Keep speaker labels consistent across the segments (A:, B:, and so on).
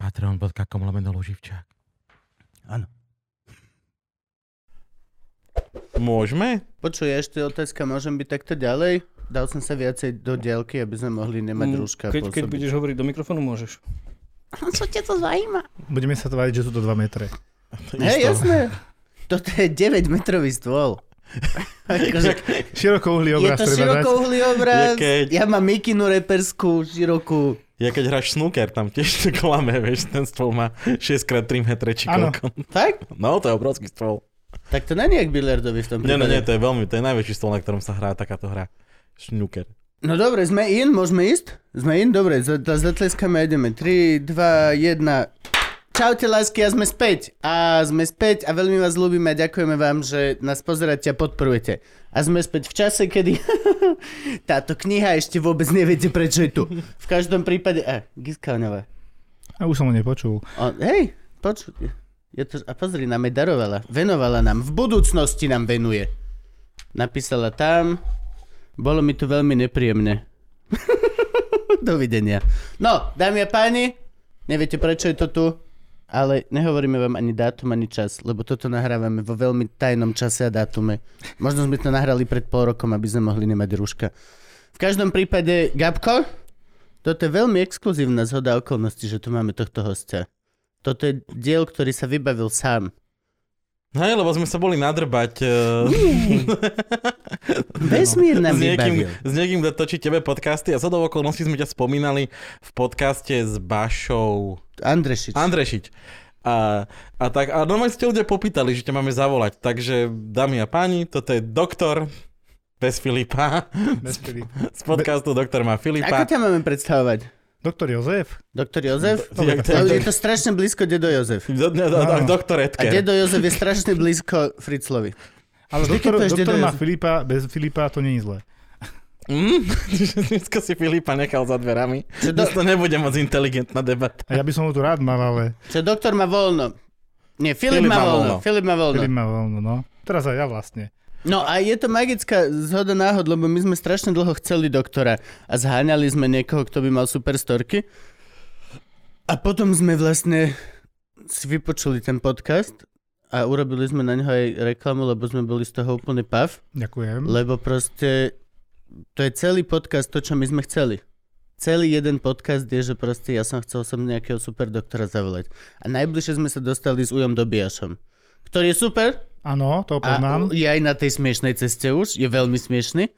A: patreon.com lomeno Luživčák.
B: Áno.
A: Môžeme?
B: Počuj, ešte otázka, môžem byť takto ďalej? Dal som sa viacej do diaľky, aby sme mohli nemať
C: Mm,
B: rúška.
C: keď, keď
B: pôsobiť.
C: budeš hovoriť do mikrofónu, môžeš.
D: Budeme sa tváriť, že sú to 2 metre.
B: Hej, jasné. Toto je 9-metrový stôl. Akože,
D: Široko uhlí
B: je
D: obraz
B: to
D: treba dať.
B: širokouhlý obraz,
A: Je keď-
B: ja mám mikinu reperskú, širokú.
A: Ja keď hráš snooker, tam tiež to klame, vieš, ten stôl má 6x3 metre či
D: Áno.
A: koľko.
B: Tak?
A: No, to je obrovský stôl.
B: Tak to není jak biliardový v tom
A: Nie, nie, nie,
B: prípade.
A: to je veľmi, to je najväčší stôl, na ktorom sa hrá takáto hra. Snooker.
B: No dobre, sme in, môžeme ísť? Sme in, dobre, za- za- zatleskame a ideme. 3, 2, 1. Čaute lásky a sme späť. A sme späť a veľmi vás ľúbime a ďakujeme vám, že nás pozeráte a podporujete. A sme späť v čase, kedy táto kniha ešte vôbec neviete, prečo je tu. V každom prípade... A, Giskaňová.
D: A už som ho nepočul.
B: On, hej, počuj. Je to, a pozri, nám je darovala. Venovala nám. V budúcnosti nám venuje. Napísala tam. Bolo mi to veľmi nepríjemné. Dovidenia. No, dámy a páni, neviete prečo je to tu, ale nehovoríme vám ani dátum, ani čas, lebo toto nahrávame vo veľmi tajnom čase a dátume. Možno sme to nahrali pred pol rokom, aby sme mohli nemať rúška. V každom prípade, Gabko, toto je veľmi exkluzívna zhoda okolností, že tu máme tohto hostia. Toto je diel, ktorý sa vybavil sám.
A: Hej, lebo sme sa boli nadrbať
B: Vesmír
A: e, s,
B: nám
A: niekým,
B: vybavil.
A: s niekým, kto točí tebe podcasty a zhodou okolností sme ťa spomínali v podcaste s Bašou
B: Andrešič.
A: Andrešič. A, a tak, a normálne ste ľudia popýtali, že ťa máme zavolať, takže dámy a páni, toto je doktor bez Filipa,
D: Bez Filip.
A: z podcastu Doktor má
B: Ako
A: Filipa.
B: ťa máme predstavovať?
D: Doktor Jozef?
B: Doktor Jozef?
A: Do- jak to-
B: Ale je to strašne blízko dedo Jozef.
A: Do, do, do, do,
D: Áno.
A: doktor
B: No. A
A: Edker.
B: dedo Jozef je strašne blízko Friclovi.
D: Ale
B: Vždy, keď
D: doktor,
B: povieš dedo
D: doktor má
B: Jozef.
D: Filipa, bez Filipa to nie je zlé.
A: Mm? Dneska si Filipa nechal za dverami.
B: Čo, do,
A: Dnes to nebude moc inteligentná debata.
D: A ja by som ho tu rád mal, ale
B: čo doktor má voľno. Nie, Filip, má voľno. Filip má voľno.
D: Filip má voľno, no. Teraz aj ja vlastne.
B: No a je to magická zhoda náhod, lebo my sme strašne dlho chceli doktora a zháňali sme niekoho, kto by mal super storky. A potom sme vlastne si vypočuli ten podcast a urobili sme na neho aj reklamu, lebo sme boli z toho úplne pav,
D: Ďakujem.
B: lebo proste to je celý podcast, to, čo my sme chceli. Celý jeden podcast je, že proste ja som chcel som nejakého super doktora zavolať. A najbližšie sme sa dostali s Ujom Dobiašom, ktorý je super,
D: Áno,
B: a
D: to poznám.
B: je aj na tej smiešnej ceste už, je veľmi smiešný.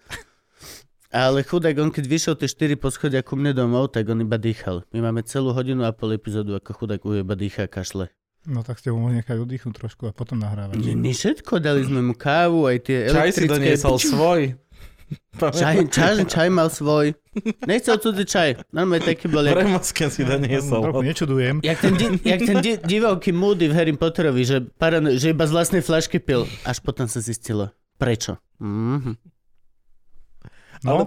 B: Ale chudák, on keď vyšiel tie 4 poschodia ku mne domov, tak on iba dýchal. My máme celú hodinu a pol epizódu, ako chudák ujeba dýcha a kašle.
D: No tak ste ho mohli nechať oddychnúť trošku a potom nahrávať.
B: Nie, nie všetko, dali sme mu kávu, aj tie
A: Čaj si
B: elektrické...
A: doniesol svoj.
B: Čaj, čaj, čaj mal svoj. Nechcel cudzí čaj. Normálne taký bol, jak,
A: Premocké si
D: Trochu
A: doniesol.
D: nečudujem.
B: jak ten, di, jak ten di, divoký Moody v Harry Potterovi, že, parano, že iba z vlastnej flašky pil. Až potom sa zistilo. Prečo? Mhm.
D: No,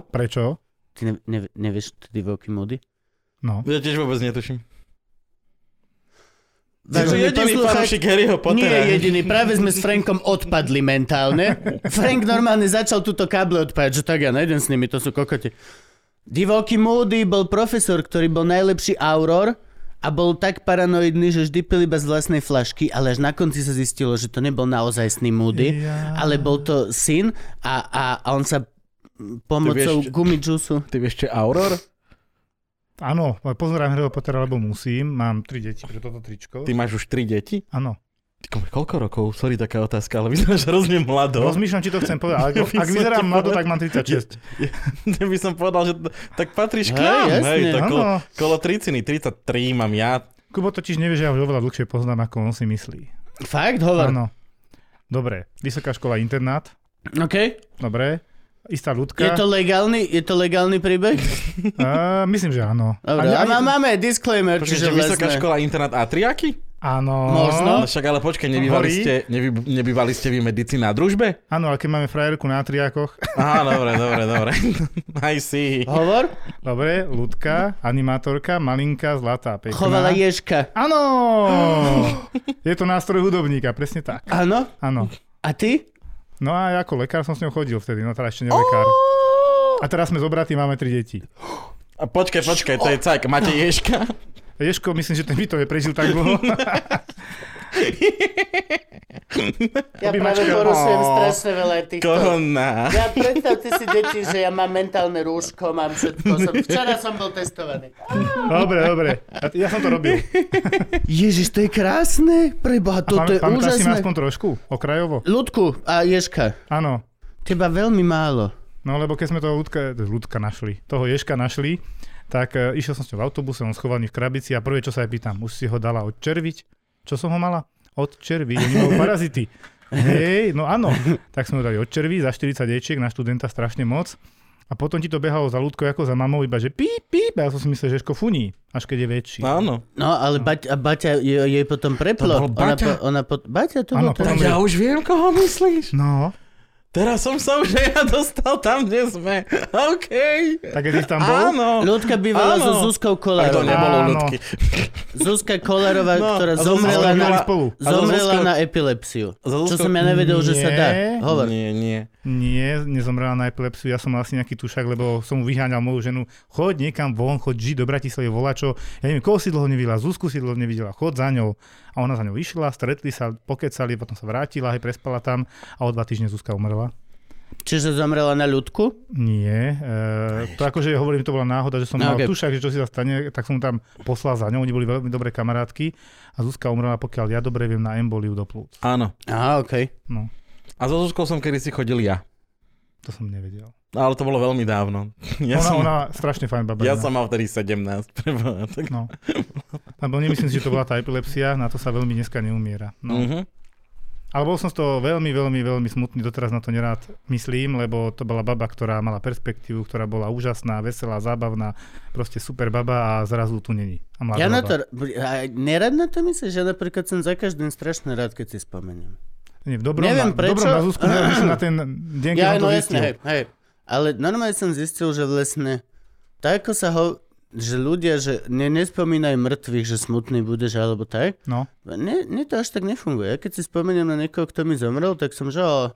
A: Ale-
D: prečo?
B: Ty ne, ne, nevieš, to divoký Moody?
D: No.
A: Ja tiež vôbec netuším. Ty
B: Vážený
A: si jediný
B: poslucháč,
A: fanúšik Harryho Pottera.
B: Nie je jediný, práve sme s Frankom odpadli mentálne. Frank normálne začal túto káble odpájať, že tak ja nejdem s nimi, to sú kokoti. Divoký Moody bol profesor, ktorý bol najlepší auror a bol tak paranoidný, že vždy pil iba z vlastnej flašky, ale až na konci sa zistilo, že to nebol naozajstný Moody,
D: Ja.
B: ale bol to syn a, a, a on sa pomocou
A: vieš, čo-
B: gumičusu.
A: Ty vieš, čo je Auror?
D: Áno, pozerám Harry Pottera, lebo musím. Mám tri deti pre toto tričko.
A: Ty máš už tri deti?
D: Áno.
A: Ty, ko- Koľko rokov? Sorry, taká otázka, ale vyzeráš hrozne mlado.
D: Rozmýšľam, či to chcem povedať. ale Ak, ak
A: Vysoké
D: vyzerám mlado,
A: povedať.
D: tak mám 36.
A: Ja by som povedal, že t- tak patríš
B: Hej,
A: k nám.
B: jasne,
A: Hej, tak kolo,
D: Áno.
A: kolo 30, 33 mám ja.
D: Kubo totiž nevie, že ja už oveľa dlhšie poznám, ako on si myslí.
B: Fakt, hovor.
D: Áno. Dobre, vysoká škola internát.
B: OK.
D: Dobre. Istá ľudka.
B: Je to legálny, je to legálny príbeh?
D: A, myslím, že áno.
B: Dobre,
D: Ani-
B: a
D: ani-
B: má- máme disclaimer,
A: Počkej,
B: čiže
A: že vysoká
B: vlastne...
A: škola, internát a triaky?
D: Áno.
E: Možno.
A: No, však ale počkaj, nebývali
D: Horí?
A: ste, nevy, nebývali ste vy medici na družbe?
D: Áno, ale keď máme frajerku na triakoch.
A: Á, dobre, dobre, dobre. I see.
B: Hovor,
D: Dobre, ľudka, animátorka, malinka, zlatá, pekná.
B: chovala ježka.
D: Áno! Je to nástroj hudobníka, presne tak.
B: Áno?
D: Áno.
B: A ty?
D: No a ako lekár som s ňou chodil vtedy, no teda ešte nelekár. A teraz sme zobratí, máme tri deti.
A: A počkaj, počkaj, to je cajk. Máte ješka?
D: Ješko, myslím, že ten by to neprežil tak dlho.
B: Ja práve
D: Obývačka.
B: porušujem
A: Ó.
B: strašne veľa týchto.
A: Korona.
B: Ja predstavte si deti, že ja mám mentálne rúško, mám všetko. Som, včera som bol testovaný.
D: dobre, dobre. Ja, ja som to robil.
B: Ježiš, to je krásne. Preboha,
D: A pam, pamätáš si ma aspoň trošku? Okrajovo?
B: Ľudku a Ježka,
D: Áno.
B: teba veľmi málo.
D: No lebo keď sme toho ľudka, ľudka našli, toho Ješka našli, tak e, išiel som s ňou v autobuse, on schovaný v krabici a prvé, čo sa jej pýtam, už si ho dala odčerviť? Čo som ho mala? Odčerviť, oni majú parazity. Hej, no áno. Tak sme ho dali odčerviť za 40 diečiek, na študenta strašne moc. A potom ti to behalo za ľudko ako za mamou, iba že píp, píp, a ja som si myslel, že Ješko funí, až keď je väčší.
A: No, áno.
B: No, ale Baťa, a Baťa jej, jej potom
A: To
B: preplo.
A: bol
B: Ona,
A: Baťa?
B: po, ona po, Baťa to
D: Áno,
B: bol
D: potom-
B: pre...
A: Ja už viem, koho myslíš.
D: No,
A: Teraz som sa už aj ja dostal tam, kde sme. OK.
D: tak keď si tam bol,
A: Áno.
B: Ľudka bývala
A: Áno.
B: so Zuzkou
A: Tak to
B: Kolárovou.
D: ne-
A: nebolo
D: Áno.
A: ľudky.
B: Zuzka Kolárová,
A: No,
B: ktorá
A: a Zuzka
B: zomrela
D: ale
A: Kolárová-
B: na...
D: bývali spolu.
A: A so
B: Zomrela
A: Zuzkou-
B: na epilepsiu.
A: so
B: Čo
A: Zuzkou-
B: som ja nevedel, že sa dá.
D: Nie.
B: Hovor.
A: Nie, nie.
D: Nie, nezomrela na epilepsiu, ja som mal asi nejaký tušak, lebo som vyháňal moju ženu. Chod niekam von, chod žiť do Bratislavy, volačo. Ja neviem, koho si dlho nevidela, Zuzku si dlho nevidela, chod za ňou. A ona za ňou išla, stretli sa, pokecali, potom sa vrátila, aj prespala tam a o dva týždne Zuzka umrela.
B: Čiže zomrela na ľudku?
D: Nie, e, to akože hovorím, to bola náhoda, že som
B: No,
D: mal
B: okay.
D: tušak, že čo si sa stane, tak som tam poslal za ňou, oni boli veľmi dobré kamarátky a Zuzka umrela, pokiaľ ja dobre viem, na emboliu do plúc.
A: Áno.
B: Aha, okej.
D: No,
A: A so Zuzkou som kedysi chodil ja.
D: to som nevedel.
A: Ale to bolo veľmi dávno. Ja,
D: ona,
A: som,
D: ona strašne fajn baba.
A: ja
D: iná.
A: som mal vtedy 17. preboha, tak...
D: No. Lebo nemyslím si, že to bola tá epilepsia, na to sa veľmi dneska neumiera. No.
A: Mhm.
D: Ale bol som z toho veľmi, veľmi, veľmi smutný, doteraz na to nerád myslím, lebo to bola baba, ktorá mala perspektívu, ktorá bola úžasná, veselá, zábavná, proste super baba a zrazu tu není. A mladá
B: Ja na to...
D: baba.
B: a Nerad na to myslíš? Ja napríklad som za každým strašne rád, keď si spomeniem.
D: Nie, v dobrom,
B: neviem
D: Neviem na,
B: prečo.
D: dobrom na Zuzku, neviem, myslím na ten deň, keď
B: Ja,
D: som to
B: no
D: zistil.
B: jasne, hej, hej. Ale normálne som zistil, že vlastne tak ako sa ho, že ľudia, že ne, nespomínaj mŕtvych, že smutný budeš alebo tak,
D: No,
B: ne, ne to až tak nefunguje. Ja keď si spomeniem na niekoho, kto mi zomrel, tak som, že o,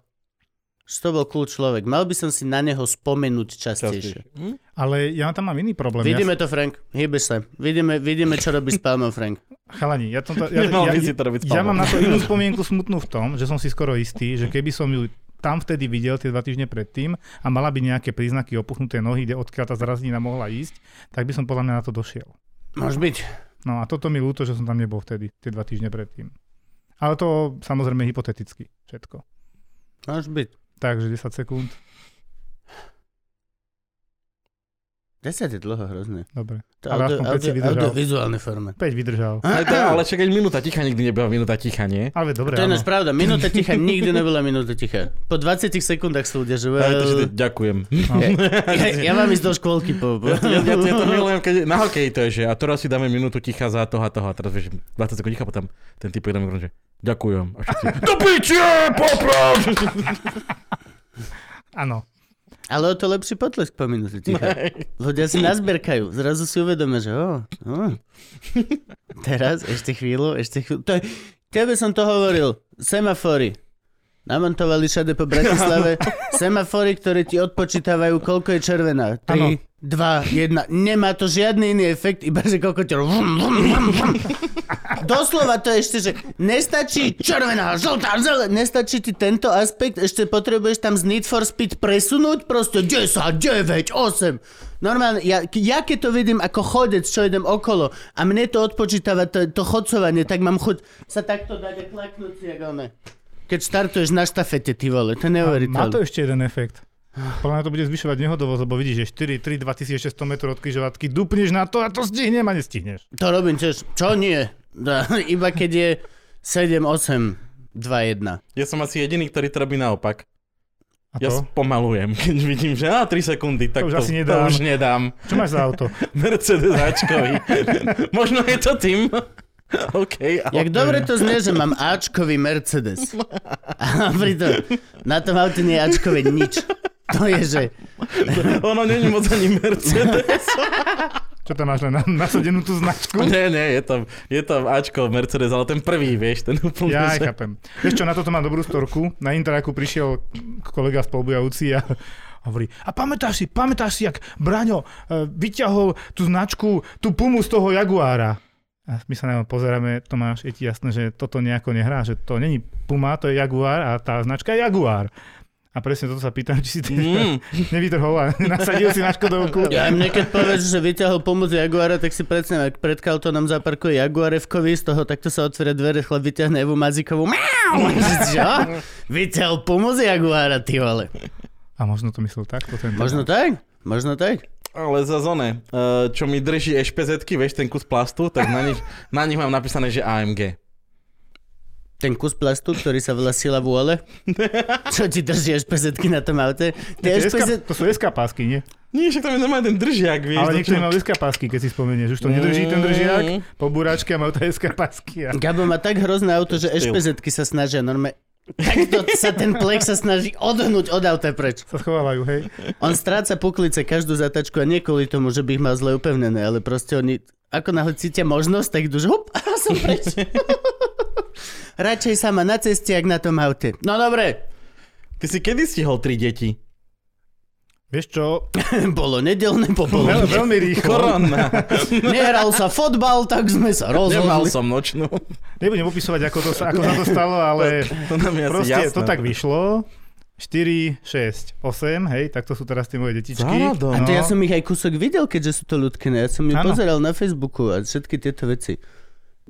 B: že to bol cool človek. Mal by som si na neho spomenúť častejšie.
A: Častejšie. Hm?
D: ale ja tam mám iný problém.
B: Vidíme to, Frank. Hýbeš sa. Vidíme, vidíme čo robíš s palmou, Frank.
D: Ja, chalani, ja, tomto, ja,
A: Nemal
D: ja,
A: by si to robiť s
D: Ja
A: Pavlom.
D: mám na to inú spomienku smutnú v tom, že som si skoro istý, že keby som ju tam vtedy videl tie dva týždne predtým a mala by nejaké príznaky opuchnuté nohy, kde odkiaľ tá zraznina mohla ísť, tak by som podľa mňa na to došiel.
B: Môže byť.
D: No a toto mi ľúto, že som tam nebol vtedy, tie dva týždne predtým. Ale to samozrejme hypoteticky všetko.
B: Môže byť.
D: Takže 10 sekúnd,
B: 10 je dlho hrozné.
D: dobre.
B: To
D: Ale aspoň päť si vydržal.
B: audiovizuálne forma.
D: 5 vydržal.
A: Aj tá, ale čakaj, minúta ticha nikdy nebola minúta ticha, nie?
D: Ale dobre,
B: To je
D: áno.
B: náš pravda. Minúta ticha nikdy nebola minúta ticha. Po 20 sekundách sú ľudia, že...
A: Aj to, že to- ďakujem.
D: No.
B: Ja, ja mám ísť do škôlky po... po...
A: Ja, ja, ja to milujem, keď na hokeji to je, že a teraz si dáme minútu ticha za toho a toho a teraz vieš, 20 sekúnd ticha potom ten typ jeden že ďakujem a všetci do piče, poprav!
D: Áno.
B: Ale o to lepší potlesk po minúte ticha. Ľudia si nazberkajú. Zrazu si uvedomia, že... Oh, oh. Teraz, ešte chvíľu, ešte chvíľu. To je... Tebe som to hovoril. Semafory. Namontovali všade po Bratislave. Semafory, ktoré ti odpočítavajú, koľko je červená. 3, 2, 1. Nemá to žiadny iný efekt, iba že koľko ťa... vrum, vrum, vrum, vrum. Doslova to je ešte, že nestačí červená, žltá, zelená, nestačí ti tento aspekt, ešte potrebuješ tam z Need for Speed presunúť proste 10, 9, 8. Normálne, ja, ja keď to vidím ako chodec, čo idem okolo a mne to odpočítava to, to chodcovanie, tak mám chuť sa takto dať a klaknúť si, jak one. Keď štartuješ na štafete, ty vole, to je
D: Má to
B: neuveriteľné.
D: ešte jeden efekt. Podľa mňa to bude zvyšovať nehodovosť, lebo vidíš, že 4, 3, 2600 metrov od križovatky, dupneš na to a to stihneš a nestihneš.
B: To robím tiež. Čo nie? Da, iba keď je 7, 8, 2, 1.
A: Ja som asi jediný, ktorý to robí naopak.
D: A
A: Ja
D: to?
A: spomalujem, keď vidím, že a 3 sekundy, tak
D: To
A: to,
D: už asi
A: to
D: nedám.
A: už nedám.
D: Čo máš za auto?
A: Mercedes Ačkovi. Možno je to tým. OK, ale...
B: Jak dobre to znie, že mám Ačkový Mercedes. A pritom na tom aute nie je Ačkové nič. To je, že
A: Ono není moc ani Mercedes.
D: Čo tam máš len na- nasadenú tú značku?
A: nie, nie, je tam, je tam Ačko, Mercedes, ale ten prvý, vieš, ten úplne...
D: Ja aj
A: že-
D: chápem. Vieš čo, na toto mám dobrú storku. Na Interaku prišiel k- kolega spolubujúci a hovorí, a pamätáš si, pamätáš si, jak Braňo e, vyťahol tú značku, tú pumu z toho Jaguára. A my sa na neho pozeráme, Tomáš, je ti jasné, že toto nejako nehrá, že to není Puma, to je Jaguar a tá značka je Jaguar. A presne toto sa pýtam, či si ty
A: Mm.
D: nevytrhol a nasadil si na škodovku.
B: Ja im niekedy povieš, že vyťahol pomoc Jaguara, tak si predstavím, ak pred autónom zaparkuje Jaguar F-kový, z toho takto sa otvoria dvere, chlap vyťahne Evu Mazikovú. Miau! Že Čo? Vyťahol pomoc Jaguara, ty vole.
D: A možno to myslel takto. Ten
B: Možno tak? Možno tak?
A: Ale za zone, eh, čo mi drží ešpezetky, vieš, ten kus plastu, tak na nich, na nich mám napísané, že AMG.
B: Ten kus plastu, ktorý sa volá sila vôle. Čo ti držíš pezetky na tom aute? Tie
D: to, SK,
B: SPZ...
D: to sú SK pásky, nie?
A: Nie, však tam je normálne ten držiak, vieš.
D: Ale
A: do
D: niekto
A: čoho-
D: mal SK pásky, keď si spomenieš. Už to nedrží ten držiak, po buráčke a majú to SK pásky. A...
B: Gabo má tak hrozné auto, že SPZ sa snažia normálne... Takto sa ten plek sa snaží odhnúť od auta preč.
D: Sa schovávajú, hej.
B: On stráca puklice každú zatačku a nie kvôli tomu, že by ich mal zle upevnené, ale proste oni ako náhle cítia možnosť, tak idú, že hup, a som preč. Radšej sama na ceste, ak na tom aute. No dobre,
A: Ty si kedy stihol tri deti?
D: Vieš čo?
B: bolo nedelné
D: Veľ,
B: popoludne.
D: veľmi rýchlo.
A: Korona.
B: Nehral sa fotbal, tak sme sa
A: Nemal
B: rozhodli.
A: som nočnú.
D: Nebudem opisovať, ako, to sa, ako sa to stalo, ale
A: To nám je asi
D: proste
A: jasné.
D: to tak vyšlo. 4, 6, 8, hej, tak to sú teraz tie moje detičky. No,
A: Záradom.
B: A to ja som ich aj kúsok videl, keďže sú to ľudkine. Ja som ju
D: Áno.
B: pozeral na Facebooku a všetky tieto veci.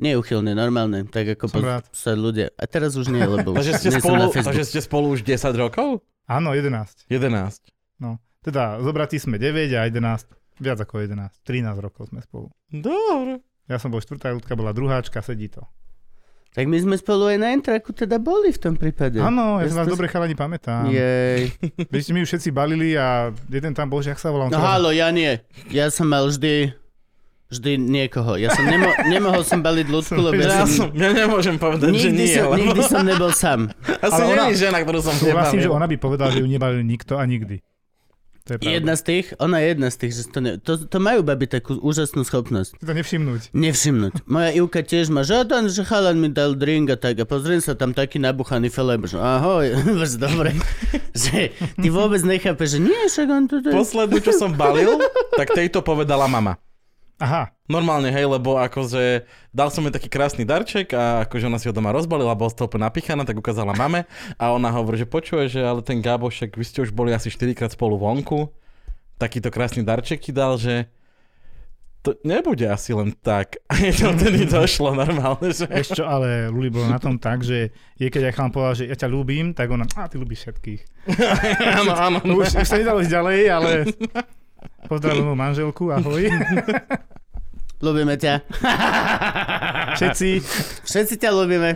B: Neuchylné, normálne, tak ako
D: Som rád.
B: sa ľudia. A teraz už nie, lebo už
A: Takže ste,
B: nie som
A: spolu,
B: na Facebooku.
A: takže ste spolu už 10 rokov?
D: Áno, 11.
A: 11.
D: No. Teda zobratí sme 9 a 11, viac ako 11, 13 rokov sme spolu.
A: Dobre.
D: Ja som bol štvrtá, ľudka bola druháčka, sedí to.
B: Tak my sme spolu aj na Intraku teda boli v tom prípade.
D: Áno, ja
B: Vy
D: si vás
B: ste-
D: dobre chalani pamätám.
B: Jej.
D: Vy ste mi ju všetci balili a jeden tam bol, že jak sa volám.
B: No halo, ja nie. Ja som mal vždy vždy niekoho. Ja som nemo- nemohol som baliť ľudku, lebo
A: Ja,
B: ja som...
A: som, ja nemôžem povedať, že
B: Nikdy
A: nie.
B: som,
A: lebo-
B: nikdy som nebol sám.
A: Asi
D: Ale ona-
A: není žena, ktorú som
D: Súhlasím, vlastne, že
A: nebavil.
D: ona by povedala, že ju nebalil nikto a nikdy. To je pravda.
B: Jedna z tých, ona je jedna z tých, že to, ne, to, to majú baby takú úžasnú schopnosť.
D: Si to nevšimnúť.
B: Nevšimnúť. Moja Ivka tiež má, že ten že chalan mi dal drink a tak a pozriem sa tam taký nabuchaný feleb, že ahoj, vrš, dobre. že ty vôbec nechápeš, že nie, však on tu...
A: Poslednú, čo som balil, tak tejto povedala mama.
D: Aha,
A: Normálne, hej, lebo akože dal som jej taký krásny darček a akože ona si ho doma rozbalila, bola z toho úplne napichaná, tak ukázala mame a ona hovorí, že počuje, že ale ten Gabo, však vy ste už boli asi 4 krát spolu vonku, takýto krásny darček ti dal, že to nebude asi len tak. A jej to vtedy došlo normálne, že...
D: vieš čo, ale Luli bolo na tom tak, že je keď aj chlám povedal, že ja ťa ľúbim, tak ona, a ty ľúbiš všetkých.
A: áno, áno.
D: No už, už sa nedalo ísť ďalej, ale pozdravím moju manželku, ahoj.
B: Ľubíme ťa.
D: Všetci.
B: Všetci ťa ľubíme.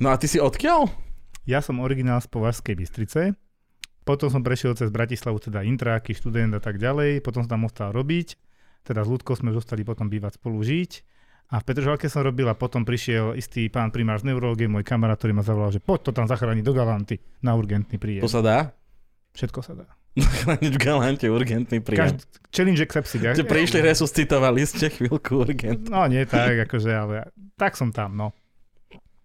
A: No a ty si odkiaľ?
D: Ja som originál z Považskej Bystrice, potom som prešiel cez Bratislavu, teda intráky, študent a tak ďalej, potom som tam ostal robiť, teda s Ľudkou sme už zostali potom bývať spolu žiť. A v Petržalke som robil a potom prišiel istý pán primár z neurológie, môj kamarát, ktorý ma zavolal, že poď to tam zachrániť do Galanty na urgentný
A: To
D: príjem.
A: sa dá?
D: Všetko sa dá.
A: Chrániť v Galante urgentný príjem.
D: Každý, challenge accepted. Ja,
A: Ste prišli, resuscitovali ste chvíľku urgent.
D: No nie tak, akože, ale tak som tam, no.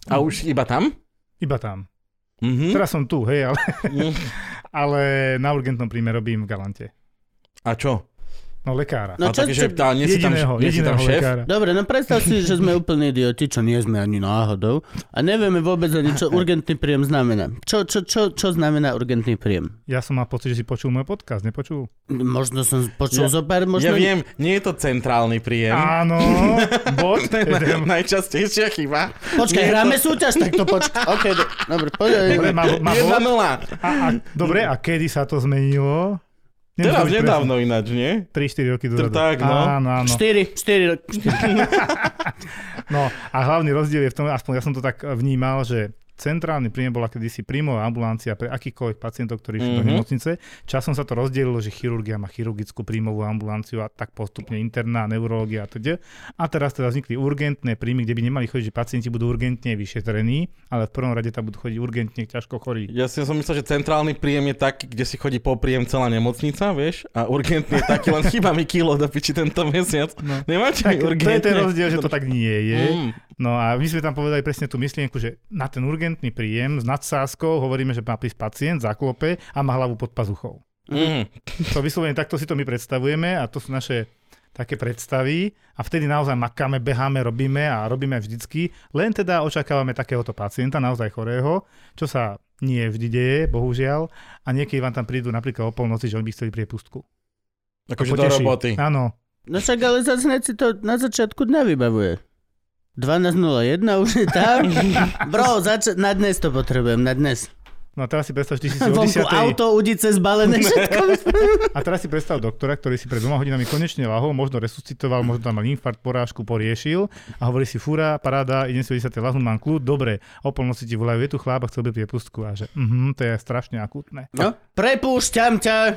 A: A už iba tam?
D: Iba tam.
A: Mhm.
D: Teraz som tu, hej, ale, ale na urgentnom príjme robím v Galante.
A: A čo?
D: No lekára.
B: No
A: a
B: čo,
A: taký, že
B: čo,
A: tá, nie si tam,
D: jediného,
A: nie si tam
D: jediného
A: šéf?
D: lekára.
B: Dobre, no predstav si, že sme úplne idioti, čo nie sme ani náhodou a nevieme vôbec ani, čo urgentný príjem znamená. Čo, čo, čo, čo znamená urgentný príjem?
D: Ja som mal pocit, že si počul môj podcast, nepočul?
B: Možno som počul
A: Ja-
B: zo pár, možno...
A: Ja viem, nie je to centrálny príjem.
D: Áno, bod.
A: To je naj-
D: jeden.
A: najčastejšia chyba.
B: Počkaj,
A: Nie je
B: hráme súťaž, tak to počkaj. OK, do... dobre,
D: Dobre,
B: poďme.
D: má, má
A: Jedna
D: bod.
A: nula.
D: A, a, dobre, a kedy sa to zmenilo?
A: Teraz nedávno ináč, nie?
D: 3-4 roky dozadu.
A: tak, no.
D: Áno, áno.
B: 4, 4,
D: No a hlavný rozdiel je v tom, aspoň ja som to tak vnímal, že centrálny príjem bola kedysi príjmová ambulancia pre akýkoľvek pacientov, ktorí išli
A: Mhm.
D: do nemocnice. Časom sa to rozdielilo, že chirurgia má chirurgickú príjmovú ambulanciu a tak postupne interná, neurológia a teda. A teraz teda vznikli urgentné príjmy, kde by nemali chodiť, že pacienti budú urgentne vyšetrení, ale v prvom rade tam budú chodiť urgentne ťažko chorí.
A: Ja si som myslel, že centrálny príjem je taký, kde si chodí po príjem celá nemocnica, vieš? A urgentný je taký, len chýba mi kilo do piči tento mesiac.
D: No.
A: Nemáte mi
D: Tak, to je
A: urgentne?
D: ten rozdiel, že to tak nie je.
A: Mm.
D: No a my sme tam povedali presne tú myšlienku, že na ten urgentný príjem s nadsázkou hovoríme, že má prísť pacient, zaklope a má hlavu pod pazuchou. Mhm.
A: Mm.
D: To vyslovene takto si to my predstavujeme a to sú naše také predstavy a vtedy naozaj makáme, beháme, robíme a robíme vždycky. Len teda očakávame takéhoto pacienta, naozaj chorého, čo sa nie vždy deje, bohužiaľ. A niekedy vám tam prídu napríklad o polnoci, že oni by chceli priepustku.
A: Akože do
D: Poteší.
A: roboty.
D: Áno,
B: No však ale zase hneď si to na začiatku dňa vybavuje. 12.01 už je tam. Bro, zač- na dnes to potrebujem, na dnes.
D: No a teraz si predstav, že ty si si o
B: Vonku
D: 10.
B: auto, udice zbalené, všetko.
D: A teraz si predstav doktora, ktorý si pred dvoma hodinami konečne lahol, možno resuscitoval, možno tam mal infarkt, porážku, poriešil a hovorí si, fúra, paráda, idem si o 10. lahnúť, mám kľud, dobre, o polnoci ti volajú, je tu chlap a chcel by priepustku a že mhm, to je strašne akútne.
B: No, prepúšťam ťa.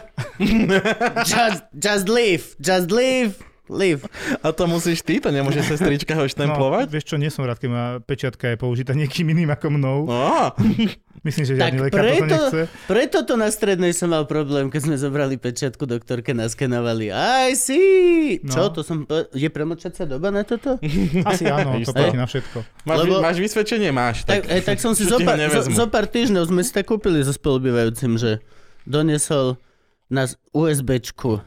B: Just, just leave, just leave, leave.
A: A to musíš ty, to nemôže sestrička ho štemplovať?
D: No, vieš čo, nie som rád, keď ma pečiatka je použitá niekým iným ako mnou.
A: No.
D: Myslím, že
B: Tak
D: žiadny lekár preto... toto
B: preto,
D: nechce.
B: preto to na strednej som mal problém, keď sme zobrali pečiatku doktorke, naskenovali. I see!
D: No.
B: Čo, to som... po- Je premočacia doba na toto?
D: Asi áno, to
A: Isto.
D: platí na všetko.
A: Máš,
B: Lebo-
A: Lebo... máš vysvedčenie? Máš.
B: Tak, tak, tak som si zo
A: ti ho
B: pár, zo,
A: nevezmu.
B: zo pár týždňov sme si tak kúpili so spolubývajúcim, že doniesol na USBčku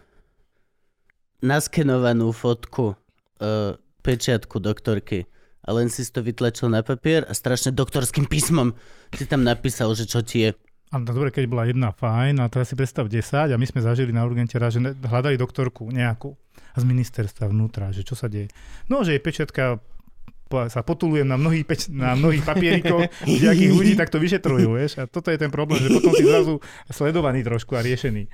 B: naskenovanú fotku uh, pečiatku doktorky a len si to vytlačil na papier a strašne doktorským písmom si tam napísal, že čo ti je.
D: A no, dobre, keď bola jedna fajn, a teraz si predstav 10 a my sme zažili na urgente raz, že ne- hľadali doktorku nejakú a z ministerstva vnútra, že čo sa deje. No, že jej pečiatka po- sa potuluje na mnohých, peč- na mnohých papierikoch, kde akých ľudí takto vyšetrujú, vieš? A toto je ten problém, že potom si zrazu sledovaný trošku a riešený.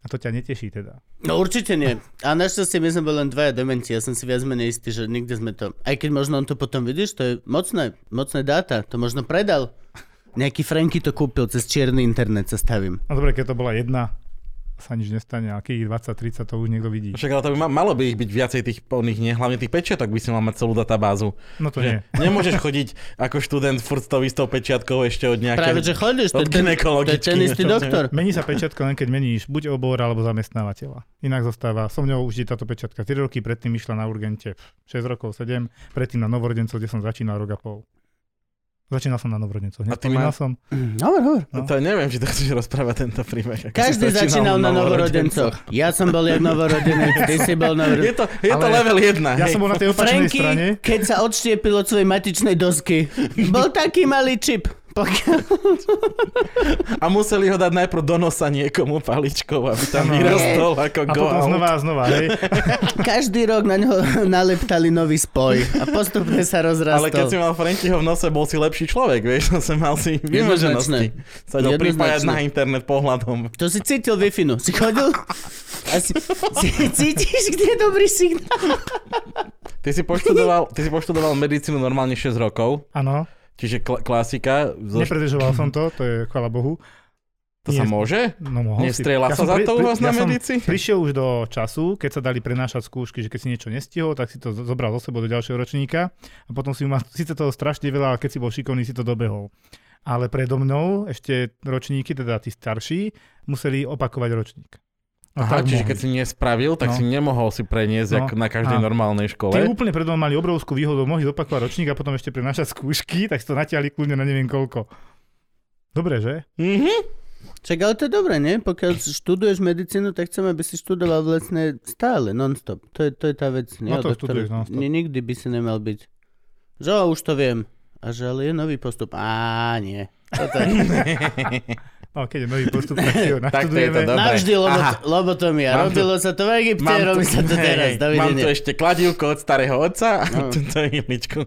D: A to ťa neteší teda.
B: No určite nie. A našťastie my sme boli len dvaja dementi, ja som si viac menej istý, že nikde sme to... Aj keď možno on to potom vidíš, to je mocné, mocné dáta, to možno predal. Nejaký Franky to kúpil cez čierny internet, sa stavím.
D: No dobre, keď to bola jedna, sa nič nestane, a keď ich 20-30 to už niekto vidí.
A: Však ale to by ma, malo by ich byť viacej tých oných, nie? Hlavne tých pečiatok by si mal mať celú databázu.
D: No to nie.
A: Že nemôžeš chodiť ako študent furt s tou istou pečiatkou ešte od nejakého...
B: Práve, že chodíš, to je ten, to
A: od
B: je
A: gynekologičky,
B: ten istý
A: niečo,
B: doktor.
D: Mení sa pečiatka len keď meníš buď obor alebo zamestnávateľa. Inak zostáva. So mňou už je táto pečiatka 3 roky, predtým išla na urgente 6 rokov, 7, predtým na novorodencov, kde som začínal rok a pol. Začínal som na novorodencoch,
A: A ty ma-
D: nespomínal som.
B: Mm, Hovor, hovor.
A: No to neviem, či to chceš rozprávať tento príbeh. ako
B: Každý
A: si
B: začínal
A: začínal
B: na novorodencoch. Ja som bol jak novorodenec, ty si bol
A: Je
B: novorodenec.
A: to, je to
D: Ale-
A: level 1,
D: Ja som bol na tej opačnej
B: Franky,
D: strane.
B: keď sa odštiepil od svojej matičnej dosky, bol taký malý čip. Pokiaľ...
A: A museli ho dať najprv do nosa niekomu paličkou, aby tam
D: Áno.
A: vyrastol ako
D: A
A: go
D: potom
A: out.
D: znova a znova, hej.
B: Každý rok na ňo naleptali nový spoj a postupne sa rozrastol.
A: Ale keď si mal Frankyho v nose, bol si lepší človek, vieš, som mal si vymoženosti. Sa
B: Jednoznačne.
A: dal pripájať na internet pohľadom.
B: To si cítil wi si chodil a si, si, cítiš, kde je dobrý signál.
A: Ty si poštudoval, ty si poštudoval medicínu normálne 6 rokov,
D: Áno,
A: čiže kl- klasika, zo,
D: nepredržoval som to, to je chvala Bohu.
A: to sa
D: nie.
A: môže?
D: No mohol
A: Nestrieľa sa
D: som
A: za to u vás na
D: som
A: medici?
D: prišiel už do času, keď sa dali prenášať skúšky, že keď si niečo nestihol, tak si to zo- zobral zo sebou do ďalšieho ročníka a potom si mal síce toho strašne veľa, ale keď si bol šikovný, si to dobehol. Ale predo mnou ešte ročníky, teda tí starší, museli opakovať ročník. No
A: Aha,
D: tak
A: čiže
D: mohli.
A: keď si nespravil, tak
D: No.
A: si nemohol si preniesť
D: No.
A: ako na každej
D: A-
A: normálnej
D: Tí
A: škole.
D: úplne predo mnou mali obrovskú výhodu, mohli zopakovať ročník a potom ešte prenášať skúšky, tak si to natiahli kľudne na neviem koľko. Dobre, že?
A: Mhm.
B: Čak, ale to je dobré, nie? Pokiaľ študuješ medicínu, tak chcem, aby si študoval vlastne stále, non-stop. To je, to je tá vec. Nie?
D: No to
B: Od
D: študuješ non-stop.
B: ni- Nikdy by si nemal byť. Že "O, už to viem. A že ale je nový postup. Á, nie. Toto je.
D: No, keď je nový postup, tak si ho
A: Tak to je to
D: naštudujeme.
A: dobré.
B: Navždy
A: Aha.
B: lobot- lobotomia.
A: Mám tu-
B: Robilo sa to v Egypte,
A: Mám
B: robí
A: tu-
B: sa to
A: hej,
B: teraz.
A: Mám tu
B: Dovidenia.
A: ešte kladivko od starého otca a
B: No.
A: túto ihličku.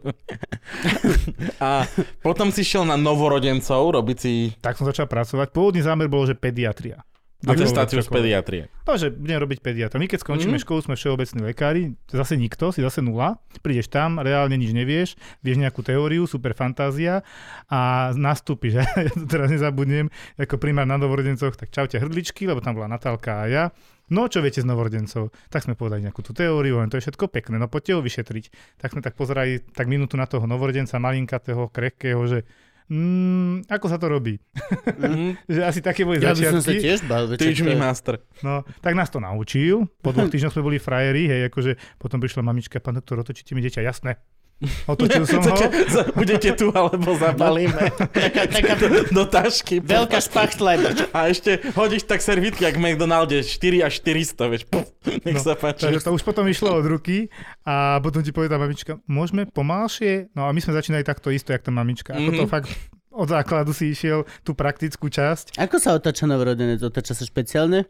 A: a potom si šiel na novorodencov robiť si...
D: tak som začal pracovať. Pôvodný zámer bol, že pediatria.
A: Atestáciu z
D: čokoľvek.
A: pediatrie.
D: No, že budem robiť pediatra. My keď skončíme
B: Mhm.
D: mm. školu, sme všeobecní lekári, zase nikto, si zase nula, prídeš tam, reálne nič nevieš, vieš nejakú teóriu, super fantázia a nastúpiš. Ja to teraz nezabudnem, ako primár na novorodencoch, tak čaute hrdličky, lebo tam bola Natálka a ja. No, čo viete z novorodencov? Tak sme povedali nejakú tú teóriu, len to je všetko pekné, no poďte ho vyšetriť. Tak sme tak pozerali tak minútu na toho novorodenca, malinkatého, krehkého, že mm, ako sa to robí? že asi také boli
B: Ja by
D: začiatky.
B: som sa tiež bal. veď
A: Mhm. Teach
B: čo to
A: me
B: je.
A: master.
D: No, tak nás to naučil. Po dvoch týždňoch sme boli frajeri, hej, akože potom prišla mamička, pán doktor, otočíte mi dieťa, jasné. Otočil som ho. No.
A: Budete tu, alebo zabalíme
B: Taká, taká
A: do tašky.
B: veľká špachtla. iba.
A: A ešte hodíš tak servítky, jak v McDonalde, 4 až 400, vieš, puf, nech sa páči.
D: No, Takže to už potom išlo od ruky a potom ti povedala mamička, môžeme pomalšie? No a my sme začínali takto isto, jak tá mamička. Ako to
A: Mhm.
D: fakt od základu si išiel tú praktickú časť.
B: Ako sa otáča novorodenec? Otáča sa špeciálne?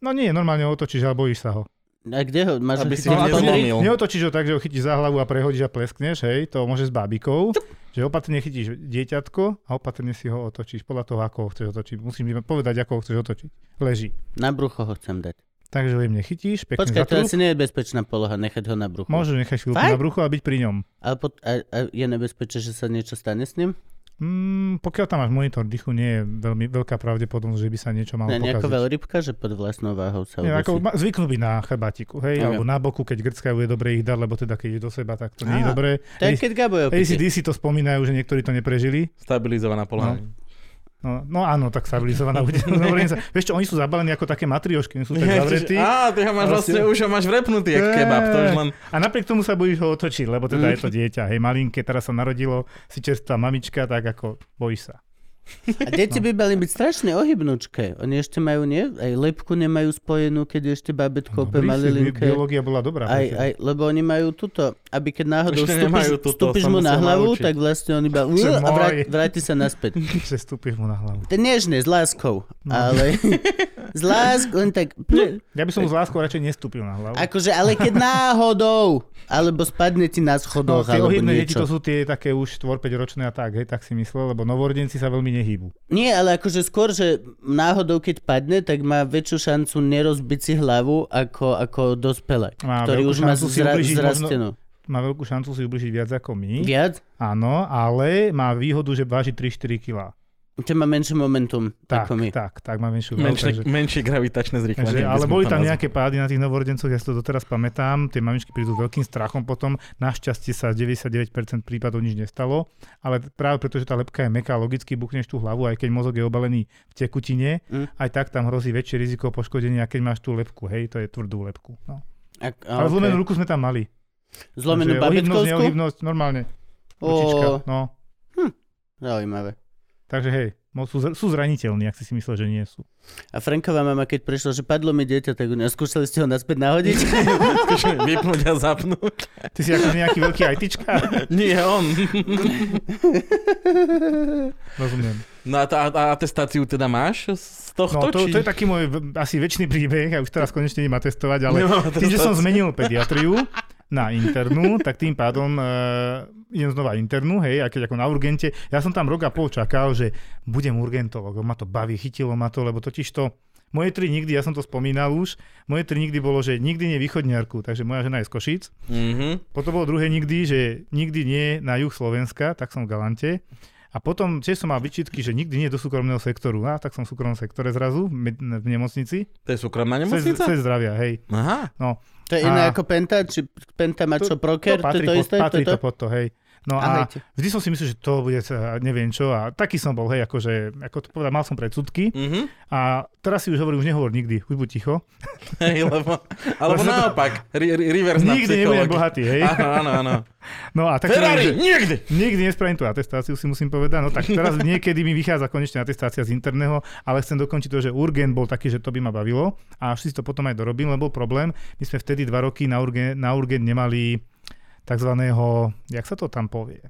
D: No nie, normálne ho otočíš, ale bojíš sa ho.
B: No, A kde ho? Máš ho
A: Aby
B: chytiť?
A: si ho
D: a to
A: nezlomil.
D: ne- neotočíš ho tak, že ho chytíš za hlavu a prehodíš a pleskneš, hej, to môže s bábikou, že opatrne chytíš dieťatko a opatrne si ho otočíš podľa toho, ako ho chceš otočiť. Musíš mi povedať, ako ho chceš otočiť. Leží.
B: Na brucho ho chcem dať.
D: Takže ho im nechytíš, pekne
B: Počkaj,
D: Počkaj,
B: to asi nie je bezpečná poloha, nechať ho na bruchu.
D: Môžeš nechať chvíľku
B: Fakt?
D: na bruchu a byť pri ňom.
B: Ale pot- a, a je nebezpečné, že sa niečo stane s ním?
D: Mm, pokiaľ tam máš monitor dýchu, nie je veľmi veľká pravdepodobnosť, že by sa niečo malo
B: Ne,
D: pokaziť.
B: nejako veľrybka, že pod vlastnou váhou sa
D: Nie, ako
B: udusí.
D: ma- zvyknú byť na chrbátiku, hej,
B: Ja
D: alebo na boku, keď grckajú, je dobre ich dať, lebo teda keď ideš do seba, tak to nie je
B: Á,
D: dobré.
B: To je, keď Gabo je opitý.
D: ACDC to spomínajú, že niektorí to neprežili,
A: Stabilizovaná poláň.
D: No, no áno, tak stabilizovaná udelenica. Vieš čo, oni sú zabalení ako také matriošky, oni sú tak zavretí.
A: Á, ty ho máš
D: Proste-
A: vlastne, už ho máš vrepnutý, jak kebab, to už len... Mm.
D: A napriek tomu sa bojíš ho otočiť, lebo teda je to dieťa. Hej, malinké, teraz sa narodilo, si čerstvá mamička, tak ako bojíš sa.
B: A deti by
D: No.
B: mali byť strašne ohybnučké. Oni ešte majú, nie? Aj lepku nemajú spojenú, keď ešte babetko ope
D: Dobrý si, No, bi-
B: malilinké.
D: biológia bola dobrá.
B: Aj,
D: hej.
B: aj, lebo oni majú tuto, aby keď náhodou
A: Ešte
B: vstúpiš,
A: nemajú tuto,
B: vstúpiš
A: sa
B: mu na
A: musia
B: hlavu,
A: naučiť.
B: tak vlastne on iba
D: Že
B: a vrát,
D: môj.
B: vráti sa naspäť.
D: Že stúpiš mu na hlavu.
B: To nežne, s láskou,
D: No.
B: ale s láskou, len tak,
D: Ja by som mu s láskou radšej nestúpil na hlavu.
B: akože, ale keď náhodou, alebo spadne ti na
D: No,
B: schodoch,
D: tie
B: alebo
D: ohybné deti
B: niečo.
D: to sú tie také už 4-5 ročné a tak, hej, tak si myslel, lebo novorodenci sa veľmi nehýbu.
B: Nie, ale akože skôr, že náhodou keď padne, tak má väčšiu šancu nerozbiť si hlavu ako, ako dospelák,
D: Má
B: ktorý
D: veľkú
B: už má
D: šancu si
B: zra-
D: ublížiť Hm?
B: zrastenú.
D: Má veľkú šancu si ubližiť viac ako my,
B: Viac?
D: áno, ale má výhodu, že váži 3-4 kg.
B: Čo má menšie momentum
D: Tak,
B: ako my.
D: tak, tak má menšiu váhu,
A: Menšie,
D: takže-
A: menšie gravitačné zrýchlenie.
D: Takže,
A: by
D: ale
A: sme
D: boli
A: to
D: tam
A: nazvali.
D: nejaké pády na tých novorodencoch, ja si to doteraz pamätám, tie mamičky prídu s veľkým strachom potom, našťastie sa 99% prípadov nič nestalo, ale práve preto, že tá lepka je meká, logicky buchneš tú hlavu, aj keď mozog je obalený v tekutine,
B: Mm.
D: aj tak tam hrozí väčšie riziko poškodenia, keď máš tú lepku, hej, to je tvrdú lepku. No.
B: Ak, a,
D: Ale zlomenú
B: okay.
D: ruku sme tam mali.
B: Zlomenú
D: Takže ohybnosť,
B: babetkovskú?
D: neohybnosť, normálne. Ručička,
B: O,
D: no.
B: zaujímavé.
D: Takže hej, mo- sú, zr- sú zraniteľní, ak si si myslel, že nie sú.
B: A Franková mama, keď prišla, že padlo mi dieťa, tak ju neskúšali ste ho naspäť nahodiť?
A: Skúšaj Akože Vypnúť a zapnúť.
D: Ty si ako nejaký veľký ajtička?
A: Nie, on.
D: Rozumiem.
A: No a, tá, a atestáciu teda máš z tohto?
D: No, to,
A: či...
D: to je taký môj v- asi väčší príbeh, ja už teraz konečne idem atestovať, ale
A: Nemám
D: tým, že som
A: atestáciu.
D: zmenil pediatriu na internú, tak tým pádom uh, idem znova internú, hej, a keď ako na urgente, ja som tam rok a pol čakal, že budem urgentolog, ma to baví, chytilo ma to, lebo totiž to moje tri nikdy, ja som to spomínal už, moje tri nikdy bolo, že nikdy nie východňarku, takže moja žena je z Košíc,
A: Mhm.
D: potom bolo druhé nikdy, že nikdy nie na juh Slovenska, tak som v Galante. A potom tiež som mal vyčitky, že nikdy nie do súkromného sektoru. A tak som v súkromnom sektore zrazu, med- v nemocnici.
A: To je súkromná
D: Cez,
A: nemocnica?
D: cez zdravia, hej.
A: Aha.
B: To je iné
D: A-
B: ako Penta, či Penta má čo,
D: To
B: Proker, to je
D: patrí,
B: to
D: pod,
B: isté?
D: patrí
B: to je
D: to
B: to?
D: pod to, hej. No a
B: Ahojte.
D: vždy som si myslel, že to bude, sa- neviem čo, a taký som bol, hej, akože, ako to povedal, mal som predsudky
B: Mm.
A: Mhm.
D: a teraz si už hovorím, už nehovor nikdy, už buď ticho.
A: Hej, lebo, alebo
D: Vlastne to-
A: naopak, ri, ri, reverse na
D: Nikdy nebudem
A: psychológii.
D: bohatý, hej.
A: Áno, áno, áno.
D: No a tak som hovoril,
A: Ferrari,
D: že-
A: nikdy!
D: Nikdy nespravím tú atestáciu, si musím povedať. No tak teraz niekedy mi vychádza konečne atestácia z interného, ale chcem dokončiť to, že Urgent bol taký, že to by ma bavilo a až si to potom aj dorobím, lebo problém, my sme vtedy dva roky na Urgent, na Urgent nemali takzvaného, jak sa to tam povie,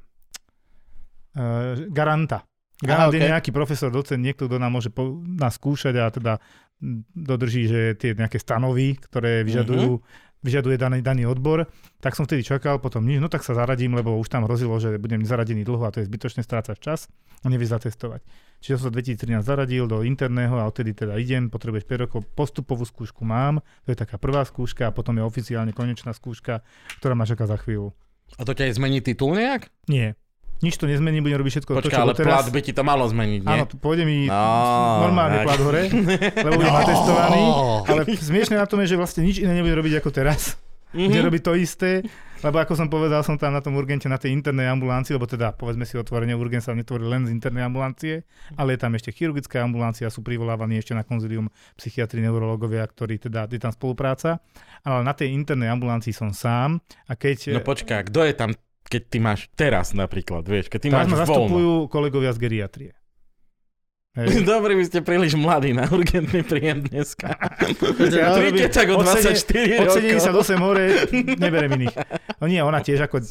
D: Eh, garanta. Garant je
B: okej.
D: nejaký profesor, docent, niekto, kto nám môže po, nás skúšať a teda mm, dodrží, že tie nejaké stanovy, ktoré vyžadujú vyžaduje daný, daný odbor, tak som vtedy čakal, potom nič, no tak sa zaradím, lebo už tam hrozilo, že budem zaradený dlho a to je zbytočne strácať čas a nevieš zatestovať. Čiže som sa 2013 zaradil do interného a odtedy teda idem, potrebuješ 5 rokov, postupovú skúšku mám, to je taká prvá skúška a potom je oficiálne konečná skúška, ktorá ma čaká za chvíľu.
A: A to ťa aj zmení titul nejak?
D: Nie, nič to nezmení, budem robiť všetko to,
A: Počkaj,
D: čo
A: ale
D: doteraz.
A: plat by ti to malo zmeniť, nie?
D: Áno, tu pôjde mi
A: No, tak.
D: normálne
A: No.
D: plat hore, lebo budem atestovaný, ale smiešne na tom je, že vlastne nič iné nebudem robiť ako teraz.
A: Mhm.
D: Mm-hmm. Kde robí to isté, lebo ako som povedal, som tam na tom urgente na tej internej ambulancii, lebo teda povedzme si otvorene, urgent sa netvorí len z internej ambulancie, ale je tam ešte chirurgická ambulancia, sú privolávaní ešte na konzilium psychiatri, neurologovia, ktorí teda, je tam spolupráca, ale na tej internej ambulancii som sám a
A: No
D: keď...
A: počkaj, kto je tam, keď ty máš teraz napríklad, vieš, keď ty máš
D: Teraz ma
A: voľno.
D: zastupujú kolegovia z geriatrie. Hej.
A: Dobre, vy ste príliš mladí na urgentný príjem dneska.
D: Ja to robím
A: Príďte tak od
D: od sedem-
A: 24
D: Od
A: rokov.
D: 78 hore neberem iných. No nie, ona tiež ako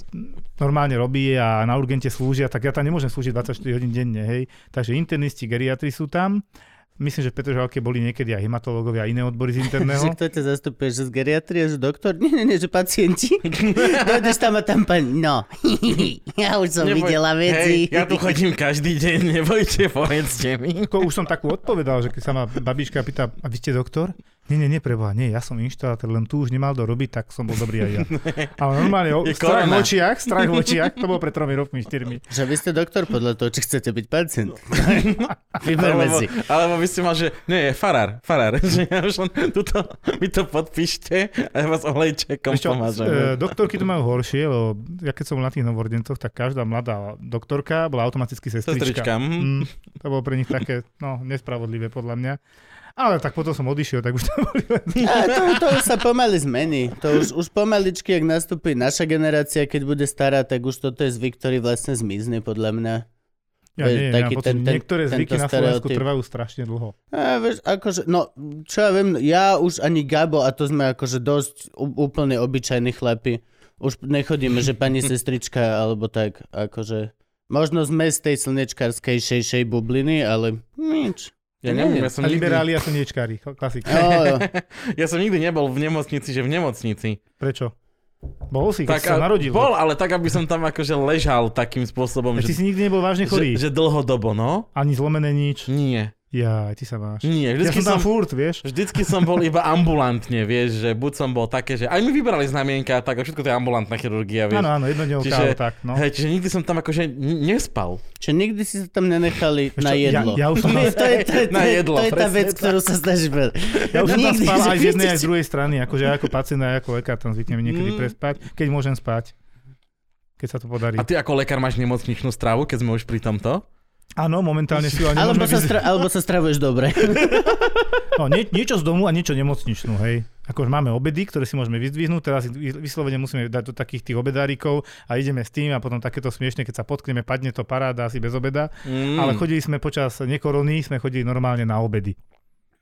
D: normálne robí a na urgente slúžia, tak ja tam nemôžem slúžiť 24 hodín denne, hej. Takže internisti, geriatri sú tam. Myslím, že v Petržalke boli niekedy aj hematológovia a iné odbory
B: Že
A: No.
D: z interného.
B: kto ťa zastupuje, že z geriatrie, že doktor? Nie, nie, nie, že pacienti. Dojdeš tam a tam pani, no, ja už som
A: Neboj-
B: videla veci.
A: Hej, ja tu chodím každý deň, nebojte, povedzte mi.
D: Ako už som takú odpovedal, že keď sa ma babička pýta, a vy ste doktor? Nie, nie, nie, preboha, nie, ja som inštalátor, len tu už nemal do robiť, tak som bol dobrý aj ja. Ale normálne, o,
A: Je
D: strach v
A: korona.
D: očiach, strach v očiach, to bolo pred tromi rokmi, štyrmi.
B: Že vy ste doktor podľa toho, či chcete byť pacient.
A: No.
B: Vyberme
A: Alebo,
B: si.
A: alebo by ste mal, že nie, je farár, farár, že ja už len tuto, vy to podpíšte a ja vás olejčekom
D: Vieš čo, e,
A: pomážem.
D: doktorky to majú horšie, lebo ja keď som bol na tých novordencoch, tak každá mladá doktorka bola automaticky sestrička.
A: Sestrička. mhm.
D: Mm, to bolo pre nich také, no, nespravodlivé podľa mňa. Ale tak potom som odišiel, tak už to boli len...
B: A to, to už sa pomaly zmení. To už, už pomaličky, ak nastúpi naša generácia, keď bude stará, tak už toto je zvyk, ktorý vlastne zmizne podľa mňa.
D: Ja
B: Vieš,
D: neviem, ja
B: taký
D: mám pocit,
B: ten- ten-
D: niektoré
B: tento
D: zvyky na Slovensku
B: stereotyp.
D: trvajú strašne dlho.
B: A vieš, akože, no, čo ja viem, ja už ani Gabo, a to sme akože dosť ú- úplne obyčajní chlapi, už nechodíme, že pani sestrička, alebo tak, akože, možno sme z tej slnečkarskej šejšej bubliny, ale nič.
A: Ja neviem, ja som,
D: A
A: nikdy,
D: liberália sú niečkári, chl- klasika.
B: No,
A: ja som nikdy nebol v nemocnici, že v nemocnici.
D: Prečo? Bol si, keď
A: Tak,
D: si sa
A: a-
D: narodil.
A: Bol, ale tak, aby som tam akože ležal takým spôsobom,
D: Veď Ty
A: že,
D: si nikdy nebol vážne
A: že,
D: chorý.
A: že dlhodobo, no.
D: Ani zlomené nič.
A: Nie,
D: Ja, ty sa máš.
A: nie. Mm,
D: Ja
A: Vždycky
D: som tam
A: som,
D: furt, vieš.
A: vždycky som bol iba ambulantne, vieš, že buď som bol také, že aj mi vybrali znamienka a tak, a všetko to je ambulantná chirurgia, vieš.
D: Áno, áno, jednodňovka,
A: Čiže-
D: ale tak, no.
A: Hej, čiže nikdy som tam akože n- nespal.
B: čo nikdy si sa tam nenechali
D: Vieš
B: na
D: čo,
B: jedlo.
D: Ja, ja už som tam
B: to je, to je, to je,
A: Na jedlo,
B: to je tá
A: presne
B: vec,
A: tak.
B: ktorú sa snažím povedať.
D: Ja už som tam
B: Nikdy,
D: spal
B: že
D: aj z jednej, aj
B: vidíte.
D: z druhej strany, akože ja ako pacient a ja ako lekár tam zvyknem niekedy
A: Mm.
D: prespať, keď môžem spať. Keď sa to
A: A
D: podarí.
A: ty ako lekár máš nemocničnú stravu, keď sme už pri tomto?
D: Áno, momentálne si ju ani
B: Alebo
D: nemôžeme
B: sa,
D: vyzerať.
B: stra- alebo sa stravuješ dobre.
D: No, nie, niečo z domu a niečo nemocničnú, hej. Akože máme obedy, ktoré si môžeme vyzdvihnúť, teraz ich vy- vyslovene musíme dať do takých tých obedárikov a ideme s tým a potom takéto smiešne, keď sa potkneme, padne to paráda asi bez obeda.
A: Mm.
D: Ale chodili sme počas nekorony, sme chodili normálne na obedy.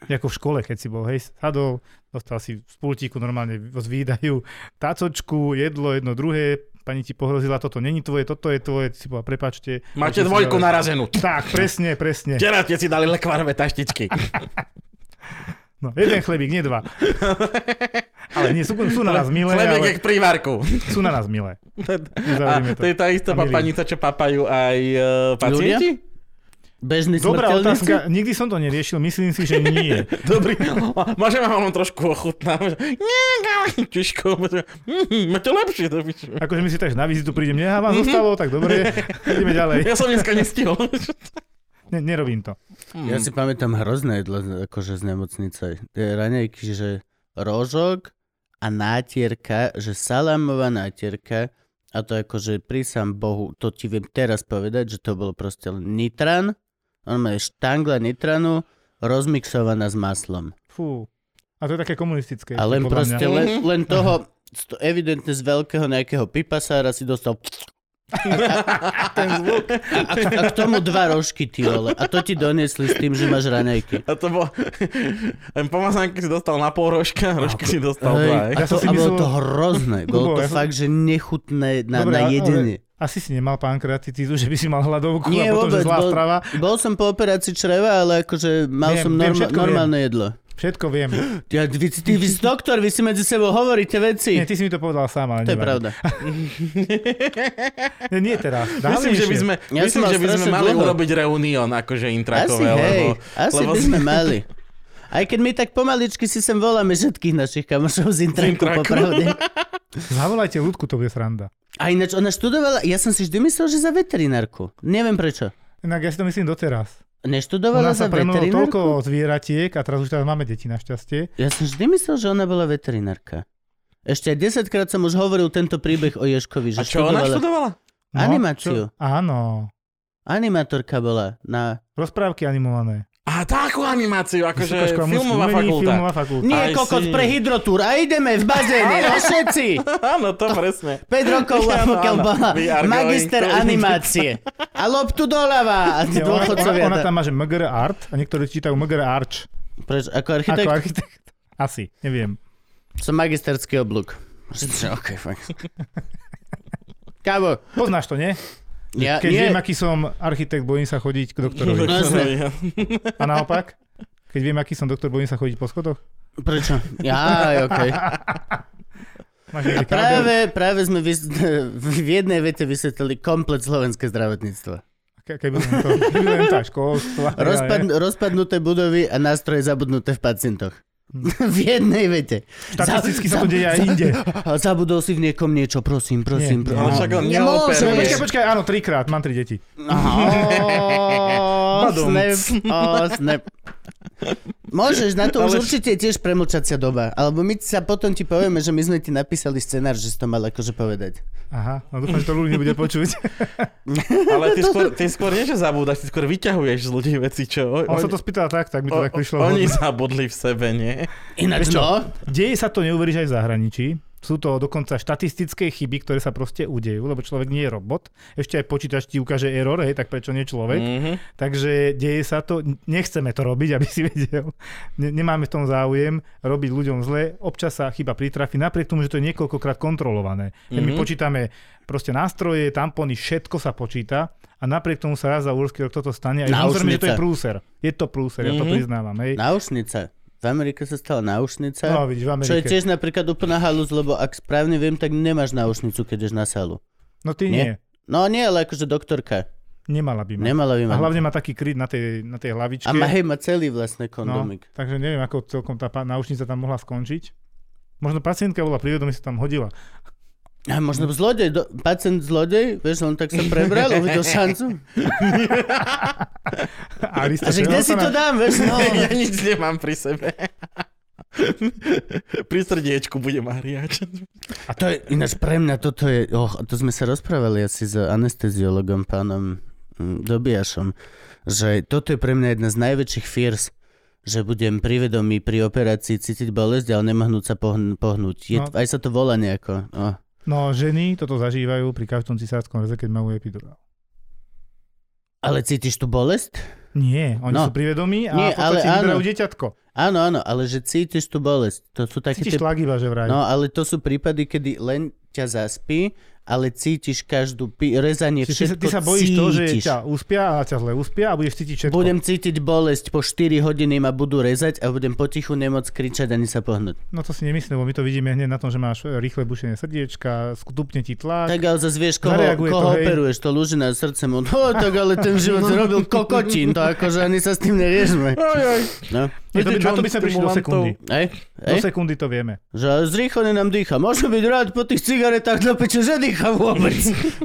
D: Ako v škole, keď si bol, hej, sadol, dostal si z pultíku normálne zvídajú tácočku, jedlo, jedno druhé, pani ti pohrozila, toto není tvoje, toto je tvoje, ty si povedal, prepačte.
A: Máte
D: Musíš si
A: dvojku
D: dať-
A: narazenú.
D: Tak, presne, presne.
A: Včera ste si dali lekvárové taštičky.
D: No, jeden chlebík, nie dva. Ale nie, sú, sú na nás milé,
A: Chlebík je
D: ale
A: k prívárku.
D: sú na nás milé.
A: A
D: Uzavrime
A: to je tá istá
D: A milí.
A: papanica, čo papajú aj e, pacienti?
B: Bežný
D: Dobrá
B: smrteľníci?
D: otázka, nikdy som to neriešil, myslím si, že nie.
A: Dobrý. Môžem vám len trošku ochutnám. Nie, ale čiško. Mm, to lepšie to piču.
D: Akože my si tak na vizitu prídem, ja vám zostalo, tak dobre, ideme ďalej.
A: Mhm. Ja som dneska nestihol.
D: Ne, nerobím to. Mhm.
B: Ja si pamätám hrozné jedlo z- akože z nemocnice. Tie Raňajky, že rožok a nátierka, že salámová nátierka a to akože prísam Bohu, to ti viem teraz povedať, že to bolo proste len nitran, on má štangla nitranu rozmixovaná s maslom.
D: Fú. A to je také komunistické.
B: A len
D: podľa
B: proste
D: mňa.
B: len, len toho, z to, evidentne z veľkého nejakého pipasára si dostal
A: ten zvuk.
B: a, a k tomu dva rožky, ty vole. A to ti doniesli s tým, že máš raňajky.
A: A to bol... Len pomazánky si dostal na pol rožka, rožky si dostal
B: Hej,
A: dva.
B: a,
A: hej.
D: Ja
B: to,
D: som si
B: a bolo
D: myslel-
B: to hrozné. Bolo to
D: Kubo, ja som-
B: fakt, že nechutné na, na
D: ale-
B: jedenie.
D: Asi si nemal pankreatitídu, že by si mal hladovku
B: Nie,
D: a potom,
B: vôbec,
D: že zlá
B: bol-
D: strava.
B: Bol som po operácii čreva, ale akože mal
D: Viem,
B: som
D: viem,
B: norma-
D: všetko viem.
B: normálne jedlo.
D: Všetko viem.
B: Ja, vy, ty, vy si doktor, vy si medzi sebou hovoríte veci.
D: Nie, ty si mi to povedal sám, ale
B: to je
D: nevadí.
B: pravda.
D: Nie, nie teraz.
A: Myslím, že by sme,
B: Ja som
A: myslím,
B: mal
A: že by sme
B: strašne
A: mali
B: dlho.
A: urobiť reunión, akože
B: Asi,
A: intrakové,
B: hej,
A: lebo...
B: asi
A: lebo
B: by sme
A: sme-
B: mali. Aj keď my tak pomaličky si sem voláme všetkých našich kamošov z Intraku,
A: Intraku.
B: popravde.
D: Zavolajte ľudku, to bude sranda.
B: A ináč, ona študovala, ja som si vždy myslel, že za veterinárku. Neviem prečo.
D: Inak ja si to myslím doteraz. U
B: Neštudovala
D: nás
B: za
D: sa premenulo
B: veterinárku?
D: toľko zvieratiek a teraz už teraz máme deti našťastie.
B: Ja som vždy myslel, že ona bola veterinárka. Ešte aj desaťkrát som už hovoril tento príbeh o Ješkovi, že
A: A čo
B: študovala.
A: ona študovala?
B: Animáciu.
D: No čo- Áno.
B: Animatorka bola na...
D: Rozprávky animované.
A: A takú animáciu, akože
D: Vysoká škola muzických
A: filmová
D: umení,
A: fakulta.
D: Filmová fakulta.
B: Nie,
A: I
B: kokot
A: see.
B: pre hydrotúr a ideme v bazéne, a všetci!
A: Áno, to presne.
B: 5 rokov,
A: Áno, áno.
B: pokiaľ bola
A: We are
B: magister
A: going to-
B: animácie. A loptu doľava! A
D: Nie, ona, ona,
B: dôchodcovia.
D: ona
B: tam...
D: tam má, že MGR Art a niektorí čítajú MGR Arch.
B: Prečo, ako architekt?
D: Ako architekt. Asi, neviem.
B: Som magisterský oblúk. Ok, fakt. Kávo,
D: Poznáš to, nie?
B: ja,
D: Keď
B: nie,
D: viem, aký som architekt, bojím sa chodiť k doktorovi.
B: No jasné.
D: A naopak? Keď viem, aký som doktor, bojím sa chodiť po schodoch?
B: prečo? Ja, ok.
D: Máš niekde kábel?
B: Práve, práve sme vys- v jednej vete vysvetlili komplet slovenské zdravotníctvo.
D: Ke- Keby len to, keby len tá školstva.
B: Rozpad- rozpadnuté budovy a nástroje zabudnuté v pacientoch. v jednej vete.
D: Štatisticky sa to deje aj inde.
B: A zabudol si v niekom niečo, prosím, prosím,
D: Nie,
A: Ale
D: nie.
B: prosím.
A: však on
B: Nemôžeš.
A: neoperuje.
D: Počkaj, počkaj, áno, trikrát, mám tri deti.
B: Oh,
A: Badum.
B: No, snap, oh, snap. Môžeš, na to
A: Ale-
B: už určite je tiež premlčacia doba. Alebo my sa potom ti povieme, že my sme ti napísali scenár, že si to mal akože povedať.
D: Aha, no dúfam, že to ľudí nebude počuť.
A: Ale ty skôr, ty skôr nie, že zabúdaš, ty skôr vyťahuješ z ľudí veci, čo... O,
D: On sa to spýtal tak, tak mi to
A: o-
D: tak prišlo.
A: oni
D: vhodné.
A: zabudli v sebe, nie?
B: Ináč,
D: Vieš čo?
B: no,
D: Deje sa to, neuveríš, aj v zahraničí. Sú to dokonca štatistické chyby, ktoré sa proste udejú, lebo človek nie je robot. Ešte aj počítač ti ukáže error, hej, tak prečo nie človek?
A: Mhm.
D: Takže deje sa to, nechceme to robiť, aby si vedel. Ne- nemáme v tom záujem robiť ľuďom zle. Občas sa chyba pritrafi, napriek tomu, že to je niekoľkokrát kontrolované. Mm-hmm. My
A: Mhm.
D: počítame proste nástroje, tampony, všetko sa počíta a napriek tomu sa raz za úrsky rok toto stane. A je
B: Náušnica.
D: samozrejme, že to je prúser. Je to prúser, mm-hmm. ja to
A: Mhm.
D: priznávam. Hej.
B: náušnica. V Amerike sa stala náušnica.
D: No, vidíš, v
B: Čo je
D: Amerike.
B: tiež napríklad úplná halus, lebo ak správne viem, tak nemáš náušnicu, keď ideš na sálu.
D: No ty
B: Nie?
D: nie.
B: No nie, ale akože doktorka.
D: Nemala by mať.
B: Nemala by
D: A
B: mať.
D: hlavne má taký kryt na tej, na tej hlavičke.
B: A má, hej, má celý vlastne
D: no,
B: kondomik.
D: takže neviem, ako celkom tá pá- náušnica tam mohla skončiť. Možno pacientka bola pri vedomí, sa tam hodila.
B: A možno zlodej, do, pacient zlodej, vieš, on tak sa prebral, uvidel šancu.
D: A,
B: A že kde si to dám, vieš, no.
A: Ja nič nemám pri sebe. pri srdiečku bude hriať.
B: A to je, ináč pre mňa toto je, oh, to sme sa rozprávali asi s anesteziologom pánom mm, Dobiašom, že toto je pre mňa jedna z najväčších fiers, že budem pri vedomí pri operácii cítiť bolesť, ale nemohnúť sa pohn- pohnúť. Je,
D: No.
B: Aj sa to volá nejako. Oh.
D: No, ženy toto zažívajú pri každom cisárskom reze, keď majú epidurál.
B: Ale cítiš tu bolesť?
D: Nie, oni
B: No.
D: sú pri vedomí a
B: Nie,
D: Nie, v podstate
B: ale áno.
D: vyberajú deťatko.
B: Áno, áno, ale že cítiš tú bolesť. To sú také
D: Cítiš
B: tie...
D: tlak iba, že vraj.
B: No, ale to sú prípady, kedy len ťa zaspí, ale cítiš každú pi- rezanie,
D: Čiže ty,
B: všetko
D: sa- ty sa bojíš
B: cítiš.
D: toho, že ťa uspia a ťa zle uspia a budeš cítiť všetko.
B: Budem cítiť bolesť, po 4 hodiny ma budú rezať a budem potichu nemôcť kričať ani sa pohnúť.
D: No to si nemyslím, lebo my to vidíme hneď na tom, že máš e, rýchle bušenie srdiečka, skutupne ti tlak.
B: Tak ale zase vieš, koho,
D: Zareaguje to,
B: koho
D: hej.
B: operuješ, to lúžina srdce mu, no tak ale ten život robil kokotín, to akože ani sa s tým neriešme. No.
D: Nie, to by, na to by sme prišli do
A: Stimulantov.
D: sekundy.
B: Ej,
D: Do
B: ej,
D: sekundy to vieme.
B: že zrýchlené nám dýcha. Môžem byť rád po tých cigaretách do peče, že dýcha vôbec.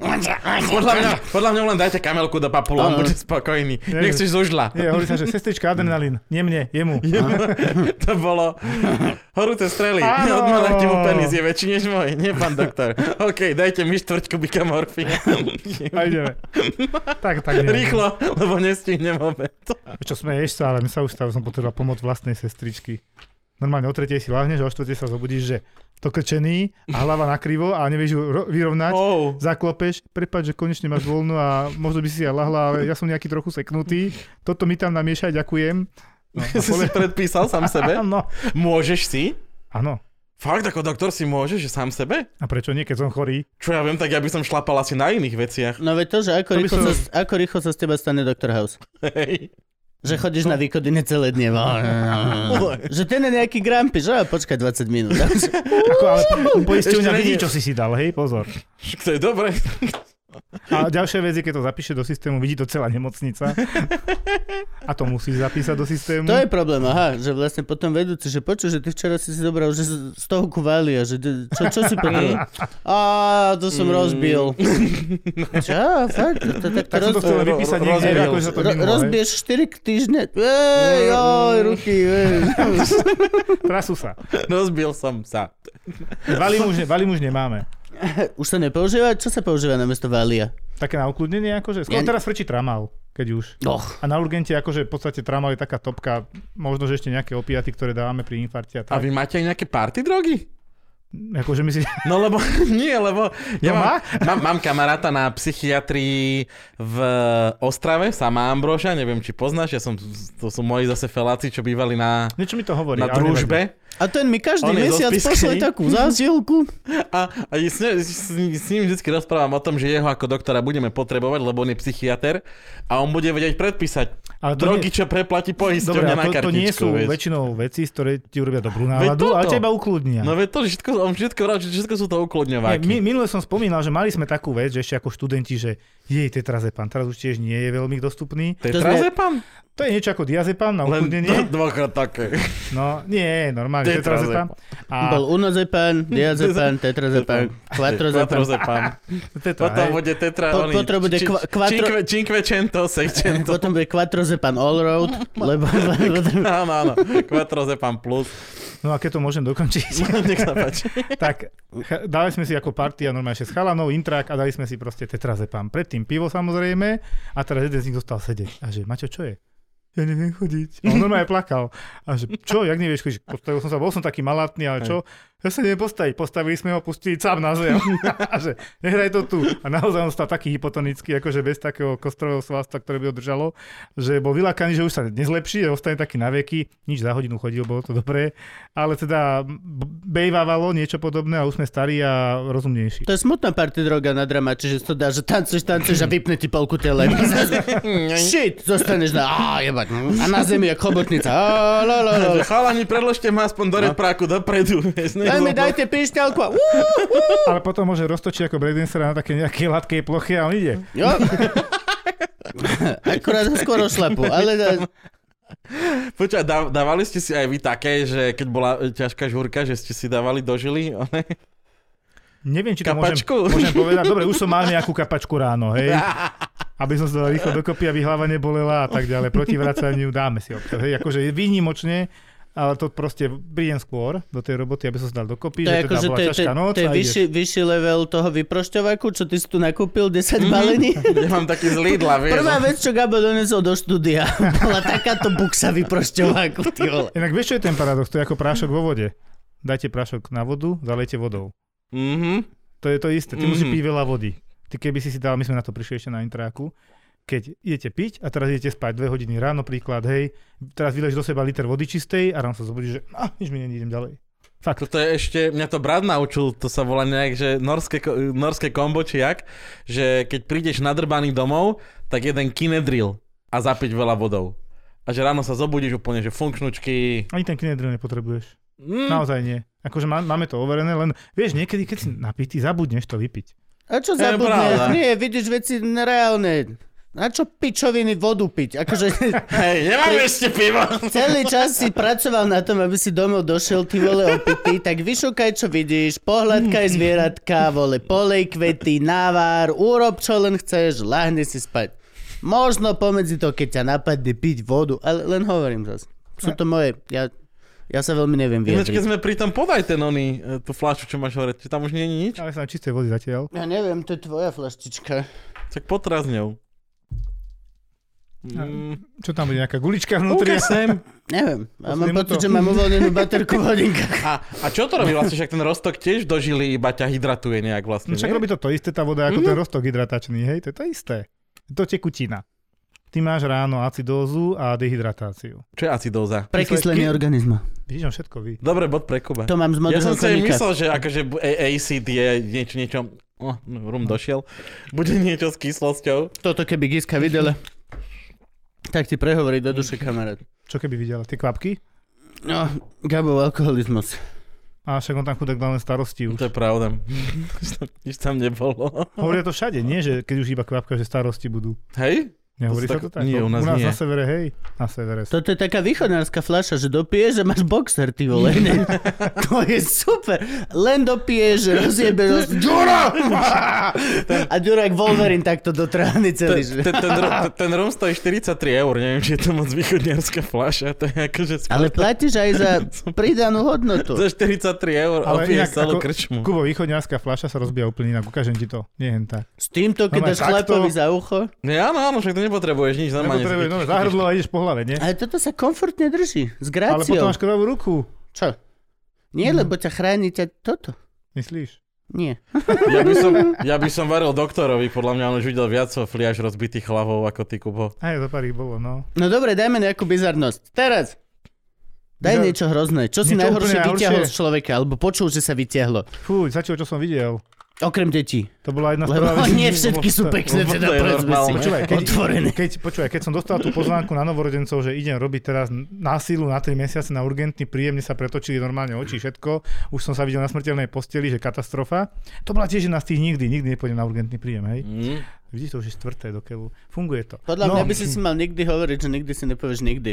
A: Podľa mňa, podľa mňa len dajte kamelku do papulu, on
B: Áno.
A: bude spokojný.
D: Neviem.
A: Nechceš zožla.
D: Nie, hovorí sa, že sestrička adrenalín. Nie mne, jemu.
A: To bolo horúce strely.
D: Áno.
A: Od mala ti penis je väčší než môj, nie pán doktor. OK, dajte mi štvrťku bika morfína.
D: A ideme. Tak, tak. neviem.
A: Rýchlo, lebo nestihnem obed.
D: Čo smeješ sa, ale mi sa už stalo, som potreboval pomoc vlastnej sestričky. Normálne o tretej si láhneš a o štvrtej sa zobudíš, že to krčený a hlava nakrivo a nevieš ju ro- vyrovnať.
A: Oh.
D: Zaklopeš, prepáč, že konečne máš voľnu a možno by si aj lahla, ale ja som nejaký trochu seknutý. Toto mi tam namiešaj, ďakujem. No, a
A: Si si predpísal sám sebe?
D: Áno.
A: Môžeš si?
D: Áno.
A: Fakt, ako doktor si môžeš, že sám sebe?
D: A prečo nie, keď som chorý?
A: Čo ja viem, tak ja by som šlapal asi na iných veciach.
B: No veď to, že ako,
D: To by
B: rýchlo
D: som-
B: sa, ako rýchlo sa z teba stane Dr. House.
A: Hej.
B: Že chodíš na výkody necelé dne. že ten je nejaký grampy, že "A počkaj 20 minút.
D: Ako, ale poisťovňa
A: Ešte
D: vidí,
A: nie.
D: čo si si dal, hej, pozor.
A: Však to je dobre.
D: A ďalšia vec je, keď to zapíše do systému, vidí to celá nemocnica. A to musí zapísať do systému.
B: To je problém, aha, že vlastne potom vedúci, že počuj, že ty včera si si zobral, že z- stovku valia, že d- čo, čo si
D: Hm.
B: potom? Á, to som rozbil. Čo, fakt? To, to, to,
D: Tak som to chcel vypísať
A: Roz-
D: niekde,
A: rozbil.
D: ako sa to
B: Ro-
D: minulo, hej.
B: rozbiješ 4 týždne. Ej, joj, ruky. Ej.
D: Trasú sa.
A: Rozbil som sa.
D: Valim už, ne, valim už nemáme.
B: Už sa nepoužíva? Čo sa používa namiesto valia?
D: Také na ukludnenie akože. Skôr
B: Ja-
D: teraz frčí tramal, keď už.
B: Och.
D: A na urgente akože v podstate tramal je taká topka, možno že ešte nejaké opiaty, ktoré dávame pri infarte a
A: A
D: tak.
A: vy máte aj nejaké party drogy?
D: Akože my si...
A: No lebo, nie, lebo ja
D: No
A: mám,
D: má?
A: mám, mám kamaráta na psychiatrii v Ostrave, sama Ambroža, neviem, či poznáš, ja som, to sú moji zase feláci, čo bývali na,
D: Niečo mi to hovorí.
A: na
D: ale nevadí.
A: družbe.
B: A ten mi každý
A: On je
B: mesiac
A: zospiský.
B: pošle takú zásielku.
A: A, a s, s, s ním vždy rozprávam o tom, že jeho ako doktora budeme potrebovať, lebo on je psychiatr a on bude vedieť predpísať
D: Ale to
A: drogy,
D: nie-
A: čo preplatí
D: Dobre,
A: poisťovňa
D: a
A: na
D: to, to nie
A: kartičku.
D: sú
A: vieš.
D: väčšinou veci, z ktoré ti urobia dobrú náladu, ale
A: toto.
D: teba ukludnia.
A: No veď to, že všetko, on všetko vral, že všetko sú to
D: Nie,
A: uklodňováky.
D: mi, minule som spomínal, že mali sme takú vec, že ešte ako študenti, že jej tetrazepan, teraz už tiež nie je veľmi dostupný.
A: to je
B: To sme-
A: trazepam?
D: To je niečo ako diazepam na
A: Len
D: ukludnenie.
A: dvakrát také.
D: No nie, normálne
A: Tetrazepam.
D: tetrazepam.
B: Bol
D: A
B: unozepán, diazepán, tetrazepán, kvatrozepán.
A: Quattrozepam.
D: tetra,
A: Potom
D: hej.
A: bude tetra...
B: Po-
A: oný,
B: potom bude
A: či-
B: kva- quattro-
A: cinque- Cinquecento, seicento.
B: Potom bude kvatrozepán allroad, lebo...
A: Áno, áno. Quattrozepam plus.
D: No a keď to môžem dokončiť,
A: Nech sa páči.
D: tak ch- dali sme si ako partia normálne 6 chalanov, intrak a dali sme si proste tetrazepam. Predtým pivo samozrejme a teraz jeden z nich zostal sedieť. A že, Maťo, čo je? Ja neviem chodiť. A on normálne plakal. A že, čo, jak nevieš chodiť? Postavil som sa, bol som taký malátny, ale čo? Ja sa neviem postaviť. Postavili sme ho, pustili sám na zem. A že, nehraj to tu. A naozaj on stal taký hypotonický, akože bez takého kostrového svasta, ktoré by ho držalo, že bol vylakaný, že už sa nezlepší, a ostane taký na veky. Nič za hodinu chodil, bolo to dobré. Ale teda b- bejvávalo niečo podobné a už sme starí a
B: To
D: rozumnejší.
B: je smutná party droga na drama, čiže si to dá, že tancuješ, tancuješ a vypne ti polku tele. Shit, zostaneš na... Á, jebať. no. A na zemi je chobotnica. Á, la, la, la, la.
A: Chalani, predložte ma aspoň do repráku dopredu. vieš, nech
B: Daj mi,
A: lebo-
B: dajte píšťalku. a- Ú,
D: Ale potom môže roztočiť ako breakdancera na také nejakej latkej ploche a on ide.
B: Jo. Akurát ho skoro šlapu, ale...
A: Počkaj, dá- dávali ste si aj vy také, že keď bola e, ťažká žúrka, že ste si dávali do žily? one?
D: Neviem, či to
A: Kapačku?
D: Môžem, môžem povedať. Dobre, už som mal nejakú kapačku ráno, hej. Aby som sa dal rýchlo dokopy, aby hlava nebolela a tak ďalej. Proti vracaniu dáme si občas. Hej, akože výnimočne, ale to proste prídem skôr do tej roboty, aby som sa dal
B: To je
D: dokopy, že
B: ako, že
D: teda
B: to je,
D: bola
B: to,
D: ťažká
B: je-
D: noc
B: to je
D: a ideš.
B: vyšší, vyšší level toho vyprošťovaku, čo ty si tu nakúpil, 10
D: Mhm.
B: balení.
A: Ja mám taký z Lidla, vieš.
B: Prvá vec, čo Gabo donesol do štúdia, bola takáto buksa vyprošťováku, ty vole.
D: Inak vieš, čo je ten paradox? To je ako prášok vo vode. Dajte prášok na vodu, zalejte vodou.
A: Mhm.
D: To je to isté. Ty musíš
A: Mhm.
D: piť veľa vody. Ty keby si si dal, my sme na to prišli ešte na intráku, keď idete piť a teraz idete spať dve hodiny ráno, príklad, hej, teraz vylež do seba liter vody čistej a ráno sa zobudíš, že ah, nič mi není, idem ďalej. Fakt.
A: Toto je ešte, mňa to brat naučil, to sa volá nejak, že norské, ko- norské kombo, či jak, že keď prídeš nadrbaný domov, tak jeden kinedril a zapiť veľa vodou. A že ráno sa zobudíš úplne, že funkčnučky.
D: Ani ten kinedril nepotrebuješ.
A: Mm.
D: Naozaj nie. Akože má, máme to overené, len vieš, niekedy, keď si napitý, zabudneš to vypiť.
B: A čo
A: To je pravda.
B: zabudneš? Nie, vidíš veci nereálne. Na čo pičoviny vodu piť? Akože
A: Hej, nemám ešte pivo.
B: celý čas si pracoval na tom, aby si domov došiel, ty vole opitý, tak vyšukaj, čo vidíš, pohľadkaj zvieratka, vole, polej kvety, návár, urob, čo len chceš, lahni si spať. Možno pomedzi to, keď ťa napadne piť vodu, ale len hovorím zase. Sú to moje, ja, ja sa veľmi neviem
A: Ináč, keď
B: vyjadriť.
A: sme pri tom, podaj ten oný, e, tú fľašu, čo máš hore, či tam už nie je nič,
D: Ale sa na čistej vody zatiaľ.
B: Ja neviem, to je tvoja flaštička.
A: tak potraz ňou. Mm.
D: Čo tam bude, nejaká gulička vnútri?
A: Ukáž sem.
B: Neviem, ja mám
D: Pozrieme
B: pocit,
D: to.
B: že mám uvoľnenú baterku v hodinkách.
A: A, a čo to robí vlastne, však ten roztok tiež dožili, iba ťa hydratuje nejak vlastne,
D: No však
A: nie? Mhm.
D: robí to to isté, tá voda, ako ten roztok hydratačný, hej, to je to isté. Je To tekutina. Ty máš ráno acidózu a dehydratáciu.
A: Čo je acidóza?
B: Prekyslenie organizma.
D: Vidíš, on všetko ví.
A: Dobre, bod pre Kuba.
B: To mám z
A: Ja
B: modrého
A: som si aj
B: koníka.
A: myslel, že akože bu- A- acid je niečo, niečo, oh, no, rum došiel, bude niečo s kyslosťou.
B: Toto keby Giska videla. Tak ti prehovorí do duše kamarát.
D: Čo keby videla? Tie kvapky?
B: No, Gabov alkoholizmus.
D: A však on tam chudák dal len starosti už.
A: To je pravda. Nič tam- Nič tam nebolo.
D: Hovoria to všade, nie, že keď už iba kvapka, že starosti budú.
A: Hej?
D: Nehovorí
A: To
D: sa
A: sa
D: to
A: tak-
D: tak? No,
A: nie, u nás nie.
D: na severe, hej. Na severe.
B: Toto je taká východnárska fľaša, že dopiješ a máš boxer, ty vole. Ne? to je super. Len dopiješ, rozjebeš. Ďura! a Ďurák Wolverine takto do trhany celý.
A: Ten,
B: Že...
A: ten, ten, ro- ten rom stojí 43 eur, neviem, či je to moc východňarská fľaša, to je akože... sp-
B: Ale platíš aj za pridanú hodnotu.
A: Za 43 eur
D: Ale
A: opiješ
D: inak
A: celú
D: ako-
A: krčmu.
D: Kubo, východňarská fľaša sa rozbíja úplne inak, ukážem ti to. Nie hen tak.
B: S týmto, keď
D: No,
B: dáš
D: takto.
B: chlapovi za ucho.
A: Ne, áno, áno, však to nepotrebuješ nič, normálne.
D: Nepotrebuje
A: si-
D: nové no, zahrdlo a ideš po hlave, nie?
B: Ale toto sa komfortne drží. S
D: Ale potom
B: gráciou.
D: máš krvavú ruku,
B: Čo?
D: Mhm.
B: Nie, lebo ťa chráni ťa toto.
D: myslíš?
B: Nie.
A: Ja by, som, ja by som varil doktorovi, podľa mňa on už videl viac fliaž rozbitých hlavou ako ty, Kubo.
D: Aj to pár ich bolo, no.
B: No dobre, dajme nejakú bizarnosť. Teraz. Daj
D: Bizar-
B: niečo hrozné. Čo si
D: Niečo
B: najhoršie
D: úplne
B: vyťahol z
D: najhoršie.
B: človeka, alebo počul, že sa vyťahlo.
D: Fú, začalo, čo som videl.
B: Okrem detí.
D: To bola jedna
B: Lebo
D: správa.
B: nie všetky sú pekné,
A: lebo
B: teda
A: to je
B: povedzme si.
A: normálne.
D: Počúvaj, keď,
B: Otvorené.
D: keď, počúvaj, keď som dostal tú pozvánku na novorodencov, že idem robiť teraz násilu na 3 mesiace na urgentný príjem, mne sa pretočili normálne oči, všetko. Už som sa videl na smrteľnej posteli, že katastrofa. To bola tiež jedna z tých nikdy, nikdy nepôjdem na urgentný príjem, hej.
A: Mm.
D: Vidíš, to už je štvrté do keľu. Funguje to.
B: Mhm. Podľa
D: no,
B: mňa by si si mal nikdy hovoriť, že nikdy si nepovieš nikdy.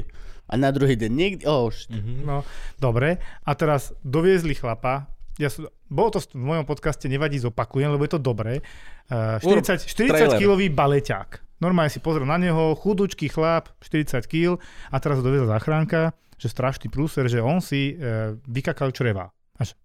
B: A na druhý deň nikdy. Oh, shit.
D: No, dobre. A teraz doviezli chlapa. Ja som, bolo to v mojom podcaste, nevadí, zopakujem, lebo je to dobré. Uh,
A: Urob
D: 40,
A: trailer.
D: 40 kilový baleťák. Normálne si pozrel na neho, chudúčký chlap, 40 kg a teraz ho doviezla záchranka, že strašný prúser, že on si uh, vykakal čreva. Až,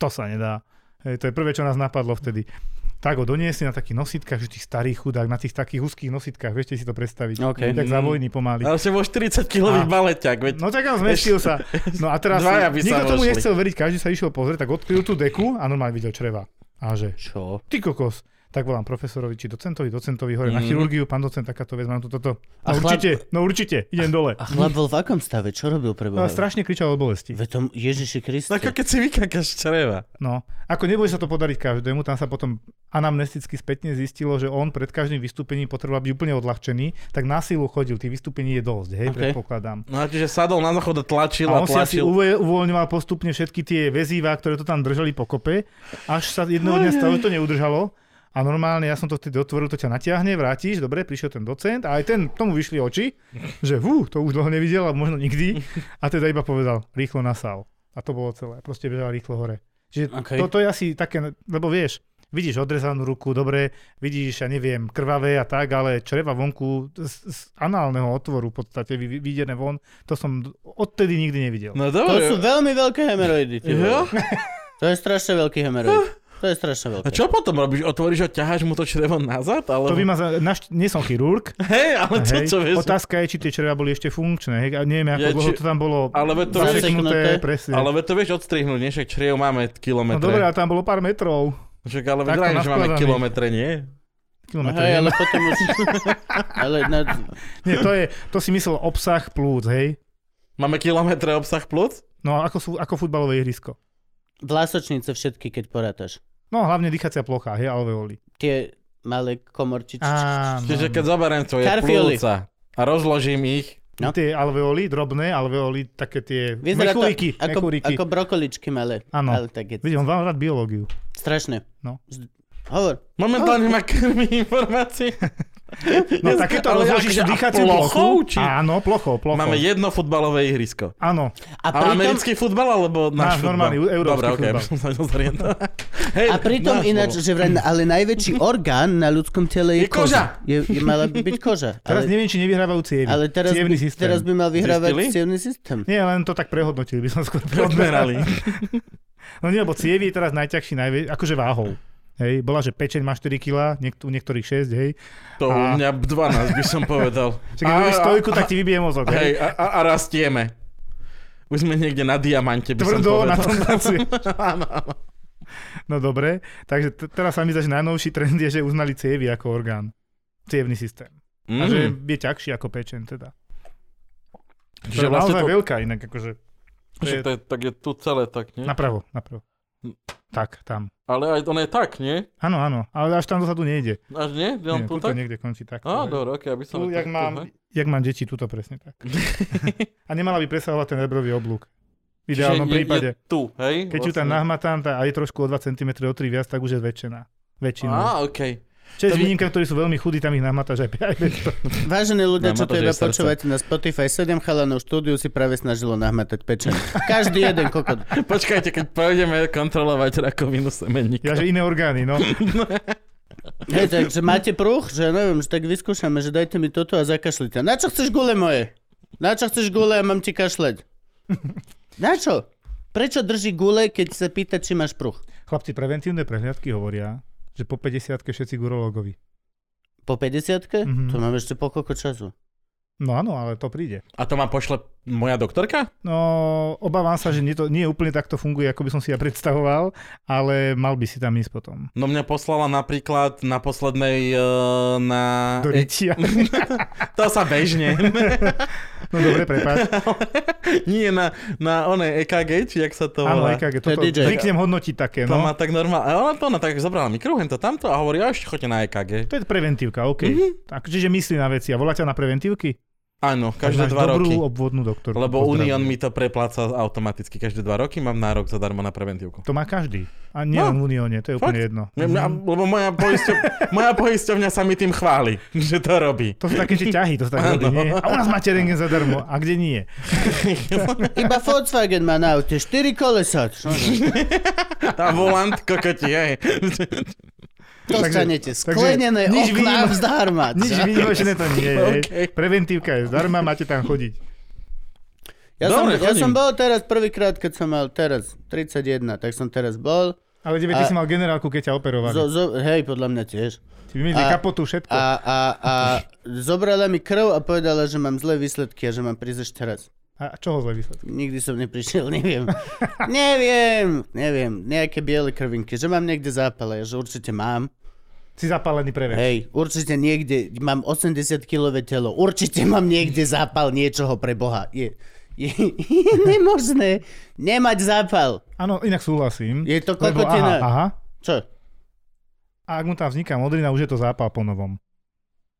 D: to sa nedá. Hej, to je prvé, čo nás napadlo vtedy. Tak ho doniesli na takých nositkách, že tých starých chudák, na tých takých úzkých nositkách, viete si to predstaviť.
B: OK.
D: Tak za vojny pomaly.
A: Ale ste bol 40-kilový
D: A-
A: baleťak, veď
D: No tak on zmestil sa. No a teraz
A: Dvaja by sa
D: nikto tomu
A: vošli.
D: nechcel veriť, každý sa išiel pozrieť, tak odkryl tú deku a normálne videl čreva. A že,
B: Čo?
D: ty kokos. Tak volám profesorovi, či docentovi, docentovi hore
A: Mhm.
D: na chirurgiu, pán docent, takáto vec, mám tu toto.
B: A
D: No
B: chlap-
D: určite, no určite, idem dole.
B: A chlap bol v akom stave? Čo robil pre
D: No,
B: Boha?
D: a strašne kričal o bolesti.
B: Veď tomu Ježiši Kriste.
A: ako keď si vykakáš čreva.
D: No, ako nebude sa to podariť každému, tam sa potom anamnesticky spätne zistilo, že on pred každým vystúpením potreboval byť úplne odľahčený, tak na silu chodil, tých vystúpení je dosť, hej,
B: OK.
D: predpokladám.
A: No a čiže sadol na záchod a tlačil
D: A
A: a,
D: on si asi
A: tlačil.
D: uve- uvoľňoval postupne všetky tie väzíva, ktoré to tam držali po kope, až sa jedného dňa stalo, že to neudržalo. A normálne, ja som to vtedy otvoril, to ťa natiahne, vrátiš, dobre, prišiel ten docent a aj ten, tomu vyšli oči, že hú, to už dlho nevidel, a možno nikdy. A teda iba povedal, rýchlo nasal. A to bolo celé, proste bežal rýchlo hore. Čiže
B: Okej.
D: okay. toto je asi také, lebo vieš, vidíš odrezanú ruku, dobre, vidíš, ja neviem, krvavé a tak, ale čreva vonku z, z análneho otvoru v podstate vy- vy- vyjdené von, to som d- odtedy nikdy nevidel.
A: No
B: To sú
A: dobre.
B: veľmi veľké hemeroidy. ty vole.
A: Jo?
B: To je strašne veľký hemeroid. To je strašne veľké.
A: A čo potom robíš? Otvoríš a ťaháš mu to črevo nazad? Alebo...
D: To by ma za... Naš... Nie som chirurg,
A: Hej, ale No to
D: hej.
A: čo vieš?
D: otázka je, či tie čreva boli ešte funkčné. Hej. A neviem,
A: Ja,
D: ako dlho
A: či-
D: to tam bolo
A: Ale veď to-
D: presne.
B: Zaseknuté.
A: Ale veď to vieš odstrihnúť, nie? Však čriev máme
D: No
A: kilometre.
D: dobre, a tam bolo pár metrov.
A: Však ale
D: Takto
A: vedrám, že máme
D: naskladaný.
A: kilometre, nie?
D: Kilometr,
B: Hej, ale
D: ale...
B: potom už... ale na...
D: Nie, to, je, to si myslel obsah plúc, hej.
A: Máme kilometre obsah plúc?
D: No ako, sú, ako futbalové ihrisko.
B: Vlásočnice všetky, keď porátaš.
D: No hlavne dýchacia plocha, hej, alveoli.
B: Tie malé komorčičky.
D: Áno.
A: Čiže keď zoberiem tvoje
B: Karfioli.
A: plúca a rozložím ich,
B: No.
D: Tie alveoli, drobné alveoli, také tie
B: Vyzerá
D: mechúriky.
B: to ako,
D: mechúriky.
B: ako brokoličky malé.
D: Áno.
B: Ale tak je...
D: Vidím, on vám rád biológiu.
B: Strašné.
D: No.
B: Z- Hovor.
A: momentálne ma krmi informácií.
D: No takéto
A: ale akože
D: rozložíš
A: a
D: dýchaciu plochu.
A: plochou, či-
D: Áno, plochou, plochou.
A: Máme jedno futbalové ihrisko.
D: Áno,
B: A
A: A
B: pritom,
A: americký futbal alebo náš
D: Náš normálny,
A: futbal?
D: európsky
A: Dobre, okej,
D: futbal.
A: som sa nezorientoval. Hej,
B: a pritom
A: náš
B: ináč,
A: futbal.
B: že vraj, ale najväčší orgán na ľudskom tele je,
A: Je koža.
B: Je, je mala by byť koža.
D: teraz
B: ale,
D: neviem, či nevyhrávajú cievy.
B: ale teraz, by,
D: Cievný systém.
B: teraz by mal vyhrávať
A: Zistili?
B: cievný systém.
D: Nie, len to tak prehodnotili, by som skôr
A: Odmerali.
D: No nie, lebo cievy je teraz najťažší, najvie, akože váhou. Hej, bola, že pečeň má 4 kg, niek- u niektorých 6, hej.
A: To u
D: A-
A: mňa 12 by som povedal.
D: Čiže keď robíš stojku, tak ti vybije mozog,
A: Hej,
D: hej.
A: a, a, a rastieme. Už sme niekde na diamante, by som
D: Tvrdo
A: povedal.
D: na tom pracuje. No dobre, takže t- teraz sa mi zdá, že najnovší trend je, že uznali cievy ako orgán. Cievný systém. A že
A: Mm,
D: je ťažší ako pečeň teda. To
A: čiže
D: je
A: vlastne
D: naozaj
A: to,
D: veľká inak, akože
A: že to je, tak je tu celé tak, nie?
D: napravo, napravo. Tak, tam.
A: Ale aj on je tak, nie?
D: Áno, áno, ale až tam dozadu nejde.
A: Až nie? Ja
D: Nie,
A: mám tu tak?
D: tuto niekde končí tak.
A: Á, dobre, okej, aby som...
D: Tu, jak
A: tak- aha.
D: mám, jak mám deti, tuto presne tak. A nemala by presahovať ten rebrový oblúk. V
A: Čiže
D: ideálnom
A: je- je
D: prípade.
A: tu, hej? Vlastne.
D: Keď ju tam nahmatám tá, a je trošku o 2 cm o 3 viac, tak už je zväčšená. Väčšinou.
A: Á, okej.
D: Čo je
A: to
D: s
A: by-
D: výnimkami, ktorí sú veľmi chudí, tam ich nahmatáš aj aj bez toho.
B: Vážení ľudia,
A: Nám
B: čo
A: na to,
B: to
A: že
B: iba
A: je srdce.
B: počúvate na Spotify, 7 chalanov štúdiu si práve snažilo nahmatať pečenie. Každý jeden kokot.
A: Počkajte, keď pôjdeme kontrolovať rakovinu semenníka.
D: Ja, že iné orgány, no.
B: Hej, tak, že máte pruch, že ja neviem, že tak vyskúšame, že dajte mi toto a zakašlite. Na čo chceš gule moje? Na čo chceš gule a mám ti kašľať? Na čo? Prečo drží gule, keď sa pýta, či máš pruch?
D: Chlapci, preventívne prehliadky hovoria, že po 50 všetci k urológovi.
B: Po 50
D: Mhm.
B: mm-hmm. To mám ešte po koľko času.
D: No áno, ale to príde.
A: A to ma pošle moja doktorka?
D: No, obávam sa, že nie, to, nie úplne takto funguje, ako by som si ja predstavoval, ale mal by si tam ísť potom.
A: No mňa poslala napríklad na poslednej eh, na...
D: Do ričia.
A: to sa bežne.
D: No dobre, prepáč.
A: Nie, na, na one EKG, či jak sa to
D: Áno,
A: volá.
D: EKG,
B: To je
D: toto
B: DJ.
D: zvyknem hodnotiť také,
A: To má
D: no.
A: tak normálne. A ona to ona tak zobrala mikrohen to tamto a hovorí, a ešte chodte na E EKG.
D: To je preventívka, OK. Tak, čiže myslí na veci a volá ťa na preventívky?
A: Áno, každé
D: Máš
A: dva
D: dobrú
A: roky.
D: obvodnú doktorku.
A: Lebo
D: Pozdravujem.
A: Unión mi to prepláca automaticky. Každé dva roky mám nárok zadarmo na preventívku.
D: To má každý. A nie
A: No.
D: len v Unióne, to je úplne jedno.
A: Mňa, mňa, lebo moja, poisťov, moja poisťovňa sa mi tým chváli, že to robí.
D: To sú také tie ťahy, to sa tak robí, nie? A u nás máte rengen zadarmo, a kde nie?
B: Iba Volkswagen má na aute 4 kolesa. Čo?
A: Tá volant kokoti, hej.
D: No.
B: Dostanete
D: takže
B: sklenené
D: nič
B: okná
D: výnimo-
B: zdarma.
D: Nič
B: čo?
D: výnimočné to nie je. hej.
A: OK.
D: Preventívka je zdarma, máte tam chodiť.
B: Ja,
A: Dobre,
B: som, ja
A: chodím.
B: som bol teraz prvýkrát, keď som mal teraz 31, tak som teraz bol.
D: Ale tebe, ty
B: A-
D: si mal generálku, keď ťa operovali.
B: Zo, zo, hej, podľa mňa tiež.
D: Ti vymyslí
B: a-
D: kapotu, všetko.
B: A, a, a zobrala mi krv a povedala, že mám zlé výsledky a že mám prísť až teraz.
D: A čo ho zle výsledky?
B: Nikdy som neprišiel, neviem. neviem, neviem. Nejaké biele krvinky, že mám niekde zápale, že určite mám.
D: Si zapálený prevent.
B: Hej, určite niekde, mám 80-kilové telo, určite mám niekde zápal niečoho pre Boha. Je, je, je nemožné nemať zápal.
D: Áno, inak súhlasím.
B: Je to
D: Lebo,
B: kokotina.
D: aha, aha.
B: Čo?
D: A ak mu tam vzniká modrina, už je to zápal po novom.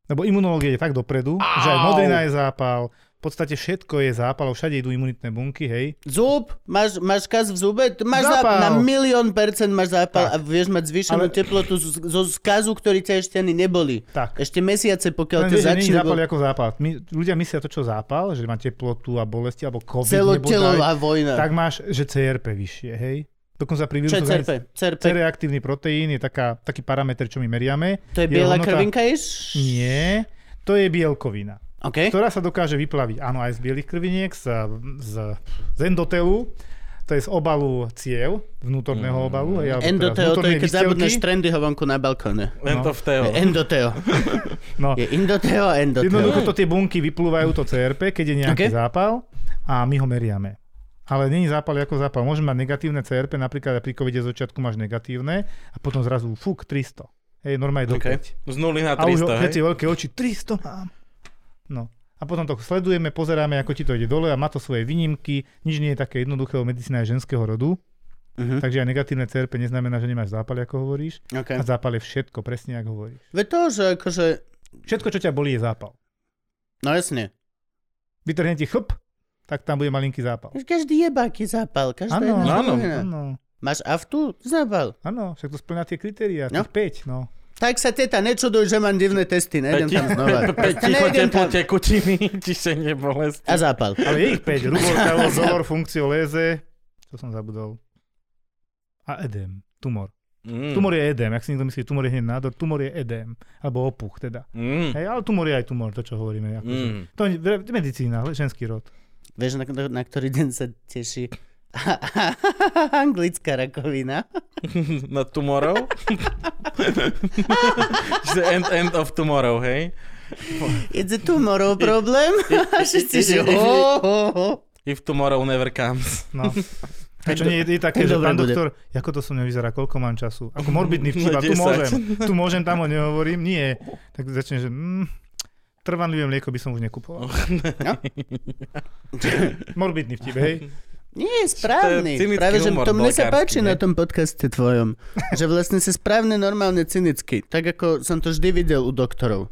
D: Lebo imunológia je tak dopredu, že aj modrina je zápal, v podstate všetko je zápal, všade idú imunitné bunky, hej.
B: Zub? Máš, máš kas v zube? T- Máš zápal.
D: Zápal.
B: Na milión percent máš zápal a
D: Tak.
B: vieš mať zvýšenú
D: Ale-
B: Ale... teplotu z- zo skazu, ktorý ťa ešte ani neboli.
D: Tak.
B: Ešte mesiace, pokiaľ
D: Len
B: to
D: vieš, že nie
B: začne...
D: je zápal
B: Bol...
D: ako zápal. My, ľudia myslia to, čo zápal, že má teplotu a bolesti, alebo COVID
B: Celotelová
D: nebodaj,
B: vojna.
D: tak máš, že CRP vyššie, hej. Dokonca pri
B: Čo je
D: vírusu
B: CRP?
D: hej,
B: CRP?
D: C-reaktívny proteín je taká, taký parameter, čo my meriame.
B: To je biela
D: hodnota-
B: krvinka? Iš?
D: Nie, to je bielkovina,
B: OK.
D: ktorá sa dokáže vyplaviť, áno, aj z bielých krviniek, z, z, z endotelu, to je z obalu ciev, vnútorného obalu. hej, alebo teda z
B: Endoteo, to je
D: vnútornej
B: keď
D: výstelky.
B: zabudneš trendy vonku na balkóne.
A: Len to v teo.
B: Je Endoteo.
D: No,
B: Je indoteo a endoteo.
D: Jednoducho to tie bunky vyplúvajú to CRP, keď je nejaký
B: Ok.
D: zápal a my ho meriame. Ale není zápal ako zápal. Môže mať negatívne CRP, napríklad aj pri covide z začiatku máš negatívne a potom zrazu fuk 300. Hej, normálne do
A: Okay.
D: 5.
A: Z nuly na
D: A
A: 300,
D: už
A: hej.
D: všetci veľké oči, 300 mám. No. A potom to sledujeme, pozeráme, ako ti to ide dole a má to svoje výnimky. Nič nie je také jednoduché, lebo medicína je ženského rodu.
B: Mhm.
D: Takže aj negatívne CRP neznamená, že nemáš zápal, ako hovoríš.
B: OK.
D: A zápal je všetko, presne ako hovoríš.
B: Ve to, že akože...
D: Všetko, čo ťa bolí, je zápal.
B: No jasne.
D: vytrhne ti chlp, tak tam bude malinký zápal.
B: Každý jebák je zápal. Každá
D: Áno,
B: jedna
A: áno,
B: krvina.
D: Áno,
B: Máš aftu? Zápal.
D: áno, však to splňa tie kritéria,
B: No.
D: tých 5, no.
B: Tak sa teta nečuduj, že mám divné testy, nejdem tam znova.
A: Ticho
B: Nejdem
A: teplo
B: tam.
A: tekutiny, čiže nebolest.
B: A zápal.
D: Ale je ich 5, rubor, kalor, dolor, funkcio, léze, čo som zabudol. A edém, tumor.
A: Mm.
B: Hm.
D: Tumor je edém, ak si niekto myslí, tumor je hneď nádor, tumor je edém, alebo opuch teda.
B: Hm.
A: Mm.
D: Hej, ale tumor je aj tumor, to čo hovoríme. Akože.
A: Mm.
D: To je vre- medicína, le- ženský rod.
B: Vieš, na, na ktorý deň sa teší anglická rakovina.
A: Na tomorrow? Čiže end, end of tomorrow, hej?
B: It's a tomorrow problem. A Všetci, že ho, ho, ho.
A: If tomorrow never comes.
D: No. A čo nie, je, je také, že
B: Dobre
D: pán
B: bude.
D: doktor, ako to som nevyzerá, koľko mám času? Ako morbidný
A: No,
D: vtip, a tu
A: 10.
D: môžem, tu môžem, tam ho nehovorím, nie. Tak začne, že mm, trvanlivé mlieko by som už nekupoval.
B: No.
D: Morbidný vtip, hej.
B: Nie, je správny.
A: To je cynický
B: Práve, že
A: humor
B: to mne sa
A: balkársky,
B: páči
A: nie?
B: na tom podcaste tvojom. Že vlastne si správne, normálne, cynicky. Tak ako som to vždy videl u doktorov.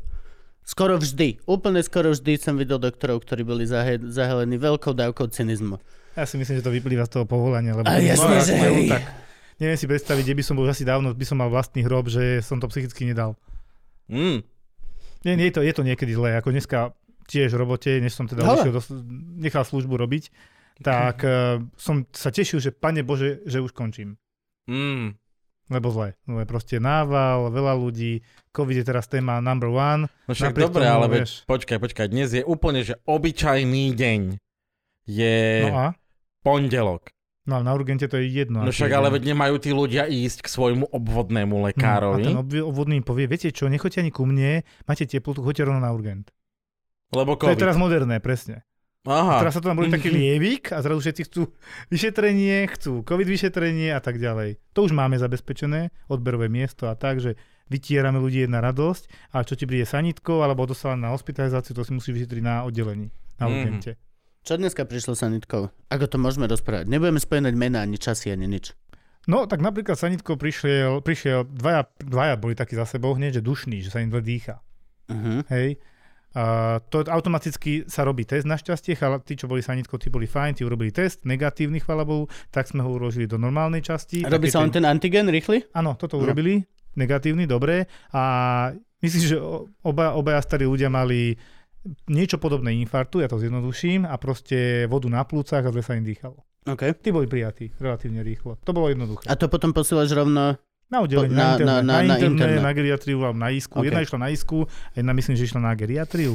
B: Skoro vždy. Úplne skoro vždy som videl doktorov, ktorí boli zahe- zahalení veľkou dávkou cynizmu.
D: Ja si myslím, že to vyplýva z toho povolania, lebo...
B: A jasne,
D: No,
B: že
D: majú
B: hej.
D: tak. Neviem si predstaviť, kde by som bol už asi dávno, by som mal vlastný hrob, že som to psychicky nedal.
A: Mm.
D: Nie, nie je, to, je to niekedy zlé, ako dneska tiež v robote, než som teda
B: Hele.
D: odišiel, do, nechal službu robiť, tak uh, som sa tešil, že pane Bože, že už končím.
A: Mm.
D: Lebo zle. No je proste nával, veľa ľudí, COVID je teraz téma number one.
A: No však
D: Napriek
A: dobre,
D: tomu,
A: ale veď,
D: vieš.
A: počkaj, počkaj, dnes je úplne, že obyčajný deň je
D: No a?
A: pondelok.
D: No ale na urgente to je jedno.
A: No
D: aký
A: však
D: je
A: ale
D: deň.
A: veď nemajú tí ľudia ísť k svojmu obvodnému
D: No, a
A: lekárovi,
D: ten obvi- obvodný im povie, viete čo, nechoďte ani ku mne, máte teplotu, choďte rovno na urgent.
A: lebo
D: To je
A: COVID.
D: teraz moderné, presne.
A: Aha.
D: A teraz sa to tam boli taký
A: Mhm.
D: lievik a zrazu všetci chcú vyšetrenie, chcú covid vyšetrenie a tak ďalej. To už máme zabezpečené, odberové miesto a tak, že vytierame ľudí jedna radosť a čo ti príde sanitkou alebo dostala na hospitalizáciu, to si musí vyšetriť na oddelení, na
A: Mhm.
D: urgente.
B: Čo dneska prišlo sanitkou? Ako to môžeme rozprávať? Nebudeme spojenať mená, ani časy, ani nič.
D: No tak napríklad sanitkou prišiel, prišiel dvaja, dvaja boli takí za sebou hneď, že dušní, že sa im zle dýcha.
B: Uh-huh.
D: Hej. A to automaticky sa robí test našťastie, ale tí, čo boli sanitkou, tí boli fajn, tí urobili test, negatívny, chvála Bohu, tak sme ho uložili do normálnej časti.
B: Robí
D: Taký
B: sa on ten antigen rýchly?
D: Áno, toto
B: No.
D: urobili, negatívny, dobre. A myslím, že o- oba, obaja starí ľudia mali niečo podobné infartu, ja to zjednoduším, a proste vodu na plúcach a zle sa im dýchalo.
B: OK.
D: Tí boli prijatí relatívne rýchlo. To bolo jednoduché.
B: A to potom posílaš rovno...
D: Na oddelenie,
B: na- na- na-
D: na, interné, na,
B: na
D: interné,
B: interné.
D: na geriatriu alebo na isku.
B: Ok.
D: Jedna išla na isku, jedna myslím, že išla na geriatriu.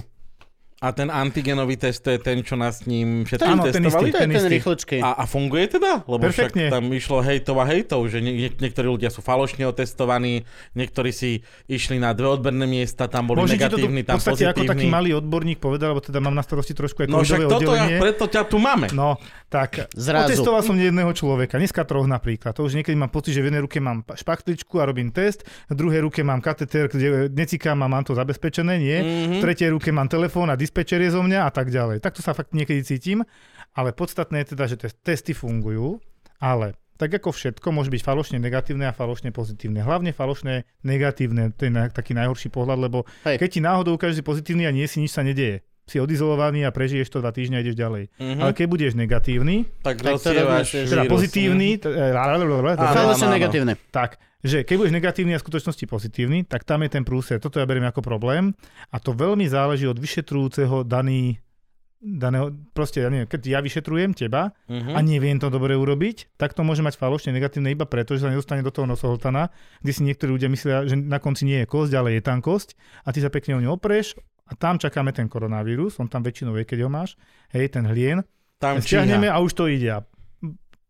A: A ten antigenový test, to je ten, čo nás s ním všetci
D: Áno, ten
A: testovali?
B: To
D: istý.
B: je ten
D: istý.
B: rýchločký.
A: A, a funguje teda? Lebo však
D: Perfektne.
A: tam išlo hejtov a hejtov, že nie, nie- niektorí ľudia sú falošne otestovaní, niektorí si išli na dve odberné miesta, tam boli
D: Môžete to tu
A: negatívni,
D: v
A: tam
D: podstate
A: pozitívni.
D: ako taký malý odborník povedal, lebo teda mám na starosti trošku aj
A: no však
D: covidové
A: toto ja,
D: oddelenie.
A: preto ťa tu máme.
D: No, tak
B: Zrazu.
D: otestoval som jedného človeka, dneska troch napríklad. To už niekedy mám pocit, že v jednej ruke mám pa- špachtličku a robím test, v druhej ruke mám kateter, kde necikám a mám to zabezpečené, nie?
A: Mhm.
D: V tretej ruke mám telefón a dispečer je zo mňa a tak ďalej. Takto sa fakt niekedy cítim, ale podstatné je teda, že te- testy fungujú, ale tak ako všetko, môže byť falošne negatívne a falošne pozitívne. Hlavne falošne negatívne, to je na, taký najhorší pohľad, lebo
B: Hej.
D: keď ti náhodou ukážeš že si pozitívny a nie si, nič sa nedeje. Si odizolovaný a prežiješ to dva týždňa a ideš ďalej.
A: Mhm.
D: Ale keď budeš negatívny,
A: Tak,
B: to
A: rozsievaš
B: rozmyslíš.
A: vírus.
D: teda pozitívny, t- e, la- la- la- la- la-
A: Áno,
D: la-
B: Falošne
A: áno, áno.
B: negatívne.
D: tak, že keď budeš negatívny a v skutočnosti pozitívny, tak tam je ten prúser. Toto ja beriem ako problém a to veľmi záleží od vyšetrujúceho daný daného, proste, ja neviem, keď ja vyšetrujem teba
A: Mhm.
D: a neviem to dobre urobiť, tak to môže mať falošne negatívne iba preto, že sa nedostane do toho nosohltana, kde si niektorí ľudia myslia, že na konci nie je kosť, ale je tam kosť a ty sa pekne o ňu opreš a tam čakáme ten koronavírus, on tam väčšinou je, keď ho máš, hej, ten hlien,
A: Tam
D: Stiahneme
A: Čína.
D: a už to ide. A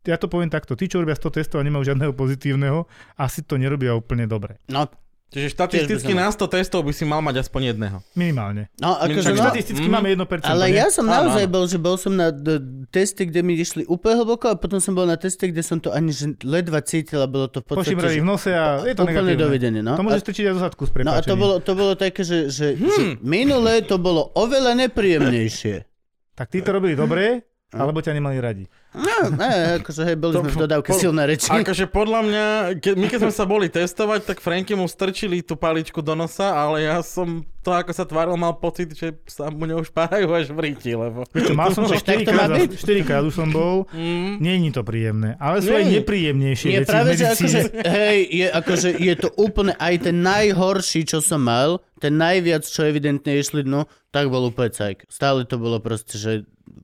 D: Ja to poviem takto, tí, čo robia 100 testov a nemajú žiadneho pozitívneho, asi to nerobia úplne dobre.
B: No,
A: Čiže štatisticky
B: Tiež by som-
A: na 100 testov by si mal mať aspoň jedného.
D: Minimálne.
B: no akože
A: Však
B: no,
D: Statisticky
A: Mm.
D: máme 1%.
B: Ale
D: no, nie?
B: ja som
A: Áno,
B: naozaj
A: áno.
B: bol, že bol som na d- teste, kde mi išli úplne hlboko a potom som bol na teste, kde som to ani že ledva cítil a bolo to v podstate...
D: Pošimrali
B: že-
D: v nose a je to
B: úplne
D: negatívne.
B: dovidenie, no.
D: To
B: A-
D: môže strčiť aj do zadku
B: No a
D: s
B: to
D: prepáčením.
B: bolo, to bolo také, že, že, že minulé to bolo oveľa nepríjemnejšie.
D: Tak tí to robili dobre, alebo ťa nemali radi.
B: No, ne, akože hej, boli
A: To
B: sme v
A: po-
B: dodávke
A: po-
B: silné reči.
A: Akože podľa mňa, keď, my keď sme sa boli testovať, tak Franky mu strčili tú paličku do nosa, ale ja som to, ako sa tváril, mal pocit, že sa mu už párajú až v ríti, lebo...
D: Čo, mal som to
B: Však tak to
D: 4
B: má
D: krát,
B: byť.
D: 4 krát už som bol.
A: Mm,
D: Nie je to príjemné, ale sú aj
A: Nie.
D: nepríjemnejšie
B: Je
D: veci v
B: práve, že
D: medicíne.
B: akože, hej, je, akože, je to úplne aj ten najhorší, čo som mal, ten najviac, čo evidentne išli dnu, tak bol úplne cajk. Stále to bolo proste, že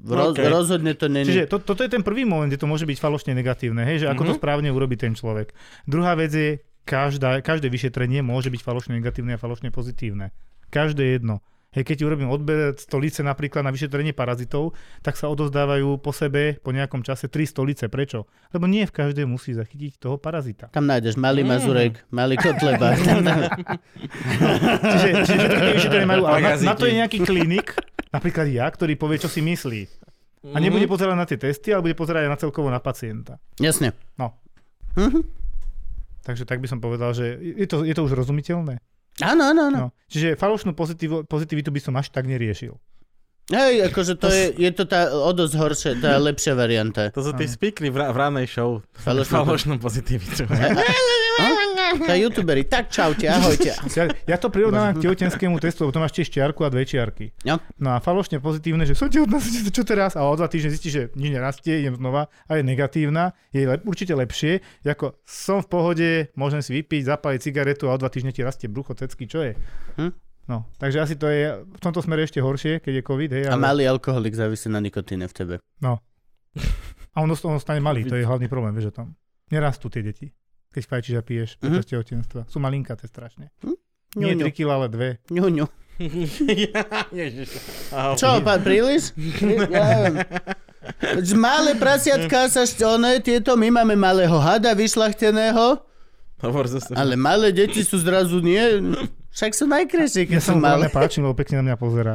B: roz,
A: Okej.
B: rozhodne to není.
D: Čiže to, toto je ten prvý moment, kde to môže byť falošne negatívne, hej, že ako to správne urobí ten človek. Druhá vec je, každá, každé vyšetrenie môže byť falošne negatívne a falošne pozitívne. Každé jedno. Hej, keď urobím odber stolice napríklad na vyšetrenie parazitov, tak sa odozdávajú po sebe po nejakom čase tri stolice. Prečo? Lebo nie v každej musí zachytiť toho parazita.
B: Tam nájdeš malý
D: Mm.
B: mazurek, malý kotleba.
D: No,
B: Tam, tam,
D: Čiže, čiže všetky tie vyšetrenia majú, ale na, na to je
A: Paraziti.
D: nejaký klinik, napríklad ja, ktorý povie, čo si myslí. A nebude pozerať na tie testy, ale bude pozerať aj na celkovo na pacienta.
B: jasne.
D: No,
B: Mhm.
D: Takže tak by som povedal, že je to, je to už rozumiteľné.
B: Áno, áno, áno.
D: No. Čiže falošnú pozitiv, pozitivitu by som až tak neriešil.
B: Hej, akože to je, je to tá o dosť horšie, tá
D: No.
B: lepšia varianta.
A: To sú tí speakery v, ra- v ranej show.
B: Falošnú-
A: Falošnú pozitivitu.
B: Hm? Tá youtuberi, tak čaute, ahojte.
D: Ja, ja to prirovnávam k tehotenskému testu, lebo to máš tiež čiarku a dve čiarky.
B: No.
D: No a falošne pozitívne, že som tehotná, čo- čo teraz? A o dva týždne zistíš, že nič nerastie, idem znova a je negatívna, je le- určite lepšie, ako som v pohode, môžem si vypiť, zapaliť cigaretu a o dva týždne ti rastie brucho cecky, čo je?
B: Hm?
D: No, takže asi to je v tomto smere ešte horšie, keď je COVID, hej,
B: A malý alkoholik závisí na nikotíne v tebe.
D: a on, dost- on stane malý, to je hlavný problém, vieš o tom. Nerastú tie deti, keď fajčíš a piješ
B: Mhm.
D: počas tehotenstva. Sú malinkaté strašne.
B: Ňu,
D: Nie
B: ňu,
D: 3 kg, ale dve.
B: ňu, ňu.
A: Ježiš. Ahoj.
B: Čo, pán, príliš? Ja neviem. Z Malé prasiatka sa šť- one, tieto, my máme malého hada vyšlachteného,
A: Hovor zase.
B: ale malé deti sú zrazu nie, však sú najkrajšie, keď
D: Ja
B: sú
D: som
B: malé.
D: malé páčim, lebo pekne na mňa pozerá.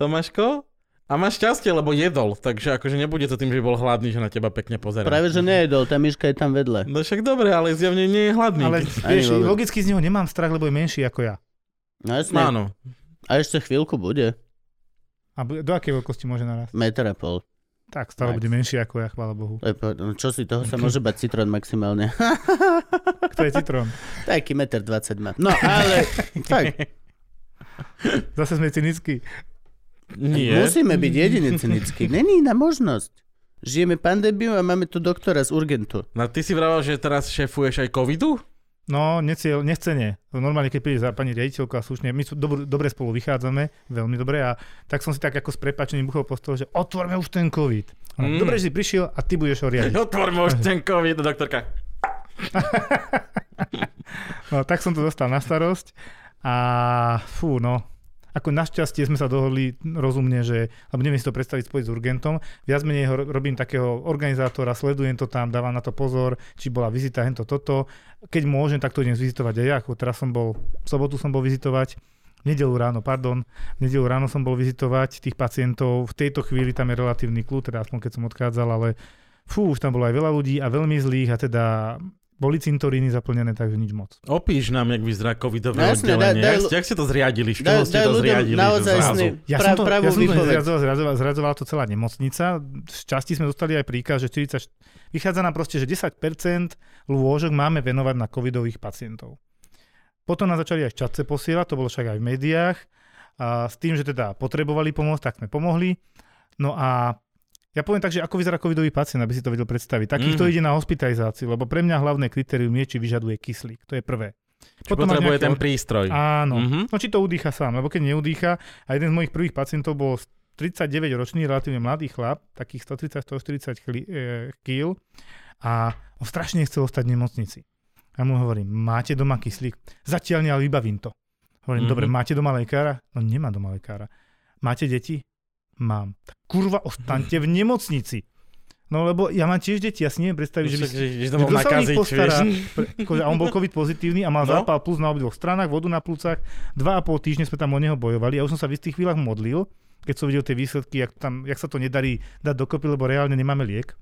A: Tomáško? A máš šťastie, lebo jedol, takže akože nebude to tým, že bol hladný, že na teba pekne pozerá.
B: Práve, že nejedol, tá myška je tam vedle.
A: No však dobre, ale zjavne nie je hladný.
D: Ale
A: Keď-
B: Ani
D: vieš,
B: vôbec.
D: logicky z neho nemám strach, lebo je menší ako ja.
B: No
A: No
B: jasne,
A: áno.
B: a ešte chvíľku bude,
D: A bu- do akej veľkosti môže narásť?
B: meter a pol.
D: Tak, stále
B: Max.
D: bude menší ako ja, chvála Bohu.
B: To je po- no Čo si, toho sa môže bať citrón maximálne.
D: Kto je citrón?
B: Taký meter 20 má. No ale, tak,
D: Zase sme cynickí.
A: Nie.
B: Musíme byť jedine cynickí. Není iná možnosť. Žijeme pandémiu a máme tu doktora z Urgentu.
A: No ty si vravel, že teraz šéfuješ aj covidu?
D: No, neciel, nechcene. Normálne, keď príde za pani riaditeľku a slušne, my sú dobr, dobre spolu vychádzame, veľmi dobre, a tak som si tak ako s prepačením buchol po stole, že otvorme už ten COVID. Ona,
A: Mm.
D: Dobre, že si prišiel a ty budeš ho riadiť.
A: Otvorme už ten covid, doktorka.
D: No, tak som to dostal na starosť a fú, no. Ako našťastie sme sa dohodli rozumne, že, lebo neviem si to predstaviť spojiť s Urgentom, viac menej ho ro- robím takého organizátora, sledujem to tam, dávam na to pozor, či bola vizita, hento toto. Keď môžem, tak to idem zvizitovať aj ja, ako teraz som bol, v sobotu som bol vizitovať, v nedelu ráno, pardon, v nedelu ráno som bol vizitovať tých pacientov, v tejto chvíli tam je relatívny kľud, teda aspoň keď som odchádzal, ale fú, už tam bolo aj veľa ľudí a veľmi zlých a teda boli cintoríny zaplnené, takže nič moc.
A: Opíš nám, jak vyzerá covidové
B: No
A: no,
B: jasne, daj-
A: oddelenie.
B: daj-
A: jak, ste, jak ste to zriadili? V čoho
B: Daj,
A: ste
B: daj
A: to
B: ľuďom
A: zriadili? že
B: naozaj
A: zrazu?
B: sny,
D: Ja
B: pra,
D: som to,
B: pravú
D: ja som to
B: výpoveď.
D: zradzoval, zradzoval, zradzovala to celá nemocnica. Z časti sme dostali aj príkaz, že 40, vychádza nám proste, že 10% lôžok máme venovať na covidových pacientov. Potom nás začali aj šťatce posielať, to bolo však aj v médiách, a s tým, že teda potrebovali pomôcť, tak sme pomohli. No a ja poviem tak, že ako vyzerá covidový pacient, aby si to vedel predstaviť. Takýchto
A: Mhm.
D: ide na hospitalizáciu, lebo pre mňa hlavné kritérium je, či vyžaduje kyslík. To je prvé.
A: Či
D: máš
A: potrebuje
D: nejaké
A: ten prístroj.
D: Áno.
A: Mhm.
D: No či to udýcha sám, lebo keď neudýcha, a jeden z mojich prvých pacientov bol 39-ročný, relatívne mladý chlap, takých 130-140 chli- eh, kg a on strašne chcel ostať v nemocnici. Ja mu hovorím, máte doma kyslík? Zatiaľ nie, ale vybavím to. Hovorím,
A: Mhm.
D: dobre, máte doma lekára? No nemá doma lekára. Máte deti? Mám. Tak kurva, ostaňte v nemocnici. No lebo ja mám tiež deti, ja si neviem predstaviť, že by
A: No Však,
D: ste
A: že, že to
D: že
A: mohol
D: kto sa o nich
A: nakaziť,
D: postará?
A: vieš.
D: Pre- akože, a on bol COVID pozitívny a mal
A: No.
D: no? zápal plus na obidvoch stranách, vodu na plúcach. Dva a pol týždne sme tam o neho bojovali a už som sa v istých chvíľach modlil, keď som videl tie výsledky, jak, tam, jak sa to nedarí dať dokopy, lebo reálne nemáme liek.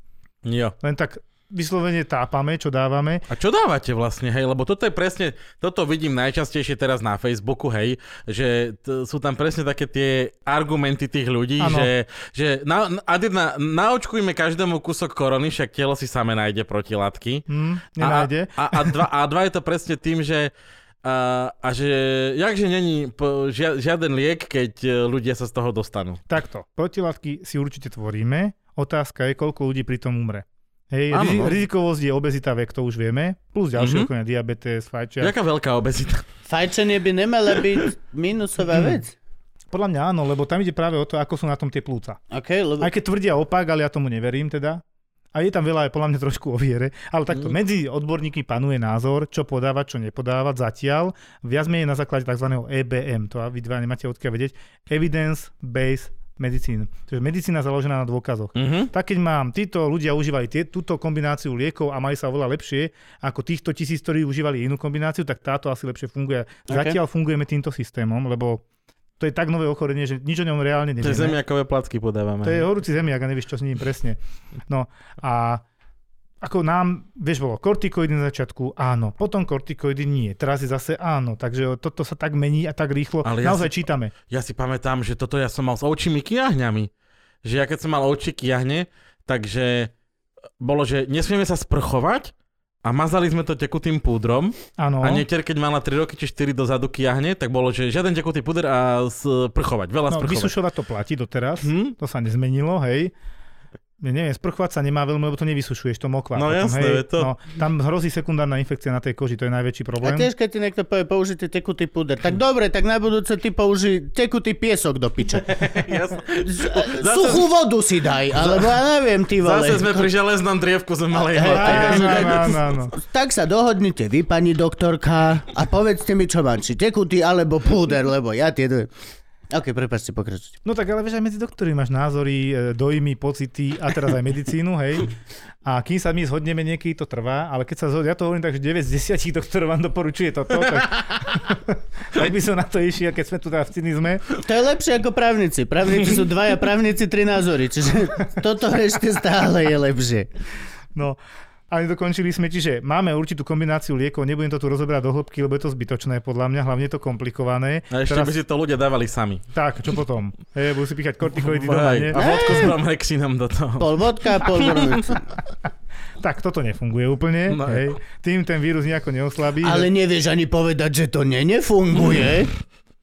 A: Jo.
D: Len tak vyslovene tápame, čo dávame.
A: A čo dávate vlastne, hej? Lebo toto je presne, toto vidím najčastejšie teraz na Facebooku, hej, že t- sú tam presne také tie argumenty tých ľudí,
D: Áno.
A: že, že na, na, na, naočkujme každému kúsok korony, však telo si same nájde protilátky.
D: Hm, nenájde.
A: A, a, a, dva, a dva je to presne tým, že a, a že jakže není po- žia, žiaden liek, keď e, ľudia sa z toho dostanú.
D: Takto, protilátky si určite tvoríme, otázka je, koľko ľudí pri tom umre. Hej,
A: Áno,
D: rizi-
A: no.
D: rizikovosť je obezita, vek, to už vieme, plus ďalšie
A: Mhm.
D: mm-hmm. okolenia, diabetes, fajčia.
A: Jaká veľká obezita.
B: Fajčenie by nemala byť minusová vec.
D: Podľa mňa áno, lebo tam ide práve o to, ako sú na tom tie plúca.
B: OK, lebo...
D: Aj keď tvrdia opak, ale ja tomu neverím teda. A je tam veľa aj podľa mňa trošku o viere,
A: Mhm.
D: ale takto medzi odborníky panuje názor, čo podávať, čo nepodávať zatiaľ, viac menej na základe tzv. EBM, to vy dva nemáte odkiaľ vedieť, Evidence Based Medicine, čiže medicína založená na dôkazoch.
A: Mhm.
D: Tak keď mám, títo ľudia užívali tie, túto kombináciu liekov a mali sa oveľa lepšie ako týchto tisíc, ktorí užívali inú kombináciu, tak táto asi lepšie funguje. Zatiaľ fungujeme týmto systémom, lebo to je tak nové ochorenie, že nič o ňom reálne
A: To
D: nevieme.
A: je zemiakové placky podávame.
D: To je horúci zemiak a nevieš, čo s ním presne. No a ako nám, vieš, bolo kortikoidy na začiatku, áno, potom kortikoidy nie, teraz je zase áno, takže toto sa tak mení a tak rýchlo,
A: Ale ja
D: Ale naozaj
A: si-
D: čítame.
A: Ja si pamätám, že toto ja som mal s ovčími kiahňami. Že ja keď som mal ovčie kiahne, takže e, bolo, že nesmieme sa sprchovať a mazali sme to tekutým púdrom.
D: Áno,
A: A neter, keď mala 3 roky či 4 dozadu kiahne, tak bolo, že žiaden tekutý puder a sprchovať, veľa
D: no,
A: sprchovať.
D: vysušovať to platí doteraz,
A: Hm?
D: to sa nezmenilo, hej. Ja Neviem, sprchovať sa nemá veľmi, lebo to nevysušuješ, to mokvá.
A: No jasné,
D: hej,
A: veď to-
D: no, tam hrozí sekundárna infekcia na tej koži, to je najväčší
B: A
D: problém.
B: tiež, keď ti niekto povie, použite tekutý puder. Tak dobre, tak na budúce ty použi tekutý piesok do piče.
A: Jasné.
B: Z- Suchú vodu si daj, alebo ja neviem, ty vole.
A: Zase sme pri železnom drievku sme mali
B: Hej,
A: hmatať.
D: Áno, áno, áno, áno.
B: Tak sa dohodnite vy, pani doktorka, a povedzte mi, čo mám, či tekutý alebo púder, lebo ja tie dve... OK, prepáčte, pokračujte.
D: No tak ale vieš, aj medzi doktormi máš názory, e, dojmy, pocity a teraz aj medicínu, hej. A kým sa my zhodneme niekedy, to trvá, ale keď sa zhodne, ja to hovorím tak, že 9 z 10 doktorov vám doporučuje toto, tak, tak by som na to išiel, keď sme tu teda v cynizme.
B: To je lepšie ako právnici. Právnici sú dvaja, právnici tri názory, čiže toto ešte stále je lepšie.
D: No, ale dokončili sme, čiže máme určitú kombináciu liekov, nebudem to tu rozoberať do hĺbky, lebo je to zbytočné podľa mňa, hlavne je to komplikované.
A: A ešte by si to ľudia dávali sami.
D: Tak, čo potom? Hej, budú si píchať kortikoidy doma,
A: Hej,
D: nie?
A: A vodku s bromhexinom do toho.
B: Pol vodka, pol brunúci.
D: Tak, toto nefunguje úplne,
A: No.
D: hej. Tým ten vírus nejako neoslabí.
B: Ale nevieš ani povedať, že to ne, nefunguje.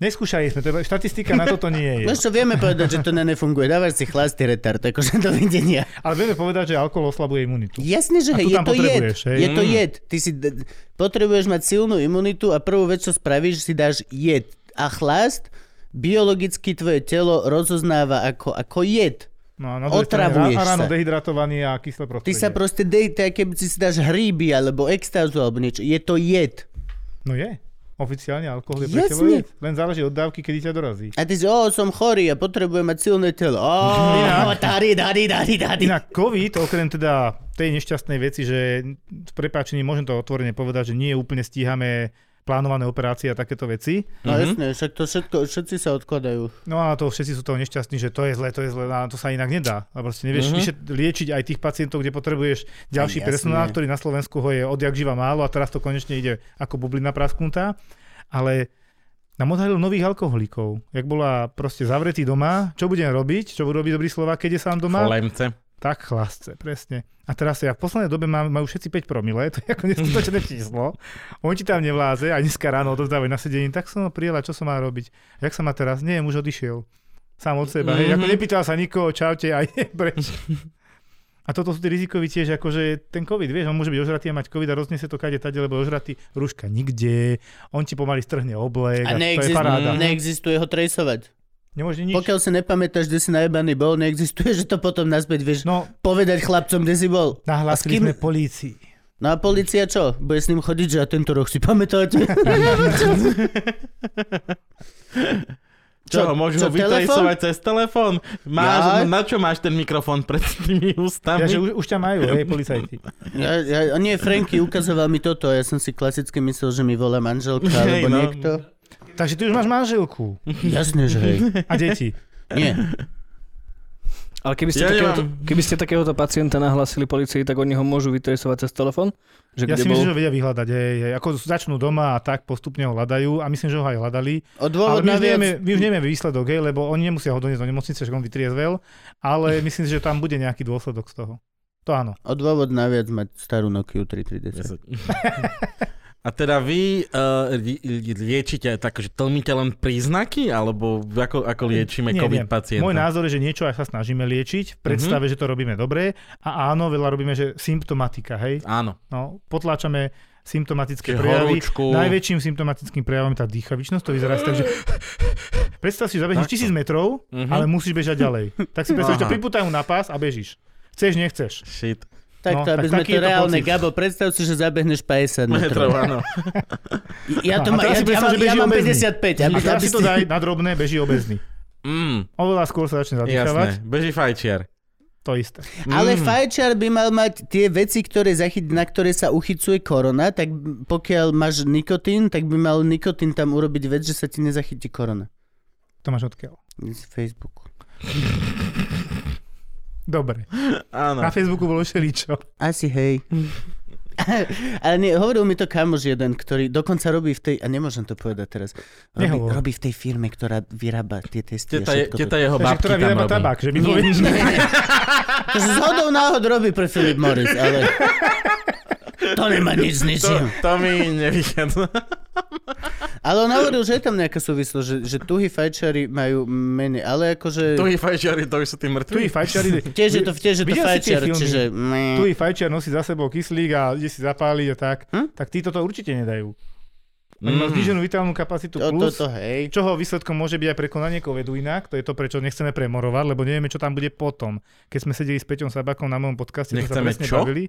D: Neskúšali sme, to je, štatistika na toto nie je.
B: Vieš čo, vieme povedať, No, že to ne, nefunguje. Dávaš si chlasty retard, akože dovidenia.
D: Ale vieme povedať, že alkohol oslabuje imunitu.
B: Jasne, že hej,
D: A tu
B: je
D: tam
B: to jed.
D: potrebuješ, hej?
B: Je to
A: Mm.
B: jed. Ty si d- potrebuješ mať silnú imunitu a prvú vec, čo spravíš, si dáš jed. A chlast biologicky tvoje telo rozoznáva ako, ako jed.
D: No, a na druhej strane
B: Otravuješ
D: rá- a ráno
B: sa.
D: dehydratovaný a kyslé
B: Ty
D: prostredie.
B: sa proste dej, to je, keby si si dáš hríby alebo extázu alebo niečo. Je to jed.
D: No je. Oficiálne alkohol je pre
B: Jasne.
D: teba jed. Len záleží od dávky, kedy ťa dorazí.
B: A ty si, o, som chorý a potrebujem mať silné telo. Ó, tady, tady, tady, tady.
D: Inak COVID, okrem teda tej nešťastnej veci, že v prepáčení môžem to otvorene povedať, že nie úplne stíhame plánované operácie a takéto veci.
B: No jasne, však to všetko, všetci sa odkladajú.
D: No a to všetci sú toho nešťastní, že to je zle, to je zle, a to sa inak nedá. A proste nevieš mm-hmm. vyšet, liečiť aj tých pacientov, kde potrebuješ ďalší
B: Jasné.
D: personál, ktorý na Slovensku ho je odjak živa málo a teraz to konečne ide ako bublina prasknutá. Ale nám odhalil nových alkoholikov. Jak bola proste zavretý doma, čo budem robiť, čo budú robiť dobrý slova, keď je sám doma,
A: Lemce.
D: tak chlásce, presne. A teraz ja v poslednej dobe mám, majú všetci 5 promile, to je ako neskutočné číslo. On ti tam nevláze a dneska ráno odovzdávajú na sedení, tak som ho prijela, čo som má robiť. Jak sa má teraz? Nie, už odišiel. Sám od seba. Mm-hmm. Hej, ako
A: Mhm.
D: nepýtal sa nikoho, čaute a je preč. A toto sú tí rizikoví tiež, akože ten COVID, vieš, on môže byť ožratý a mať COVID a rozniesie to kade tade, lebo je ožratý, rúška nikde, on ti pomaly strhne oblek
B: A
D: a, to je
B: neexist- Mhm.
D: paráda. Ne-
B: neexistuje ho trejsovať.
D: Nemôže nič.
B: Pokiaľ si nepamätáš, kde si najebaný bol, neexistuje, že to potom naspäť vieš
D: No,
B: povedať chlapcom, kde si bol.
D: nahlásili
B: A s kým-
D: sme polícii.
B: No a policia čo? Bude s ním chodiť, že a tento roh si pamätáte?
A: Čo, môžu ho vytrejsovať cez telefón?
B: Ja?
A: Máš, no, na čo máš ten mikrofón pred tými ústami?
D: Ja, že už, už ťa majú, hej, policajti.
B: Ja, ja, a nie, Franky ukazoval mi toto a ja som si klasicky myslel, že mi volá manželka
A: Hej,
B: alebo
A: no.
B: niekto.
D: Takže ty už máš manželku
B: Jasne, že hej.
D: a deti.
B: Nie.
F: Ale keby ste,
A: Ja
F: ja takéhoto,
A: nemám.
F: keby ste takéhoto pacienta nahlásili policii, tak oni ho môžu vytresovať cez telefón? Že
D: Ja
F: kde
D: si
F: bol?
D: myslím, že ho vedia vyhľadať. Hej, hej. Ako začnú doma a tak postupne ho hľadajú a myslím, že ho aj hľadali.
B: O
D: Ale
B: dôvod
D: my už,
B: naviac...
D: nevieme, my už nevieme výsledok, hej, lebo oni nemusia ho doniesť do nemocnice, že on vytriezvel, ale myslím si, že tam bude nejaký dôsledok z toho. To áno.
B: O dôvod naviac mať starú Nokia 3310.
A: A teda vy uh, liečite tak, že tlmíte len príznaky, alebo ako, ako liečíme COVID
D: Neviem.
A: pacienta?
D: Môj názor je, že niečo aj sa snažíme liečiť v predstave, že to robíme dobre a áno, veľa robíme, že symptomatika, hej.
A: Áno.
D: No, potláčame symptomatické
A: Čiže
D: prejavy.
A: horúčku.
D: Najväčším symptomatickým prejavom je tá dýchavičnosť, to vyzerá tak, že predstav si, že zabehneš
A: Takto.
D: tisíc metrov,
A: Mhm.
D: ale musíš bežať ďalej. Tak si predstav, že ťa
A: Aha.
D: priputajú na pás a bežíš. Chceš, nechceš.
A: Shit.
B: Tak
D: No,
B: to, aby
D: tak
B: sme
D: taký
B: to
D: je to
B: reálne,
D: pocit.
B: Gabo, predstav si, že zabehneš 50
A: Metrov,
B: metrov.
A: áno.
B: Ja, to
D: No, a
B: ma,
D: teraz
B: ja, ja,
D: si predstav,
B: mám,
D: že beží
B: ja mám 55.
D: obezný. A
B: Aby,
D: teraz
B: aby
D: si to
B: ste-
D: daj na drobné, beží obezný.
A: Mm,
D: Oveľa skôr sa začne zadýchavať.
A: jasné. Beží fajčiar.
D: To isté.
B: Ale
A: Mm.
B: fajčar by mal mať tie veci, ktoré zachyt, na ktoré sa uchycuje korona, tak pokiaľ máš nikotín, tak by mal nikotín tam urobiť vec, že sa ti nezachytí korona.
D: To máš odkiaľ.
B: Z Facebooku.
D: Dobre.
A: Áno.
D: Na Facebooku bolo všeličo.
B: Asi hej. Ale nie, hovoril mi to kamoš jeden, ktorý dokonca robí v tej, a nemôžem to povedať teraz, robí,
D: Nehovor.
B: robí v tej firme, ktorá vyrába tie testy a
A: Teta, je,
B: všetko.
A: teta jeho
D: Takže
A: babky
D: ktorá
A: tam
D: vyrába
A: robí.
D: tabak, že mi
B: Nie,
D: povieš.
B: nie, nie. To z hodou náhod robí pre Philip Morris, ale to nemá nič z
A: To,
B: ničím.
A: to mi nevychádza.
B: Ale on hovoril, že je tam nejaká súvislosť, že, že tuhy fajčari majú menej, ale akože...
A: Tu i fajčiari, to už sú tí
D: Tu i
A: mŕtvi.
D: fajčiari,
B: Tiež je to, tiež je to
D: Videl si tie
B: fajčiar,
D: filmy?
B: čiže...
D: tu i fajčiar nosí za sebou kyslík a ide si zapáliť a tak.
B: Hm?
D: Tak títo to určite nedajú. Oni majú
A: Mm.
D: zniženú vitálnu kapacitu
B: To, to,
D: plus,
B: to, hej.
D: čoho výsledkom môže byť aj prekonanie covidu inak, to je to, prečo nechceme premorovať, lebo nevieme, čo tam bude potom. Keď sme sedeli s Peťom Sabakom na mojom podcaste, sme sa
A: Nechceme
D: presne
A: čo?
D: bavili.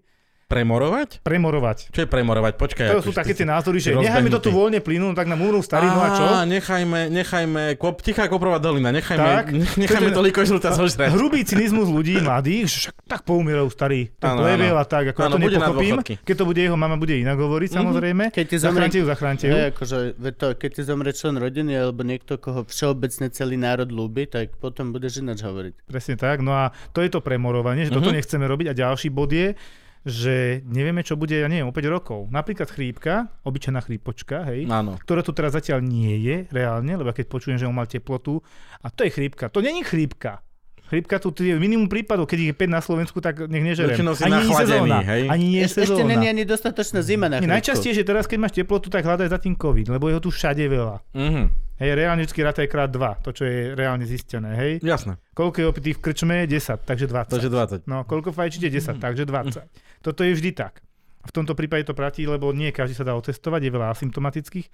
A: Premorovať?
D: Premorovať.
A: Čo je premorovať? Počkaj.
D: To
A: akože
D: sú
A: ty
D: také
A: si-
D: tie názory,
A: si
D: že necháme to
A: rozbehnutý.
D: tu voľne plynú, tak nám umrú starí, no a čo?
A: Á, nechajme, nechajme, kop, tichá koprová dolina, nechajme,
D: Tak.
A: nech- nechajme to
D: To je-
A: likožrúta zožrať.
D: Hrubý cynizmus ľudí mladých, že však tak poumierajú starí, to
A: Áno,
D: plevel
A: áno.
D: a tak, ako ja
A: Áno,
D: to
A: bude na
D: nepochopím.
A: dôchodky. Mhm.
D: Keď to bude jeho mama, bude inak hovoriť samozrejme.
B: Keď ti zomrie
D: Zachránte ju, zachránte ju.
B: Je, akože, veď to, keď ti zomrie člen rodiny alebo niekto, koho všeobecne celý národ ľúbi, tak potom budeš ináč hovoriť.
D: Presne tak. No a to je to premorovanie, že toto
A: Mhm.
D: nechceme robiť. A ďalší bod je, že nevieme, čo bude, ja neviem, o 5 rokov. Napríklad chrípka, obyčajná chrípočka, hej,
A: Áno.
D: ktorá tu teraz zatiaľ nie je reálne, lebo keď počujem, že on mal teplotu, a to je chrípka. To není chrípka. Chrípka tu je minimum prípadov, keď ich je 5 na Slovensku, tak nech nežerem.
A: Väčšinou si
D: nie je
A: nachladený,
D: sezóna.
A: hej?
D: Ani nie je
B: Ešte, ešte
D: sezóna.
B: není ani dostatočná zima na
D: Nie,
B: chrbtu.
D: najčastejšie že teraz, keď máš teplotu, tak hľadaj za tým COVID, lebo je ho tu všade veľa.
A: Mhm,
D: Hej, reálne vždy rátaj krát 2, to čo je reálne zistené, hej.
A: jasné.
D: Koľko je opitých v krčme? 10, takže 20.
A: Takže 20.
D: No, koľko fajčíte? 10, takže 20. Toto je vždy tak. V tomto prípade to platí, lebo nie každý sa dá otestovať, je veľa asymptomatických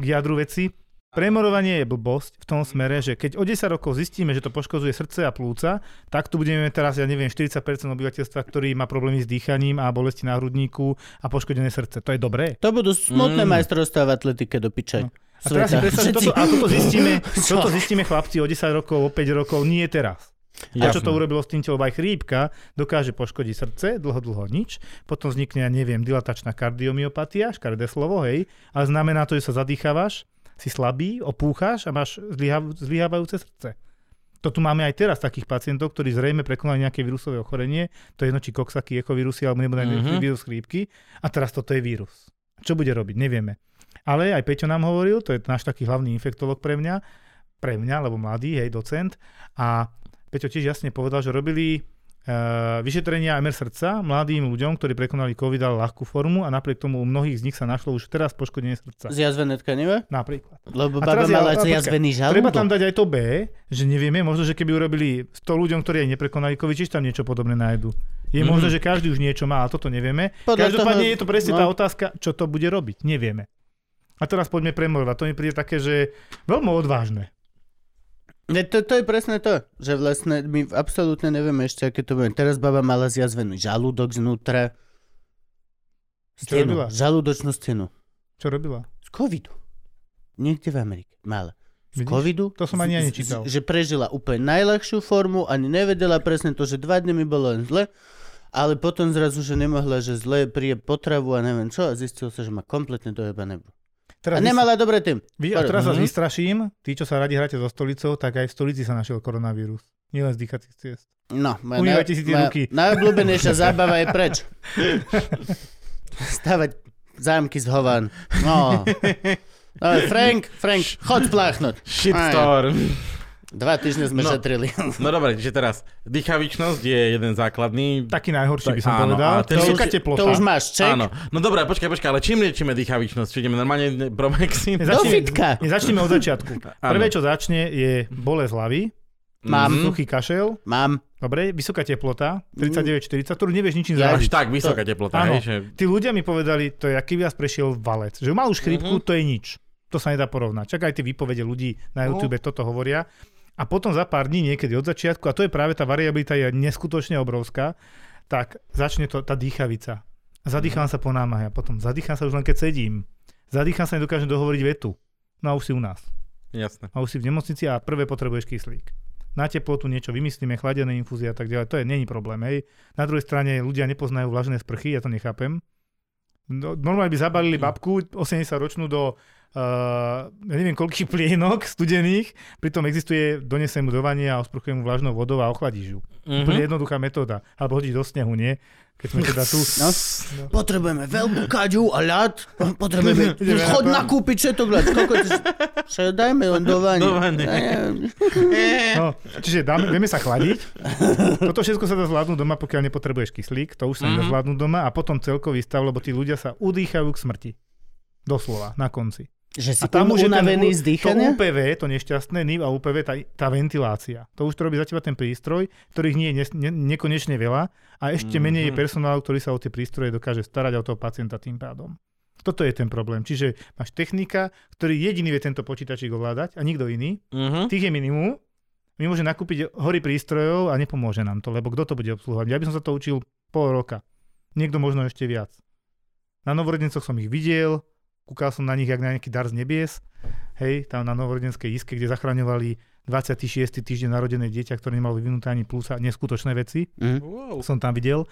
D: k jadru veci. Premorovanie je blbosť v tom smere, že keď o 10 rokov zistíme, že to poškozuje srdce a plúca, tak tu budeme mať teraz, ja neviem, 40% obyvateľstva, ktorý má problémy s dýchaním a bolesti na hrudníku a poškodené srdce. To je dobré.
B: To budú smutné
A: Mm.
B: mm. majstrovstvá v atletike do piče. No.
D: A teraz si predstav, že toto, a toto zistíme, toto zistíme chlapci o 10 rokov, o 5 rokov, nie teraz. A čo
A: Jasné.
D: to urobilo s tým telom? Aj chrípka dokáže poškodiť srdce, dlho, dlho nič. Potom vznikne, ja neviem, dilatačná kardiomyopatia, škaredé slovo, hej. Ale znamená to, že sa zadýchávaš, si slabý, opúcháš a máš zlyhav- zlyhávajúce srdce. To tu máme aj teraz takých pacientov, ktorí zrejme prekonali nejaké vírusové ochorenie. To je jedno, či koksaky, ekovírusy, alebo nebo
A: Mhm.
D: mm-hmm. vírus chrípky. A teraz toto je vírus. Čo bude robiť? Nevieme. Ale aj Peťo nám hovoril, to je náš taký hlavný infektolog pre mňa, pre mňa, lebo mladý, hej, docent. A Peťo tiež jasne povedal, že robili uh, vyšetrenia MR srdca mladým ľuďom, ktorí prekonali COVID ale ľahkú formu a napriek tomu u mnohých z nich sa našlo už teraz poškodenie srdca.
B: Zjazvené tkanive?
D: Napríklad.
B: Lebo
D: A
B: baba
D: teraz ja-
B: mala
D: a počkaj,
B: zjazvený žalúdok.
D: Treba tam dať aj to B, že nevieme, možno, že keby urobili 100 ľuďom, ktorí aj neprekonali COVID, tiež tam niečo podobné nájdu. Je
A: Mhm.
D: možné, že každý už niečo má, ale toto nevieme.
B: Podľa
D: Každopádne
B: toho-
D: je to presne
B: no.
D: tá otázka, čo to bude robiť. Nevieme. A teraz poďme premorovať. To mi príde také, že veľmi odvážne.
B: Ne, to, to je presne to, že vlastne my absolútne nevieme ešte, aké to bude. Teraz baba mala zjazvený žalúdok znútra.
D: Čo
B: Stenu,
D: robila?
B: žalúdočnú stenu.
D: Čo robila?
B: Z covidu. Niekde v Amerike. Mala. Z
D: Vidíš?
B: covidu.
D: To som ani
B: z-
D: ja
B: z-
D: nečítal.
B: Že prežila úplne najľahšiu formu, ani nevedela presne to, že dva dny mi bolo len zle, ale potom zrazu, že nemohla, že zle prie potravu a neviem čo a zistilo sa, že má kompletne dojebané. A
D: Teraz
B: nemala dobre tým.
D: Vy, a teraz vás
B: Mhm.
D: vystraším, tí, čo sa radi hráte so stolicou, tak aj v stolici sa našiel koronavírus. Nielen z dýchacích ciest.
B: No, moja
D: Umývajte si tie
B: moja
D: ruky.
B: najobľúbenejšia zábava je preč. Stavať zámky z hovan. No. Ale Frank, Frank, chod spláchnuť.
A: Shitstorm.
B: Dva týždne sme
A: No.
B: šetrili.
A: No dobre, že teraz dýchavičnosť je jeden základný.
D: Taký najhorší
A: Tak
D: by som
A: áno,
D: povedal.
A: a ten-
D: Vysoká
A: to už-
D: teplota.
B: To už máš ček.
A: Áno. No dobré, počkaj, počkaj, ale čím liečíme dýchavičnosť? Či ideme normálne bromexin?
D: Nezačneme-
B: Do fitka.
D: Nezačneme od začiatku.
A: Áno. Mhm.
D: Prvé, čo začne, je bolesť hlavy,
B: Mám.
D: suchý kašel,
B: Mám.
D: dobre, vysoká teplota, 39-40, ktorú nevieš ničím
B: Ja-
A: Až
D: zažiť.
A: tak, vysoká teplota,
D: Áno.
A: hej? Že...
D: Tí ľudia mi povedali, to je, aký viac prešiel valec. Že mal už chrípku, to je nič. To sa nedá porovnať. Čakaj, tie výpovede ľudí na YouTube toto hovoria. A potom za pár dní, niekedy od začiatku, a to je práve tá variabilita je neskutočne obrovská, tak začne to, tá dýchavica. Zadýcham sa po námahe a potom zadýcham sa už len keď sedím. Zadýcham sa, nedokážem dohovoriť vetu. No a už si u nás.
A: Jasné.
D: a už si v nemocnici a prvé potrebuješ kyslík. Na teplotu niečo vymyslíme, chladené infúzie a tak ďalej, to je není problém, hej. Na druhej strane ľudia nepoznajú vlažné sprchy, ja to nechápem. No, normálne by zabalili babku 80-ročnú do uh, ja neviem koľký plienok studených, pritom existuje, donesem mu do vania a osprchujem mu vlažnou vodou a ochladíš ju. Mm-hmm. Úplne
A: Mhm.
D: jednoduchá metóda. Alebo hodíš do snehu, nie? Keď sme teda tu...
B: No, potrebujeme veľkú kaďu a ľad. Potrebujeme...
D: Ideme na
B: Chod
D: pán.
B: nakúpiť, čo je to vlad. Koľko to... Čo, dajme len do vani.
A: Do vani.
D: No, čiže dáme, vieme sa chladiť. Toto všetko sa dá zvládnuť doma, pokiaľ nepotrebuješ kyslík. To už sa nedá zvládnuť doma a potom celkový stav, lebo tí ľudia sa udýchajú k smrti. Doslova, na konci.
B: Že si
D: A tam už je ten
B: unavený
D: u-
B: z dýchania?
D: To UPV, to nešťastné NIV a UPV, tá, tá ventilácia. To už to robí za teba ten prístroj, ktorých nie je nes- ne, nekonečne veľa a ešte menej je personál, ktorý sa o tie prístroje dokáže starať a o toho pacienta tým pádom. Toto je ten problém. Čiže máš technika, ktorý jediný vie tento počítačík ovládať a nikto iný.
A: Mhm.
D: Tých je minimum. My môžeme nakúpiť hory prístrojov a nepomôže nám to, lebo kto to bude obsluhovať? Ja by som sa to učil pol roka. Niekto možno ešte viac. Na novorodencoch som ich videl, kúkal som na nich jak na nejaký dar z nebies. Hej, tam na novorodenskej iske, kde zachraňovali 26. týždeň narodené dieťa, ktoré nemalo vyvinuté ani plusa, neskutočné veci
A: Wow.
D: som tam videl.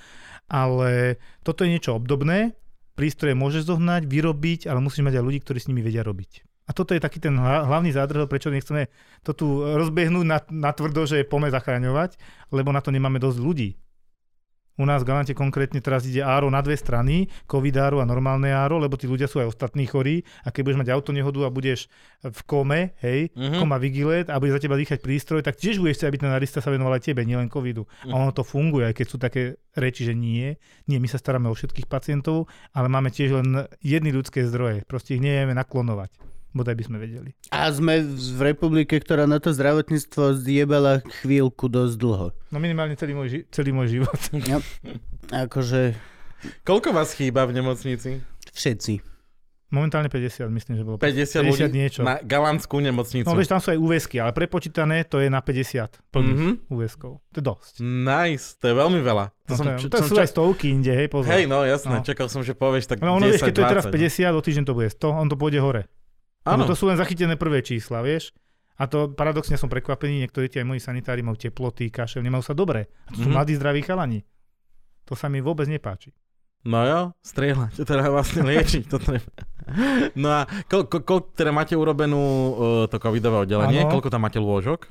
D: Ale toto je niečo obdobné. Prístroje môžeš zohnať, vyrobiť, ale musíš mať aj ľudí, ktorí s nimi vedia robiť. A toto je taký ten hla- hlavný zádrhel, prečo nechceme to tu rozbehnúť na, na tvrdo, že je pome zachraňovať, lebo na to nemáme dosť ľudí. U nás v Galante konkrétne teraz ide áro na dve strany, covid áro a normálne áro, lebo tí ľudia sú aj ostatní chorí a keď budeš mať autonehodu a budeš v kome, hej,
A: Mhm.
D: mm-hmm. koma vigilet a bude za teba dýchať prístroj, tak tiež budeš chcieť, aby ten narista sa venoval aj tebe, nielen covidu.
A: Hm.
D: A ono to funguje, aj keď sú také reči, že nie. Nie, my sa staráme o všetkých pacientov, ale máme tiež len jedny ľudské zdroje. Proste ich nevieme naklonovať. Bodaj by sme vedeli.
B: A sme v republike, ktorá na to zdravotníctvo zjebala chvíľku dosť dlho.
D: No minimálne celý môj, ži- celý môj život.
B: Akože
A: Koľko vás chýba v nemocnici?
B: všetci.
D: Momentálne 50, myslím, že bolo.
A: 50, ľudí
D: 50 niečo.
A: na galantskú nemocnicu.
D: No vieš, tam sú aj úväzky, ale prepočítané to je na 50 plných
A: Mhm.
D: úväzkov. To je dosť.
A: Nice, to je veľmi veľa. To
D: No,
A: som,
D: to, je,
A: č-
D: to
A: som
D: sú
A: čas-
D: aj stovky inde, hej, pozor.
A: Hej, no jasné,
D: No.
A: čakal som, že povieš tak
D: ale ono
A: 10,
D: vieš, keď to je teraz
A: 20.
D: 50, o týždeň to bude 100, on to pôjde hore.
A: Áno,
D: Lebo to sú len zachytené prvé čísla, vieš? A to paradoxne som prekvapený, niektorí tie aj moji sanitári majú teploty, kašel, nemajú sa dobre. A to sú
A: Mhm.
D: mladí, zdraví chalani. To sa mi vôbec nepáči.
A: no jo, strieľať, teda vlastne liečiť to treba. No a ko, ko, ko, teda máte urobenú uh, to covidové oddelenie,
D: Áno.
A: koľko tam máte lôžok?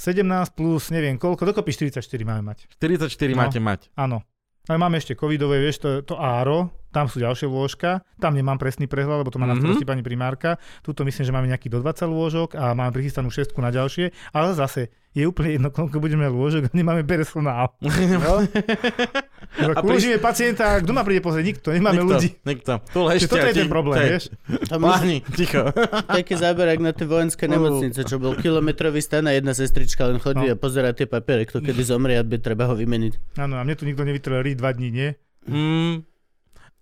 D: 17 plus neviem koľko, dokopy 44 máme mať.
A: 44
D: No.
A: máte mať.
D: Áno. Ale máme ešte covidové, vieš, to, to áro, tam sú ďalšie lôžka, tam nemám presný prehľad, lebo to má na
A: Mhm.
D: starosti pani primárka. Tuto myslím, že máme nejakých do 20 lôžok a máme prichystanú šestku na ďalšie, ale zase je úplne jedno, koľko budeme mať lôžok a nemáme personál.
A: No.
D: A Kľúžime pacienta, kto ma príde pozrieť? Nikto, nemáme
A: nikto,
D: ľudí.
A: Nikto, tu ležte.
D: Čiže toto
A: a
D: je ten
A: ti-
D: problém,
A: tej-
D: vieš?
B: Tam
A: Páni, ticho.
B: taký záber, ak na tie vojenské nemocnice, čo bol kilometrový stan a jedna sestrička len chodí
D: No.
B: a pozerá tie papiere, kto kedy zomrie, aby treba ho vymeniť.
D: Áno, a mne tu nikto nevytrel rí dva dní, nie?
A: Mm,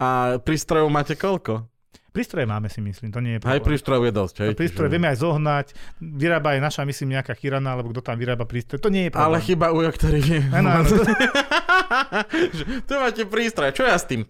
A: a prístrojov máte koľko?
D: Prístroje máme si myslím, to nie je
A: Aj
D: problém.
A: prístrojov je dosť, hej.
D: Prístroje, No. prístroje
A: čiže-
D: vieme aj zohnať, vyrába aj naša, myslím, nejaká chirana, alebo kto tam vyrába prístroje, to nie je problém.
A: Ale chyba ujo, ktorý vie.
D: Áno, áno.
A: Že tu máte prístroj, čo ja s tým?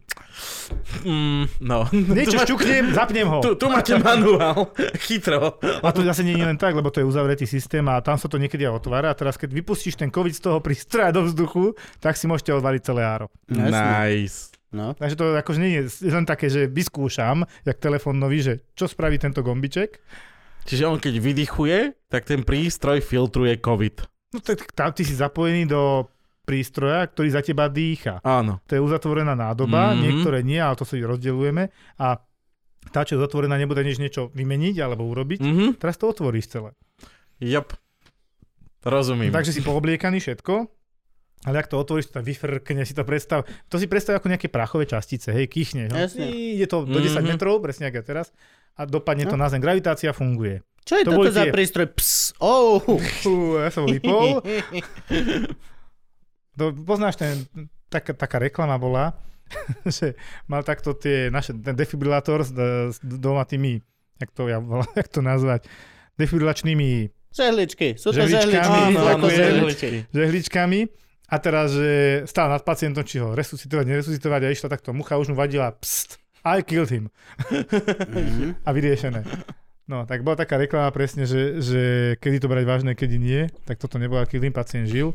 A: Mm, no. tu,
D: Niečo
A: ma-
D: šťuknem, zapnem ho.
A: tu, tu máte manuál, chytro.
D: A to zase nie je len tak, lebo to je uzavretý systém a tam sa to niekedy aj otvára. A teraz, keď vypustíš ten COVID z toho prístroja do vzduchu, tak si môžete odvaliť celé áro.
B: No, jasné.
A: Nice.
B: No.
D: Takže to akože nie je len také, že vyskúšam, jak telefón nový, že čo spraví tento gombiček.
A: Čiže on keď vydychuje, tak ten prístroj filtruje COVID.
D: No tak tam ty si zapojený do prístroja, ktorý za teba dýcha.
A: Áno.
D: To je uzatvorená
A: Mhm.
D: nádoba, mm-hmm. niektoré nie, ale to si rozdeľujeme. A tá, čo je zatvorená, nebude nič niečo vymeniť alebo urobiť. Mm.
A: Mhm.
D: Teraz to otvoríš celé.
A: Yep. Rozumím.
D: Takže si poobliekaný všetko, ale ak to otvoríš, to tam vyfrkne, si to predstav. To si predstav ako nejaké prachové častice, hej, kýchne.
B: Jasne.
D: Ide to do 10
A: Mhm.
D: metrov, presne ako ja teraz, a dopadne to na zem. Gravitácia funguje.
B: Čo je to
D: To
B: toto
D: boli
B: za
D: tie.
B: prístroj? Ps, oh.
D: Fú, ja som vypol. To, poznáš ten, tak, taká reklama bola, že mal takto tie naše, ten defibrilátor s, s dvoma tými, jak to, ja, volám, jak to nazvať, defibrilačnými
B: Žehličky, sú to
D: Žehličkami,
B: žehličky.
A: áno,
B: sú ako
A: áno,
B: žehličky.
D: žehličkami a teraz, že stál nad pacientom, či ho resuscitovať, neresuscitovať a išla takto mucha, už mu vadila, pst, I killed him.
B: Mhm.
D: a vyriešené. No, tak bola taká reklama presne, že, že kedy to brať vážne, kedy nie, tak toto nebolo, aký len pacient žil.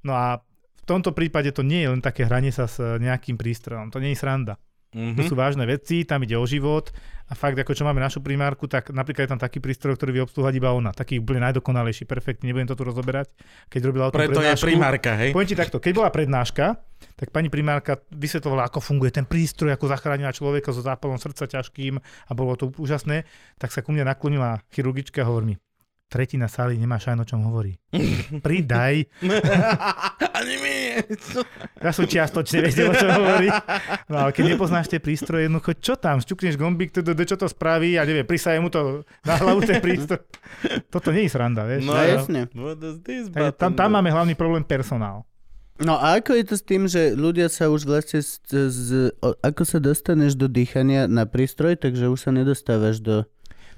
D: No a v tomto prípade e, to nie je len také hranie sa s nejakým prístrojom, to nie je sranda.
A: Mhm.
D: To sú vážne veci, tam ide o život a fakt, ako čo máme našu primárku, tak napríklad je tam taký prístroj, ktorý vie obsluhovať iba ona. Taký úplne najdokonalejší, perfektný, nebudem to tu rozoberať. Keď robila o tom
A: Preto je
D: prednášku,
A: primárka, hej?
D: Poviem ti takto, keď bola prednáška, tak pani primárka vysvetlovala, ako funguje ten prístroj, ako zachránila človeka so zápalom srdca ťažkým a bolo to úžasné, tak sa ku mne naklonila chirurgička a hovorí mi, tretina sály nemá šajn, o čom hovorí. Pridaj,
A: Ani my!
D: ja som čiastočne vedel, o čom hovorí. No ale keď nepoznáš tie prístroje, jednoducho, čo tam, šťukneš gombík, to, čo to spraví, ja neviem, prisaje mu to na hlavu ten prístroj. Toto nie je sranda, vieš.
A: No,
B: No,
A: jo.
B: jasne.
A: What is this button
D: Takže tam, tam
A: do?
D: máme hlavný problém personál.
B: No a ako je to s tým, že ľudia sa už vlastne, z, z, o, ako sa dostaneš do dýchania na prístroj, takže už sa nedostávaš do...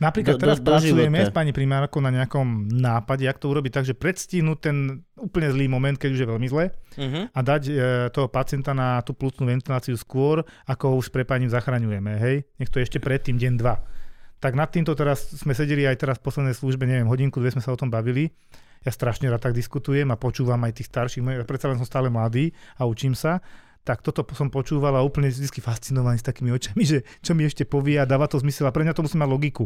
D: Napríklad
B: Do-
D: do, teraz
B: do-
D: do,
B: do
D: pracujeme
B: života.
D: s pani primárkou na nejakom nápade, jak to urobiť, takže predstihnúť ten úplne zlý moment, keď už je veľmi zle
A: Mhm.
D: a dať e, toho pacienta na tú plúcnú ventiláciu skôr, ako ho už prepaním zachraňujeme, hej? Nech to je ešte predtým, deň, dva. Tak nad týmto teraz sme sedeli aj teraz v poslednej službe, neviem, hodinku, dve sme sa o tom bavili. Ja strašne rád tak diskutujem a počúvam aj tých starších, mojich- predsa len som stále mladý a učím sa. Tak toto som počúval a úplne vždy fascinovaný s takými očami, že čo mi ešte povie a dáva to zmysel a pre mňa to musí mať logiku.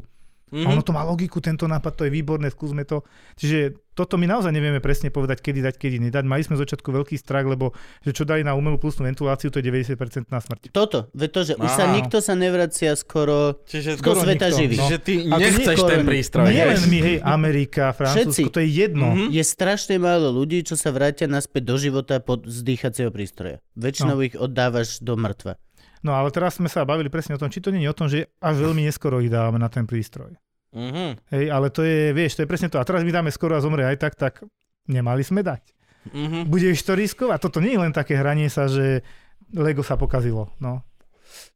A: Mhm.
D: A ono to má logiku, tento nápad, to je výborné, skúsme to. Čiže toto my naozaj nevieme presne povedať, kedy dať, kedy nedať. Mali sme z začiatku veľký strach, lebo že čo dali na umelú plusnú ventiláciu, to je 90% na smrť.
B: Toto, ve to, že už sa
A: Á.
B: nikto sa nevracia skoro...
A: Čiže,
B: Skoro
A: Skoro-
B: sveta
D: nikto,
B: živý.
A: čiže ty
D: No. A to
A: nechceš
B: nie-
A: ten prístroj,
D: Nie
A: hej?
D: len my, hej, Amerika, Francúzsko,
B: Všetci.
D: to je jedno.
A: Mhm.
B: Je strašne málo ľudí, čo sa vrátia naspäť do života pod zdýchacieho prístroja. Väčšinou ich oddávaš do mŕtva.
D: No ale teraz sme sa bavili presne o tom, či to nie je o tom, že až veľmi neskoro ich dávame na ten prístroj.
A: Mhm.
D: Hej, ale to je, vieš, to je presne to. A teraz my dáme skoro a zomrie aj tak, tak nemali sme dať.
A: Mhm.
D: Budeš to riskovať? Toto nie je len také hranie sa, že Lego sa pokazilo. No.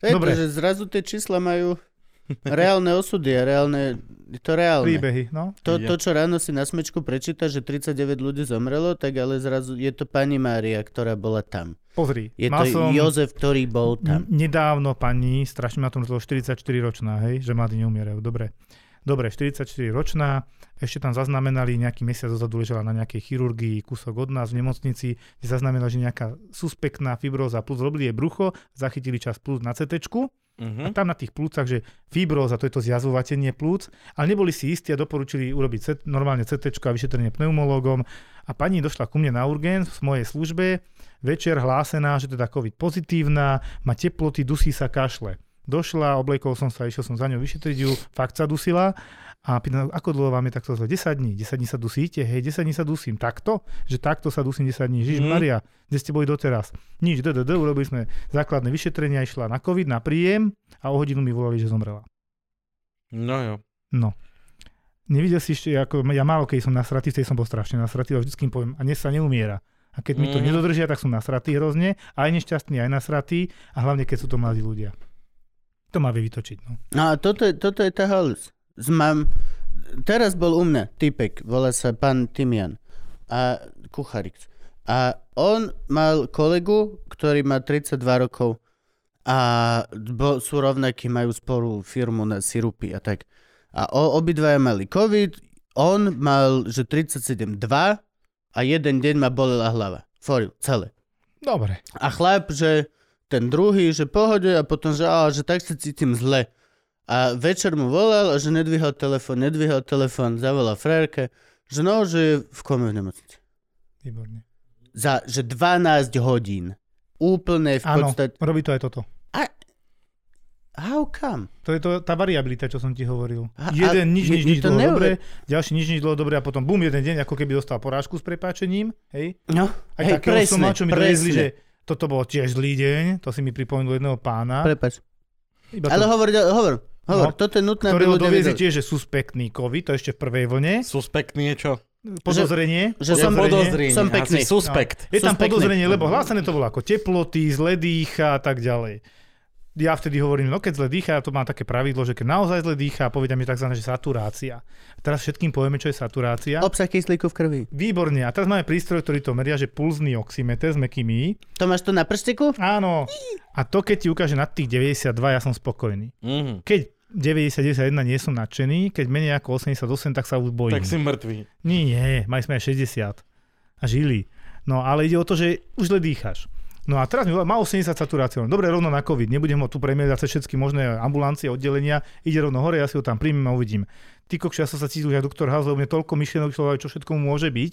B: To je
D: Dobre.
B: to, že zrazu tie čísla majú reálne osudy a reálne... Je to reálne.
D: Príbehy, no.
B: To,
A: Ja.
B: to, čo ráno si na smečku prečíta, že 39 ľudí zomrelo, tak ale zrazu je to pani Mária, ktorá bola tam.
D: Pozri,
B: Je
D: mal
B: to
D: som
B: Jozef, ktorý bol
D: n-
B: tam.
D: nedávno pani, strašne ma to 44-ročná, hej, že mladí neumierajú, dobre. Dobre, 44-ročná, ešte tam zaznamenali nejaký mesiac dozadu ležela na nejakej chirurgii, kúsok od nás v nemocnici, kde zaznamenali, že nejaká suspektná fibróza plus, robili jej brucho, zachytili čas plus na CT,
A: Mhm.
D: a tam na tých plúcach, že fibróza, to je to zjazovatenie plúc, ale neboli si istí a doporučili urobiť CT, normálne CT a vyšetrenie pneumologom. A pani došla ku mne na urgen v mojej službe, večer hlásená, že teda COVID pozitívna, má teploty, dusí sa, kašle. Došla, oblekol som sa, išiel som za ňou vyšetriť ju, fakt sa dusila a pýtam, ako dlho vám je takto zle? 10 dní, 10 dní sa dusíte, hej, 10 dní sa dusím, takto? Že takto sa dusím 10 dní, Žiž
A: Mhm.
D: Maria, kde ste boli doteraz? Nič, DDD, urobili sme základné vyšetrenia, išla na COVID, na príjem a o hodinu mi volali, že zomrela.
A: No jo.
D: No. Nevidel si ešte, ako ja málo keď som nasratý, vtedy som bol strašne nasratý, ale vždycky im poviem, a dnes sa neumiera. A keď mi
A: Mhm.
D: to nedodržia, tak som nasratý hrozne, aj nešťastný, aj nasratý, a hlavne keď sú to mladí ľudia. To ma vie vytočiť, no.
B: No a toto, je- toto je tá halus. Z Mám, teraz bol u mňa typek, volá sa pán Timian a kucharik. A on mal kolegu, ktorý má 32 rokov a bo, sú rovnakí, majú spolu firmu na sirupy a tak. A o, obidvaja mali COVID, on mal, že 37,2 a jeden deň ma bolela hlava. Foril, celé.
D: Dobre.
B: A chlap, že ten druhý, že pohode a potom, že, á, že tak sa cítim zle. A večer mu volal a že nedvíhal telefón, nedvíhal telefón, zavolal frajerke, že no, že je v kome v nemocnici.
D: Výborne.
B: Za, že 12 hodín. Úplne v
D: Áno,
B: podstate.
D: robí to aj toto.
B: How come?
D: To je to, tá variabilita, čo som ti hovoril.
B: A- a
D: jeden nič,
B: mi-
D: nič,
B: mi
D: nič
B: to
D: dlho dobre,
B: neuver-
D: ďalší nič, nič dlho dobre a potom bum, jeden deň, ako keby dostal porážku s prepáčením, hej.
B: No,
D: Aj hey, takého som mal, čo mi dovezli, že toto bol tiež zlý deň, to si mi pripomenulo jedného pána.
B: Prepač.
D: Iba to
B: Ale hovor, hovor, hovor.
D: No.
B: Toto je nutné, aby
D: ktorého
B: ľudia
D: doviezli
B: vedeli.
D: tiež, že suspektný COVID, to ešte v prvej vlne,
A: Suspektný je čo?
D: podozrenie.
B: že som
A: podozrenie.
B: som
A: asi
D: No.
B: pekný.
A: Suspekt.
D: Je
B: suspektný.
D: tam podozrenie, lebo hlásené to bolo ako teploty, zle dýcha a tak ďalej. Ja vtedy hovorím, no keď zle dýcha, to má také pravidlo, že keď naozaj zle dýcha, povedia mi tzv. že saturácia. Teraz všetkým povieme, čo je saturácia.
B: Obsah kyslíku v krvi.
D: Výborne, a teraz máme prístroj, ktorý to meria, že pulzný oximeter s mekým I.
B: To máš tu na prstiku?
D: Áno. A to, keď ti ukáže nad tých 92, ja som spokojný.
A: Mhm.
D: Keď 90-91 nie som nadšený, keď menej ako 88, tak sa už bojím.
A: Tak si mŕtvý.
D: Nie, nie, mali sme aj 60 a žili. No ale ide o to, že už le dýcháš. No a teraz mi volá, má 80 saturáciu. Dobre, rovno na COVID. Nebudem ho tu premieľať cez všetky možné ambulancie, oddelenia. Ide rovno hore, ja si ho tam príjmem a uvidím. Ty kokš, ja som sa cítil, že doktor House, lebo mne toľko myšlienok šlo, čo všetko mu môže byť.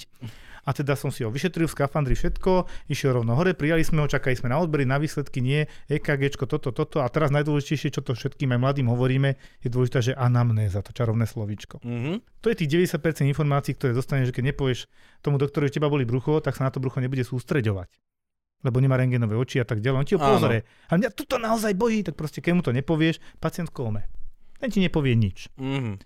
D: A teda som si ho vyšetril v skafandri všetko, išiel rovno hore, prijali sme ho, čakali sme na odbery, na výsledky nie, EKG, toto, toto. A teraz najdôležitejšie, čo to všetkým aj mladým hovoríme, je dôležité, že anamnéza, to čarovné slovíčko.
A: Mhm.
D: To je tých 90% informácií, ktoré dostaneš, že keď nepovieš tomu doktorovi, že teba boli brucho, tak sa na to brucho nebude sústreďovať. Lebo nemá rengenové oči a tak ďalej. On ti ho
A: Áno.
D: pozrie. A mňa tuto naozaj bojí, tak proste keď mu to nepovieš, pacient v kóme. Ten ti nepovie nič.
A: Mhm.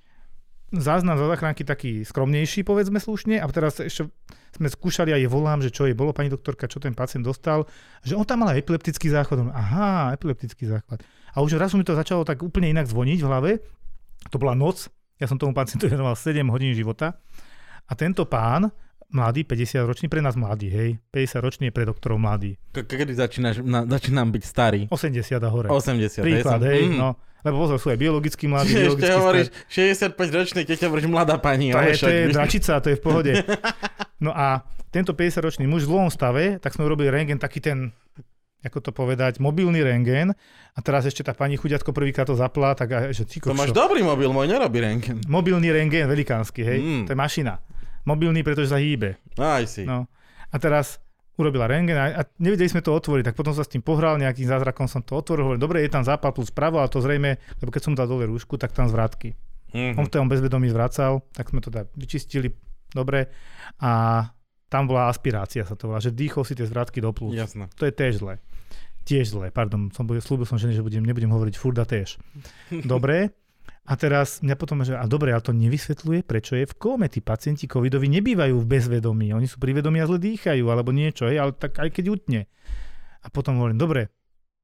D: Záznam za zachránky taký skromnejší, povedzme slušne. A teraz ešte sme skúšali a je volám, že čo je bolo, pani doktorka, čo ten pacient dostal. Že on tam mal aj epileptický záchvat. On, Aha, epileptický záchvat. A už raz mi to začalo tak úplne inak zvoniť v hlave. To bola noc. Ja som tomu pacientu venoval 7 hodín života. A tento pán, mladý, 50-ročný, pre nás mladý, hej, 50-ročný je pre doktorov mladý,
A: K- kedy začínaš, na, začínam byť starý?
D: 80 a hore.
A: 80.
D: Príklad,
A: som-
D: hej,
A: Mm.
D: no. Lebo pozor, sú aj biologicky mladí,
A: Ty
D: biologicky
A: ešte
D: starí.
A: hovoríš 65 ročný, keď ťa hovoríš mladá pani.
D: To
A: ale
D: je, to
A: však
D: je
A: by-
D: dračica, to je v pohode. No a tento 50-ročný muž v zlom stave, tak sme urobili rengen taký ten, ako to povedať, mobilný rengen. A teraz ešte tá pani chuďatko prvýkrát to zapla, tak a, že ty
A: To máš
D: kokšo.
A: dobrý mobil, môj nerobí renken.
D: Mobilný rengen, velikánsky, hej,
A: Mm.
D: to je mašina. Mobilný, pretože sa hýbe.
A: Aj si.
D: No. A teraz urobila rengen a, a nevedeli sme to otvoriť, tak potom sa s tým pohral, nejakým zázrakom som to otvoril, hovorím, dobre, je tam zápal plus pravo, ale to zrejme, lebo keď som dal dole rúšku, tak tam zvrátky.
A: Mhm.
D: On v tom bezvedomí zvracal, tak sme to teda vyčistili dobre a tam bola aspirácia sa to volá, že dýchol si tie zvratky do plúc.
A: Jasné.
D: To je tiež zlé. Tiež zlé, pardon, som, bude- slúbil som žene, že budem, nebudem hovoriť furda tiež. Dobre, a teraz mňa potom, že a dobre, ale to nevysvetľuje, prečo je v kóme. Tí pacienti covidovi nebývajú v bezvedomí, oni sú pri vedomí a zle dýchajú alebo niečo, hej, ale tak aj keď utne. A potom hovorím, dobre,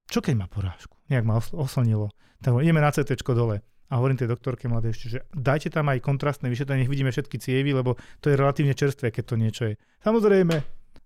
D: čo keď má porážku? Nejak ma osl- oslnilo. Tak hovorím, ideme na CT dole. A hovorím tej doktorke mladej ešte, že dajte tam aj kontrastné vyšetrenie, nech vidíme všetky cievy, lebo to je relatívne čerstvé, keď to niečo je. Samozrejme,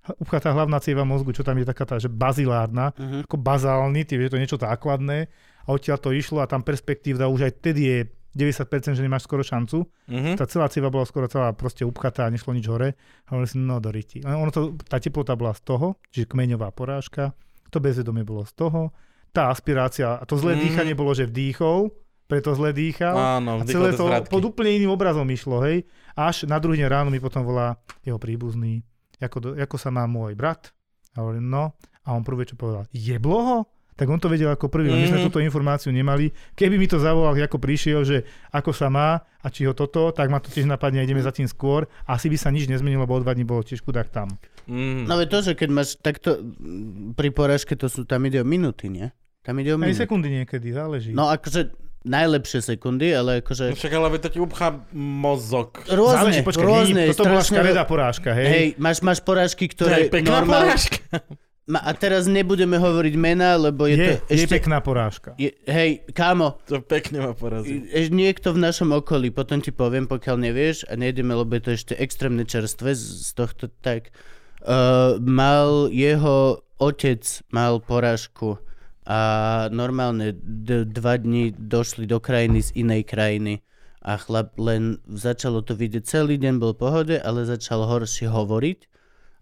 D: h- upchá tá hlavná cieva mozgu, čo tam je taká tá, že bazilárna,
B: Mhm.
D: ako bazálny, ty vieš, to je niečo základné a odtiaľ to išlo a tam perspektívna už aj vtedy je 90%, že nemáš skoro šancu.
A: Mhm.
D: Tá celá cieva bola skoro celá proste upchatá a nešlo nič hore. A hovorím si, no doriti. Len ono to, tá teplota bola z toho, čiže kmeňová porážka, to bezvedomie bolo z toho, tá aspirácia, a to zlé
A: Mm.
D: dýchanie bolo, že vdýchol, preto zle dýchal.
A: Áno,
D: A
A: vdychol
D: celé
A: to
D: to
A: zvratky.
D: pod úplne iným obrazom išlo, hej. Až na druhý deň ráno mi potom volá jeho príbuzný, ako, do, ako sa má môj brat. A hovorím, no. A on prvé, čo povedal, jeblo ho? Tak on to vedel ako prvý, mm-hmm. my sme
A: Mhm.
D: túto informáciu nemali. Keby mi to zavolal, ako prišiel, že ako sa má a či ho toto, tak ma to tiež napadne a ideme za tým skôr. Asi by sa nič nezmenilo, lebo o dva dní bolo tiež chudák tam. Hm.
A: Mhm.
B: No veď to, že keď máš takto mm, pri porážke, to sú, tam ide o minúty, nie? Tam ide o
D: Aj
B: minúty.
D: sekundy niekedy, záleží.
B: No akože najlepšie sekundy, ale akože
A: No Však ale veď to ti upchá mozog.
B: rôzne,
D: No záleží, počkaj,
B: rôzne,
D: nie, toto bola
B: strašne-
D: škaredá porážka, hej.
B: Hej, máš, máš porážky,
A: To je
B: ktoré
A: pekná
D: No,
A: porážka.
B: Ma- A teraz nebudeme hovoriť mená, lebo je,
D: je,
B: to
D: je,
B: ešte...
D: pekná porážka.
B: je, hej, kámo,
A: To pekne ma porazí.
B: e- niekto v našom okolí, potom ti poviem, pokiaľ nevieš, a nejdeme, lebo je to ešte extrémne čerstvé z, z tohto, tak uh, mal jeho otec mal porážku a normálne d- dva dní došli do krajiny z inej krajiny a chlap len začalo to vidieť, celý deň bol v pohode, ale začal horšie hovoriť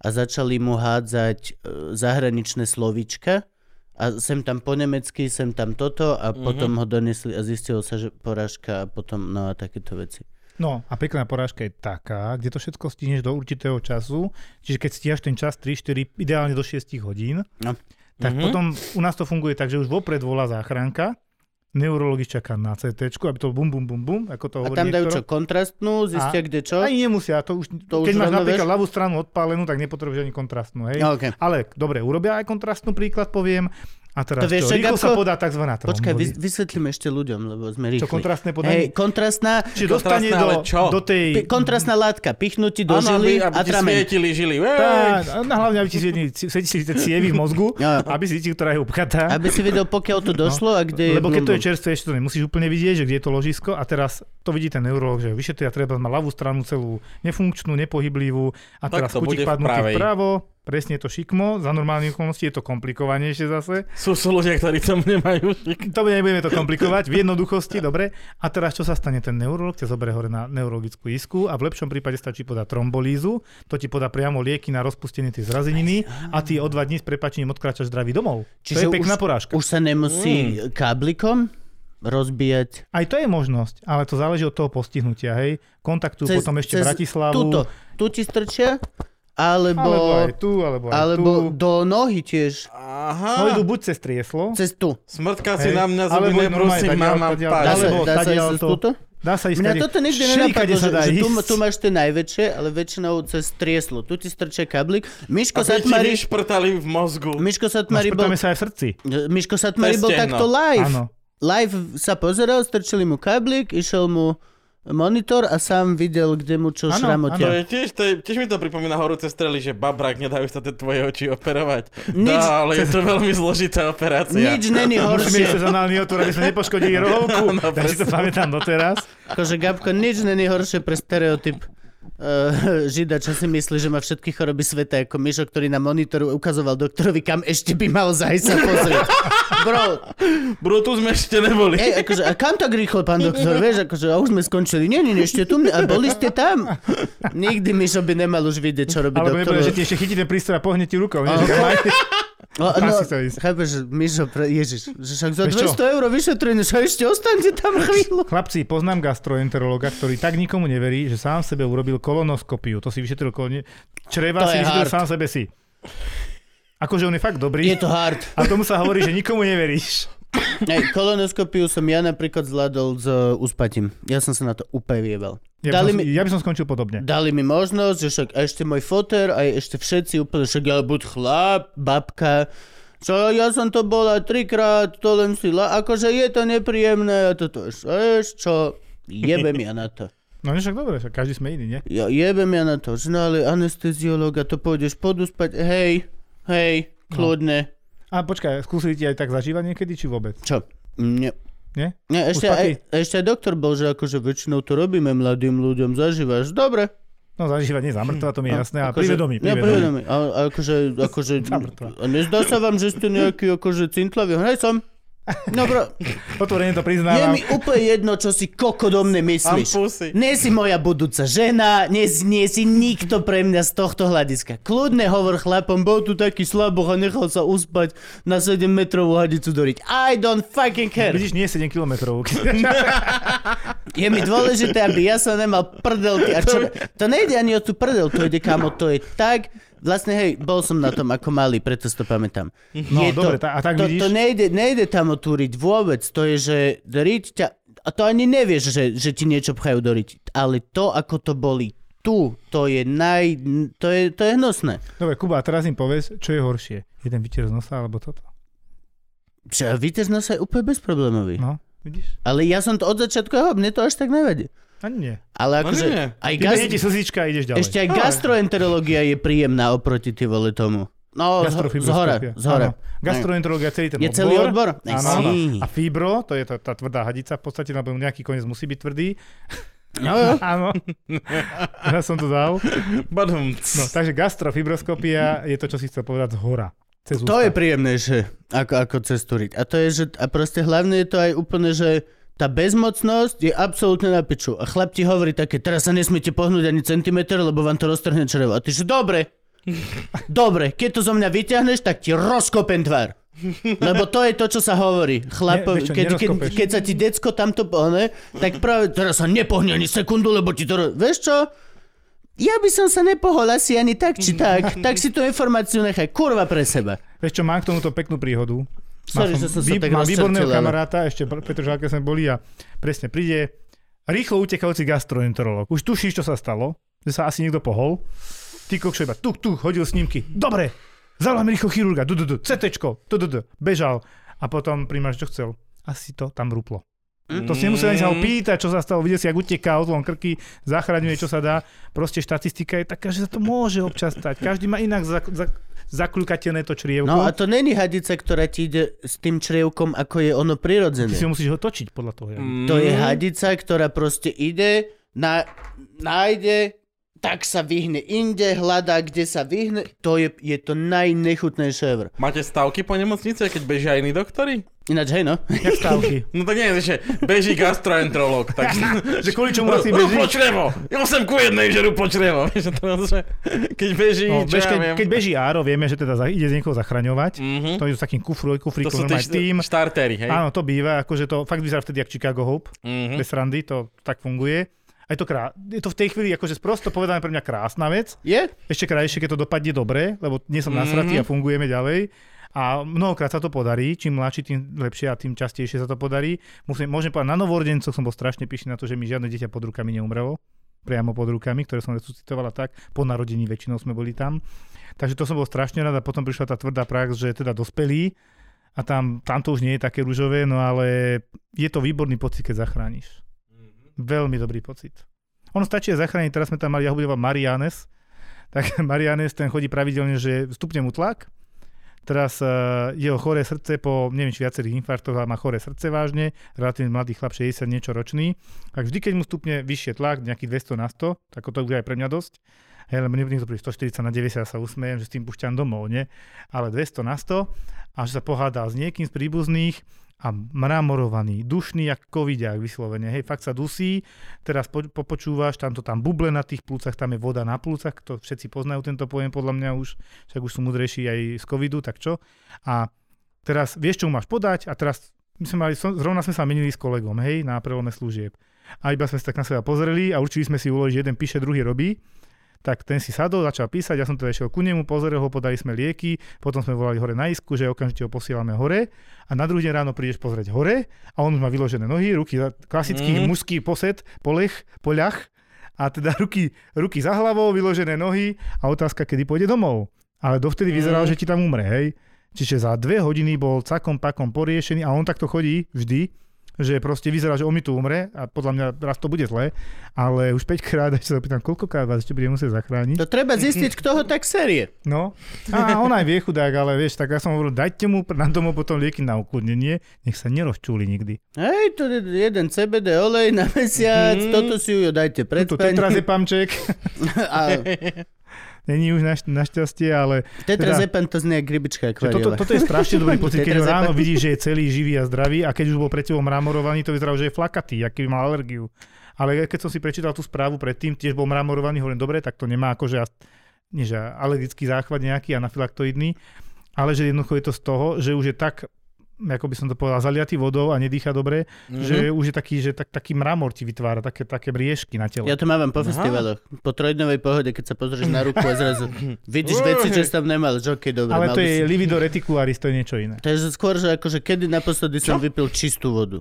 B: a začali mu hádzať e, zahraničné slovíčka a sem tam po nemecky, sem tam toto
D: Mhm.
B: a mm-hmm. potom ho donesli a zistilo sa, že porážka a potom no a takéto veci.
D: No a pekná porážka je taká, kde to všetko stihneš do určitého času, čiže keď stiaš ten čas 3-4, ideálne do 6 hodín,
B: No.
D: tak
A: Mhm.
D: mm-hmm. potom u nás to funguje tak, že už vopred volá záchranka, neurológ čaká na CT, aby to bum bum bum bum, ako to
B: A
D: hovorí
B: tam dajú čo,
D: niektorý.
B: kontrastnú, zistia
D: A-
B: kde čo?
D: Ani nemusia, to už,
B: To
D: to keď
B: už
D: máš
B: rovno
D: napríklad
B: vieš?
D: ľavú stranu odpálenú, tak nepotrebuješ ani kontrastnú, hej.
B: No, okay.
D: Ale dobre, urobia aj kontrastnú príklad, poviem. A teraz
B: To vieš, že
D: čo, rýchlo
B: Gabko-
D: sa podá tzv.
B: Počkaj, vys-
D: trombolí.
B: vysvetlím ešte ľuďom, lebo sme rýchli.
D: Čo, kontrastné
B: Hej,
D: podanie?
B: kontrastná,
D: Čiže dostane
A: kontrastné, ale
D: do,
A: čo?
D: do tej...
B: pi- kontrastná látka, pichnutí do
A: Áno,
B: žily
A: aby,
B: a
A: aby ti
B: trameň.
A: svietili žily. Ej,
D: Tá, a na hlavne, aby ti svietili ci- svietili si tie cievy v mozgu,
B: Ja.
D: aby si cítil, ktorá je upchatá.
B: Aby si vedel, pokiaľ to došlo a kde
D: No. Lebo keď
B: blum,
D: to je
B: blum.
D: čerstvé, ešte to nemusíš úplne vidieť, že kde je to ložisko a teraz to vidí ten neurolog, že vyšetria, treba má ľavú stranu celú nefunkčnú, nepohyblivú a
A: Tak
D: teraz
A: to bude v
D: kutík padnutý
A: pravej.
D: vpravo, Presne je to šikmo, za normálnych okolností je to komplikovanejšie zase.
A: Sú, sú ľudia, ktorí tam nemajú šik.
D: To nebudeme to komplikovať, v jednoduchosti, dobre. A teraz čo sa stane? Ten neurolog ťa zoberie hore na neurologickú isku a v lepšom prípade stačí podať trombolízu, to ti podá priamo lieky na rozpustenie tej zrazeniny a ty o dva dní s prepačením odkráčaš zdravý domov.
B: Čiže
D: to je
B: už,
D: pekná porážka. Mm.
B: už sa nemusí káblikom rozbíjať.
D: Aj to je možnosť, ale to záleží od toho postihnutia, hej. Kontaktujú
B: Cez-
D: potom ešte
B: cez
D: Bratislavu.
B: Tuto, tu ti strčia, alebo,
D: Alebo aj tu, alebo aj
B: alebo
D: tu.
B: do nohy tiež,
D: No
A: Aha,
D: idú buď cez trieslo,
B: cez tu.
A: smrtka si
D: Hej,
A: na mňa
D: alebo
A: zuby nebrusí,
D: normálne,
A: mám,
D: tadiaľ,
A: mám
D: tadiaľ,
B: Dá
A: páč.
D: Alebo
B: sa, dá sa
D: tadiaľ
B: ísť cez
D: to-
B: túto?
D: dá sa ísť
B: Mňa
D: kade-
B: toto nikdy
D: všelikade
B: nenapadlo,
D: sa
B: že,
D: dá
B: že tu,
D: ísť.
B: tu máš tie najväčšie, ale väčšinou cez trieslo. Tu ti strčia kablik. Miško
A: Aby ti
B: Satmari,
A: vyšprtali v mozgu.
B: Miško
D: No,
B: Satmari bol,
D: šprtáme sa aj v srdci.
B: Miško Satmari bol
A: Cez stehno.
B: takto live.
D: Áno.
B: Live sa pozeral, strčili mu kablik, išiel mu monitor a sám videl, kde mu čo
A: To
D: Áno,
B: šramotia.
A: je tiež, to je, tiež mi to pripomína horúce strely, že babrák, nedajú sa tie tvoje oči operovať.
B: Nič-
A: Dá, ale je to veľmi zložitá operácia.
B: Nič není
D: Musíme ísť
B: horšie. No,
D: cez análny otvor, aby sme nepoškodili rohovku.
A: Áno,
D: Ja si to pamätám doteraz.
B: Akože, Gabko, nič není horšie pre stereotyp eh, žida, čo si myslí, že má všetky choroby sveta, ako Mišo, ktorý na monitoru ukazoval doktorovi, kam ešte by mal zajsť sa pozrieť. Bro,
A: Bro, tu sme ešte neboli.
B: ej, akože, a kam tak rýchlo, pán doktor, vieš, akože, a už sme skončili. Nie, nie, nie, ešte tu, a boli ste tam. Nikdy Mišo by nemal už vidieť, čo robí
D: Alebo nebude,
B: doktor.
D: že ti ešte chytí ten prístroj a pohne ti rukou. Nie,
B: Áno.
D: že maj-
B: No,
D: Tam
B: no,
D: si chcel ísť.
B: chápeš, Mišo, pre, ježiš, že však za
D: Vieš čo?
B: 200 eur vyšetrenie, že ešte ostaňte tam chvíľu.
D: Chlapci, poznám gastroenterologa, ktorý tak nikomu neverí, že sám sebe urobil kolonoskopiu. To si vyšetril kolone... Čreva
B: To
D: si
B: je
D: vyšetril
B: hard.
D: sám sebe si. Akože on je fakt dobrý.
B: Je to hard.
D: A tomu sa hovorí, že nikomu neveríš.
B: Hej, kolonoskopiu som ja napríklad zvládol s uh, uspatím. Ja som sa na to úplne vyjebal.
D: Ja by,
B: Dali
D: som,
B: mi-
D: ja by som skončil podobne.
B: Dali mi možnosť, že však ešte môj foter, aj ešte všetci úplne, však ja buď chlap, babka, čo ja som to bola trikrát, to len si, la, akože je to nepríjemné, a toto, vieš čo, jebem ja na to.
D: No nie, však dobre, však každý sme iný, nie?
B: Ja jebem ja na to, že no ale anesteziológa, to pôjdeš poduspať, hej, hej,
D: No.
B: kľudne.
D: A počkaj, skúsili ti aj tak zažívať niekedy, či vôbec?
B: Čo? Nie.
D: Nie?
B: Nie, ešte,
D: Uspatý?
B: aj, ešte aj doktor bol, že akože väčšinou to robíme mladým ľuďom, zažívaš, dobre.
D: No zažívať nie zamrtvá, to mi je jasné, a
B: Akože-
D: pri vedomí,
B: Ja,
D: pri
B: pri vedomí.
D: vedomí.
B: A, a akože, akože,
D: Zamrtvá.
B: a nezdá sa vám, že ste nejaký akože cintlavý? Hej som. No bro,
D: Otvorene
B: je
D: to priznávam.
B: mi úplne jedno, čo si koko do mne
A: Mám
B: myslíš.
A: pusy.
B: Nie si moja budúca žena, nie, si- nie si nikto pre mňa z tohto hľadiska. Kľudne hovor chlapom, bol tu taký slaboch a nechal sa uspať na 7 metrovú hadicu doriť. I don't fucking care.
D: Vidíš, nie 7 kilometrov.
B: Je mi dôležité, aby ja som nemal prdelky. A čo, to nejde ani o tú prdel, to ide kamo, to je tak... Vlastne, hej, bol som na tom ako malý, preto si to pamätám.
D: No,
B: je
D: dobre,
B: to,
D: tá- a tak
B: to,
D: vidíš?
B: To nejde, nejde tam o tú riť vôbec, to je, že riť ťa... A to ani nevieš, že, že ti niečo pchajú do riť. Ale to, ako to boli tu, to je naj... To je, to je hnusné.
D: Dobre, Kuba, a teraz im povedz, čo je horšie. Jeden vytier z nosa, alebo toto?
B: Čo, víte, z nosa je úplne bezproblémový.
D: No, vidíš?
B: Ale ja som to od začiatku, jo, mne to až tak nevadí.
D: Ani nie.
B: Ale
A: No
B: akože...
A: nie.
B: aj
D: Ty Gaz... ti slzička a ideš ďalej.
B: Ešte aj gastroenterológia je príjemná oproti ty vole tomu. No, z hora,
D: Gastrofibroskopia.
B: z hora.
D: Áno. Gastroenterológia, celý ten
B: Je
D: odbor.
B: celý odbor? Aj
D: Áno,
B: si.
D: áno. A fibro, to je tá, tá tvrdá hadica, v podstate, lebo nejaký koniec musí byť tvrdý.
B: No, jo.
D: Áno. ja som to dal.
A: Badum.
D: No, takže gastrofibroskopia je to, čo si chcel povedať z hora. Cez
B: To
D: ústa.
B: je príjemnejšie, ako, ako cesturiť. A to je, že, a proste hlavne je to aj úplne, že tá bezmocnosť je absolútne na piču. A chlap ti hovorí také, teraz sa nesmiete pohnúť ani centimetr, lebo vám to roztrhne črevo. A ty že, dobre, dobre, keď to zo mňa vyťahneš, tak ti rozkopem tvár. Lebo to je to, čo sa hovorí. Chlapo,
D: Ne, vieš čo,
B: keď, keď,
D: nerozkopeš.
B: keď sa ti decko tamto pohne, tak práve teraz sa nepohne ani sekundu, lebo ti to... ro- Vieš čo? Ja by som sa nepohol asi ani tak, či tak. Tak si tú informáciu nechaj kurva pre seba.
D: Vieš čo, mám k tomuto peknú príhodu. Má
B: Sorry, že som sa tak
D: mám výborného
B: rozčertil, ale-
D: kamaráta, ešte v Petržalke sme boli a presne príde rýchlo utekajúci gastroenterolog. Už tušíš, čo sa stalo, že sa asi niekto pohol. Ty kokšo iba tuk, tuk, hodil snímky. Dobre, zavolám rýchlo chirurga, du, du, du, CTčko, du, du, du, bežal. A potom primáš, čo chcel. Asi to tam ruplo. To si nemusel ani sa ho pýtať, čo sa stalo. Videl si, jak uteká odlom krky, zachraňuje, čo sa dá. Proste štatistika je taká, že sa to môže občas stať. Každý má inak za, za, zakľukatené to črievko.
B: No a to není hadica, ktorá ti ide s tým črievkom, ako je ono prirodzené.
D: Ty si ho musíš ho točiť podľa toho. Mm.
B: To je hadica, ktorá proste ide, na, nájde tak sa vyhne inde, hľadá, kde sa vyhne. To je, je to najnechutnejšie ever.
A: Máte stavky po nemocnice, keď bežia iní doktori?
B: Ináč, hej no.
D: Jak stávky.
A: No tak nie, že beží gastroenterolog, tak...
D: Že kvôli čomu asi
A: Rúb po
D: beží?
A: črevo! Ja som ku jednej, že rúb po črevo. Vieš, to je, keď beží,
D: No,
A: čo
D: bež,
A: ja
D: keď,
A: viem.
D: keď beží Áro, vieme, že teda za, ide z niekoho zachraňovať.
A: Mhm.
D: To idú s takým kufru,
A: To
D: kufríkom,
A: sú tie
D: normálne
A: št-
D: tým.
A: štartéry, hej?
D: Áno, to býva, akože to fakt vyzerá vtedy jak Chicago Hope,
A: Mhm.
D: bez randy, to tak funguje. A je to, krá... je to v tej chvíli, akože prosto povedané pre mňa krásna vec.
B: Je?
D: Ešte krajšie, keď to dopadne dobre, lebo nie som nasratý a fungujeme ďalej. A mnohokrát sa to podarí, čím mladší, tým lepšie a tým častejšie sa to podarí. Musím, môžem povedať, na novorodencoch som bol strašne pyšný na to, že mi žiadne dieťa pod rukami neumrelo. Priamo pod rukami, ktoré som resuscitovala tak. Po narodení väčšinou sme boli tam. Takže to som bol strašne rád a potom prišla tá tvrdá prax, že teda dospelí a tam, tam to už nie je také rúžové, no ale je to výborný pocit, keď zachrániš. Veľmi dobrý pocit. Ono stačí aj zachrániť, teraz sme tam mali, ja ho budem volať Marianes, tak Marianes ten chodí pravidelne, že stupne mu tlak, teraz uh, jeho choré srdce po, neviem, či viacerých infarktoch, ale má choré srdce vážne, relatívne mladý chlap, 60 niečo ročný, tak vždy, keď mu stupne vyššie tlak, nejakých 200 na 100, tak to bude aj pre mňa dosť, Hej, lebo nebudem to pri 140 na 90 sa usmejem, že s tým pušťam domov, nie? Ale 200 na 100 a že sa pohádal s niekým z príbuzných a mramorovaný, dušný, jak covidiak vyslovene. Hej, fakt sa dusí, teraz po, popočúvaš, tam to tam buble na tých plúcach, tam je voda na plúcach, to všetci poznajú tento pojem podľa mňa už, však už sú mudrejší aj z covidu, tak čo? A teraz vieš, čo mu máš podať a teraz my sme mali, som- zrovna sme sa menili s kolegom, hej, na prelome služieb. A iba sme sa tak na seba pozreli a určili sme si úlohy, že jeden píše, druhý robí tak ten si sadol, začal písať, ja som teda išiel ku nemu, pozrel ho, podali sme lieky, potom sme volali hore na isku, že okamžite ho posielame hore a na druhý deň ráno prídeš pozrieť hore a on už má vyložené nohy, ruky, za- klasický
A: Mm.
D: mm. mužský posed, polech, poľach a teda ruky, ruky za hlavou, vyložené nohy a otázka, kedy pôjde domov. Ale dovtedy vyzeralo,
A: Mm.
D: že ti tam umre, hej. Čiže za dve hodiny bol cakom pakom poriešený a on takto chodí vždy, že proste vyzerá, že on mi tu umre a podľa mňa raz to bude zlé, ale už 5 krát, až sa opýtam, koľkokrát vás ešte budem musieť zachrániť.
B: To treba zistiť, kto ho tak série.
D: No a on aj vie chudák, ale vieš, tak ja som hovoril, dajte mu na domov potom lieky na ukludnenie, nech sa nerozčúli nikdy.
B: Hej, to je jeden CBD olej na mesiac,
A: Mhm.
B: toto si ju dajte pred
D: Tuto tetrazepamček,
B: A
D: Teda- není už naš, našťastie, ale
B: tetrazepam to znie jak rybička
D: Že toto,
B: akváriová.
D: toto je strašne dobrý pocit, keď ho
B: Tetrazepam.
D: ráno vidíš, že je celý živý a zdravý a keď už bol pred tebou mramorovaný, to vyzeralo, že je flakatý, aký mal alergiu. Ale keď som si prečítal tú správu predtým, tiež bol mramorovaný, hovorím, dobre, tak to nemá akože as- nie, že alergický záchvat nejaký, anafilaktoidný, ale že jednoducho je to z toho, že už je tak ako by som to povedal, zaliatý vodou a nedýcha dobre,
B: Mhm.
D: mm-hmm. že už je taký, že tak, taký mramor ti vytvára, také, také briežky na tele.
B: Ja to mávam po
A: Aha.
B: festivaloch. Po trojdnovej pohode, keď sa pozrieš na ruku a zrazu vidíš veci, čo si tam nemal. Že okay, dobre,
D: ale
B: mal by
D: to je
B: si.
D: livido reticularis, to je niečo iné.
B: To je že skôr, že akože kedy naposledy som vypil čistú vodu.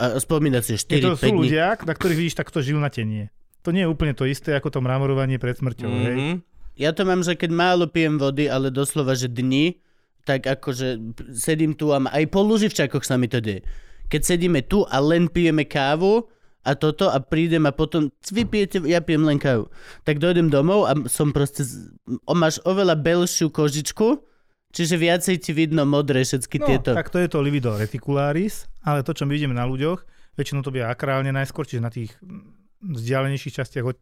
B: A spomínať si 4-5
D: Je to sú
B: dní.
D: ľudia, na ktorých vidíš takto žil na tenie. To nie je úplne to isté, ako to mramorovanie pred smrťou. Mm-hmm. Hej.
A: Mhm.
B: Ja to mám, že keď málo pijem vody, ale doslova, že dni, tak akože sedím tu a ma, aj po lúživčakoch sa mi to deje. Keď sedíme tu a len pijeme kávu a toto a prídem a potom vy pijete, ja pijem len kávu. Tak dojdem domov a som proste, z- o, máš oveľa belšiu kožičku, čiže viacej ti vidno modré všetky
D: No,
B: tieto.
D: tak to je to livido reticularis, ale to, čo my vidíme na ľuďoch, väčšinou to býva akrálne najskôr, čiže na tých mm, vzdialenejších častiach od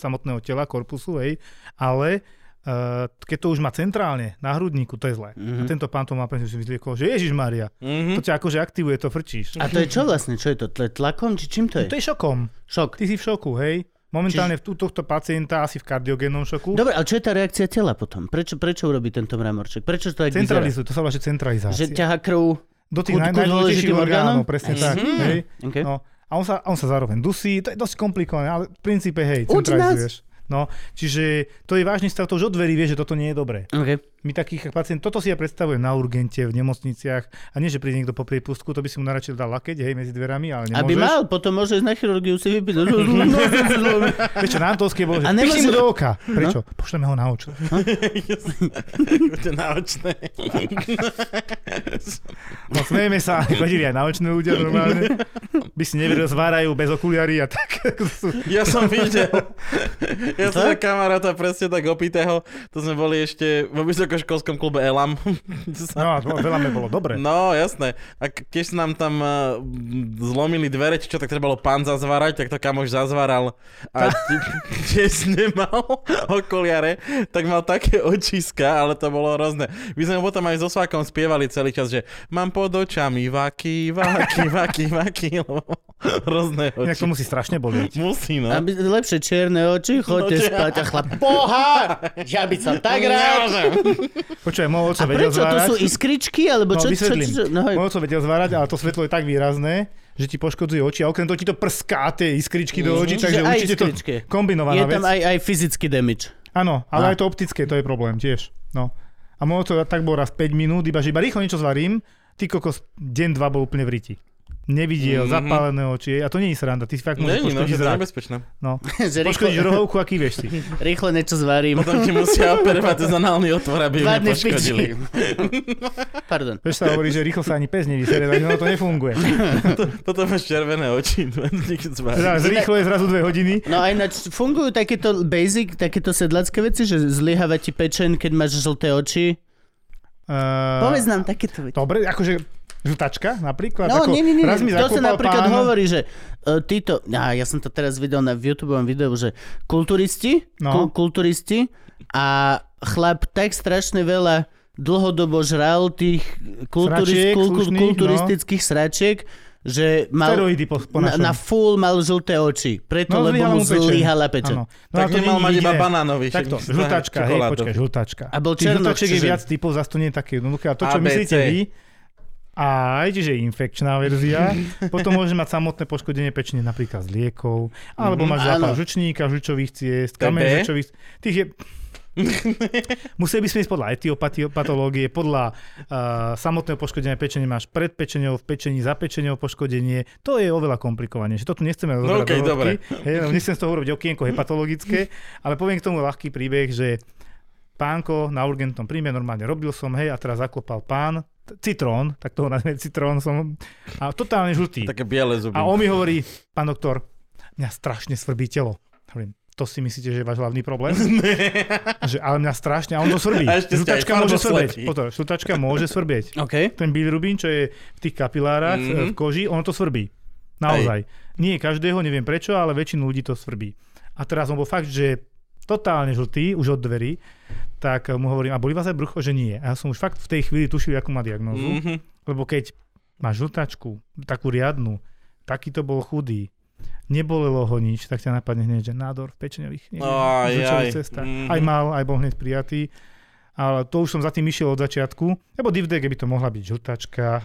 D: samotného tela, korpusu, hej, ale Uh, keď to už má centrálne na hrudníku, to je zlé.
B: Mhm.
D: Mm-hmm. A tento pán to má presne že si vyzliekol, že Ježiš Maria,
A: Mhm.
D: to ťa akože aktivuje, to frčíš. No,
B: A to je čo vlastne? Čo je to? Tle- Tlakom? Či čím to je?
D: To je šokom.
B: Šok.
D: Ty si v šoku, hej? Momentálne v tú- tohto pacienta asi v kardiogénnom šoku.
B: Dobre, ale čo je tá reakcia tela potom? Prečo, prečo urobí tento mramorček? Prečo to tak vyzerá?
D: Centralizujú, to sa volá, že centralizácia.
B: Že ťaha krv?
D: Do tých
B: Ku-
D: naj,
B: ku
D: najdôležitejších
B: dôležitým orgánom?
D: orgánov, presne tak.
B: Mhm.
D: Hej.
B: Okay.
D: No, a on sa, on sa zároveň dusí, to je dosť komplikované, ale v princípe,
B: Uč
D: hej, centralizuješ. No, čiže to je vážny stav, to už od dverí vie, že toto nie je dobré.
B: Okay.
D: My takých pacientov, toto si ja predstavujem na urgente, v nemocniciach, a nie, že príde niekto po priepustku, to by si mu naradšej dal lakeť, hej, medzi dverami, ale nemôžeš.
B: Aby mal, potom môže ísť na chirurgiu si vypiť. No,
D: Vieš čo, na Antolskej bolo, že
B: A No. nemôže-
D: pichni mu do oka. Prečo? Pošleme ho na oči.
A: To je náročné.
D: No smejeme sa, ale chodili aj na očné ľudia normálne. By si neveril, zvárajú bez okuliary a tak.
A: Ja som videl, Ja som mal kamaráta presne tak opitého, to sme boli ešte vo vysokoškolskom klube Elam. To sa-
D: No a to- veľa mi bolo dobre.
A: No, jasné. A k- keď sa nám tam uh, zlomili dvere, či čo, tak trebalo pán zazvárať, tak to kamoš zazváral. A t- tiež nemal okuliare, tak mal také očiska, ale to bolo hrozné. My sme potom aj so svákom spievali celý čas, že mám pod očami vaky, vaky, vaky, vaky, lebo hrozné
D: Inak to
A: oči.
D: musí strašne bolieť.
A: Musí, no.
B: Aby lepšie čierne oči, chodte
A: No,
B: spať a chlap, pohár! Ja by som tak rád.
D: Počúvaj, môj oco
B: A
D: vedel
B: prečo? To
D: zvárať.
B: sú iskričky? Alebo
D: No,
B: čo? čo,
D: vysvetlím.
B: čo, čo no, hej.
D: Môj oco vedel zvárať, ale to svetlo je tak výrazné, že ti poškodzuje oči a okrem toho ti to prská tie iskričky do
B: Mhm.
D: očí, takže
B: Že aj
D: určite to
B: iskričky.
D: kombinovaná
B: Je
D: vec.
B: tam aj, aj fyzický damage.
D: Áno, ale
B: No.
D: aj to optické, to je problém tiež. No. A môj to tak bol raz 5 minút, iba že iba rýchlo niečo zvarím, ty kokos, deň, dva bol úplne v riti. Nevidiel,
A: Mhm.
D: mm-hmm. zapálené oči, a to nie je sranda, ty si fakt
A: Není,
D: môžeš
A: no,
D: poškodiť
A: že to je
D: zrak.
A: nebezpečné.
D: No.
B: Že
D: Poškodíš
B: rýchlo,
D: rohovku a kýveš si.
B: rýchlo niečo
D: No
B: zvarím.
A: Potom ti musia operovať ten análny otvor, aby ju
B: Dva dny v piči.
A: nepoškodili.
B: Pardon.
D: Vieš sa hovorí, že rýchlo sa ani pes nevysere, takže ono to nefunguje.
A: Toto máš červené oči. niekto zvári.
D: Teda rýchlo je zrazu dve hodiny.
B: No a ináč fungujú takéto basic, takéto sedlacké veci, že zlyháva ti pečen, keď máš žlté oči.
D: Uh,
B: Povedz nám takéto veci.
D: Dobre, akože žltačka napríklad.
B: No,
D: ako,
B: nie, nie, nie,
D: raz mi
B: to sa
D: zakopal
B: napríklad
D: pán,
B: hovorí, že e, títo, a ja som to teraz videl na YouTubeovom videu, že kulturisti, no.
D: No.
B: ku, kulturisti a chlap tak strašne veľa dlhodobo žral tých kulturist,
D: Sračiek
B: kul, kul,
D: slušných, no.
B: kulturistických sračiek, že mal
D: Steroidy po, po
B: na, na full mal žlté oči, preto
D: No,
B: lebo mu
D: zlyhala mu pečeň.
B: zlyhala pečeň.
D: Áno. No,
A: tak
D: a to
A: nemal
D: nie je
A: mať
D: nič
A: iba
D: iné.
A: banánový. však
D: Takto,
A: musí mať
D: žltačka, hej,
A: čokoládový.
D: počkaj, žltačka.
B: A bol
D: Tých
B: černoch,
D: žltačiek je
B: čiže-
D: viac typov, zase to nie je také jednoduché. A to,
A: A,
D: čo
A: B,
D: myslíte
A: C.
D: vy, a aj, že je infekčná verzia, potom môže mať samotné poškodenie pečene napríklad z liekov, alebo
A: Mhm,
D: máš zápal
B: áno.
D: žučníka, žučových ciest,
A: To je B?
D: kameň žučových... Tých je... Museli by sme ísť podľa etiopatológie, podľa uh, samotného poškodenia pečenia máš pred pečenou, v pečení, za pečenou poškodenie. To je oveľa komplikovanejšie. Toto nechceme rozoberať
A: No okej,
D: do hĺbky.
A: dobre.
D: Hej, lebo nechcem z toho urobiť okienko hepatologické, ale poviem k tomu ľahký príbeh, že pánko na urgentnom príjme, normálne robil som, hej, a teraz zaklopal pán, t- citrón, tak toho nazvem citrón som, a totálne žltý.
A: Také biele zuby.
D: A on mi hovorí, pán doktor, mňa strašne svrbí telo. Hovorím, to si myslíte, že je váš hlavný problém? že, ale mňa strašne, a on to svrbí.
A: A ešte ste aj
D: Žltačka môže svrbieť.
A: farboslepý.
D: Pozor, žltačka môže svrbieť.
B: OK.
D: Ten bilirubín, čo je v tých kapilárach,
A: Mhm.
D: mm-hmm. v koži, ono to svrbí. Naozaj. Nie každého, neviem prečo, ale väčšinu ľudí to svrbí. A teraz on bol fakt, že totálne žltý, už od dverí, tak mu hovorím, a boli vás aj brucho, že nie. A ja som už fakt v tej chvíli tušil, akú má diagnózu.
A: Mhm.
D: Lebo keď máš žltačku, takú riadnu, taký to bol chudý, nebolelo ho nič, tak ťa napadne hneď, že nádor v pečeňových
A: Aj, aj.
D: cesta.
A: Mhm.
D: Aj mal, aj bol hneď prijatý. Ale to už som za tým išiel od začiatku, lebo divdek by to mohla byť žltačka,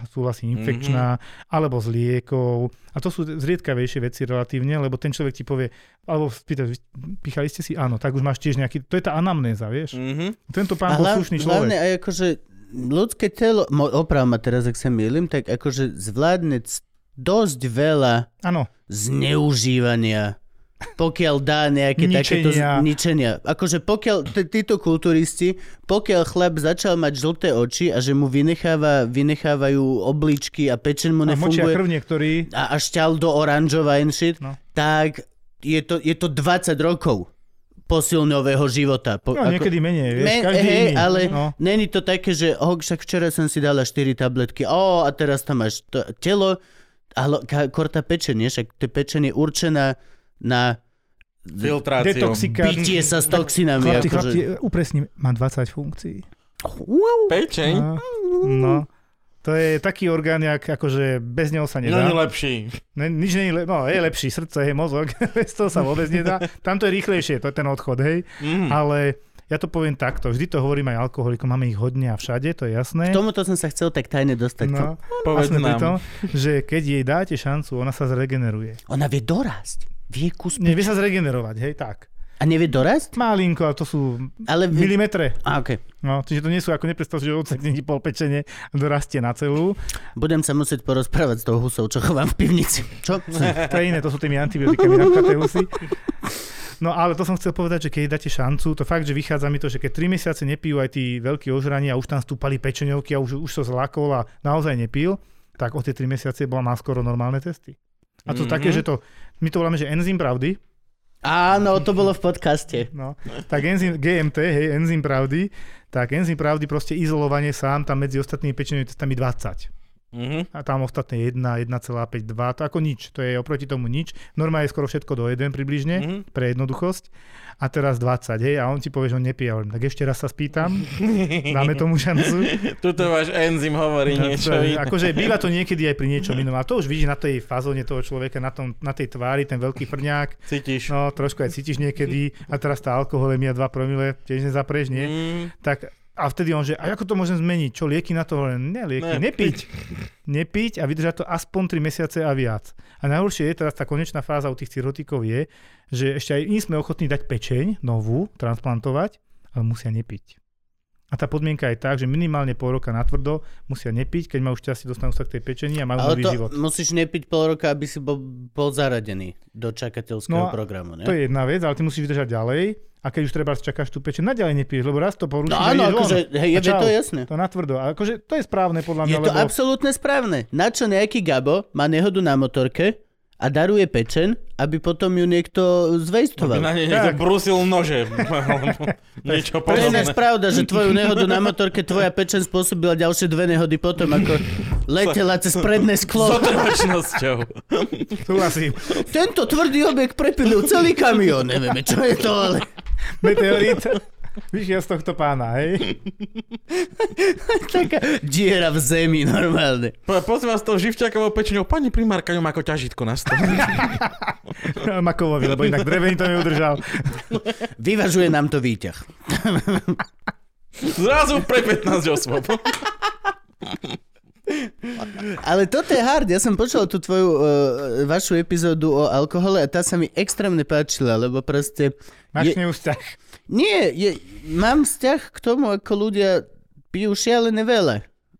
A: Mhm.
D: súhlasí infekčná, alebo z liekov. A to sú zriedkavejšie veci relatívne, lebo ten človek ti povie, alebo spýta, "Vy- píchali ste si? Áno, tak už máš tiež nejaký, to je tá anamnéza, vieš.
A: Mhm.
D: Tento pán bol slušný človek.
B: Hlavne aj akože ľudské telo, mo- oprav ma teraz, ak sa mýlim, tak akože zvládne c- dosť veľa
D: Áno,
B: zneužívania pokiaľ dá nejaké
D: Ničenia.
B: takéto ničenia. Akože pokiaľ, t- títo kulturisti, pokiaľ chlap začal mať žlté oči a že mu vynecháva, vynechávajú obličky a pečen mu
D: a močia
B: nefunguje
D: krv niektorí,
B: a, a šťal do oranžova and shit,
D: No.
B: tak je to, je to 20 rokov posilňového života. Po,
D: No niekedy menej, vieš,
B: Men-
D: každý
B: hej,
D: iný.
B: ale
D: no.
B: není to také, že oh, však včera som si dala 4 tabletky, o, a teraz tam máš to, telo, ale ka- korta pečenie, však to pečenie je určená na
A: Filtráciou.
D: Detoxikácia.
B: bytie sa s toxinami.
D: Chlapci,
B: akože.
D: chlapci, upresním, má 20 funkcií.
B: Wow.
A: Pečeň?
D: No. no. To je taký orgán, jak, akože bez neho sa
A: No,
D: nedá.
A: nie lepší.
D: Ne, nič nie je, le- no, je lepší, srdce, hej, mozog, bez toho sa vôbec nedá. Tam to je rýchlejšie, to je ten odchod, hej.
A: Mm.
D: Ale ja to poviem takto, vždy to hovorím aj alkoholikom, máme ich hodne a všade, to je jasné.
B: K tomuto som sa chcel tak tajne dostať. No.
D: No, a
A: Povedz
D: sme pri
A: nám.
D: tom, že keď jej dáte šancu, ona sa zregeneruje.
B: Ona vie dorásť. Vie kus...
D: Nevie sa zregenerovať, hej, tak.
B: A nevie dorásť?
D: Malinko, ale to sú
B: Ale... Vie...
D: milimetre.
B: A, okay.
D: No, čiže to nie sú, ako nepredstav, si, že odsekne ti pol pečenie, dorastie na celú.
B: Budem sa musieť porozprávať s tou husou, čo chovám v pivnici. Čo?
D: To je iné, to sú tými antibiotikami na kateusy. No ale to som chcel povedať, že keď jej dáte šancu, to fakt, že vychádza mi to, že keď 3 mesiace nepijú aj tí veľkí ožrani a už tam stúpali pečeňovky a už, už to zlákol a naozaj nepil, tak o tie 3 mesiace bola má skoro normálne testy. A to mm-hmm. také, že to, my to voláme, že enzym pravdy,
B: Áno, to bolo v podcaste.
D: No, tak enzym, GMT, hej, enzym pravdy, tak enzym pravdy proste izolovanie sám tam medzi ostatnými pečenými testami 20.
A: Mhm.
D: A tam ostatné 1, 1,5, 2, to ako nič, to je oproti tomu nič. Normálne je skoro všetko do 1 približne,
A: Mhm.
D: pre jednoduchosť. A teraz 20, hej, a on ti povie, že on nepije, ja hovorím, tak ešte raz sa spýtam, dáme tomu šancu.
A: Tuto váš enzym hovorí niečo
D: To je-
A: iné.
D: Akože býva to niekedy aj pri niečom inom, ale to už vidíš na tej fazóne toho človeka, na, tom, na tej tvári, ten veľký frňák,
A: Cítiš.
D: No, trošku aj cítiš niekedy a teraz tá alkoholemia 2 promile tiež nezapreš, nie?
A: Mm,
D: Tak a vtedy on, že a ako to môžem zmeniť? Čo, lieky na to? Len ne, lieky,
A: Ne,
D: ne, nepiť. Nepiť a vydržať to aspoň 3 mesiace a viac. A najhoršie je teraz tá konečná fáza u tých cirotikov je, že ešte aj im sme ochotní dať pečeň novú, transplantovať, ale musia nepiť. A tá podmienka je tak, že minimálne pol roka natvrdo musia nepiť, keď majú šťastie, dostanú sa k tej pečení a majú
B: Ale
D: nový
B: to
D: život.
B: musíš nepiť pol roka, aby si bol, bol zaradený do čakateľského
D: No a
B: programu, ne?
D: To je jedna vec, ale ty musíš vydržať ďalej a keď už treba čakáš tú pečeň, naďalej nepiješ, lebo raz to porušíš
B: No
D: a
B: áno,
D: ideš von.
B: akože, hej, je
D: A čau.
B: to jasné.
D: To natvrdo. A akože to je správne podľa mňa,
B: Je to
D: lebo...
B: absolútne správne. Na čo nejaký Gabo má nehodu na motorke a daruje pečen, aby potom ju niekto
A: by
B: zvejstoval.
A: na nej niekto
D: Tak.
A: brusil nože. Alebo niečo
B: To je ináč
A: podobné.
B: pravda, že tvoju nehodu na motorke tvoja pečen spôsobila ďalšie dve nehody potom, ako letela cez predné
A: S
B: sklo.
A: otrvačnosťou.
D: Súhlasím.
B: Tento tvrdý objekt prepilil celý kamión. Nevieme, čo je to, ale...
D: Meteorit vyšiel z tohto pána, hej?
B: Taká diera v zemi normálne.
A: Po- Pozri vás tou živčákovou pečenou. Pani primárka ju má ako ťažitko na stole.
D: Makovovi, lebo inak drevený to neudržal.
B: Vyvažuje nám to výťah.
A: Zrazu pre 15 osôb.
B: Ale toto je hard, ja som počul tú tvoju, uh, vašu epizódu o alkohole a tá sa mi extrémne páčila, lebo proste... je,
D: Máš je... neúsťah.
B: nie, je, mám vzťah k tomu, ako ľudia pijú šialené veľa.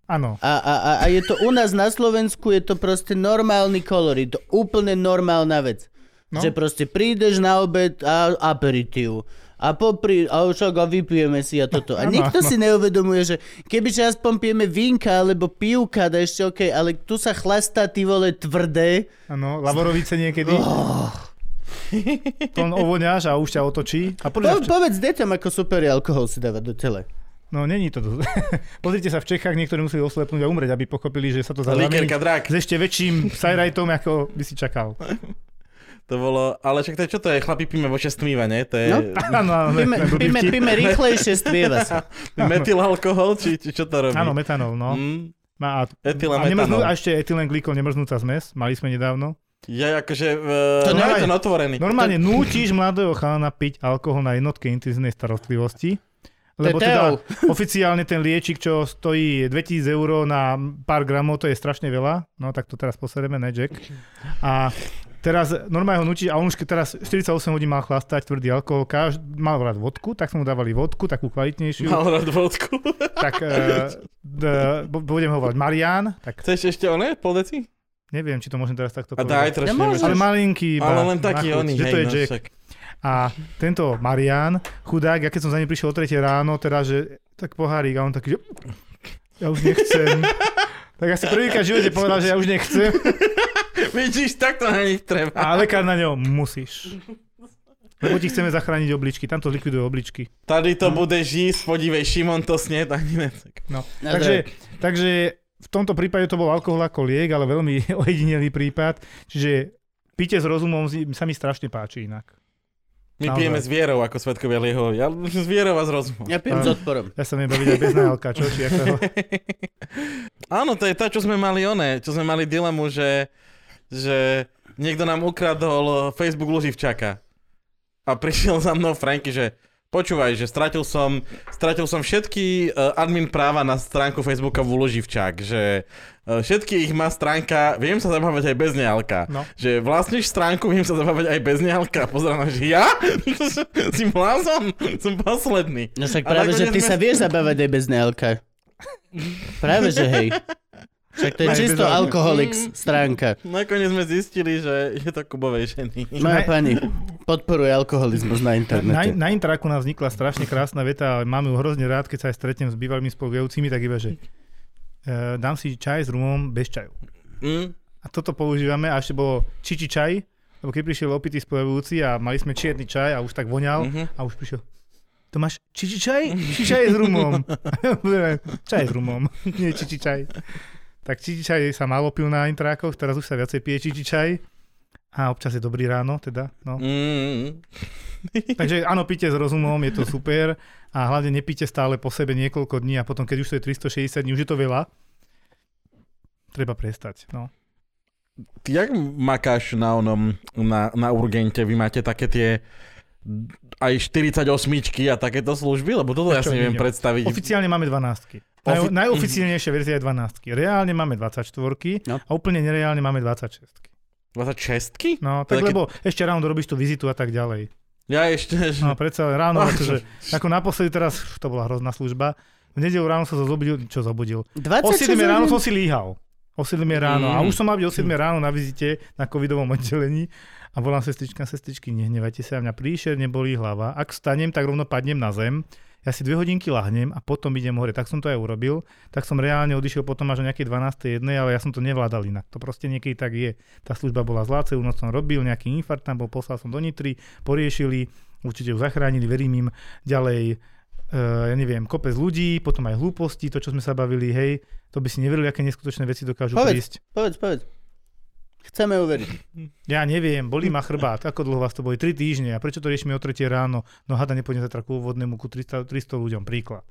D: Áno.
B: A, a, a, a je to u nás na Slovensku, je to proste normálny kolorit, úplne normálna vec. No.
D: No.
B: Že proste prídeš na obed a aperitív. A popri, a však a vypijeme si a toto. A
D: Áno,
B: nikto
D: áno.
B: si neuvedomuje, že kebyže aspoň pijeme vínka alebo pivka, da ešte OK, ale tu sa chlastá ty vole tvrdé.
D: Áno, laborovice niekedy. To on ovoňáš a už ťa otočí. A
B: Po,
D: podľa
B: povedz deťom, ako super je alkohol si dávať do tela.
D: No, není to dosť. Pozrite sa, v Čechách niektorí museli oslepnúť a umrieť, aby pochopili, že sa to dá zameniť
A: Líkerka drak.
D: s ešte väčším sajrajtom, ako by si čakal.
A: To bolo... Ale čak to je, čo to je? Chlapi píme vo šestmýva, ne? To je...
B: No.
D: Áno, áno,
B: Pime,
D: ten blbý
B: pime,
D: vtip.
B: pime rýchlejšie, spieva sa.
A: Metylalkohol? Či, či čo to robí?
D: Áno, metanol, no.
A: Mm,
D: Má a,
A: Etylen
D: a, nemrznú,
A: metanol.
D: a ešte etylenglikol, nemrznúca zmes, mali sme nedávno.
A: Ja akože...
B: To
A: To
B: nemá-
A: nemá ten otvorený.
D: Normálne nútiš mladého chalana piť alkohol na jednotke intenzívnej starostlivosti, lebo teda oficiálne ten liečik, čo stojí 2000 eur na pár gramov, to je strašne veľa. No tak to teraz posereme, ne Jack? A teraz normálne ho nučí, a on už keď teraz 48 hodín mal chlastať tvrdý alkohol, každý, mal rád vodku, tak sme mu dávali vodku, takú kvalitnejšiu.
A: Mal rád vodku.
D: Tak uh, d, bu- budem hovoriť Marian, tak
A: Chceš ešte oné? Pol deci?
D: neviem, či to môžem teraz takto
A: A daj
D: povedať.
A: trošku.
B: Nemôžeš.
D: Ale
A: nebudeš-
D: malinký iba.
A: Ale len taký
D: na chuť,
A: oný,
D: že
A: hej,
D: to je
A: no,
D: Jack.
A: však.
D: A tento Marian, chudák, ja keď som za ním prišiel o 3 ráno, teda, že tak pohárik a on taký, že ja už nechcem. tak ja si prvýkrát v živote povedal, že ja už nechcem.
A: Vidíš, takto na nich treba.
D: A lekár na ňo musíš. Lebo ti chceme zachrániť obličky, tam to likviduje obličky.
A: Tady to bude žísť, podívej, Šimon to snie, ani ne.
D: No.
B: No
D: Takže, takže v tomto prípade to bol alkohol ako liek, ale veľmi ojedinelý prípad. Čiže pite s rozumom si- sa mi strašne páči inak.
A: My
D: Naozaj.
A: pijeme s vierou ako svetkovia Liehovi. Ja s vierou a s rozumom.
B: Ja pijem s odporom.
D: Ja sa viem baviť aj bez nájalka, čo? Či ako...
A: Áno, to je tá, čo sme mali oné, čo sme mali dilemu, že, že niekto nám ukradol eh, Facebook Luživčaka. A prišiel za mnou Franky, že počúvaj, že stratil som, stratil som všetky eh, admin práva na stránku Facebooka v Luživčak, že eh, všetky ich má stránka, viem sa zabávať aj bez nealka.
D: No.
A: Že vlastníš stránku, viem sa zabávať aj bez nealka. Pozerám, že ja? si blázon? Som posledný.
B: No však
A: A
B: práve, že
A: nakoniec
B: ty
A: sme-
B: sa vieš zabávať aj bez nealka. Práve, že hej. Však to je
D: Aj bez
B: čisto
D: alka.
B: alkoholix stránka.
A: Nakoniec sme zistili, že je to Kubovej ženy.
B: Moja
D: Naj-
B: pani podporuje alkoholizmus na
D: na,
B: internete.
D: na intraku nám vznikla strašne krásna veta a mám ju hrozne rád, keď sa aj stretnem s bývalými spolujúcimi, tak iba, že e, dám si čaj s rumom bez čaju.
A: Mm?
D: A toto používame a ešte bolo čiči čaj Lebo keď prišiel opitý spojevujúci a mali sme čierny čaj a už tak voňal
A: Mhm.
D: a už prišiel Tomáš, čiči čaj? Či čaj s rumom. čaj s rumom, nie čiči čaj. Tak čiči čaj sa málo pil na intrákoch, teraz už sa viacej pije čiči čaj. A občas je dobrý ráno, teda. No.
A: Mm.
D: Takže áno, pite s rozumom, je to super a hlavne nepite stále po sebe niekoľko dní a potom, keď už to je 360 dní, už je to veľa, treba prestať. No.
A: Ty jak makáš na onom, na, na urgente, vy máte také tie aj 48 a takéto služby, lebo toto ja
D: Čo
A: si neviem
D: minimum?
A: predstaviť.
D: Oficiálne máme 12.
A: Ofi-
D: Naj- najoficiálnejšia verzia je 12. Reálne máme 24
B: No.
D: a úplne nereálne máme 26.
A: 26
D: No, tak
A: Také-
D: lebo ešte ráno dorobíš tú vizitu a tak ďalej.
A: Ja ešte...
D: No, predsa len ráno,
A: Ach,
D: pretože ako naposledy teraz, uf, to bola hrozná služba, v nedelu ráno sa zobudil, čo zobudil, O
B: 26
D: 7 ráno
B: hodín?
D: som si líhal. O 7 ráno. A
A: Mm.
D: už som mal byť o 7 ráno na vizite na covidovom oddelení a volám sestrička, sestričky, nehnevajte sa, mňa príšerne bolí hlava. Ak stanem, tak rovno padnem na zem. Ja si dve hodinky lahnem a potom idem hore. Tak som to aj urobil. Tak som reálne odišiel potom až o nejakej 12. jednej, ale ja som to nevládal inak. To proste niekedy tak je. Tá služba bola zlá, celú noc som robil, nejaký infarkt tam bol, poslal som do Nitry, poriešili, určite ju zachránili, verím im. Ďalej, eh, ja neviem, kopec ľudí, potom aj hlúposti, to, čo sme sa bavili, hej, to by si neverili, aké neskutočné veci dokážu
B: Povedz.
D: prísť.
B: Povedz, povedz. Chceme uveriť.
D: Ja neviem, bolí ma chrbát, ako dlho vás to boli? 3 týždne a prečo to riešime o 3 ráno? No hada nepôjdem zatra ku úvodnému ku 300, 300 ľuďom, príklad.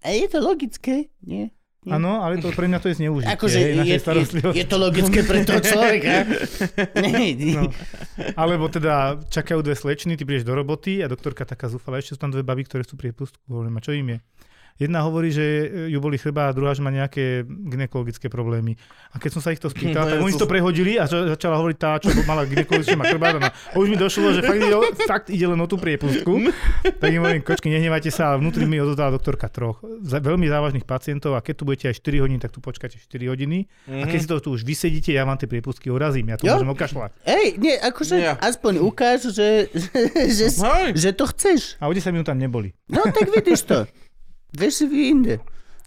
B: A je to logické? Nie. Mm.
D: Áno, ale to pre mňa to je zneužitie.
B: Akože
D: hej, našej
B: je, je,
D: starostlivosti.
B: je to logické pre toho človeka. Nie, nie.
D: No. Alebo teda čakajú dve slečny, ty prídeš do roboty a doktorka taká zúfala, ešte sú tam dve baby, ktoré sú pri pustku. Hovorím, a čo im je? Jedna hovorí, že e, ju boli chrba a druhá, že má nejaké ginekologické problémy. A keď som sa ich to
A: No,
D: spýtal, tak
A: ja
D: oni
A: to-
D: si to prehodili a za- začala hovoriť tá, čo mala ginekologické, má chrbát. A a už mi došlo, že fakt ide, o- fakt ide len o tú priepustku. Tak im hovorím, kočky, nehnevajte sa, ale vnútri mi odozdala doktorka troch. Za veľmi závažných pacientov a keď tu budete aj 4 hodiny, tak tu počkáte 4 hodiny. A keď si to tu už vysedíte, ja vám tie priepustky urazím, ja to
B: Jo.
D: môžem okašľať.
B: Hej, nie, akože
A: Nie. No.
B: aspoň ukáž, že, že, že,
A: Hej.
B: že to chceš.
D: A o 10 minút tam neboli.
B: No tak vidíš to. Vieš si vy inde.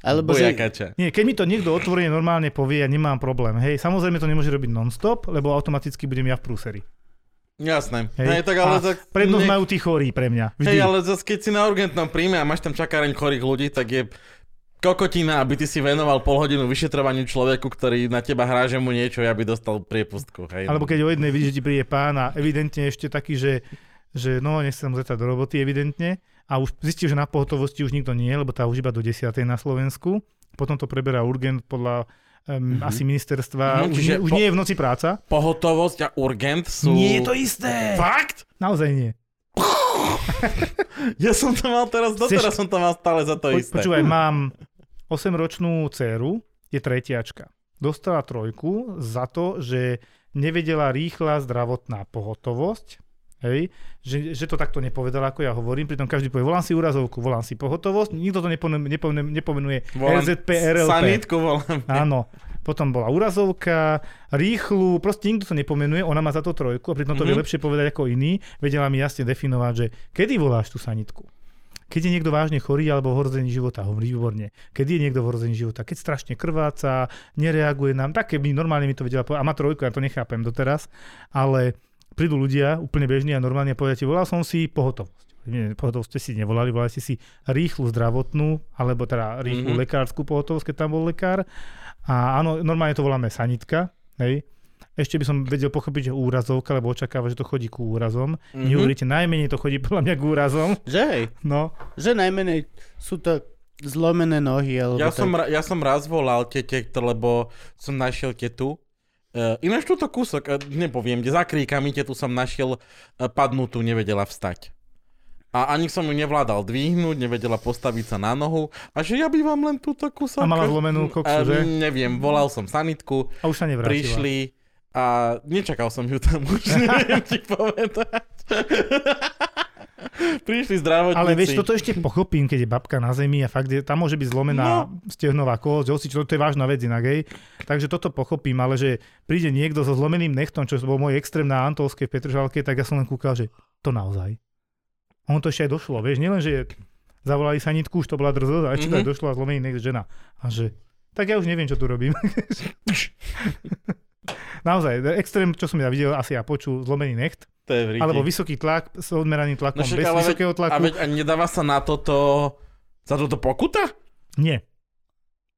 B: Alebo že...
A: Bojakača.
D: Nie, keď mi to niekto otvorene normálne povie, ja nemám problém. Hej, samozrejme to nemôže robiť non-stop, lebo automaticky budem ja v prúseri.
A: Jasné.
D: Hej,
A: Hej, tak ale...
D: a
A: tak- nie-
D: Prednosť majú tí chorí pre mňa.
A: Hej,
D: Vždy.
A: ale zase keď si na urgentnom príjme a máš tam čakáreň chorých ľudí, tak je kokotina, aby ty si venoval pol hodinu vyšetrovaniu človeku, ktorý na teba hrá, že mu niečo, aby dostal priepustku. Hej.
D: Alebo keď o jednej vidíš, že ti príde pán a evidentne ešte taký, že, že no, nechcem zetať do roboty, evidentne. A už zistil, že na pohotovosti už nikto nie, je, lebo tá už iba do 10. na Slovensku. Potom to preberá urgent podľa um, mm-hmm. asi
A: Mhm,
D: ministerstva. už,
A: čiže
D: nie, už
A: po-
D: nie je v noci práca.
A: Pohotovosť a urgent sú...
D: isté.
A: Fakt?
D: Naozaj nie.
A: Ja som to mal teraz, doteraz som to mal stále za to
D: Po-
A: isté.
D: Počúvaj, mám 8-ročnú dceru, je tretiačka. Dostala trojku za to, že nevedela rýchla zdravotná pohotovosť, hej, že, že to takto nepovedala, ako ja hovorím, pritom každý povie, volám si úrazovku, volám si pohotovosť, nikto to nepone, nepone, nepomenuje
A: Volám
D: RZP, RLP.
A: Sanitku volám.
D: Áno. Potom bola úrazovka, rýchlu, proste nikto to nepomenuje, ona má za to trojku a pritom to vie
A: Mhm.
D: lepšie povedať ako iný. Vedela mi jasne definovať, že kedy voláš tú sanitku. Keď je niekto vážne chorý alebo v ohrození života, hovorí výborne. Keď je niekto v ohrození života, keď strašne krváca, nereaguje nám, také by normálne mi to vedela povedať. A má trojku, ja to nechápem doteraz, ale prídu ľudia úplne bežní a normálne povedia ti, volal som si pohotovosť. Nie, pohotovosť ste si nevolali, volali ste si rýchlu zdravotnú, alebo teda rýchlu
A: Mhm.
D: lekárskú pohotovosť, keď tam bol lekár. A áno, normálne to voláme sanitka, hej. Ešte by som vedel pochopiť, že úrazovka, lebo očakáva, že to chodí ku úrazom. Mm-hmm. Neuveríte, najmenej to chodí podľa mňa k úrazom.
B: Že hej,
D: No,
B: že najmenej sú to zlomené nohy, alebo
A: Ja
B: tak.
A: som, ra- ja som raz volal tete, lebo som našiel tetu. Uh, ináč túto kúsok, uh, nepoviem, kde za kríkami tetu som našiel uh, padnutú, nevedela vstať. A ani som ju nevládal dvihnúť, nevedela postaviť sa na nohu. A že ja bývam len túto kúsok. E,
D: A mala zlomenú koksu, že?
A: Neviem, volal som sanitku,
D: a už sa nevrátila.
A: prišli a nečakal som ju tam už, neviem ti povedať. prišli zdravotníci.
D: Ale vieš, toto ešte pochopím, keď je babka na zemi a fakt, je, tam môže byť zlomená
A: No.
D: no. stehnová kosť, osi, čo to je vážna vec inak, hej. Takže toto pochopím, ale že príde niekto so zlomeným nechtom, čo bol môj extrém na Antolskej v Petržalke, tak ja som len kúkal, že to naozaj. A on to ešte aj došlo, vieš, nielen, že zavolali sanitku, už to bola drzosť, a ešte mm-hmm.
A: Mhm.
D: došlo a zlomený necht žena. A že, tak ja už neviem, čo tu robím. Naozaj, extrém, čo som ja videl, asi ja počul, zlomený necht,
A: To je v ríti.
D: alebo vysoký tlak s odmeraným tlakom,
A: No však,
D: bez
A: ale veď-
D: vysokého
A: A,
D: tlaku.
A: veď, a nedáva sa na toto... Za toto pokuta?
D: Nie.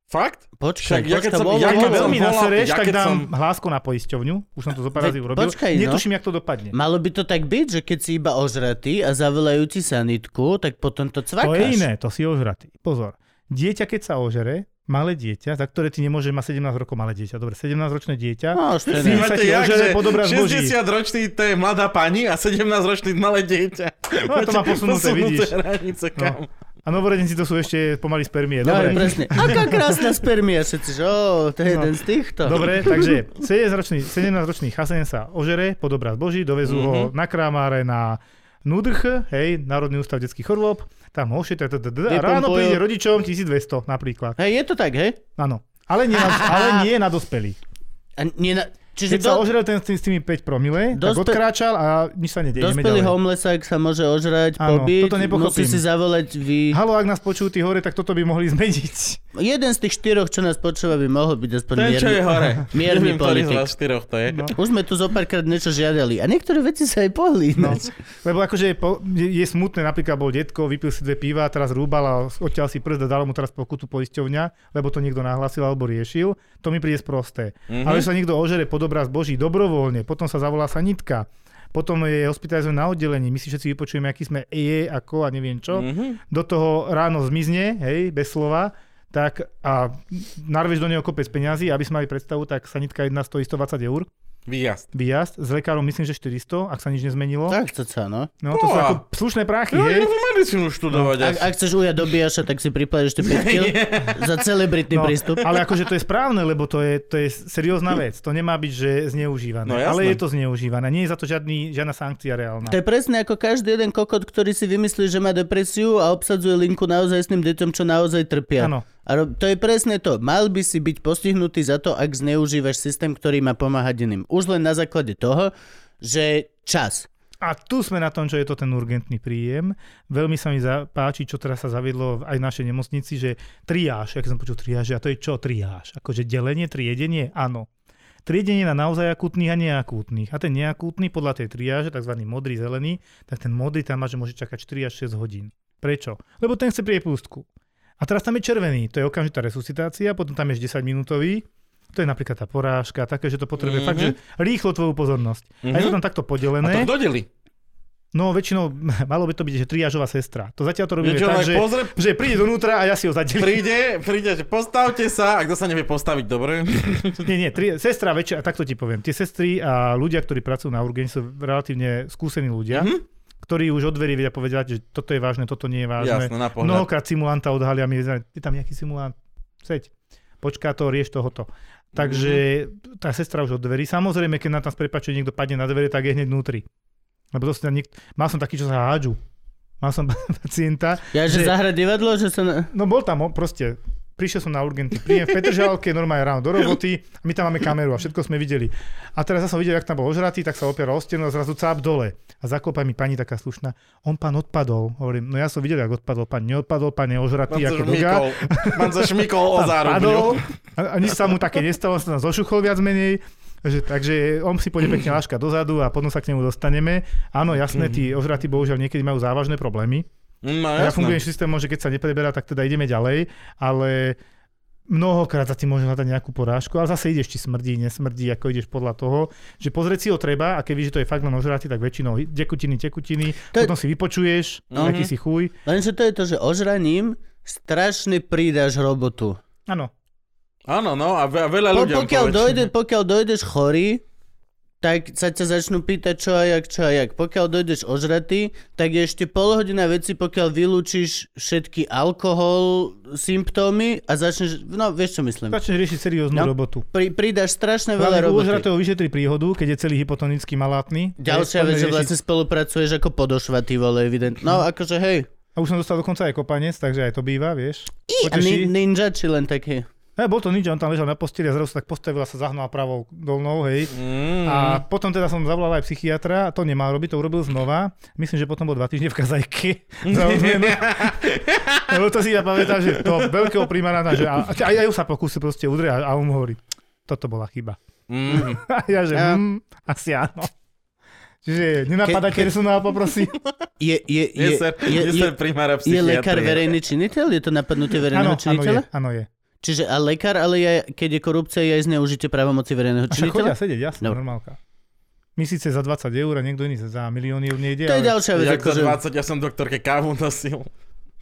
A: Fakt?
B: Počkaj,
A: Však ja keď
B: počkaj,
A: som-
B: bol,
A: ja
D: Ja
A: keď
B: bol,
D: keď
A: som
D: veľmi
A: volal-
D: nasereš,
A: ja
D: tak
A: keď
D: dám
A: som-
D: hlásku na poisťovňu. Už som to zo pár
B: Veď
D: razy urobil.
B: počkaj, no.
D: Netuším, jak to dopadne.
B: Malo by to tak byť, že keď si iba ožratý a zavolajú ti sanitku, tak potom to cvakáš.
D: To je iné, to si ožratý. Pozor. Dieťa, keď sa ožere, malé dieťa, za ktoré ty nemôže, má 17 rokov malé dieťa. Dobre, 17-ročné dieťa.
B: No, už to
D: Si
B: je iné.
D: ma- sa ti ožere pod obraz Boží.
A: 60-ročný to je mladá pani a 17-ročný malé dieťa.
D: No, to má posunuté, vidíš. No.
A: hranice, kam.
D: A novorodenci to sú ešte pomaly spermie.
B: No,
D: Dobre, No.
B: presne. Aká krásna spermia, všetci, že ó, to je jeden z týchto.
D: Dobre, takže 17-ročný, 17-ročný chasen sa ožere pod obraz Boží, dovezú
B: Mhm.
D: ho na Kramáre na Nudrch, hej, Národný ústav detských chorôb, tam ho ošetria, t- t- t- a ráno
B: Vypumpujú.
D: príde rodičom 1200 napríklad.
B: Hej, je to tak, hej?
D: Áno. Ale nie, na, ale nie na dospelých.
B: A nie na... Čiže
D: Keď sa
B: do...
D: ožrel ten s tým- s tými 5 promile, tak
B: Dospe-
D: odkráčal a nič sa nedieje. ideme
B: Dospelý
D: ďalej.
B: homelesák sa môže ožrať,
D: Áno,
B: pobiť,
D: toto nepochopím.
B: musí si zavolať vy...
D: Halo, ak nás počujú tí hore, tak toto by mohli zmeniť.
B: Jeden z tých štyroch, čo nás počúva, by mohol byť aspoň
A: Ten, čo
B: mierny.
A: je hore.
B: mierny
A: Neviem, ktorý z
B: politik.
A: vás štyroch to je.
D: No.
B: Už sme tu zo párkrát niečo žiadali a niektoré veci sa aj pohli
D: No.
B: ináč.
D: Lebo akože je, po, je, je smutné, napríklad bol detko, vypil si dve piva, teraz rúbal a odtiaľ si prst a dalo mu teraz pokutu poisťovňa, lebo to niekto nahlásil alebo riešil. To mi príde sprosté.
A: Mhm.
D: Mm-hmm. Ale že sa niekto ožere pod obraz Boží dobrovoľne, potom sa zavolá sanitka, potom je hospitalizovaný na oddelení, my si všetci vypočujeme, aký sme je, ako a neviem čo.
A: Mhm.
D: do toho ráno zmizne, hej, bez slova, tak a narveš do neho kopec peňazí, aby sme mali predstavu, tak sanitka jedna stojí 120 eur,
A: Výjazd.
D: výjazd, s lekárom myslím, že 400, ak sa nič nezmenilo.
B: Tak to sa, no.
D: No to sú
A: Boha.
D: ako slušné práchy,
A: No,
D: hej.
A: idú medicínu študovať
D: No,
B: Ak,
A: asi.
B: ak chceš ujať do bijaša, tak si pripláš ešte 5 kg za celebritný
D: No,
B: prístup.
D: ale akože to je správne, lebo to je, to je seriózna vec. To nemá byť, že zneužívané.
A: No, jasné.
D: ale je to zneužívané. Nie je za to žiadny, žiadna sankcia reálna.
B: To je presne ako každý jeden kokot, ktorý si vymyslí, že má depresiu a obsadzuje linku naozaj s tým deťom, čo naozaj trpia.
D: Áno.
B: A ro- to je presne to. Mal by si byť postihnutý za to, ak zneužívaš systém, ktorý má pomáhať iným. Už len na základe toho, že čas.
D: A tu sme na tom, čo je to ten urgentný príjem. Veľmi sa mi za- páči, čo teraz sa zaviedlo v- aj v našej nemocnici, že triáž, ak som počul triáž, a to je čo triáž? Akože delenie, triedenie, áno. Triedenie na naozaj akútnych a neakútnych. A ten neakútny podľa tej triáže, tzv. modrý, zelený, tak ten modrý tam má, že môže čakať 4 až 6 hodín. Prečo? Lebo ten chce priepustku. A teraz tam je červený, to je okamžitá resuscitácia, potom tam je 10 minútový, to je napríklad tá porážka, také, že to potrebuje
A: Mhm.
D: mm-hmm. fakt, že rýchlo tvoju pozornosť. Mm-hmm. A je to
A: Mhm.
D: tam takto
A: A to
D: podelené.
A: kto delí?
D: No väčšinou malo by to byť, že triážová sestra. To zatiaľ to robíme
A: Že
D: tak,
A: aj
D: že,
A: pozre,
D: že príde donútra a ja si ho zadelím.
A: príde, príde, že postavte sa, a kto sa nevie postaviť, dobre?
D: Nie, nie, tri, sestra väčšia, takto ti poviem. Tie sestry a ľudia, ktorí pracujú na urgenci, sú relatívne skúsení ľudia,
A: Mhm.
D: ktorí už od dverí vedia povedať, že toto je vážne, toto nie je vážne. No,
A: Jasné, na pohľad.
D: Mnohokrát simulanta odhalia, my sme, je tam nejaký simulant, seď, počká to, rieš tohoto. Takže
A: Mhm.
D: tá sestra už od dverí. Samozrejme, keď na tam s prepačením niekto padne na dvere, tak je hneď vnútri. Lebo to si tam niek- mal som taký, čo sa hádžu. Mal som pacienta,
B: Ja, že
D: Že-
B: zahra divadlo, že sa... Na...
D: No bol tam, o- proste, prišiel som na urgentný príjem v Petržalke, normálne ráno do roboty, my tam máme kameru a všetko sme videli. A teraz ja som videl, jak tam bol ožratý, tak sa opieral o stenu a zrazu cáp dole. A zaklopa mi pani taká slušná, on pán odpadol. Hovorím, no ja som videl, jak odpadol, pán neodpadol, pán je
A: Pán
D: ožratý
A: sa
D: ako duga.
A: šmykol, pán sa šmykol o
D: Tam
A: zárubňu.
D: padol A, a nič sa mu také nestalo, on sa tam zošuchol viac menej. Že, takže on si pôjde pekne láška dozadu a potom sa k nemu dostaneme. Áno, jasné, tí ožratí bohužiaľ niekedy majú závažné problémy.
A: No,
D: Ja
A: jasné.
D: fungujem systémom, že keď sa nepreberá, tak teda ideme ďalej, ale mnohokrát za tým môže hľadať nejakú porážku, ale zase ideš, či smrdí, nesmrdí, ako ideš podľa toho, že pozrieť si ho treba a keď víš, že to je fakt len ožratý, tak väčšinou tekutiny, tekutiny,
B: To je-
D: potom si vypočuješ,
A: Mhm.
D: aký si chuj.
B: Lenže to je to, že ožraním strašne pridáš robotu.
D: Áno,
A: Áno, no, a ve- a veľa
B: Po,
A: ľuďom
B: pokiaľ,
A: povedz.
B: dojde, pokiaľ dojdeš chorý, tak sa ťa začnú pýtať čo a jak, čo a jak. Pokiaľ dojdeš ožratý, tak je ešte pol hodina veci, pokiaľ vylúčiš všetky alkohol, symptómy a začneš... No, vieš, čo myslím.
D: začneš riešiť serióznu
B: No.
D: robotu.
B: Pri, pridáš strašne veľa
D: Veľa u
B: roboty.
D: ožratého vyšetri príhodu, keď je celý hypotonický malátny.
B: Ďalšia vec,
D: Poďme
B: že
D: riešiť-
B: vlastne spolupracuješ ako podošva, ty vole, evident. No, akože hej.
D: A už som dostal dokonca aj kopanec, takže aj to býva, vieš.
B: A
D: Poteší.
B: nin, ninja či len taký.
D: Ne, bol to nič, on tam ležal na posteli a zrazu sa tak postavila, sa zahnala pravou dolnou, hej.
A: Mm.
D: A potom teda som zavolal aj psychiatra, to nemal robiť, to urobil znova. Myslím, že potom bol dva týždne v kazajke. za odmenu. Lebo to si ja pamätám, že to veľkého primarána, že a, a ja ju sa pokúsil proste udrieť a, a on mu hovorí, toto bola chyba.
A: Mm.
D: A ja že,
B: Ja.
D: mm, asi áno. Čiže nenapadá
B: Ke- ke-
D: personál poprosí.
B: Je, je, je,
A: Je, ser, je, je,
B: je,
A: ser primára
B: je lekár
A: psychiatrie.
B: verejný činiteľ? Je to napadnutie
D: Áno,
B: verejného
D: áno je,
B: činiteľa?
D: áno je.
B: Čiže a lekár, ale je, keď je korupcia, je aj zneužite právomoci verejného
D: A však chodia
B: činiteľa?
D: sedieť, jasne,
B: Dobre.
D: normálka. My síce za 20 eur a niekto iný za milión eur nejde.
B: To je
D: ale-
B: ďalšia vec.
A: Jak
B: akože-
A: 20, ja som doktorke kávu nosil.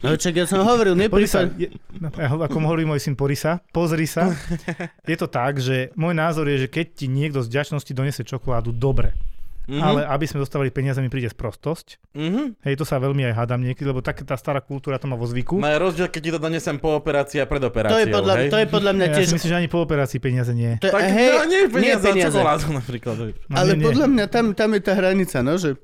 B: No čak, ja som hovoril,
D: Pozri sa,
B: nepripad...
D: je, no, ja ho- ako mu hovorí môj syn, pori sa, pozri sa. Je to tak, že môj názor je, že keď ti niekto z ďačnosti donese čokoládu, dobre.
A: Mhm,
B: Mhm.
D: Mm-hmm. Ale aby sme dostávali peniaze, mi príde sprostosť.
A: Mm-hmm.
D: Hej, to sa veľmi aj hádam niekedy, lebo tak, tá stará kultúra to má vo zvyku.
A: No je rozdiel, keď ti to donesem po operácii a pred
B: To
A: operáciou,
B: je podľa,
A: hej?
B: to je podľa mňa
D: Ja
B: tiež...
D: si myslím, že ani po operácii peniaze nie.
B: To je,
A: Tak
B: hej,
A: no, nie je peniaze, nie
B: peniaze.
A: čokoládu napríklad.
D: No,
B: Ale
D: nie,
B: podľa
D: nie.
B: mňa tam, tam je tá hranica, no, že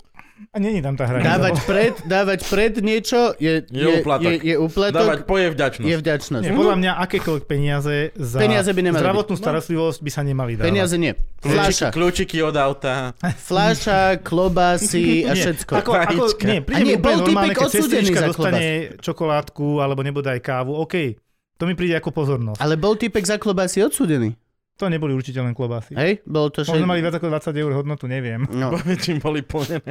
D: A není tam tá hranica.
B: dávať pred, dávať pred niečo je,
A: Je úplatok.
B: Je, je úplatok
A: Dávať poje
B: je
A: vďačnosť.
B: vďačnosť.
D: Nie, podľa mňa akékoľvek peniaze za
B: Peniaze by nemali
D: zdravotnú starostlivosť by sa nemali dávať.
B: Peniaze nie.
A: Kľúčiky,
B: Fláša.
A: kľúčiky od auta.
B: Fláša, klobásy a
D: Nie,
B: všetko.
D: Ako, ako,
A: Vajíčka.
D: nie,
B: A
D: príde mi
B: nie, bol
D: úplne normálne,
B: typek
D: keď
B: odsudený
D: sestrička
B: za
D: dostane čokoládku alebo nebude aj kávu, OK. To mi príde ako pozornosť.
B: Ale bol typek za klobásy odsudený.
D: To neboli určite len klobásy.
B: Hej? Bol to, že...
D: Možno mali viac ako 20 eur hodnotu, neviem.
B: No,
A: Poviem, čím boli plnené.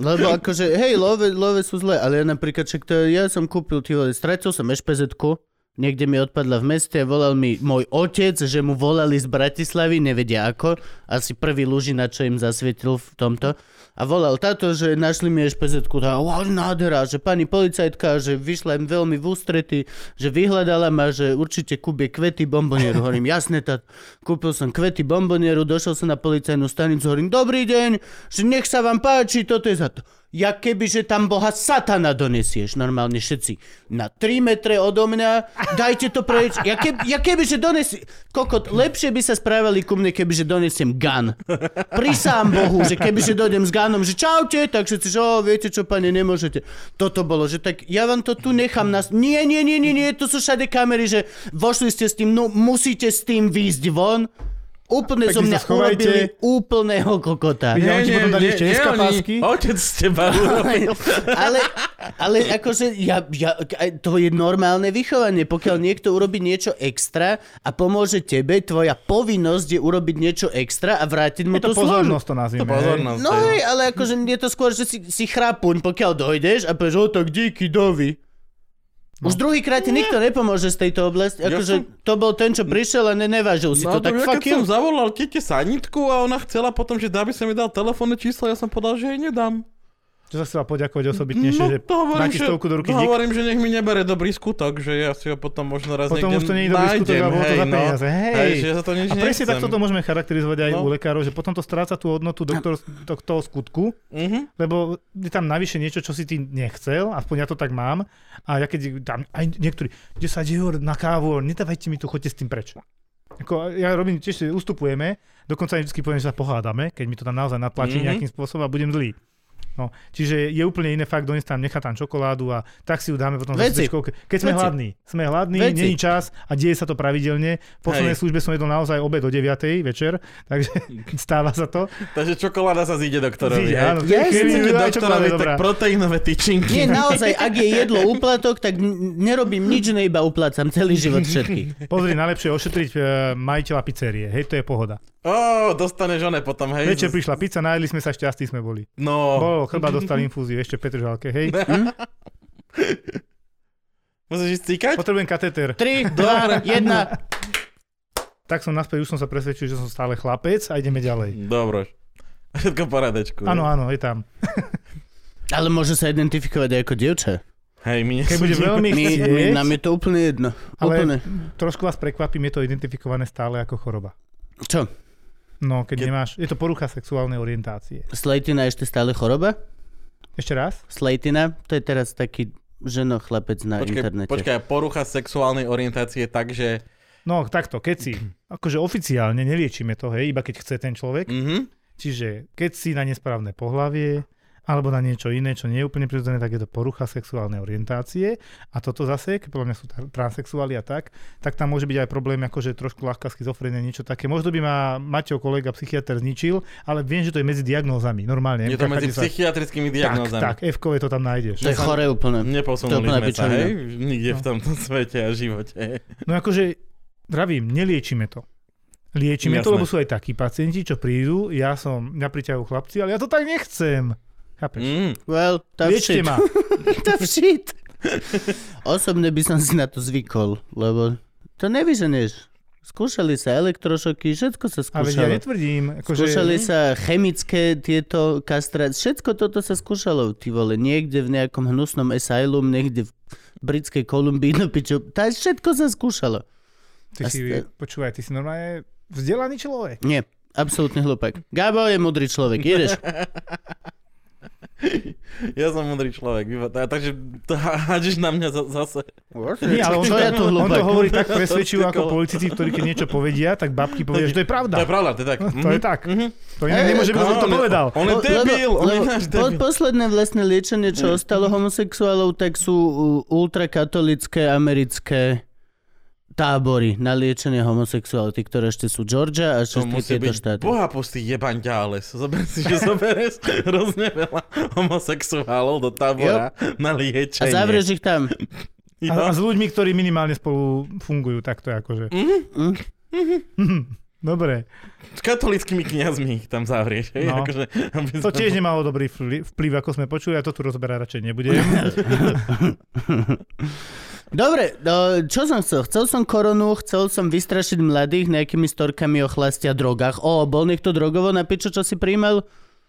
B: lebo akože, hej, love, love sú zlé, ale ja napríklad, však to, ja som kúpil, ty vole, strátil som ešpz niekde mi odpadla v meste, volal mi môj otec, že mu volali z Bratislavy, nevedia ako, asi prvý lužina, čo im zasvietil v tomto. A volal táto, že našli mi špz tá wow, nádhera, že pani policajtka, že vyšla im veľmi v ústrety, že vyhľadala ma, že určite kúpie kvety bombonieru. Hovorím, jasne, tá, kúpil som kvety bombonieru, došiel som na policajnú stanicu, hovorím, dobrý deň, že nech sa vám páči, toto je za to. Ja keby, že tam boha satana donesieš, normálne všetci, na 3 metre odo mňa, dajte to preč. Ja, keby, ja keby, že donesieš, kokot, lepšie by sa správali ku mne, keby, že donesiem gun. Prisám Bohu, že keby, že dojdem s gánom, že čaute, tak všetci, že o, viete čo, pane, nemôžete. Toto bolo, že tak ja vám to tu nechám nás. Nie, nie, nie, nie, nie, to sú všade kamery, že vošli ste s tým, no musíte s tým výjsť von. Úplne
D: Tak
B: zo
D: vy sa
B: mňa
D: schovajte.
B: urobili úplneho kokota.
D: Ja, oni ti potom dali ešte eskapásky.
A: Otec z teba no, urobil.
B: Ale, ale akože ja, ja, aj to je normálne vychovanie. Pokiaľ niekto urobí niečo extra a pomôže tebe, tvoja povinnosť je urobiť niečo extra a vrátiť mu
D: Je to
B: tú službu.
D: pozornosť to nazvime.
A: To pozornosť.
B: No hej, ale akože je to skôr, že si, si chrapuň, pokiaľ dojdeš a povieš, o tak díky, dovi. Už druhýkrát ti nikto nepomôže z tejto oblasti.
A: No. Ja
B: Akože
A: som-
B: to bol ten, čo prišiel a ne, nevážil si
A: No,
B: to. Tak
A: ja
B: fuck
A: keď som
B: you.
A: zavolal tete sanitku a ona chcela potom, že dá by som mi dal telefónne číslo, ja som podal, že jej nedám. No,
D: Čo sa chcela poďakovať osobitnejšie, že
A: to hovorím,
D: dá ti stovku do ruky
A: to
D: dík.
A: hovorím, že nech mi nebere dobrý skutok, že ja si ho potom možno raz
D: Potom
A: niekde
D: už to nie je dobrý
A: nájdem,
D: skutok, ale bolo to
A: hej,
D: za peniaze.
A: No.
D: Hej.
A: Hej, že ja za to nič
D: A presne
A: nechcem.
D: takto to môžeme charakterizovať aj
A: No.
D: u lekárov, že potom to stráca tú hodnotu doktor, to, toho skutku,
A: Mhm.
D: lebo je tam navyše niečo, čo si ty nechcel, aspoň ja to tak mám. A ja keď tam aj niektorí 10 eur na kávu, nedávajte mi to, choďte s tým preč. Ako, ja robím tiež, že ustupujeme, dokonca aj vždy poviem, že sa pohádame, keď mi to tam naozaj
A: Mhm.
D: natlačí mm-hmm. nejakým spôsobom a budem zlý. No, čiže je úplne iné fakt, doniesť tam, nechať tam čokoládu a tak si ju dáme potom
B: Veci.
D: za sestričkou. Keď sme
B: Veci.
D: hladní, sme hladní,
B: Veci.
D: není čas a deje sa to pravidelne. V poslednej
A: Hej.
D: službe som jedol naozaj obed o 9. večer, takže stáva sa to.
A: Takže čokoláda sa zíde doktorovi.
D: Zíde,
A: hej.
D: áno.
A: Keď
D: Jasne.
A: zíde
D: Aj
A: doktorovi,
D: čokoláda je
A: tak
D: dobrá.
A: proteínové tyčinky.
B: Nie, naozaj, ak je jedlo úplatok, tak n- nerobím nič, ne iba uplácam celý život všetkých.
D: Pozri, najlepšie je ošetriť e, majiteľa pizzerie. Hej, to je pohoda.
A: Ó, dostaneš one potom, hej.
D: Večer prišla pizza, najedli sme sa, šťastí sme boli.
A: No,
B: Oh.
D: Bolo, chleba dostal infúziu ešte v Petržalke, hej.
A: Hm? musíš ísť cíkať?
D: Potrebujem kateter.
B: 3, 2, 1.
D: Tak som naspäť, už som sa presvedčil, že som stále chlapec a ideme ďalej.
A: Dobro. Všetko v poradečku.
D: Áno, áno, je tam.
B: Ale môže sa identifikovať aj ako dievča.
A: Hej, my
D: Keď bude
A: nesúdime.
D: veľmi
B: My, my,
D: chcieť,
B: nám je to úplne jedno.
D: Ale-
B: Úplne.
D: trošku vás prekvapím, je to identifikované stále ako choroba.
B: Čo?
D: No, keď
A: Keď-
D: nemáš, je to porucha sexuálnej orientácie.
B: Slejtina ešte stále choroba?
D: Ešte raz?
B: Slejtina? To je teraz taký ženo chlapec na
A: Počkaj,
B: internete.
A: počkaj, porucha sexuálnej orientácie je tak, že...
D: No, takto, keď si, akože oficiálne neliečíme to, hej, iba keď chce ten človek,
A: Mhm.
D: Čiže keď si na nesprávne pohlavie alebo na niečo iné, čo nie je úplne prirodzené, tak je to porucha sexuálnej orientácie. A toto zase, keď podľa mňa sú tra- transexuáli a tak, tak tam môže byť aj problém, akože trošku ľahká schizofrenia, niečo také. Možno by ma Mateo kolega psychiatr zničil, ale viem, že to je medzi diagnózami, normálne.
A: Je to medzi
D: Chápete sa?
A: psychiatrickými
D: Tak,
A: diagnózami.
D: tak, F-kové to tam nájdeš.
B: To je chore úplne. no. To
A: Neposunuli
B: je úplná
A: sme sa,
B: pičovina.
A: hej? Nikde v tomto svete a živote.
D: No akože, vravím, neliečíme to. Liečime to,
A: Jasné.
D: lebo sú aj takí pacienti, čo prídu, ja som, mňa priťahujú chlapci, ale ja to tak nechcem. Chápeš?
B: Mhm.
A: Mm.
B: Well, tough
D: Liečte
B: shit.
D: ma.
B: tough shit. Osobne by som si na to zvykol, lebo to nevyženeš. Skúšali sa elektrošoky, všetko sa
D: A veď ja
B: skúšalo.
D: netvrdím, akože...
B: Skúšali sa chemické tieto kastrát, všetko toto sa skúšalo, ty vole, niekde v nejakom hnusnom asylum, niekde v britskej Kolumbii, no piču, tá všetko sa skúšalo.
D: Ty
B: A ste-
D: si, počúvaj, ty si normálne vzdelaný človek.
B: Nie, absolútny hlupák. Gabo je mudrý človek, ideš.
A: Ja som mudrý človek, vyva- tá- takže to há- hádžeš na mňa za- zase.
D: Nie, ale on,
B: Čo
D: to,
B: ja tu
D: on to
B: hlupák?
D: hovorí tak presvedčivo
A: To je
D: ako
A: kolo.
D: politici, ktorí keď niečo povedia, tak babky povedia, že to
A: To
D: je
A: je
D: pravda.
A: pravda, to je tak.
D: To je tak. To inak
B: Hej,
D: nemôže byť,
A: No,
D: on to
A: on je-
D: povedal.
A: On je
B: Lebo-
A: debil, on je
B: lebo
A: náš
B: po-
A: debil.
B: Posledné vlastné liečenie, čo ostalo homosexuálov, tak sú uh, ultrakatolické americké tábory na liečenie homosexuálov, tí, ktoré ešte sú Georgia a
A: To
B: ešte
A: musí
B: tieto
A: byť
B: štáty.
A: boha postý jebaň ďáles. Zober si, že zoberieš hrozne veľa homosexuálov do tábora
B: A
A: na liečenie.
B: zavrieš ich tam.
A: Jo.
D: A, a s ľuďmi, ktorí minimálne spolu fungujú, tak to je akože. Mhm.
B: Mm.
D: Dobre,
A: S katolickými kniazmi ich tam zavrieš. Hej?
D: No.
A: Akože, aby
D: to
A: sme-
D: tiež nemalo dobrý vplyv, vplyv, ako sme počuli, a to tu rozberať radšej nebudem.
B: Dobre, no, čo som chcel? Chcel som koronu, chcel som vystrašiť mladých nejakými storkami o chlasti a drogách. O, bol niekto drogovo na piču, čo si príjmal?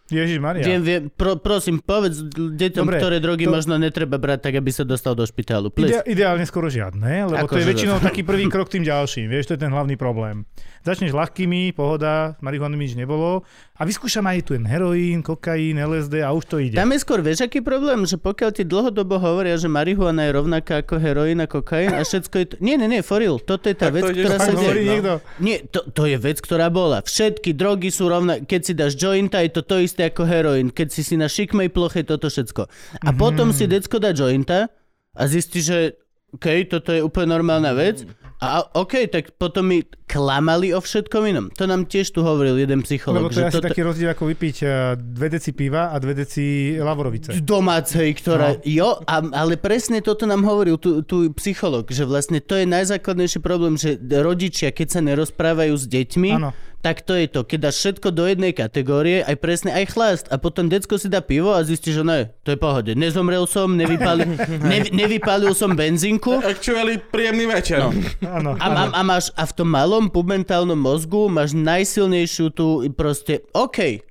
D: Ježiš Maria.
B: Viem, viem, pro, prosím, povedz deťom,
D: Dobre,
B: ktoré drogy
D: to-
B: možno netreba brať, tak aby sa dostal do špitálu. Please.
D: Ide, ideálne skoro žiadne, lebo
B: Ako
D: to je
B: že-
D: väčšinou taký prvý krok tým ďalším, vieš, to je ten hlavný problém. Začneš ľahkými, pohoda, marihuany nič nebolo a vyskúšam aj ten heroín, kokain, LSD a už to ide.
B: Tam je skôr, vieš, aký problém, že pokiaľ ti dlhodobo hovoria, že marihuana je rovnaká ako heroín a kokain a všetko je... t- Nie, nie, nie, foril, toto je tá
A: Tak
B: vec,
A: to ideš
B: ktorá sa
D: Fakt
A: fakt
D: hovorí
A: no.
B: deje.
D: niekto,
B: Nie, to, to je vec, ktorá bola. Všetky drogy sú rovnaké. Keď si dáš jointa, je to to isté ako heroín. Keď si si na šikmej ploche, toto všetko. A potom si
D: Mm.
B: decko dá jointa a zistí, že OK, toto je úplne normálna vec. A OK, tak potom mi klamali o všetkom inom. To nám tiež tu hovoril jeden
D: lebo
B: psychológ.
D: to je
B: že
D: asi
B: toto-
D: taký rozdiel ako vypiť eh, dve deci piva a dve deci lavrovice.
B: domácej, ktorá...
D: No.
B: No. Jo, a, ale presne toto nám hovoril tu, tu psycholog, že vlastne to je najzákladnejší problém, že rodičia, keď sa nerozprávajú s deťmi,
D: Áno.
B: tak to je to. Keď dáš všetko do jednej kategórie, aj presne aj chlast, a potom decko si dá pivo a zistí, že ne, to je pohode. Nezomrel som, nevypali, nevy, nevypalil som benzinku.
A: Actually, príjemný večer.
B: No.
D: Áno.
B: A, a, a, máš, a v tom malom pubertálnom mozgu máš najsilnejšiu tú proste, OK,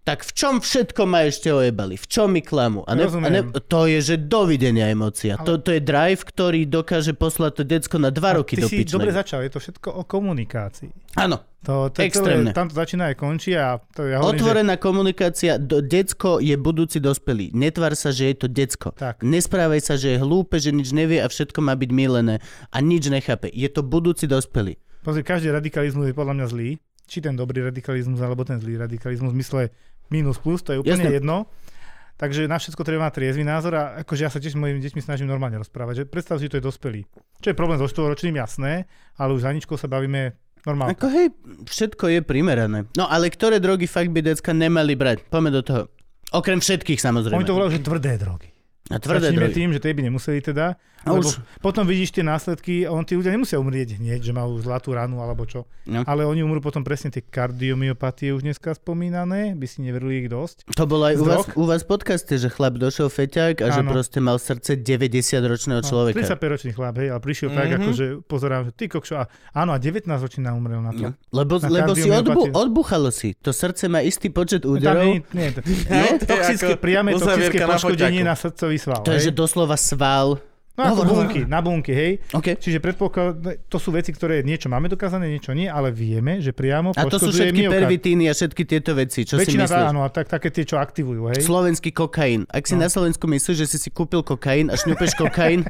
B: tak v čom všetko ma ešte ojebali? V čom mi klamu? A, a
D: Rozumiem.
B: to je, že dovidenia emócia. Ale... To, to je drive, ktorý dokáže poslať to decko na dva roky
D: Ty
B: do
D: si dobre
B: pičnej.
D: začal, je to všetko o komunikácii.
B: Áno,
D: To, to, je
B: Extrémne.
D: celé, tam to začína aj končí a to ja hovorím, že
B: otvorená komunikácia, do, decko je budúci dospelý. Netvár sa, že je to decko.
D: Tak.
B: Nesprávaj sa, že je hlúpe, že nič nevie a všetko má byť milené a nič nechápe. Je to budúci dospelý.
D: Pozri, každý radikalizmus je podľa mňa zlý. Či ten dobrý radikalizmus, alebo ten zlý radikalizmus, v mysle minus plus, to je úplne
B: Jasné.
D: jedno. Takže na všetko treba mať triezvy názor a akože ja sa tiež s mojimi deťmi snažím normálne rozprávať. Že predstav si, že to je dospelý. Čo je problém so štvoročným, jasné, ale už za ničkou sa bavíme normálne.
B: Ako hej, všetko je primerané. No ale ktoré drogy fakt by decka nemali brať? Poďme do toho. Okrem všetkých samozrejme.
D: Oni to volajú, že tvrdé drogy.
B: A tvrdé
D: Začnime
B: drogy.
D: tým, že tie by nemuseli teda.
B: A
D: Lebo
B: už-
D: potom vidíš tie následky, a on tí ľudia nemusia umrieť hneď, že majú zlatú ranu alebo čo.
B: No.
D: Ale oni umrú potom presne tie kardiomyopatie už dneska spomínané, by si neverili ich dosť.
B: To bolo aj u
D: Zdrog?
B: vás, u vás v podcaste, že chlap došiel feťák a že
D: Áno. No,
B: proste mal srdce 90-ročného človeka.
D: 35-ročný chlap, hej, ale prišiel tak,
A: Mhm.
D: akože pozerám, že ty kokšo, a áno, a 19-ročný nám umrel na to.
B: No. Lebo,
D: Na
B: lebo si odbu,
D: kardiomyopatie.
B: odbuchalo si. To srdce má istý počet
D: Tam nie,
B: úderov.
D: nie, to, no,
A: Hej, to je
D: toxické,
A: ako
D: priame toxické
A: uzavierka na
D: poškodenie
A: poťaku.
D: na srdcový sval.
B: To je, že
D: hej.
B: doslova sval.
D: No ako
B: Hovor, hovor.
D: bunky, na bunky, hej.
B: OK.
D: Čiže predpoklad, no, to sú veci, ktoré niečo máme dokázané, niečo nie, ale vieme, že priamo
B: A to sú
D: poškoduje
B: všetky
D: myokard.
B: pervitíny a všetky tieto veci, čo si
D: Väčšina
B: myslíš?
D: áno, tak, také tie, čo aktivujú, hej. No.
B: Slovenský kokain. Ak si na Slovensku myslíš, že si si kúpil kokain a šňupeš kokain,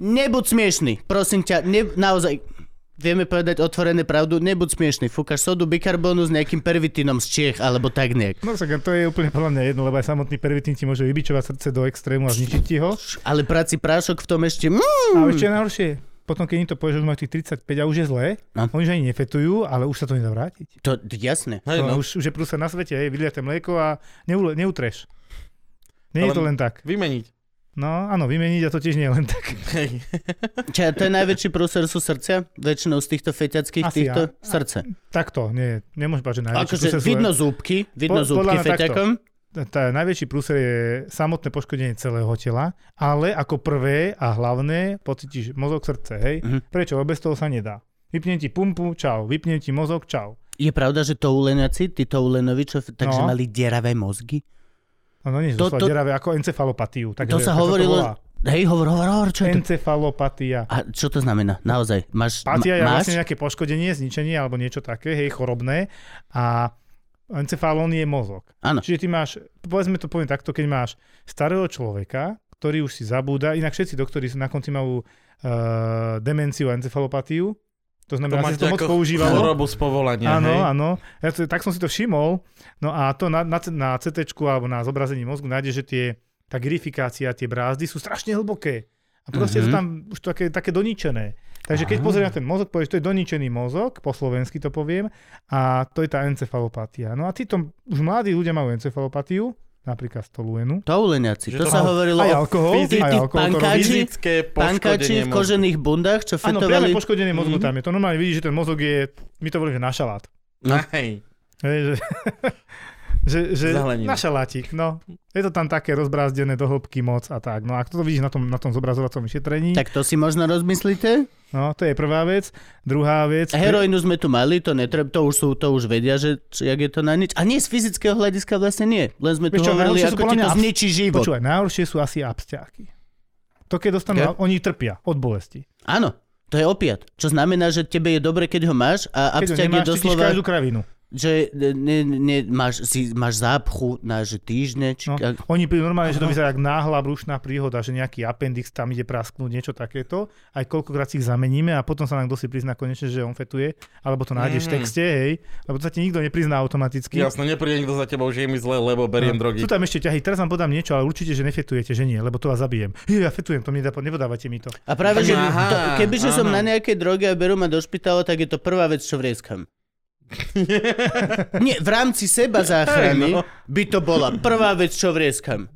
B: nebuď smiešný. Prosím ťa, ne, naozaj, vieme povedať otvorené pravdu, nebuď smiešný. Fúkaš sodu bikarbonu s nejakým pervitínom z Čiech, alebo tak nejak.
D: No však to je úplne podľa mňa jedno, lebo aj samotný pervitín ti môže vybičovať srdce do extrému a zničiť ti ho.
B: Ale práci prášok v tom ešte... Mm,
D: A ešte najhoršie, potom keď im to povieš, že už majú tých 35 a už je zlé,
B: No.
D: oni už ani nefetujú, ale už sa to nedá vrátiť.
B: to, jasné.
A: Hej,
D: To
A: no.
D: už, už je prúsa na svete, hej, vyliate mlieko a neule, neutreš. Nie je
A: Ale-
D: to len tak.
A: Vymeniť.
D: No áno, vymeniť a to tiež nie je len tak.
A: Hej.
B: Čiže to je najväčší prúser sú srdcia? Väčšinou z týchto feťackých,
D: Asi
B: týchto
D: áno.
B: srdce.
D: Takto, nie, nemôžem povedať, že najväčší
B: Akože
D: prúser sú-
B: vidno zúbky, vidno
D: Po-
B: zúbky
D: podľa mňa takto.
B: feťakom.
D: tá najväčší prúser je samotné poškodenie celého tela, ale ako prvé a hlavné pocítiš mozog srdce, hej?
B: Mhm.
D: Prečo? Lebo Bez toho sa nedá. Vypnem ti pumpu, čau. Vypnem ti mozog, čau.
B: Je pravda, že Touleniaci, tí Toulenovi, čo f- takže
D: No.
B: mali deravé mozgy?
D: No, no nie,
B: To-
D: to, to,
B: to-
D: deravé, ako encefalopatiu. Takže,
B: to sa
D: tak
B: hovorilo...
D: volá.
B: Hej, hovor, hovor, hovor, čo je to?
D: Encefalopatia.
B: A čo to znamená? Naozaj, máš...
D: Patia je
B: ma- máš?
D: vlastne nejaké poškodenie, zničenie alebo niečo také, hej, chorobné. A encefalón je mozog.
B: Áno.
D: Čiže ty máš, povedzme to poviem takto, keď máš starého človeka, ktorý už si zabúda, inak všetci doktori sú na konci majú uh, demenciu a encefalopatiu, to znamená, že sa to moc používalo.
A: chorobu z povolania,
D: Áno,
A: hej?
D: áno. Ja to, tak som si to všimol. No a to na, na, na CT alebo na zobrazení mozgu nájde, že tie, tá grifikácia, tie brázdy sú strašne hlboké. A proste mm-hmm. sú
B: Mhm.
D: tam už také, také doničené. Takže keď
B: Á.
D: pozrieš na ten mozog, povieš, to je doničený mozog, po slovensky to poviem, a to je tá encefalopatia. No a títo už mladí ľudia majú encefalopatiu, napríklad z toluenu.
B: Touleniaci, to
A: Že to
B: sa
A: mal-
B: hovorilo
D: Aj
B: o Ty-
D: alkohol, aj
B: ty
D: alkohol to robí.
B: pankáči-
A: Fyzické
B: pankači
A: poškodenie
B: v
A: mozgu.
B: kožených bundách, čo
D: Áno, priame
B: fetovali...
D: poškodenie mozgu
B: Mhm.
D: tam je. To normálne vidíš, že ten mozog je, my to volíme, že našalát.
B: No.
A: Hej.
D: Hej, že, že, že
A: Zahlenina.
D: na šalátik, no. Je to tam také rozbrázdené do hĺbky moc a tak. No a to vidíš na tom, na tom zobrazovacom šetrení, tak.
B: Tak to si možno rozmyslíte.
D: no to je prvá vec. Druhá vec,
B: Heroínu sme tu mali, to netreb, to už sú, to už vedia, že či, jak je to na nič. A nie z fyzického hľadiska vlastne nie. Len sme tu
D: Vieš čo,
B: hovorili,
D: najhoršie sú
B: ako
D: podľa
B: ti to
D: mňa abs-
B: zničí život.
D: počúvaj, najhoršie sú asi abstiáky. To keď dostanú,
B: Ja?
D: oni trpia od bolesti.
B: Áno, to je opiat. Čo znamená, že tebe je dobre, keď ho máš a
D: Keď ho
B: abstiak je
D: nemáš, cítiš
B: doslova,
D: každú kravinu. no.
B: že ne, ne, máš, si, máš zápchu na že týždne. Či,
D: No.
B: no.
D: Oni prídu normálne, že to vyzerá ako náhla brušná príhoda, že nejaký appendix tam ide prasknúť, niečo takéto. Aj koľkokrát si ich zameníme a potom sa nám kto si prizná konečne, že on fetuje, alebo to nájdeš v
A: Mhm.
D: texte, hej, lebo to sa ti nikto neprizná automaticky.
A: Jasne, nepríde nikto za tebou, že je mi zle, lebo beriem
D: No,
A: drogy.
D: Sú tam ešte ťahy, teraz vám podám niečo, ale určite, že nefetujete, že nie, lebo to vás zabijem. Hej, ja fetujem, to mi nedá, nepodávate mi to.
B: A práve, že
A: Aha,
B: to, kebyže som
A: áno.
B: na nejakej droge a berú ma do špitála, tak je to prvá vec, čo vrieskam. Nie, v rámci seba záchrany
A: Hej, no.
B: by to bola prvá vec, čo vrieskam.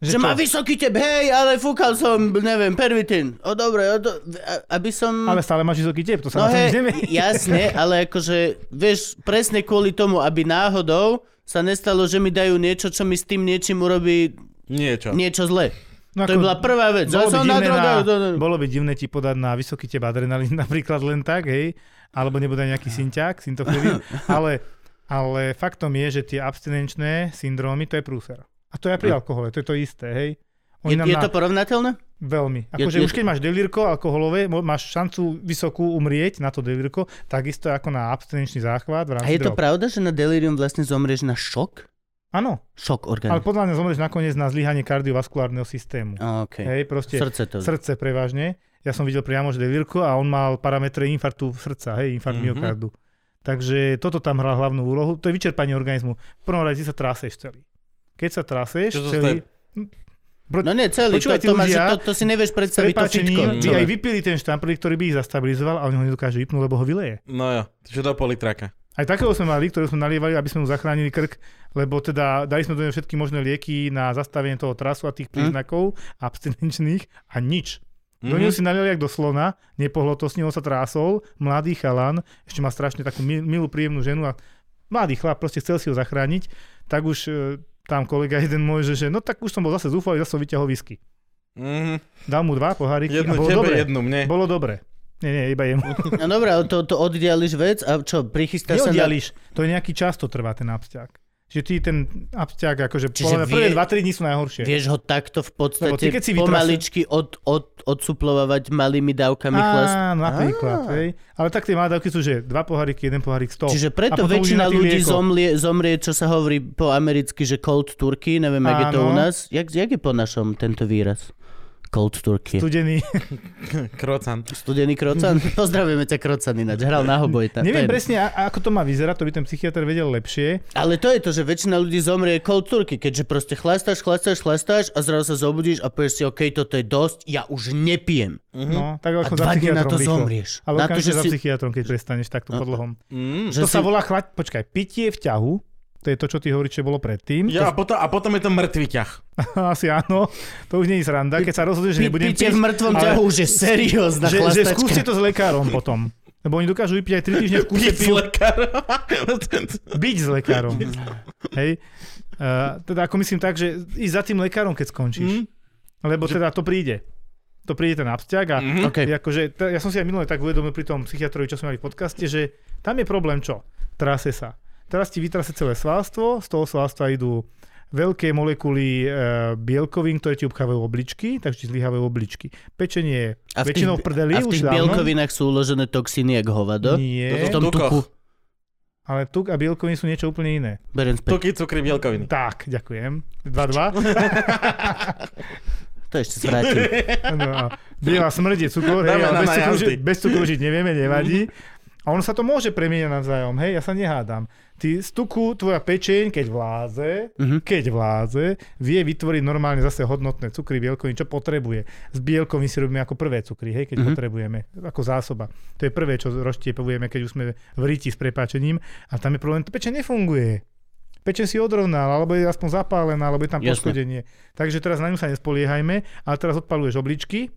B: Že, že
D: čo?
B: má vysoký tep, hej, ale fúkal som, neviem, pervitin. O dobre, o do... a- aby som...
D: Ale stále máš vysoký tep, to sa
B: No
D: no na to
B: hej,
D: nič nemení.
B: jasne, ale akože, vieš, presne kvôli tomu, aby náhodou sa nestalo, že mi dajú niečo, čo mi s tým niečím urobí
A: Niečo.
B: niečo zlé.
D: No
B: To by
D: ako-
B: bola prvá vec. Ja
D: Bolo by,
B: som no, na
D: divné na,
B: drogách. to- to-
D: bolo by divné ti podať na vysoký tep adrenalín napríklad len tak, hej, alebo nebude nejaký synťák, syntofilín, ale, ale faktom je, že tie abstinenčné syndrómy, to je prúser. A to je aj pri alkohole, to je to isté, hej.
B: Je,
D: Oni nám
B: No. je
D: na...
B: to porovnateľné?
D: Veľmi.
B: Je-
D: Akože
B: je-
D: už keď máš delírko alkoholové, mo- máš šancu vysokú umrieť na to delírko, takisto ako na abstinenčný záchvat
B: A
D: v rámci
B: je to
D: drog.
B: pravda, že na delirium vlastne zomrieš na šok?
D: Áno,
B: Šok orgánu.
D: ale podľa mňa zomrieš nakoniec na zlyhanie kardiovaskulárneho systému.
B: Okay.
D: Hej, proste
B: Srdce to.
D: srdce prevažne. Ja som videl priamo, že delírko a on mal parametre infarktu srdca, hej, infarkt
A: Mhm.
D: mm-hmm. myokardu. Takže toto tam hrá hlavnú úlohu. To je vyčerpanie organizmu. V prvom rade ty sa traseš celý. Keď sa traseš
A: Čo to
D: celý,
B: No nie, celý, to,
D: Počúvaj, tí
B: to, máš,
D: ľudia-
B: to, to si nevieš
D: s
B: predstaviť to No, fitko.
D: prepáčením by
B: celé.
D: aj vypili ten štamprý, ktorý by ich zastabilizoval a oni ho nedokáže vypnúť, lebo ho vyleje.
A: No jo, že do politraka.
D: Aj takého sme mali, ktorého sme nalievali, aby sme mu zachránili krk, lebo teda dali sme do neho všetky možné lieky na zastavenie toho trasu a
A: Mhm.
D: tých príznakov abstinenčných a nič. Do
A: Mhm.
D: neho si naliali jak do slona, nepohlo to s ním, on sa trásol, mladý chalan, ešte má strašne takú mil, milú, príjemnú ženu a mladý chlap, proste chcel si ho zachrániť, tak už e, tam kolega jeden môj, že, že no tak už som bol zase zúfalý, zase som vyťahol whisky.
A: Mhm.
D: Dal mu dva poháriky
A: Jednu
D: a no, bolo
A: tebe,
D: dobre.
A: jednu mne.
D: Bolo dobre. Nie, nie, iba jemu.
B: No dobré, ale to, to oddiališ vec a čo, prichystáš sa na...
D: Neoddiališ, to je nejaký čas, to trvá ten absťák. Že ty ten absťák, akože
B: Čiže
D: podľa mňa prvé
B: vie-
D: 2-3 dní sú najhoršie.
B: Vieš ho takto v podstate
D: Lebo ty, keď si vytrasel-
B: pomaličky od, od, odsuplovať malými dávkami chlast.
D: Áno, napríklad. Hej. Ale tak tie mladávky sú, že dva poháriky, jeden pohárik, stop.
B: Čiže
D: A
B: preto
D: potom už je
B: väčšina
D: na tých
B: ľudí
D: liekoch.
B: zomrie, zomrie, čo sa hovorí po americky, že cold turkey, neviem, jak je to u
D: Áno.
B: nás. Jak, jak je po našom tento výraz? Cold turkey.
D: Studený.
A: Krocan.
B: Studený krocan? Pozdravujeme ťa krocan ináč, hral na hobojta.
D: Neviem presne, a- ako to má vyzerať, to by ten psychiatr vedel lepšie.
B: Ale to je to, že väčšina ľudí zomrie cold turkey, keďže proste chlastáš, chlastáš, chlastáš a zrazu sa zobudíš a povieš si, OK, toto je dosť, ja už nepijem.
D: No, tak
B: Mhm. A
D: ako za
B: dva dní na
D: psychiatrom
B: to
D: rýchlo.
B: zomrieš.
D: Ale
B: Na to,
D: okamžite
B: že
D: za
B: si- No
D: psychiatrom, keď prestaneš takto podlahom.
A: Mm.
B: Že
D: Hm, To
B: si-
D: sa volá chlad... Počkaj, pitie v ťahu To je to, čo ty hovoríš, čo bolo predtým.
A: Ja, a,
D: To,
A: potom, a potom je to mŕtvy ťah.
D: asi áno, to už nie je sranda, keď sa rozhodneš, že
E: Pi-
D: nebudem
E: Pitie v
D: piť,
E: mŕtvom
D: ale-
E: ťahu už je seriózna
D: že, že
E: chlastačka.
D: skúste to s lekárom potom. Lebo oni dokážu vypiť aj 3 týždne v kúse
A: Piť
D: pijú,
A: lekár.
D: byť s lekárom. Hej. Uh, teda ako myslím tak, že ísť za tým lekárom, keď skončíš. Mm. Lebo teda to príde. To príde ten absťak a mm.
E: OK.
D: akože, t- ja som si aj minule tak uvedomil pri tom psychiatrovi, čo sme mali v podcaste, že tam je problém čo? Trase sa. Teraz ti vytrase celé svalstvo, z toho svalstva idú veľké molekuly e, bielkovín, ktoré ti obchávajú obličky, takže ti zlyhávajú obličky. Pečenie je
B: A v tých-
D: väčšinou v prdeli,
B: A v
D: už
B: tých
D: dávno.
B: bielkovinách sú uložené toxíny jak hovado. V
D: Nie,
B: tom
A: Tukoch.
B: tuku.
D: ale tuk a bielkoviny sú niečo úplne iné.
B: Berem späť.
A: Tuky, cukry, bielkoviny.
D: Tak, ďakujem. 2-2.
B: To ešte zvrátim.
D: No, a biela smrť je cukor, hej,
A: Dáme
D: ale
A: na
D: bez cukru,
A: najazdy.
D: ži- bez cukru žiť nevieme, nevadí. A ono sa to môže premieňať navzájom, hej, ja sa nehádam. Ty z tuku, tvoja pečeň, keď vláze,
B: Mhm.
D: keď vláze, vie vytvoriť normálne zase hodnotné cukry, bielkoviny, čo potrebuje. Z bielkovín si robíme ako prvé cukry, hej, keď
B: Mhm.
D: potrebujeme, ako zásoba. To je prvé, čo roštiepujeme, keď už sme v ríti s prepáčením. A tam je problém, to pečeň nefunguje. Pečeň si odrovnal, alebo je aspoň zapálená, alebo je tam
B: Jasné.
D: poškodenie. Takže teraz na ňu sa nespoliehajme, ale teraz odpaluješ obličky,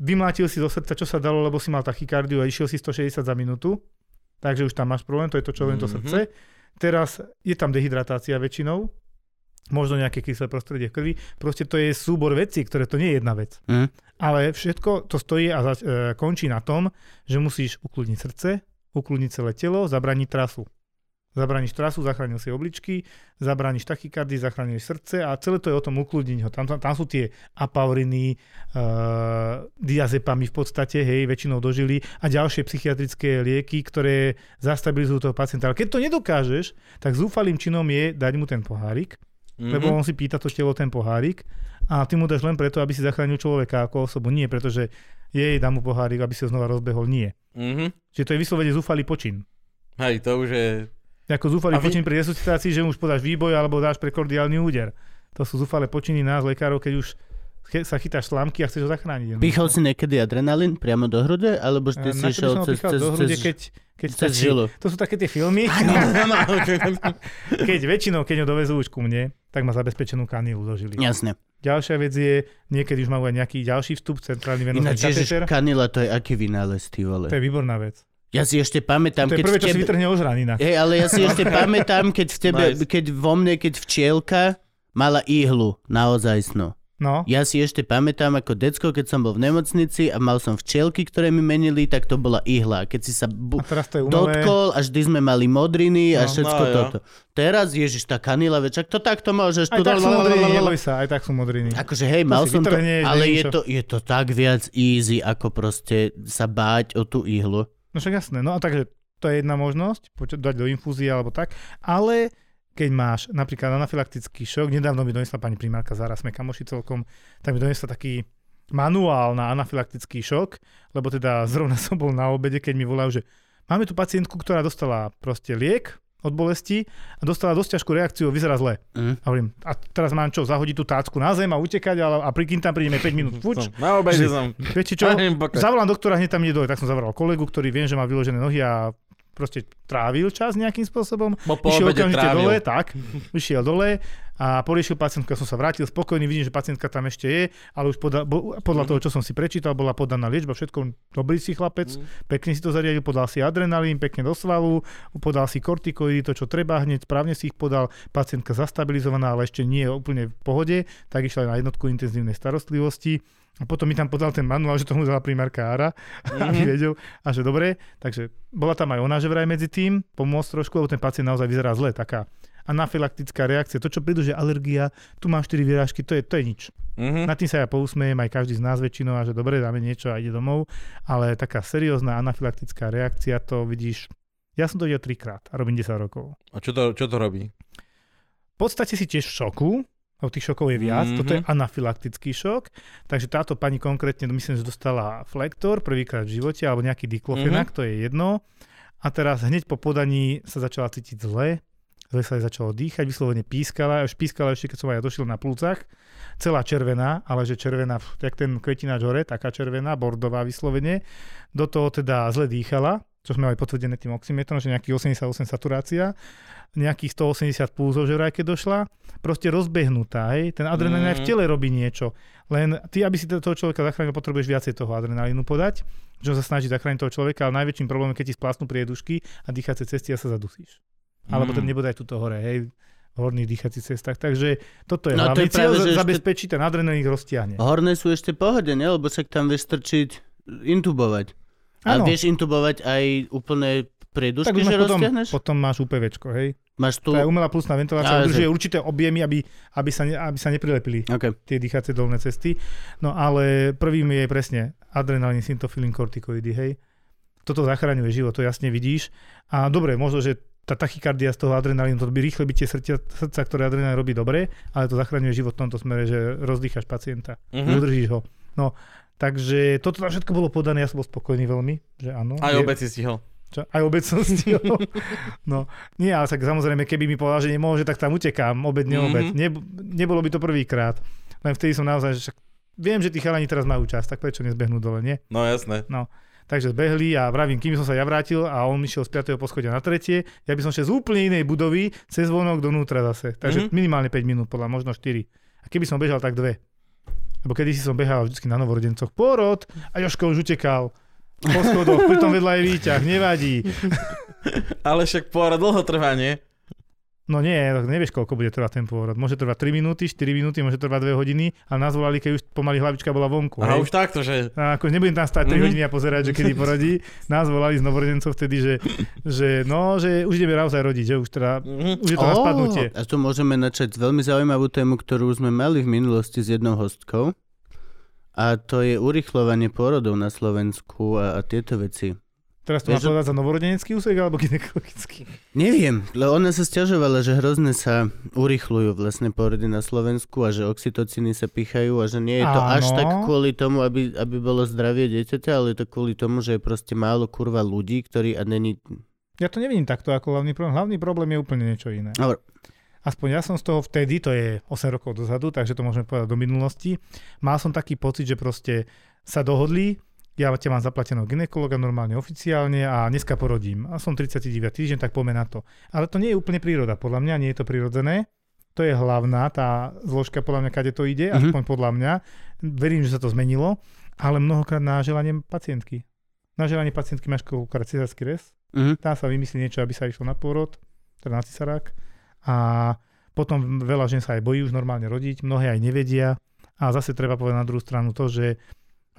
D: vymlátil si zo srdca, čo sa dalo, lebo si mal tachykardiu a išiel si 160 za minútu, takže už tam máš problém, to je to, čo len to
A: Mhm.
D: srdce. Teraz je tam dehydratácia väčšinou, možno nejaké kyslé prostredie v krvi, proste to je súbor vecí, ktoré to nie je jedna vec.
B: Mhm.
D: Ale všetko to stojí a zač- e, končí na tom, že musíš ukludniť srdce, ukludniť celé telo, zabraniť trasu. Zabraníš trasu, zachránil si obličky, zabraníš tachykardy, zachránil srdce a celé to je o tom ukludniť ho. Tam, tam, tam sú tie apauriny, uh, diazepami v podstate, hej, väčšinou dožili a ďalšie psychiatrické lieky, ktoré zastabilizujú toho pacienta. Ale keď to nedokážeš, tak zúfalým činom je dať mu ten pohárik,
A: Mhm.
D: lebo on si pýta to telo ten pohárik a ty mu dáš len preto, aby si zachránil človeka ako osobu. Nie, pretože jej dá mu pohárik, aby si ho znova rozbehol. Nie.
A: Mhm.
D: Čiže to je vyslovene zúfalý počin
A: Hej, to už je...
D: ako
A: A
D: zúfalý
A: vy-
D: počin pri resuscitácii, že už podáš výboj alebo dáš prekordiálny úder. To sú zúfale počiny nás, lekárov, keď už che- sa chytáš slámky a chceš ho zachrániť.
B: Pichol si niekedy adrenalín priamo do hrude, alebo
D: Eh,
B: že ty si
D: nakedy som
B: išiel
D: ho
B: cez,
D: pichal
B: cez,
D: do hrude,
B: cez,
D: keď, keď
B: cez
D: stačí-
B: žilu?
D: To sú také tie filmy, keď väčšinou, keď ho dovezú už ku mne, tak má zabezpečenú kanilu do žily.
B: Jasne.
D: Ďalšia vec je, niekedy už majú aj nejaký ďalší vstup, centrálny venozný
B: Ináč, ježiš,
D: kateter.
B: kanila to je aký vynález, ty vole.
D: To je výborná vec.
B: Ja si ešte pamätám,
D: To je
B: keď
D: prvé,
B: v
D: čo si
B: tebe...
D: vytrhne už ranina.
B: Hej, ale ja si ešte pamätám, keď v tebe,
A: Nice.
B: keď vo mne, keď včielka mala ihlu, naozaj snu.
D: No,
B: Ja si ešte pamätám ako decko, keď som bol v nemocnici a mal som včielky, ktoré mi menili, tak to bola ihla. Keď si sa bu-
D: a teraz to je umelé.
B: dotkol a vždy sme mali modriny a
D: No,
B: všetko
A: no, jo.
B: toto. Teraz, ježiš, tá kanila, veď čak to takto môžeš. tu-
D: Aj tak sú modriny,
B: lalalala.
D: neboj sa, aj tak sú modriny.
B: Akože hej, mal
D: si
B: som to,
D: vytrhneš,
B: ale
D: neviem
B: je
D: čo.
B: to, je to tak viac easy, ako proste sa báť o tú ihlu.
D: No však jasné, no a takže to je jedna možnosť, poč- dať do infúzie alebo tak, ale keď máš napríklad anafylaktický šok, nedávno mi donesla pani primárka Zara, sme kamoši celkom, tak mi donesla taký manuál na anafylaktický šok, lebo teda zrovna som bol na obede, keď mi volajú, že máme tu pacientku, ktorá dostala proste liek od bolesti a dostala dosť ťažkú reakciu, vyzerá zle.
A: Mhm.
B: Mm.
D: A hovorím, a teraz mám čo, zahodiť tú tácku na zem a utekať ale, a pri kým tam prídeme 5 minút, fuč,
A: Na obede som.
D: Viete čo,
A: Aj, boka.
D: zavolám doktora, hneď tam ide dole. Tak som zavolal kolegu, ktorý viem, že má vyložené nohy a proste trávil čas nejakým spôsobom.
A: Bo po
D: išiel
A: obede
D: okamžite
A: trávil.
D: dole, tak, išiel dole a poriešil pacientku, ja som sa vrátil spokojný, vidím, že pacientka tam ešte je, ale už podľa, bo, podľa toho, čo som si prečítal, bola podaná liečba, všetko dobrý si chlapec,
A: Mm.
D: pekne si to zariadil, podal si adrenalín, pekne do svalu, podal si kortikoidy, to čo treba hneď, správne si ich podal, pacientka zastabilizovaná, ale ešte nie je úplne v pohode, tak išla aj na jednotku intenzívnej starostlivosti. A potom mi tam podal ten manuál, že tomu dala primárka Ára, mm-hmm. aby vedel, a že dobre, takže bola tam aj ona, že vraj medzi tým, pomôcť trošku, lebo ten pacient naozaj vyzerá zle, taká anafylaktická reakcia, to čo prídu, že alergia, tu mám 4 vyrážky, to je, to je nič.
A: Mhm.
D: Nad tým sa ja pousmejem, aj každý z nás väčšinou, a že dobre, dáme niečo a ide domov, ale taká seriózna anafylaktická reakcia, to vidíš, ja som to videl trikrát a robím 10 rokov.
A: A čo to, čo to robí?
D: V podstate si tiež v šoku, lebo tých šokov je viac, mm-hmm. toto je
A: Mhm.
D: anafylaktický šok, takže táto pani konkrétne, myslím, že dostala flektor prvýkrát v živote, alebo nejaký diklofenak, mm-hmm. to je jedno. A teraz hneď po podaní sa začala cítiť zle, zle sa jej začalo dýchať, vyslovene pískala, až pískala ešte, keď som aj ja došiel na plúcach, celá červená, ale že červená, pf, jak ten kvetináč hore, taká červená, bordová vyslovene, do toho teda zle dýchala, čo sme aj potvrdené tým oximetrom, že nejakých 88 saturácia, nejakých 180 pulzov žerajke došla, proste rozbehnutá, hej, ten adrenalín
B: Mm.
D: aj v
A: Mhm.
D: tele robí niečo. Len ty, aby si t- toho človeka zachránil, potrebuješ viacej toho adrenalínu podať, že on sa snaží zachrániť toho človeka, ale najväčším problémom je, keď ti splasnú priedušky a dýchacie cesty a sa zadusíš. Alebo ten
B: Mm.
D: nebude aj tuto hore, hej, v horných dýchacích cestách. Takže toto je
B: No, to je
D: hlavný
B: práve,
D: cieľ,
B: že ešte-
D: zabezpečiť ten adrenalín ich roztiahne.
B: Horné sú ešte v pohode, ne? Lebo sa tam vieš strčiť, intubovať. A
D: Áno.
B: vieš intubovať aj úplne
D: Tak
B: priedušky,
D: už
B: že
D: máš potom,
B: roztiahneš?
D: potom máš UPVčko, hej.
B: Máš tu...
D: Tá je umelá plusná ventilácia
B: Ale že-
D: udržuje určité objemy, aby, aby, sa ne, aby sa neprilepili
B: OK.
D: tie dýchacie dolné cesty. No ale prvým je presne adrenalín, syntofilín, kortikoidy, hej. Toto zachraňuje život, to jasne vidíš. A dobre, možno, že tá tachykardia z toho adrenalínu, to by rýchle bytie srdca, srdca, ktoré adrenalín robí dobre, ale to zachraňuje život v tomto smere, že rozdýchaš pacienta,
A: Mhm.
D: udržíš ho. No, takže toto tam všetko bolo podané, ja som bol spokojný veľmi, že áno.
A: Aj
D: Je-
A: obec si stihol.
D: čo, aj obed som stihol. No, nie, ale tak samozrejme, keby mi povedal, že nemôže, tak tam utekám, obed, neobed.
A: Mhm.
D: Mm-hmm. Ne, nebolo by to prvýkrát. Len vtedy som naozaj, že však viem, že tí chalani teraz majú čas, tak prečo nezbehnú dole, nie?
A: No jasné.
D: Takže zbehli a vravím, kým som sa ja vrátil a on išiel z 5. poschodia na tretie, ja by som šiel z úplne inej budovy cez vonok donútra zase.
A: Mhm.
D: Takže minimálne 5 minút, podľa možno 4. A keby som bežal, tak dve. Lebo kedysi som behal vždy na novorodencoch porod a Joško už utekal po schodoch, pritom vedľa je výťah, nevadí.
A: Ale však pôra dlho trvá, nie?
D: No nie, tak nevieš, koľko bude trvať ten pôrod. Môže trvať 3 minúty, 4 minúty, môže trvať 2 hodiny, ale nás volali, keď už pomaly hlavička bola vonku.
A: Aha,
D: hej.
A: už takto, že...
D: A ako nebudem tam stať 3
A: Mhm.
D: hodiny a pozerať, že kedy porodí. Nás volali z novorodencov vtedy, že, že no, že už ideme naozaj rodiť, že už teda,
A: Mhm.
D: už je to na
B: Ó,
D: spadnutie.
B: A tu môžeme načať veľmi zaujímavú tému, ktorú sme mali v minulosti s jednou hostkou. A to je urychľovanie pôrodov na Slovensku a, a tieto veci.
D: Teraz to má
B: Vieš, že-
D: povedať za novorodenecký úsek alebo gynekologický.
B: Neviem, lebo ona sa stiažovala, že hrozne sa urychľujú vlastne pôrody na Slovensku a že oxytocíny sa pichajú a že nie je to Áno. až
D: Áno.
B: tak kvôli tomu, aby, aby bolo zdravie dieťaťa, ale je to kvôli tomu, že je proste málo kurva ľudí, ktorí a není...
D: Ja to nevidím takto ako hlavný problém. Hlavný problém je úplne niečo iné.
B: Dobre.
D: Aspoň ja som z toho vtedy, to je 8 rokov dozadu, takže to môžeme povedať do minulosti, mal som taký pocit, že proste sa dohodli, ja ťa mám zaplateného ginekologa normálne oficiálne a dneska porodím. A som 39 týždeň, tak poďme na to. Ale to nie je úplne príroda, podľa mňa nie je to prirodzené. To je hlavná tá zložka, podľa mňa, kade to ide,
B: Mhm.
D: aspoň podľa mňa. Verím, že sa to zmenilo, ale mnohokrát na želanie pacientky. Na želanie pacientky máš koľkokrát cisársky rez,
B: Mhm.
D: tam sa vymyslí niečo, aby sa išlo na pôrod, teda na cisarák. A potom veľa žien sa aj bojí už normálne rodiť, mnohé aj nevedia. A zase treba povedať na druhú stranu to, že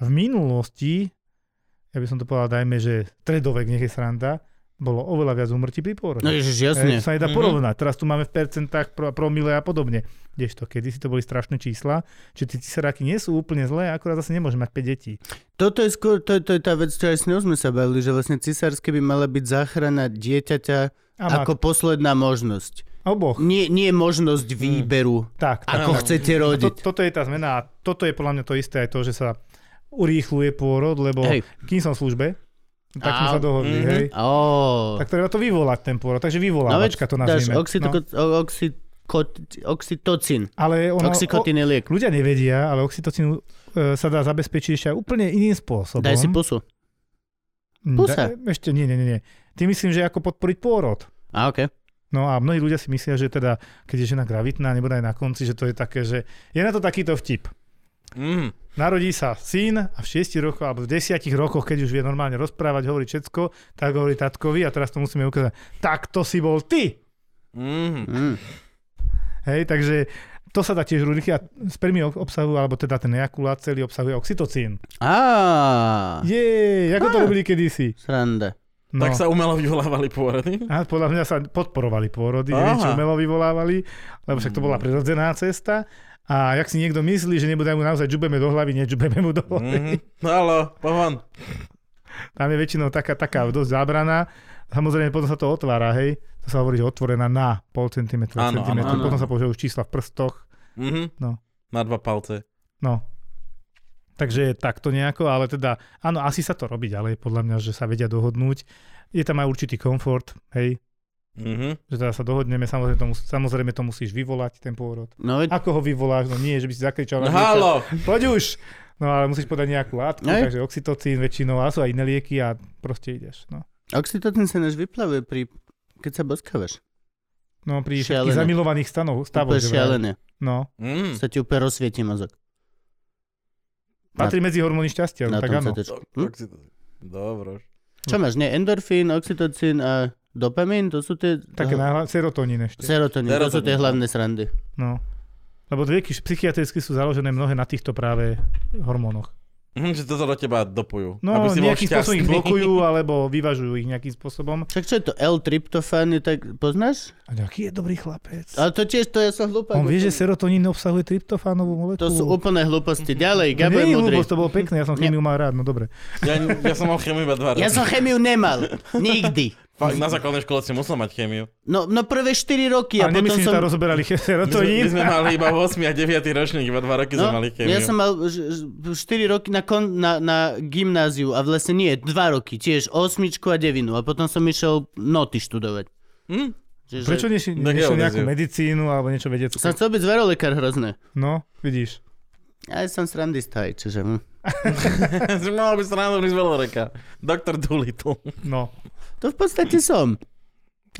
D: v minulosti, ja by som to povedal, dajme, že tredovek, nech je sranda, bolo oveľa viac umrtí pri pôrode.
B: No ježiš,
D: E,
B: jasne.
D: to sa nedá
A: Mhm.
D: porovnať. Teraz tu máme v percentách, pro, promile a podobne. Kdežto, kedy si to boli strašné čísla, či tie cisaráky nie sú úplne zlé, akurát zase nemôže mať 5 detí.
B: Toto je skôr, to, to je tá vec, čo aj s ňou sme sa bavili, že vlastne cisárske by mala byť záchrana dieťaťa
D: A
B: ako
D: Ako...
B: posledná možnosť.
D: Oboch.
B: Nie, nie možnosť
D: Mm.
B: výberu,
D: Tak, tak.
B: ako
A: Áno.
B: chcete
D: To,
B: rodiť.
D: toto je tá zmena a toto je podľa mňa to isté aj to, že sa urýchluje pôrod, lebo
B: Hej.
D: Hej. kým som v službe, tak sme
B: Á,
D: sa dohodli,
A: mhm.
D: hej.
B: Oh.
D: Tak treba to vyvolať ten pôrod, takže vyvolávačka to
B: No dáš
D: nazvime.
B: oxytoko, no. oxytocin.
D: Ale ono, o,
B: Oxykotin je liek.
D: ľudia nevedia, ale oxytocín e, sa dá zabezpečiť ešte aj úplne iným spôsobom.
B: Daj si pusu.
D: Mm,
B: pusa.
D: da- Ešte nie, nie, nie, nie. Ty myslím, že ako podporiť pôrod.
B: A okay.
D: No a mnohí ľudia si myslia, že teda, keď je žena gravitná, nebo aj na konci, že to je také, že je na to takýto vtip.
A: Mhm.
D: Narodí sa syn a v 6 rokoch alebo v 10 rokoch, keď už vie normálne rozprávať, hovorí všetko, tak hovorí tatkovi a teraz to musíme ukázať. Tak to si bol ty!
A: Mhm.
B: Mm.
D: Hej, takže to sa dá tiež rúdiky a spermie ob- obsahujú, alebo teda ten ejakulát celý obsahuje oxytocín.
B: Á,
D: Je, ako to
B: Ah.
D: robili kedysi.
B: sranda.
D: No.
A: Tak sa umelo vyvolávali pôrody.
D: A podľa mňa sa podporovali pôrody, neviem, čo
A: Aha. Mm.
D: umelo vyvolávali, lebo však to bola prirodzená cesta. A jak si niekto myslí, že nebude mu naozaj džubeme do hlavy, nedžubeme mu do hlavy.
A: Mhm. No halo, pohon.
D: Tam je väčšinou taká, taká dosť zábrana. Samozrejme, potom sa to otvára, hej. To sa hovorí, že otvorená na pol centimetra,
A: Áno, áno,
D: centimetra.
B: áno.
D: Potom sa používajú už čísla v prstoch.
A: Mhm.
D: No.
A: Na dva palce.
D: No. Takže takto nejako, ale teda, áno, asi sa to robí ďalej, podľa mňa, že sa vedia dohodnúť. Je tam aj určitý komfort, hej,
A: Mhm.
D: že teda sa dohodneme, samozrejme to, mus, samozrejme to musíš vyvolať, ten pôrod.
B: No veď,
D: Ako ho vyvoláš? No nie, že by si zakričal.
A: No
D: na dievča,
A: halo.
D: Poď už! No ale musíš podať nejakú látku,
B: Hej.
D: takže oxytocín väčšinou, a sú aj iné lieky a proste ideš. No.
B: Oxytocin sa než vyplavuje pri... Keď sa boskávaš.
D: No pri všetkých
B: Šialené.
D: zamilovaných stanov, stavoch.
B: Úplne
D: že vraj.
B: šialené.
D: No,
A: Mm.
B: Sa ti úplne rozsvieti mozog.
D: patrí medzi hormóny šťastia,
B: Na
D: tak
B: tom
D: áno.
B: CT-čku.
A: To-
B: Hm?
A: oxyto- Dobro.
B: Čo máš? Nie, endorfín, oxytocín a dopamín, to sú tie...
D: Také náhla... serotonín ešte.
B: Serotonín, to sú
A: Serotonín,
B: tie
A: áno.
B: hlavné srandy.
D: No. Lebo lieky š- psychiatricky sú založené mnohé na týchto práve hormónoch.
A: Hm, že toto do teba dopujú.
D: No,
A: bol
D: nejakým spôsobom
A: šťastný.
D: ich blokujú alebo vyvažujú ich nejakým spôsobom.
B: Však čo je to? L-tryptofán, je tak poznáš?
D: A nejaký je dobrý chlapec.
B: Ale to tiež, to ja som hlupák.
D: On vie, že serotonín obsahuje tryptofánovú
B: To
D: molekulu.
B: sú úplné hlúposti. Ďalej,
D: Nie,
B: Gabo je múdry.
D: ľúbosť, to bolo pekné, ja som
B: Nie.
D: chemiu mal rád, no dobre.
A: Ja, ja som mal chémiu iba dva
B: Ja
A: roky.
B: som chemiu nemal. Nikdy.
A: Fakt, na základnej škole si musel mať chémiu.
B: No, no prvé 4 roky a
D: Ja
B: potom
D: Ale nemyslím, že
B: som...
D: tam rozoberali
A: My sme, my
D: serotonín.
A: sme mali iba 8 a 9 ročník, iba 2 roky
D: No,
A: sme mali chémiu.
B: No, ja som mal 4 roky na, kon, na, na gymnáziu a vlastne nie, 2 roky, tiež osmičku a devinu a potom som išiel noty študovať.
A: Hm?
B: Čiže
D: Prečo neši,
A: Na
D: nešiel nejakú
A: geodéziu.
D: medicínu alebo niečo vedecké?
B: Som chcel byť zverolekár hrozné.
D: No, vidíš.
B: Ja som srandista aj, čiže... Hm.
A: Si mal byť ráno z veľoreka. Doktor Doolittle.
D: No.
B: To v podstate som.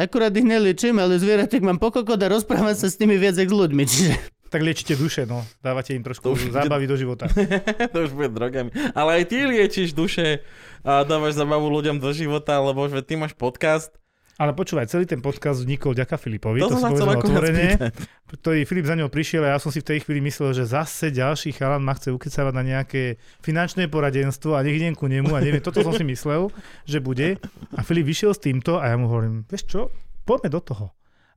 B: Akurát ich neliečím, ale zvieratek mám pokokot a rozprávam sa s nimi viac jak s ľuďmi, čiže...
D: Tak liečite duše, no. Dávate im
A: To
D: trošku
A: už-
D: zábavy do života.
A: to už bude drogami. Ale aj ty liečiš duše a dávaš zabavu ľuďom do života, lebo že ty máš podcast.
D: Ale počúvaj, celý ten podcast vznikol ďaká Filipovi,
A: To som
D: to, to si
A: sa chcel
D: povedal
A: akurát
D: otvorene,
A: spýtať.
D: ktorý Filip za ňou prišiel a ja som si v tej chvíli myslel, že zase ďalší chalan ma chce ukecávať na nejaké finančné poradenstvo a nech idem ku nemu a neviem, toto som si myslel, že bude. A Filip vyšiel s týmto a ja mu hovorím, vieš čo, poďme do toho.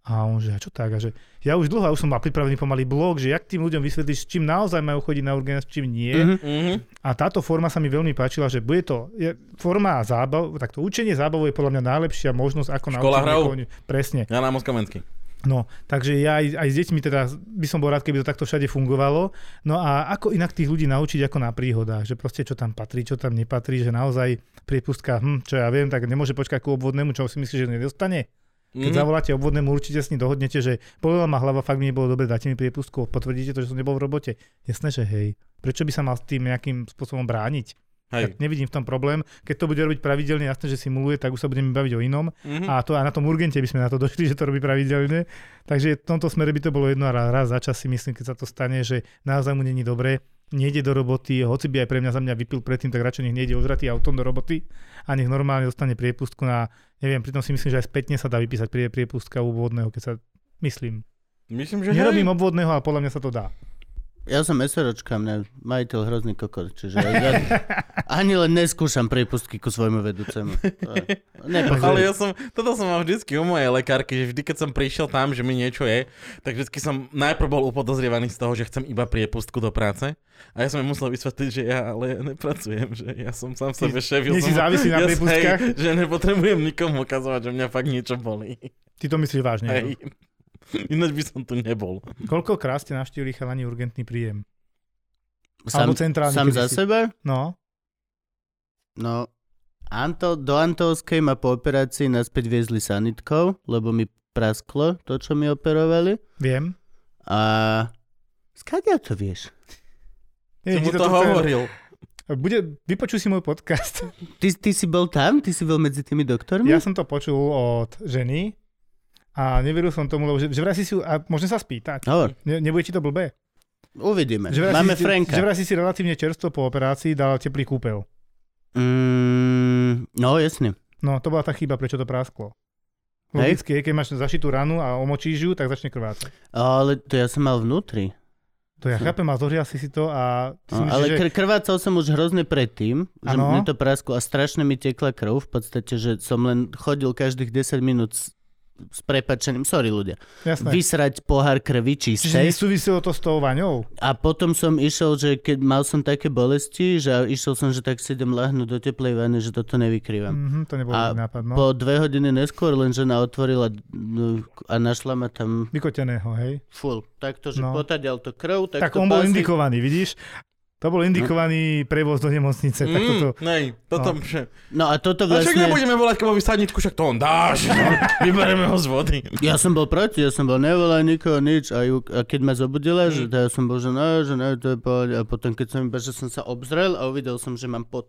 D: A on že, a čo tak? A že, ja už dlho, ja už som mal pripravený pomaly blog, že jak tým ľuďom vysvetlíš, s čím naozaj majú chodiť na urgent, s čím nie.
B: Mhm.
A: Mhm.
D: A táto forma sa mi veľmi páčila, že bude to je, forma zábav, takto učenie zábavu je podľa mňa najlepšia možnosť, ako
A: Škola
D: naučiť
A: hrou.
D: niekoho- Presne.
A: Ja na Moskomenský.
D: No, takže ja aj, aj s deťmi teda by som bol rád, keby to takto všade fungovalo. No a ako inak tých ľudí naučiť ako na príhodách, že proste čo tam patrí, čo tam nepatrí, že naozaj priepustka, hm, čo ja viem, tak nemôže počkať ku obvodnému, čo si myslíš, že nedostane. Keď
A: Mhm.
D: zavoláte obvodnému, určite s ním dohodnete, že bolela ma hlava, fakt mi nebolo dobre, dáte mi priepustku, potvrdíte to, že som nebol v robote. Jasné, že hej. Prečo by sa mal s tým nejakým spôsobom brániť?
A: Hej.
D: Ja nevidím v tom problém. Keď to bude robiť pravidelne, jasne, že simuluje, tak už sa budeme baviť o inom.
A: Mhm.
D: A to a na tom urgente by sme na to došli, že to robí pravidelne. Takže v tomto smere by to bolo jedno a raz za čas si myslím, keď sa to stane, že naozaj mu není dobre, nejde do roboty, hoci by aj pre mňa za mňa vypil predtým, tak radšej nech nejde ožratý autom do roboty a nech normálne dostane priepustku na, neviem, pritom si myslím, že aj spätne sa dá vypísať prie, priepustka u obvodného, keď sa myslím.
A: Myslím, že
D: Nerobím
A: hej.
D: obvodného, ale podľa mňa sa to dá.
B: Ja som SROčka, mňa majiteľ hrozný kokot, čiže ja, ja ani len neskúšam prepustky ku svojmu vedúcemu. To je- nepochopil.
A: Ale ja som, toto som mal vždycky u mojej lekárky, že vždy, keď som prišiel tam, že mi niečo je, tak vždycky som najprv bol upodozrievaný z toho, že chcem iba priepustku do práce. A ja som jej musel vysvetliť, že ja ale nepracujem, že ja som sám
D: Ty
A: sebe šéf. ja
D: nie si
A: som-
D: závislý na
A: ja-
D: priepustkách?
A: hej, že nepotrebujem nikomu ukazovať, že mňa fakt niečo bolí.
D: Ty to myslíš vážne.
A: Hej. Ináč by som tu nebol.
D: Koľkokrát ste navštívili chalani urgentný príjem?
B: Sám,
D: alebo centrálny,
B: sám
D: kedy
B: za
D: si-
B: seba?
D: No,
B: No, Anto, do Antovskej ma po operácii naspäť viezli sanitkou, lebo mi prasklo to, čo mi operovali.
D: viem.
B: A skáďa to vieš?
A: Som
D: Neviem,
A: mu
D: ti
A: to
D: toto chcem-
A: hovoril.
D: Bude, vypočuj si môj podcast.
B: Ty, ty si bol tam? Ty si bol medzi tými doktormi?
D: Ja som to počul od ženy a neveril som tomu, lebo že, že vraj si si, a môžem sa spýtať,
B: Hovor,
D: ne, nebude ti to blbé?
B: uvidíme.
D: Že vraj
B: No. Máme
D: si,
B: Franka.
D: Že vraj si si relatívne čerstvo po operácii dal teplý kúpeľ.
B: Mm, no, jasne.
D: No, to bola tá chyba, prečo to prasklo.
B: Hej.
D: Logicky je, keď máš zašitú ranu a omočíš ju, tak začne krvácať.
B: Ale to ja som mal vnútri.
D: To ja chápem, a zohrial si si to a ty si
B: Hm. No,
D: myslíš,
B: ale
D: že...
B: kr- krvácal som už hrozne predtým, že
D: Áno.
B: mne to prasklo a strašne mi tekla krv v podstate, že som len chodil každých 10 minút s, s prepačením, sorry ľudia,
D: Jasné.
B: vysrať pohár krvi
D: Čiže
B: čistej.
D: nesúviselo to s tou vaňou.
B: A potom som išiel, že keď mal som také bolesti, že išiel som, že tak si idem lahnúť do teplej vany, že toto nevykrývam.
D: Mhm, to nebol
B: A
D: dobrý nápad, no.
B: Po dve hodiny neskôr len žena otvorila no, a našla ma tam
D: Vykoteného, hej.
B: full. Takto, že
D: No.
B: no. potadial to krv, tak,
D: Tak,
B: to Mm.
D: on bol
B: pásy-
D: indikovaný, vidíš? To bol indikovaný prevoz do nemocnice, tak
A: Mm,
D: toto...
A: nej, toto... Že...
B: No a toto
A: A však
B: vlastne...
A: nebudeme volať komovi sadničku, však to on dáš. no. Vybereme ho z vody.
B: Ja som bol proti, ja som bol nevolaj nikoho, nič. A, ju, a keď ma zobudila,
D: Mm.
B: že no, teda ja som bol, že ne, že ne, to je pohode. A potom keď som iba, že som sa obzrel a uvidel som, že mám pod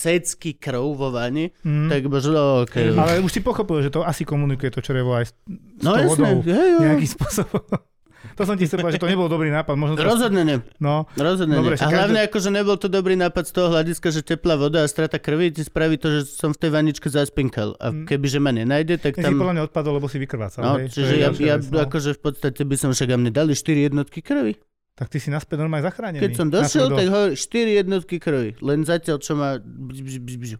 B: cecky krv vo vani,
D: Mm.
B: tak bože, no, okay.
D: Ale už si pochopil, že to asi komunikuje to črevo aj s, s
B: No
D: tou vodou.
B: jasné, hej, jo.
D: Nejakým spôsobom. to som ti chcel povedať, že to nebol dobrý nápad. Možno to...
B: Rozhodne nie,
D: No,
B: rozhodne
D: Dobre,
B: nie. A
D: však
B: hlavne ako, že nebol to dobrý nápad z toho hľadiska, že teplá voda a strata krvi ti spraví to, že som v tej vaničke zaspinkal. A
D: Mm.
B: kebyže ma nenájde, tak
D: tam... si
B: tam...
D: podľa mňa odpadol, lebo si vykrvácal.
B: No,
D: hej? To
B: čiže
D: je
B: ja,
D: ďalšia
B: ja
D: vec, no.
B: akože v podstate by som však a mne dali 4 jednotky krvi.
D: Tak ty si naspäť normálne zachránený.
B: Keď som došiel,
D: Naspäť
B: tak
D: do-
B: hovorí 4 jednotky krvi. Len zatiaľ, čo ma... bž, bž, bž, bž.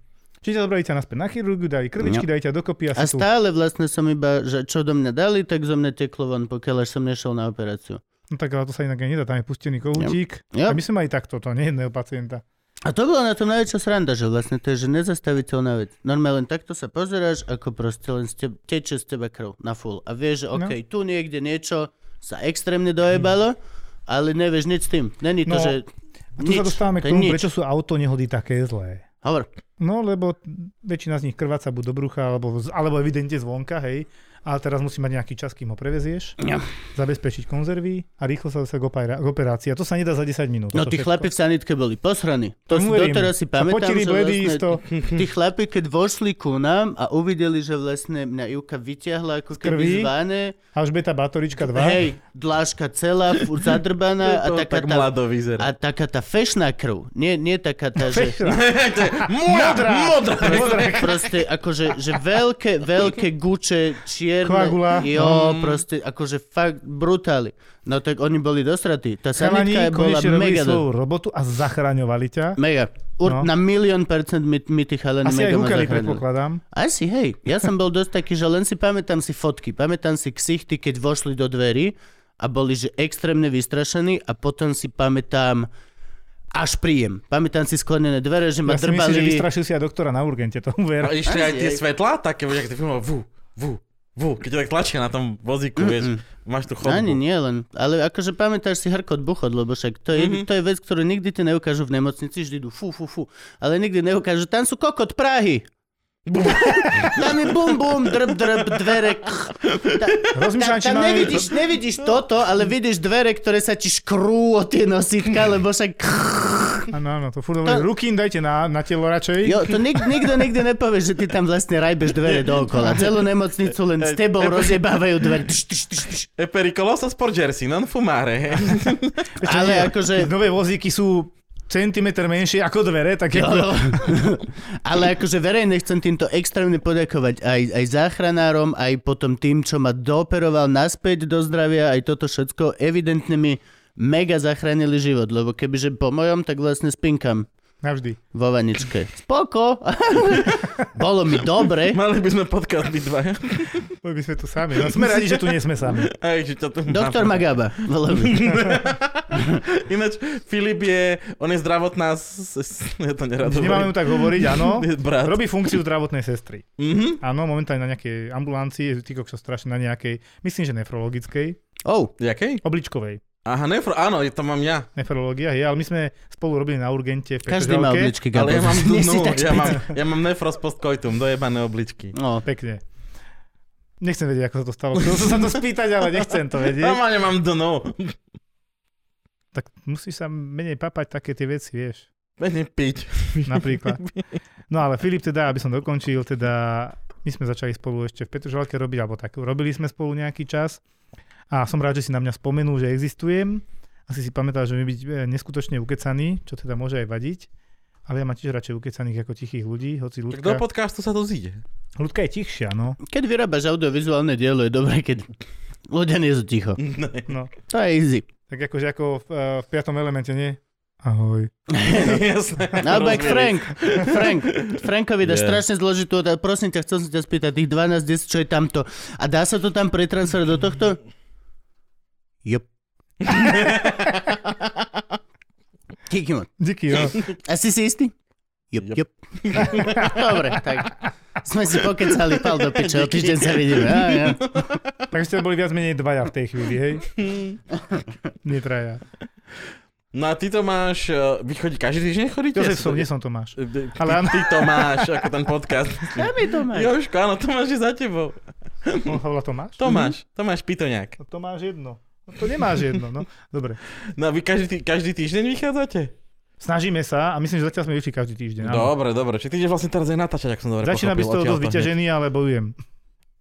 D: Či ťa zobrali ťa naspäť na chirurgiu, dali krvičky,
B: No.
D: dali ťa dokopy a,
B: A
D: si tu.
B: stále vlastne som iba, že čo do mňa dali, tak zo mňa teklo von, pokiaľ až som nešiel na operáciu.
D: No tak ale to sa inak aj nedá, tam je pustený kohútik.
B: Jo.
D: A my sme mali takto, to nie jedného pacienta.
B: A to bola na tom najväčšia sranda, že vlastne to je že nezastaviteľná vec. Normálne len takto sa pozeráš, ako proste len z teba, teče z teba krv na full. A vieš, že
D: No. Mhm.
B: OK, tu niekde niečo sa extrémne dojebalo, ale nevieš nič s tým. Není to,
D: No,
B: že...
D: A tu
B: nič,
D: sa dostávame
B: to je
D: k tomu,
B: nič.
D: prečo sú auto nehody také zlé.
B: Hovor.
D: No, lebo väčšina z nich krváca buď do brucha, alebo, z- alebo evidentne zvonka, hej. A teraz musí mať nejaký čas, kým ho prevezieš,
B: Ja.
D: zabezpečiť konzervy a rýchlo sa zase k, opera- k operácii. A to sa nedá za 10 minút.
B: No
D: toto
B: tí
D: všetko.
B: chlapi v sanitke boli posraní. To si
D: Tomu verím.
B: doteraz si
D: Sa
B: pamätám,
D: potili
B: že
D: bledy
B: vlastne
D: isto.
B: tí chlapi, keď vošli ku nám a uvideli, že vlastne mňa Ivka vyťahla ako
D: krvi?
B: keby z vane.
D: Alžbeta Bátorička 2.
B: Hej, dláška celá, furt zadrbaná a
A: To
B: taká
A: tak
B: tá...
A: mlado
B: A
A: vyzerá.
B: taká tá fešná krv. Nie, nie taká tá, že...
A: Modrá! Modrá!
B: Proste, proste akože že veľké, veľké guče, čierne.
D: Coagula. Mm.
B: Jo, proste akože fakt brutáli. No tak oni boli dosratí. Tá
D: Chalani
B: sanitka bola
D: konečne robili
B: mega... do-
D: svoju robotu a zachraňovali ťa.
B: Mega. Ur,
D: No.
B: no. Na milión percent mi, mi tých Helen
D: Asi aj
B: mega ma
D: húkali,
B: zachránili.
D: predpokladám.
B: Asi, hej. Ja som bol dosť taký, že len si pamätám si fotky. Pamätám si ksichty, keď vošli do dverí a boli, že extrémne vystrašení a potom si pamätám až príjem. Pamätám si sklenené dvere, že ma
D: Ja si myslím, že
B: drbali...
D: vystrašil si aj doktora na urgente, tomu
A: A
D: ver.
A: ešte aj
B: Asi,
A: tie
B: aj.
A: svetlá, také, vieš, ako ty filmov, vú, vú, vú, keď ťa tak tlačia na tom vozíku, vieš, máš tu chodbu.
B: Ani nie len, ale akože pamätáš si hrkot buchod, lebo však to je,
D: Mhm.
B: mm-hmm. to je vec, ktorú nikdy ti neukážu v nemocnici, vždy idú fú, fú, fú, ale nikdy neukážu, tam sú kokot Prahy. Tam je bum, bum, drb, drb, dvere. kch. Ta,
D: Rozmýšľam,
B: tam,
D: či
B: tam
D: máme...
B: nevidíš, nevidíš toto, ale vidíš dvere, ktoré sa ti škrú o tie nositka, lebo však...
D: Áno, áno, to furt hovorí. Ruky im dajte na, na telo radšej.
B: Jo, to nik, nikto nikdy nepovie, že ty tam vlastne rajbeš dvere dookola. Celú nemocnicu len s tebou rozjebávajú dvere. Tš, tš, tš, tš.
A: E pericoloso sport jersey, non fumare.
B: Ale akože...
D: Tie Nové vozíky sú centimetr menšie ako dvere, tak
B: Jo,
D: ako...
B: jo. Ale akože verejne chcem týmto extrémne poďakovať aj, aj záchranárom, aj potom tým, čo ma dooperoval naspäť do zdravia, aj toto všetko evidentne mi mega zachránili život, lebo kebyže po mojom, tak vlastne spinkam
D: Navždy.
B: vo vaničke. Spoko! Bolo mi dobre.
A: Mali by sme podcast byť dvaja.
D: Boli by sme tu sami. No, sme radi, že tu nie sme sami.
A: Aj, že ťa tu máme.
B: Doktor Magaba. Bolo mi.
A: Ináč, Filip je, on je zdravotná, s, s, ja to nerad
D: Nemáme mu tak hovoriť, áno.
A: Je brat.
D: Robí funkciu zdravotnej sestry.
A: Mhm.
D: Áno, momentálne na nejakej ambulancii, ty kokšo strašne na nejakej, myslím, že nefrologickej,
B: Oh,
A: Jakej?
D: obličkovej.
A: Aha, nefro, áno, to mám ja.
D: Nefrológia, hej, ale my sme spolu robili na urgente v
B: každý má
D: Petržalke.
B: obličky, Gabo.
A: Ale ja mám,
B: Nie si
A: no,
B: tak
A: ja
B: špec-
A: mám, ja mám nefros postkoitum, dojebané obličky.
B: No,
D: Pekne. Nechcem vedieť, ako sa to stalo. Chcel som sa to spýtať, ale nechcem to vedieť.
A: Normálne mám dno.
D: Tak musíš sa menej papať také tie veci, vieš.
A: Menej piť.
D: Napríklad. No ale Filip teda, aby som dokončil, teda my sme začali spolu ešte v Petržalke robiť, alebo tak, robili sme spolu nejaký čas a som rád, že si na mňa spomenul, že existujem. Asi si pamätal, že mi byť e, neskutočne ukecaný, čo teda môže aj vadiť. Ale ja mám tiež radšej ukecaných ako tichých ľudí, hoci
A: Tak do
D: ľudka,
A: podcastu sa to zíde.
D: ľudka je tichšia, no.
B: keď vyrábaš audiovizuálne dielo, je dobré, keď ľudia nie sú ticho.
D: no.
B: To je easy.
D: Tak akože ako v, e, v piatom elemente, nie? Ahoj.
A: Jasné.
B: No, back
A: rozumiem.
B: Frank. Frank. Frankovi dáš
A: Yeah.
B: yeah. strašne zložitú otázku. Prosím ťa, chcel som ťa spýtať, tých 12 10, čo je tamto. A dá sa to tam pretransferovať do tohto? Jop. Kikimo.
D: Díky, no.
B: A si si istý? Jop, jop. Dobre, tak. Sme si pokecali, pal do piče, o týždeň sa vidíme. Á, ja.
D: Takže ste boli viac menej dvaja v tej chvíli, hej? Nie traja.
A: No a ty to máš, eh, vy chodí každý týždeň chodíte?
D: Jozef som, nie som Tomáš.
A: Ale ty,
D: Ale áno.
A: ty to máš, ako ten podcast.
B: Dáme to mať.
A: Jožko, áno, Tomáš je za tebou.
D: On hovoril Tomáš?
A: Tomáš, Tomáš Pitoňák.
D: No to máš jedno. No to nemáš jedno, no. Dobre.
A: No a vy každý, tý- každý týždeň vychádzate?
D: Snažíme sa a myslím, že zatiaľ sme vyšli každý týždeň. áno.
A: Dobre, dobre. Čiže ty ideš vlastne teraz aj natáčať, ak som dobre
D: Začína byť z
A: pochopil. Odtiaľ
D: toho dosť
A: to hneď-
D: vyťažený, ale bojujem.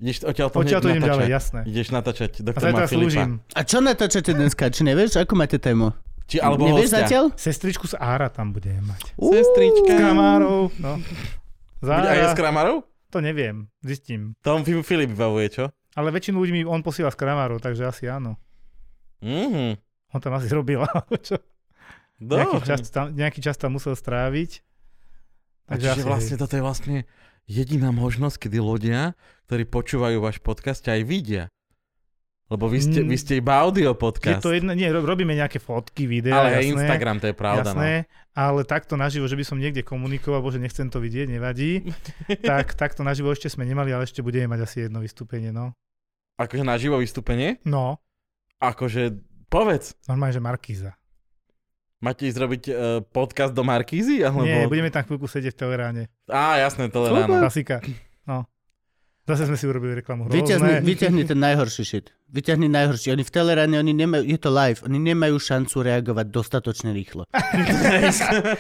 A: Ideš odtiaľ to
D: Odtiaľ
A: hneď
D: to idem
A: natáčať.
D: ďalej, jasné.
A: Ideš natáčať
D: A
A: doktor
D: zajtra
A: Má Filipa.
D: slúžim.
B: A čo natáčate dneska? Či nevieš, ako máte tému?
A: Či alebo
B: nevieš
A: hostia.
B: zatiaľ?
D: Sestričku z Ára tam budem mať.
B: Uú,
A: Sestrička.
D: Kramárov, no. Z
A: Bude aj s
D: Ára,
A: Kramarov?
D: to neviem, zistím.
A: Tom Fi- Filip vybavuje, čo?
D: Ale väčšinu ľudí mi on posiela z Kramárov, takže asi áno.
A: Mhm.
D: On tam asi robil, alebo čo?
A: Do.
D: Nejaký čas, tam, nejaký čas tam musel stráviť.
A: A čiže
D: asi
A: vlastne
D: hej.
A: toto je vlastne jediná možnosť, kedy ľudia, ktorí počúvajú váš podcast, ťa aj vidia. Lebo vy ste,
D: Mm.
A: vy ste iba audio
D: je
A: podcast.
D: to jedna, nie, ro- robíme nejaké fotky, videá,
A: ale aj
D: jasné,
A: Instagram, to je pravda. no.
D: jasné, ale takto naživo, že by som niekde komunikoval, bože, nechcem to vidieť, nevadí,
A: No.
D: tak takto naživo ešte sme nemali, ale ešte budeme mať asi jedno vystúpenie, no.
A: akože na živo vystúpenie?
D: No,
A: Akože povedz,
D: normálne, že Markíza.
A: máte ísť robiť e, podcast do Markízy? Alebo...
D: Nie, budeme tam chvíľku sedieť v Teleráne.
A: Á, jasné, to len áno.
D: Klasika. No. Zase sme si urobili reklamu.
B: Vyťahni,
D: Hrozné.
B: vyťahni ten najhorší shit. Vyťahni najhorší. Oni v Teleráne, oni nemajú, je to live, oni nemajú šancu reagovať dostatočne rýchlo.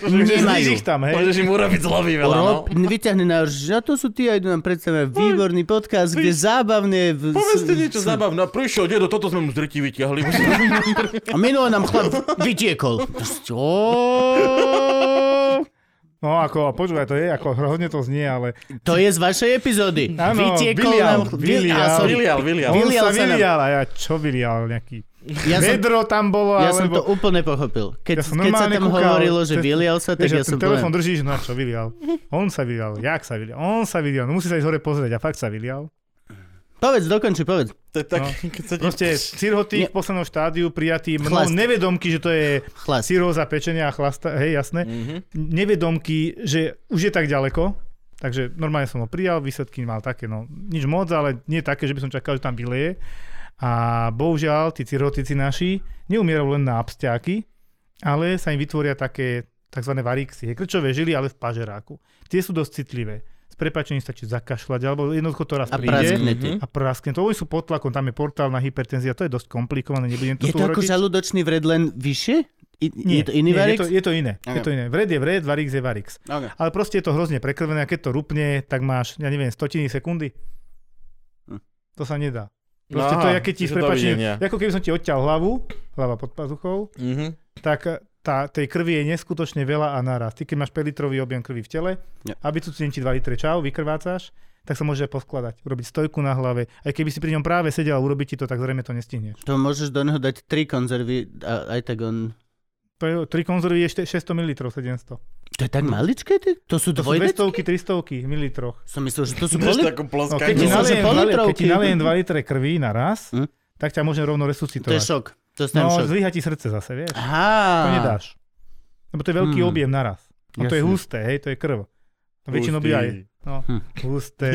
D: Zniž
B: nemajú.
D: ich tam, hej.
A: Môžeš im urobiť zlobí veľa, no.
B: Rob, vyťahni najhorší shit. A to sú tí, aj nám predstavia výborný podcast, kde zábavne... V,
A: Povedzte niečo zábavné. Prišiel dedo, toto sme mu z drti vyťahli.
B: A minulo nám chlap vytiekol. Proste, ó.
D: No ako, a počúvaj, to je, ako hrozne to znie, ale
B: To je z vašej epizódy.
D: Áno,
B: vytiekol
D: vylial,
B: nám...
D: vylial.
B: a sorry.
A: Vylial, vylial.
D: on
B: Vylial
D: sa
B: sa nám.
D: vylial a ja čo vylial, nejaký
B: Ja som,
D: vedro tam bolo,
B: ja
D: alebo...
B: som to úplne pochopil. Keď,
D: Ja som
B: keď sa
D: normálne
B: tam
D: kúkal,
B: hovorilo, že
D: cez-
B: vylial sa, tak
D: Vieš,
B: ja
D: ten
B: som
D: telefon
B: povedal...
D: držíš, no a čo vylial? On sa vylial, jak sa vylial? On sa vylial, no musí sa ísť hore pozrieť a fakt sa vylial.
B: Povedz, dokonči, povedz.
A: To je tak,
D: No.
A: keď sa ti...
D: Proste cirhotík v poslednom štádiu prijatý mnou
B: Chlast.
D: nevedomky, že to je
B: Chlas.
D: cirhóza pečenia a chlasta, hej, jasné.
A: Mhm.
D: nevedomky, že už je tak ďaleko, takže normálne som ho prijal, výsledky mal také, no nič moc, ale nie také, že by som čakal, že tam vyleje. A bohužiaľ, tí cirotici naši neumierajú len na abstiaky, ale sa im vytvoria také tzv. varixie, krčové žily, ale v pažeráku. Tie sú dosť citlivé. S prepačením stačí zakašľať, alebo jednoducho to raz
B: A
D: príde.
B: praskne ti.
A: Mhm.
D: A praskne. To oni sú pod tlakom, tam je portál na hypertenzia, to je dosť komplikované, nebudem
B: Je
D: to tu
B: to ako
D: urobiť.
B: žalúdočný vred len vyššie? I, je to iný
D: nie,
B: varix?
D: Je to, je to iné. Je
B: Ok.
D: to iné. Vred je vred, varix je varix.
B: Okay.
D: Ale proste je to hrozne prekrvené a keď to rupne, tak máš, ja neviem, stotiny sekundy.
B: Hm.
D: To sa nedá.
B: No
D: Proste to je, keď ti s
A: že
D: prepačením,
A: dovidenia.
D: ako keby som ti odťal hlavu, hlava pod pazuchou,
A: Mhm.
D: tak tá, tej krvi je neskutočne veľa a naraz. Ty keď máš 5 litrový objem krvi v tele,
B: Ja.
D: aby tu ti 2 litre čau, vykrvácaš, tak sa môže poskladať, urobiť stojku na hlave. Aj keby si pri ňom práve sedel a urobiť ti to, tak zrejme to nestihneš.
B: To môžeš do neho dať tri konzervy a aj tak on...
D: Pre- Tri konzervy je šte- 600 ml, 700.
B: To je tak maličké? Ty? To sú
D: No. To sú 200,
B: dvojdečky?
D: 300 ml.
B: Som myslel, že to sú
A: Máš
B: boli...
A: takú
D: No, keď,
B: Myslím, nalej-
A: ploskanie.
D: ti
B: že
D: nalejem,
B: pol
D: dva- keď
B: litrovky.
D: ti nalejem 2 litre krvi naraz,
B: Hm?
D: hm? tak ťa môžem
B: To
D: rovno
B: je
D: resuscitovať.
B: šok. To je
D: no,
B: šok.
D: zlyha ti srdce zase, vieš.
B: Aha.
D: To nedáš. Lebo to je veľký
B: Hmm.
D: objem naraz. No to je
B: Jasne.
D: husté, hej, to je krv. To väčšinou by aj no,
B: Hm.
D: husté.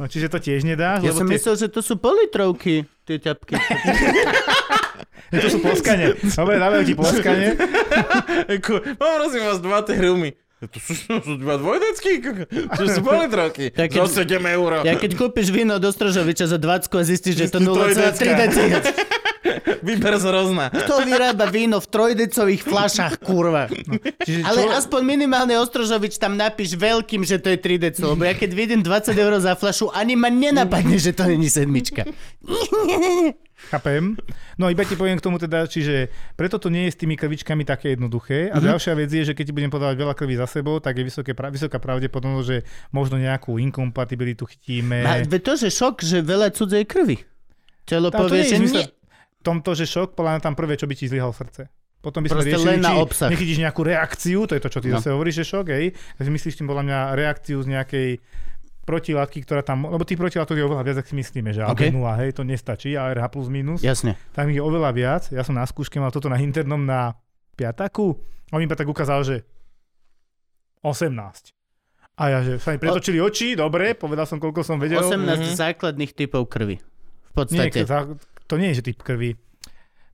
D: No, čiže to tiež nedáš,
B: Ja
D: lebo
B: som
D: tie,
B: myslel, že to sú politrovky, tie ťapky.
D: nie, to sú ploskanie. Dobre, dávajú ti ploskanie.
A: Ako, Mám prosím vás dva tie rumy. To sú, sú dva dvojdecky, koko. to sú politroky.
B: Ja keď-
A: Za 7 eur.
B: Ja keď kúpiš víno do Strožoviča za 20 a zistíš, že je to
A: To
B: 0,3
A: je decka.
B: decilitra.
A: Vyber z rozna.
B: Kto vyrába víno v trojdecových fľašách, kurva?
D: Čiže
B: Ale
D: čo,
B: aspoň minimálne Ostrožovič tam napíš veľkým, že to je 3 dl, lebo ja keď vidím 20 eur za fľašu, ani ma nenapadne, že to není sedmička.
D: Chápem. No iba ti poviem k tomu teda, čiže preto to nie je s tými krvičkami také jednoduché. A
B: Mhm.
D: ďalšia vec je, že keď ti budem podávať veľa krvi za sebou, tak je vysoké, pra- vysoká pravdepodobnosť, že možno nejakú inkompatibilitu chytíme.
B: A ve- to, že šok, že veľa cudzej krvi. Telo
D: Eh. Tam to
B: povie,
D: nie je
B: že
D: zmysel.
B: nie.
D: Tomto, že šok, podľa mňa tam prvé, čo by ti zlyhalo srdce. Potom by sme
B: Proste
D: riešili,
B: len na
D: či
B: obsah.
D: nechytíš nejakú reakciu, to je to, čo ty
B: No.
D: no. zase hovoríš, že šok, hej. Takže myslíš tým podľa mňa reakciu z nejakej protilátky, ktorá tam, lebo tých protilátok je oveľa viac, ak si myslíme, že
B: OK.
D: okay. nula, hej, to nestačí, ARH plus minus, ja.
B: Jasne.
D: tam ich je oveľa viac, ja som na skúške mal toto na internom na piataku, a on mi iba tak ukázal, že 18. A ja, že sa mi pretočili oči, dobre, povedal som, koľko som vedel.
B: 18
A: mhm.
B: základných typov krvi. V
D: Nie,
B: podstate.
D: za- to nie je, že typ krvi.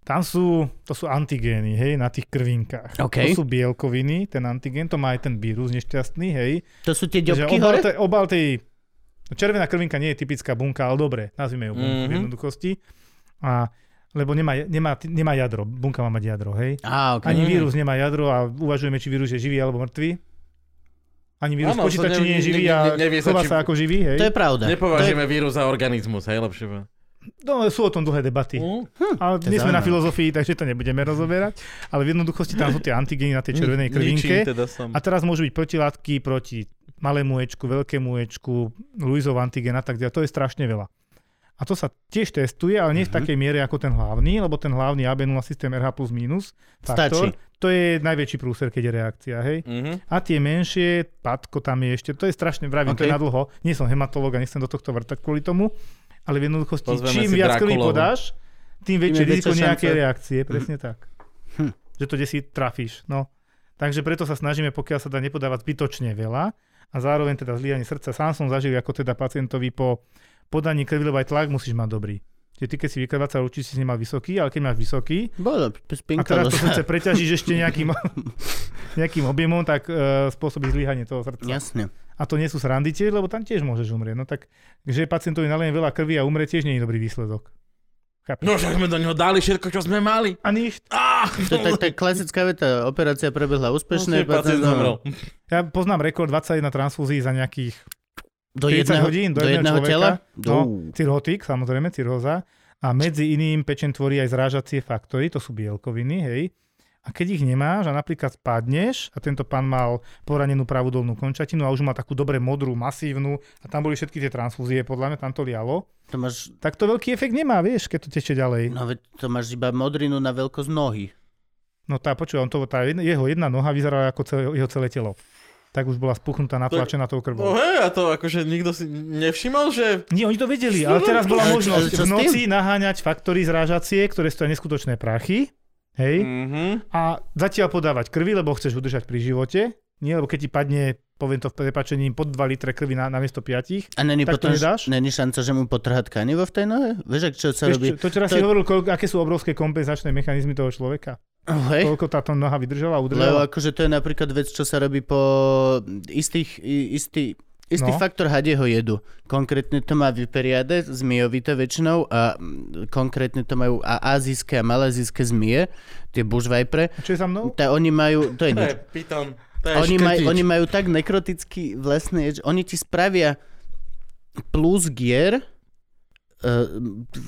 D: Tam sú, to sú antigény, hej, na tých krvinkách.
B: OK.
D: To sú bielkoviny, ten antigén, to má aj ten vírus nešťastný, hej.
B: To sú tie
D: Že
B: ďobky
D: obal,
B: hore?
D: tej, obal tej, no červená krvinka nie je typická bunka, ale dobre, nazvime ju bunku mm-hmm. v
A: Mhm.
D: jednoduchosti. A lebo nemá, nemá, nemá jadro. Bunka má mať jadro, hej?
B: Á, okay.
D: Ani
A: Mm.
D: vírus nemá jadro a uvažujeme, či vírus je živý alebo mŕtvy. Ani vírus
A: Áno,
D: ano, počíta,
A: sa ne-
D: či nie je
A: ne-
D: živý
A: ne-
D: a
A: ne- nevie sa,
D: chová
A: či-
D: sa ako živý, hej?
B: To je pravda.
A: Nepovažujeme vírus za organizmus, hej, lepšie.
D: No, sú o tom dlhé debaty.
A: Mm.
D: Ale
B: Hm, to je
D: nie sme na
B: zaujímavé.
D: filozofii, takže to nebudeme rozoberať. Ale v jednoduchosti tam sú tie antigeny
B: Hm,
D: na tej červenej krvinke.
A: Ničím teda som.
D: A teraz môžu byť protilátky proti malému Ečku, veľkému Ečku, Luizov antigen a tak ďalej. To je strašne veľa. A to sa tiež testuje, ale nie v takej miere ako ten hlavný, lebo ten hlavný AB0 systém RH plus minus faktor, to je najväčší prúser, keď je reakcia, hej.
A: Mhm.
D: A tie menšie, patko tam je ešte, to je strašne, vravím, okay. to je
B: Ok.
D: na dlho. Nie som hematológ a nechcem do tohto vrtať kvôli tomu, ale v jednoduchosti,
A: Pozveme
D: čím
A: si
D: viac krvi
A: Drakulovu.
D: podáš, tým väčšie
B: väčšia
D: riziko
B: šanca.
D: nejakej reakcie, presne tak. Že to, kde si trafíš, no. Takže preto sa snažíme, pokiaľ sa dá nepodávať zbytočne veľa a zároveň teda zlíjanie srdca. Sám som zažil ako teda pacientovi po podaní krvi, lebo aj tlak musíš mať dobrý. Čiže ty, keď si vykrvácal, určite si nemal vysoký, ale keď máš vysoký,
B: Bolo,
D: a teraz
B: spinkalo
D: to
B: sa.
D: srdce preťažíš ešte nejakým, nejakým objemom, tak uh, spôsobí zlyhanie toho srdca.
B: Jasne.
D: A to nie sú srandy tiež, lebo tam tiež môžeš umrieť. No tak, že pacientovi nalejem veľa krvi a umrie, tiež nie je dobrý výsledok.
A: No však sme do neho dali všetko, čo sme mali.
D: A nič.
A: Ah!
B: To je tak, tak klasická veta. Operácia prebehla úspešne.
A: Vlastne Pacient zomrel.
D: Ja poznám rekord 21 transfúzií za nejakých
B: Do
D: 30
B: jedného,
D: hodín do,
B: do jedného
D: jedného, človeka.
B: tela?
D: No, cirhotik, samozrejme, cirhóza. A medzi iným pečen tvorí aj zrážacie faktory, to sú bielkoviny, hej. A keď ich nemáš a napríklad spadneš a tento pán mal poranenú pravú dolnú končatinu a už má takú dobre modrú, masívnu a tam boli všetky tie transfúzie, podľa mňa tam to lialo,
B: To máš,
D: tak to veľký efekt nemá, vieš, keď to teče ďalej.
B: no, veď to máš iba modrinu na veľkosť nohy.
D: No tá, počúva, on to, tá jedna, jeho jedna noha vyzerala ako celé, jeho celé telo. Tak už bola spuchnutá, natlačená
A: No
D: tou krvou.
A: hej, a to akože nikto si nevšimol, že...
D: Nie, oni to vedeli, ale teraz bola
B: Ale čo- ale
D: možnosť
B: čo s
D: v
B: tým?
D: noci naháňať faktory zrážacie, ktoré stojí neskutočné prachy. Hej.
B: Mm.
A: Mhm.
D: a zatiaľ podávať krvi, lebo chceš udržať pri živote. Nie, lebo keď ti padne, poviem to v prepačení, pod 2 litre krvi na, na miesto 5.
B: A není
D: Tak to
B: potom,
D: nedáš?
B: není šanca, že mu potrhá tkanivo v tej nohe? Vieš, ak čo sa robí?
D: to teraz
B: to-
D: si hovoril, koľko, aké sú obrovské kompenzačné mechanizmy toho človeka.
B: Oh, hej.
D: Koľko táto noha vydržala a
B: Lebo
D: udržala.
B: akože to je napríklad vec, čo sa robí po istých, i- istý, istý no.
D: No.
B: faktor hadieho jedu. Konkrétne to má vyperiade, zmijovité väčšinou a mm, konkrétne to majú a azijské a malazijské zmije, tie bushvipere.
D: A čo je za mnou?
B: Tá oni majú, to je
A: To
B: nič.
A: je pitón. To je
B: Oni, maj,
A: škrtič.
B: oni majú tak nekrotický vlastný ječ, oni ti spravia plus gier, eh,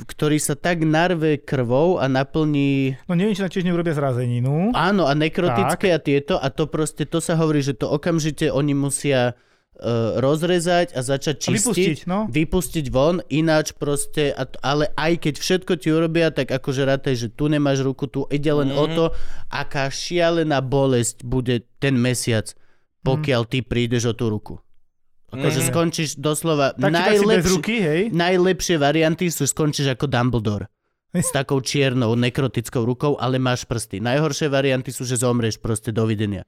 B: ktorý sa tak narve krvou a naplní
D: No neviem, či na tiež neurobia zrazeninu.
B: Áno, a nekrotické a tieto, a to proste, to sa hovorí, že to okamžite oni musia uh, rozrezať a začať
D: A vypustiť,
B: čistiť.
D: no.
B: Vypustiť von, ináč proste, a t- ale aj keď všetko ti urobia, tak akože rátaj, že tu nemáš ruku, tu ide len mm-hmm. o to, aká šialená bolesť bude ten mesiac, pokiaľ ty prídeš o tú ruku. Akože
A: Mhm.
B: skončíš doslova
D: Tak či tak si bez
B: najlepšie,
D: ruky, hej.
B: najlepšie varianty sú, skončíš ako Dumbledore. S takou čiernou, nekrotickou rukou, ale máš prsty. Najhoršie varianty sú, že zomrieš proste, dovidenia.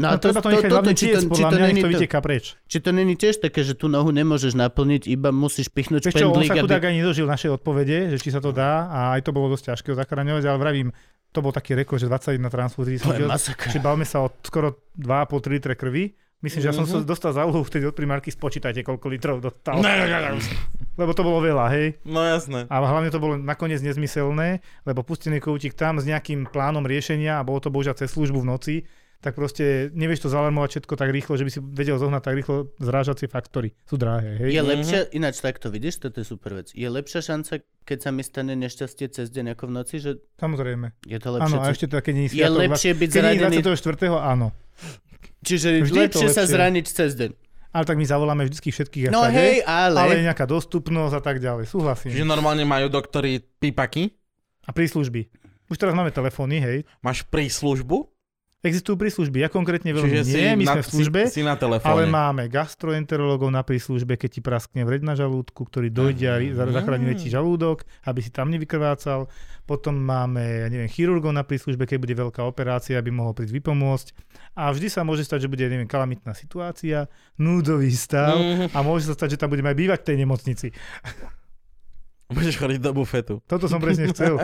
D: No, treba to, nechať hlavne
B: či
D: tiec, podľa mňa,
B: není
D: nech to
B: to-
D: vyteká preč.
B: či to není tiež také, že tú nohu nemôžeš naplniť, iba musíš pichnúť
D: Vieš čo, on
B: špendlík,
D: sa chudák
B: aby...
D: ani nedožil našej odpovede, že či sa to dá a aj to bolo dosť ťažké ho zachraňovať, ale vravím, to bol taký rekord, že 21 transfúzií
B: To je
D: chodil.
B: masakr.
D: Čiže bavme sa o skoro 2,5-3 litre krvi. Myslím, že ja som sa dostal za úlohu vtedy od primárky, spočítajte, koľko litrov dostal.
A: Ne, ne, ne, ne.
D: Lebo to bolo veľa, hej.
A: No jasné.
D: A hlavne to bolo nakoniec nezmyselné, lebo pustený koutík tam s nejakým plánom riešenia a bolo to bohužiaľ cez službu v noci, tak proste nevieš to zalarmovať všetko tak rýchlo, že by si vedel zohnať tak rýchlo zrážacie faktory. Sú drahé, hej.
B: Je lepšia, ináč takto, vidíš, toto je super vec. Je lepšia šanca, keď sa mi stane nešťastie cez deň ako v noci, že
D: Samozrejme.
B: je to lepšie.
D: Áno, a ešte teda, keď nie
B: Je lepšie byť zranený.
D: 24. áno.
B: Čiže
D: vždy je to
B: lepšie sa
D: lepšie.
B: zraniť cez deň.
D: Ale tak my zavoláme vždycky všetkých. a
B: No
D: všade,
B: hej, ale...
D: ale... je nejaká dostupnosť a tak ďalej. Súhlasím.
A: Čiže normálne majú doktori pipaky,
D: A príslužby. Už teraz máme telefóny, hej.
A: máš príslužbu,
D: Existujú príslužby, ja konkrétne veľmi
A: čiže
D: nie,
A: si,
D: my
A: na,
D: sme v službe,
A: si, si na
D: ale
A: telefóne.
D: máme gastroenterológov na príslužbe, keď ti praskne vred na žalúdku, ktorý dojde a ri- za- zachraňuje ti žalúdok, aby si tam nevykrvácal. Potom máme, ja neviem, chirurgov na príslužbe, keď bude veľká operácia, aby mohol prísť vypomôcť. A vždy sa môže stať, že bude, ja neviem, kalamitná situácia, núdový stav
A: Mhm.
D: a môže sa stať, že tam budeme aj bývať v tej nemocnici.
A: Budeš chodiť do bufetu.
D: Toto som presne chcel.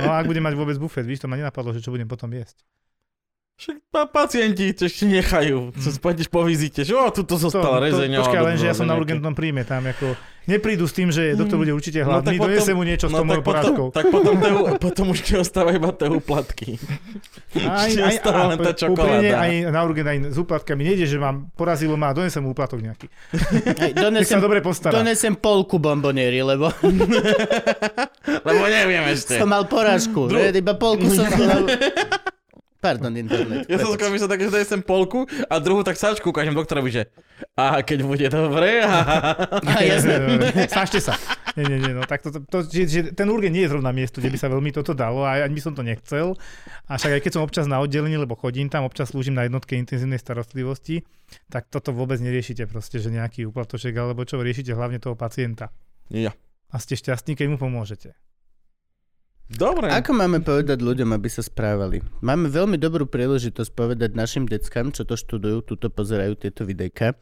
D: No a ak budem mať vôbec bufet, víš, to ma nenapadlo, že čo budem potom jesť.
A: Však pa- pacienti ťa ešte nechajú. Mm. Spadneš po vizite, že o, tuto zostala rezeň.
D: Mhm. počkaj,
A: alebo
D: len, že ja
A: to
D: som na
A: nejaké- No,
D: urgentnom príjme tam, ako neprídu s tým, že doktor bude určite hladný,
A: potom- no,
D: donese mu niečo s tou
A: tak
D: mojou porážkou.
A: Potom, tak potom, te, potom už ti ostáva iba tie úplatky. ešte ostala len tá
D: a- úprimne,
A: čokoláda.
D: aj na urgent, aj s úplatkami. Nejde, že mám porazilo ma a donesem mu úplatok nejaký.
B: Hej,
D: Nech sa
B: donesem,
D: dobre postará.
B: donesem polku bomboniery, lebo
A: Lebo neviem ešte.
B: som mal porážku.
A: Dru-
B: Dru... Iba polku som... Pardon, internet.
A: Ja
B: prepač.
A: som skôr myslel tak, že dajem sem polku a druhú tak sáčku ukážem doktorovi, že a keď bude dobre, a...
B: A jasné.
D: Snažte sa. Nie, nie, nie, no tak to, to, to že, že ten urgen nie je zrovna miesto, kde by sa veľmi toto dalo a ani by som to nechcel. A však aj keď som občas na oddelení, lebo chodím tam, občas slúžim na jednotke intenzívnej starostlivosti, tak toto vôbec neriešite proste, že nejaký úplatoček alebo čo, riešite hlavne toho pacienta.
A: Ja.
D: A ste šťastní, keď mu pomôžete.
A: Dobre. Mhm.
B: Ako máme povedať ľuďom, aby sa správali? Máme veľmi dobrú príležitosť povedať našim deckám, čo to študujú, tuto pozerajú tieto videjka,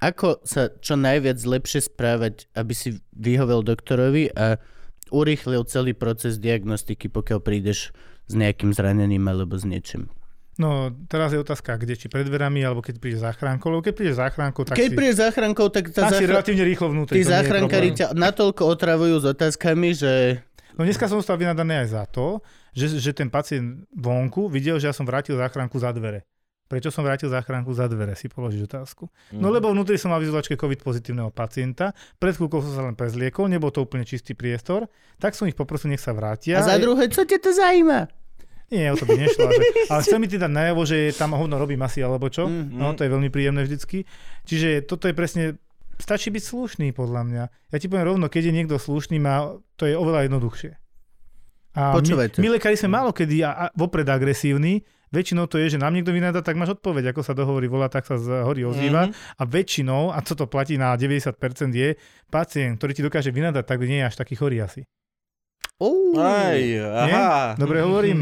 B: ako sa čo najviac lepšie správať, aby si vyhovel doktorovi a urýchlil celý proces diagnostiky, pokiaľ prídeš s nejakým zraneným alebo s niečím.
D: No teraz je otázka, kde, či pred dverami, alebo keď príde záchrankou, lebo keď príde záchrankou, tak
B: Keď
D: si,
B: prídeš záchrankou, tak tá
D: tak si
B: záchran...
D: relatívne rýchlo vnútri.
B: Tí
D: to nie je
B: záchrankári
D: problém.
B: ťa natoľko otravujú s otázkami, že
D: No dneska som stal vynadaný aj za to, že, že ten pacient vonku videl, že ja som vrátil záchranku za dvere. Prečo som vrátil záchranku za dvere, si položíš otázku. No lebo vnútri som mal v izolačke COVID pozitívneho pacienta, pred chvíľkou som sa len prezliekol, nebol to úplne čistý priestor, tak som ich poprosil, nech sa vrátia.
B: a za druhé, čo ťa to zaujíma?
D: Nie, o to by nešlo. Že... Ale chcem mi ti dať najavo, že tam hovno robím asi alebo čo.
B: Mhm.
D: No to je veľmi príjemné vždycky. Čiže toto je presne Stačí byť slušný, podľa mňa. Ja ti poviem rovno, keď je niekto slušný, má, to je oveľa jednoduchšie. A
B: Počúvajte.
D: My, my lekári sme málo kedy a, a vopred agresívni. Väčšinou to je, že nám niekto vynadá, tak máš odpoveď. Ako sa dohovorí volá, tak sa z hory
A: Mhm.
D: ozýva. A väčšinou, a co to platí na 90% je, pacient, ktorý ti dokáže vynadať, tak nie je až taký chorý asi.
B: Uú.
A: Aj, aha. Mhm,
D: Dobre hovorím.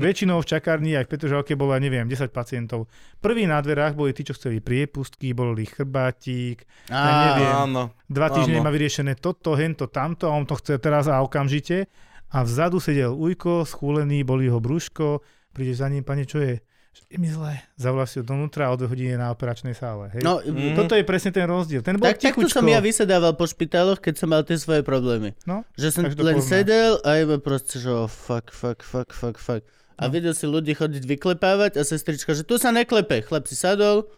D: Väčšinou v čakárni aj v Petržalke bolo, ja neviem, 10 pacientov. Prvý na dverách boli tí, čo chceli priepustky, boli chrbátik,
B: Á,
D: ja neviem,
A: Áno.
D: dva
A: áno.
D: týždne má vyriešené toto, hento, tamto a on to chce teraz a okamžite. A vzadu sedel ujko, schúlený, boli ho brúško, prídeš za ním, pane, čo je? Že Je mi zle. Zavoláš si ho donútra a o dve hodiny je na operačnej sále. Hej?
B: No,
A: Mm.
D: Toto je presne ten rozdiel. Ten bol
B: Tak takto som
D: tichučko.
B: ja vysedával po špitáloch, keď som mal tie svoje problémy.
D: No,
B: Že som
D: takže to
B: len
D: poznáš.
B: sedel a iba proste, že oh, fuck, fuck, fuck, fuck, fuck. A videl si ľudí chodiť vyklepávať a sestrička, že tu sa neklepe. Chlap si sadol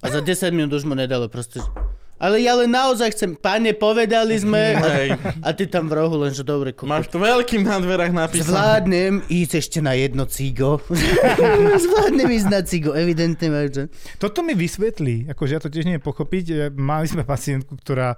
B: a za 10 minút už mu nedalo proste. že- Ale ja len naozaj chcem, pane, povedali sme a,
A: Hej.
B: a ty tam v rohu len, že dobre, kúpe.
A: Máš to veľkým na dverách napísané.
B: Zvládnem ísť ešte na jedno cigo. Zvládnem ísť na cigo, evidentne. máš, že-
D: Toto mi vysvetlí, akože ja to tiež neviem pochopiť. E, Mali sme pacientku, ktorá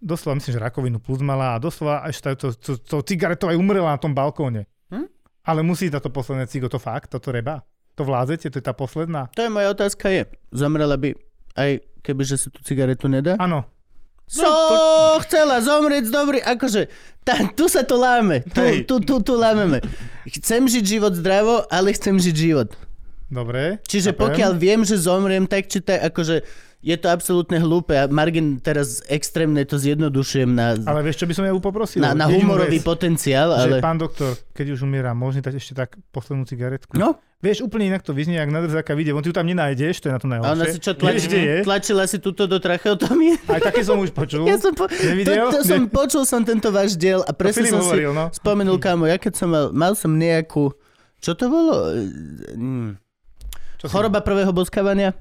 D: doslova, myslím, že rakovinu plus mala a doslova až tá- to, to, to cigaretou aj umrela na tom balkóne.
B: Hm?
D: Ale musí dať to posledné cigo, to fakt, toto reba. To vládzete, to je tá posledná.
B: To je moja otázka je, zomrela by aj kebyže si tú cigaretu nedá?
D: Áno, no,
B: So, chcela zomrieť dobrý, akože, tá, tu sa to láme, tu,
A: Hej.
B: tu, tu, tu lámeme. Chcem žiť život zdravo, ale chcem žiť život.
D: dobre.
B: Čiže
D: chápem.
B: pokiaľ viem, že zomriem, tak či tak, akože je to absolútne hlúpe a Margin teraz extrémne to zjednodušujem na,
D: Ale vieš, čo by som ja poprosil?
B: na, na
D: Jedinú
B: humorový
D: vec,
B: potenciál,
D: Že
B: ale...
D: pán doktor, keď už umiera, môžem dať ešte tak poslednú cigaretku?
B: No,
D: Vieš, úplne inak to vyznie, ak na drzáka vyjde, on ty ju tam nenájdeš, to je na tom
B: a
D: najhoršie.
B: ona si čo,
D: Vieš, kde je?
B: tlačila, tlačila si túto do tracheotomie?
D: Aj také som už počul.
B: Ja som po... to,
D: Nevidel?
B: to som počul som tento váš diel a presne
D: Filip
B: som si
D: hovoril, no.
B: spomenul, kámo, ja keď som mal, mal som nejakú, čo to bolo? Mm,
D: Čo si-
B: Choroba prvého boskávania?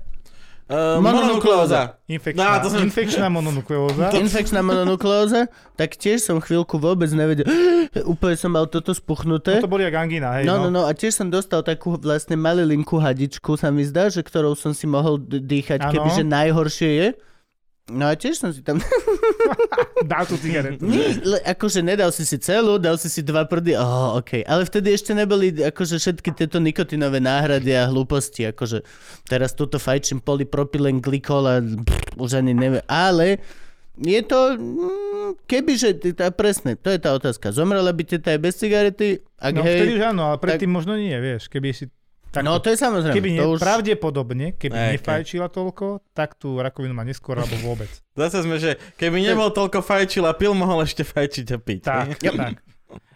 A: Uh,
B: Mononukleóza.
A: mononukleóza.
B: No,
D: Infekčná,
A: Á, to som-
D: infekčná mononukleóza.
B: Infekčná mononukleóza? Tak tiež som chvíľku vôbec nevedel. Úplne som mal toto
D: No
B: spuchnuté.
D: to boli jak angína, hej.
B: No, no, no, a tiež som dostal takú vlastne malilinku hadičku, sa mi zdá, že ktorou som si mohol d- dýchať,
D: Áno.
B: kebyže najhoršie je. No a tiež som si tam...
D: Dá tu cigaretu.
B: Nie, le, akože nedal si si celú, dal si si dva prdy, oh, OK. Ale vtedy ešte neboli akože všetky tieto nikotinové náhrady a hlúposti, akože teraz túto fajčím polypropylen glykol a pff, už ani neviem, ale je to, mm, kebyže, t- tá, presne, to je tá otázka. Zomrela by teta aj bez cigarety, ak
D: No
B: hej,
D: vtedy už áno, ale predtým možno nie, vieš, keby si... Tak,
B: no to je samozrejme,
D: keby
B: to
D: ne,
B: už...
D: pravdepodobne, keby
A: Ej,
D: nefajčila toľko, tak tú rakovinu má neskôr alebo vôbec.
A: Zase sme, že keby nebol toľko fajčil a pil, mohol ešte fajčiť a piť.
D: Tak, tak.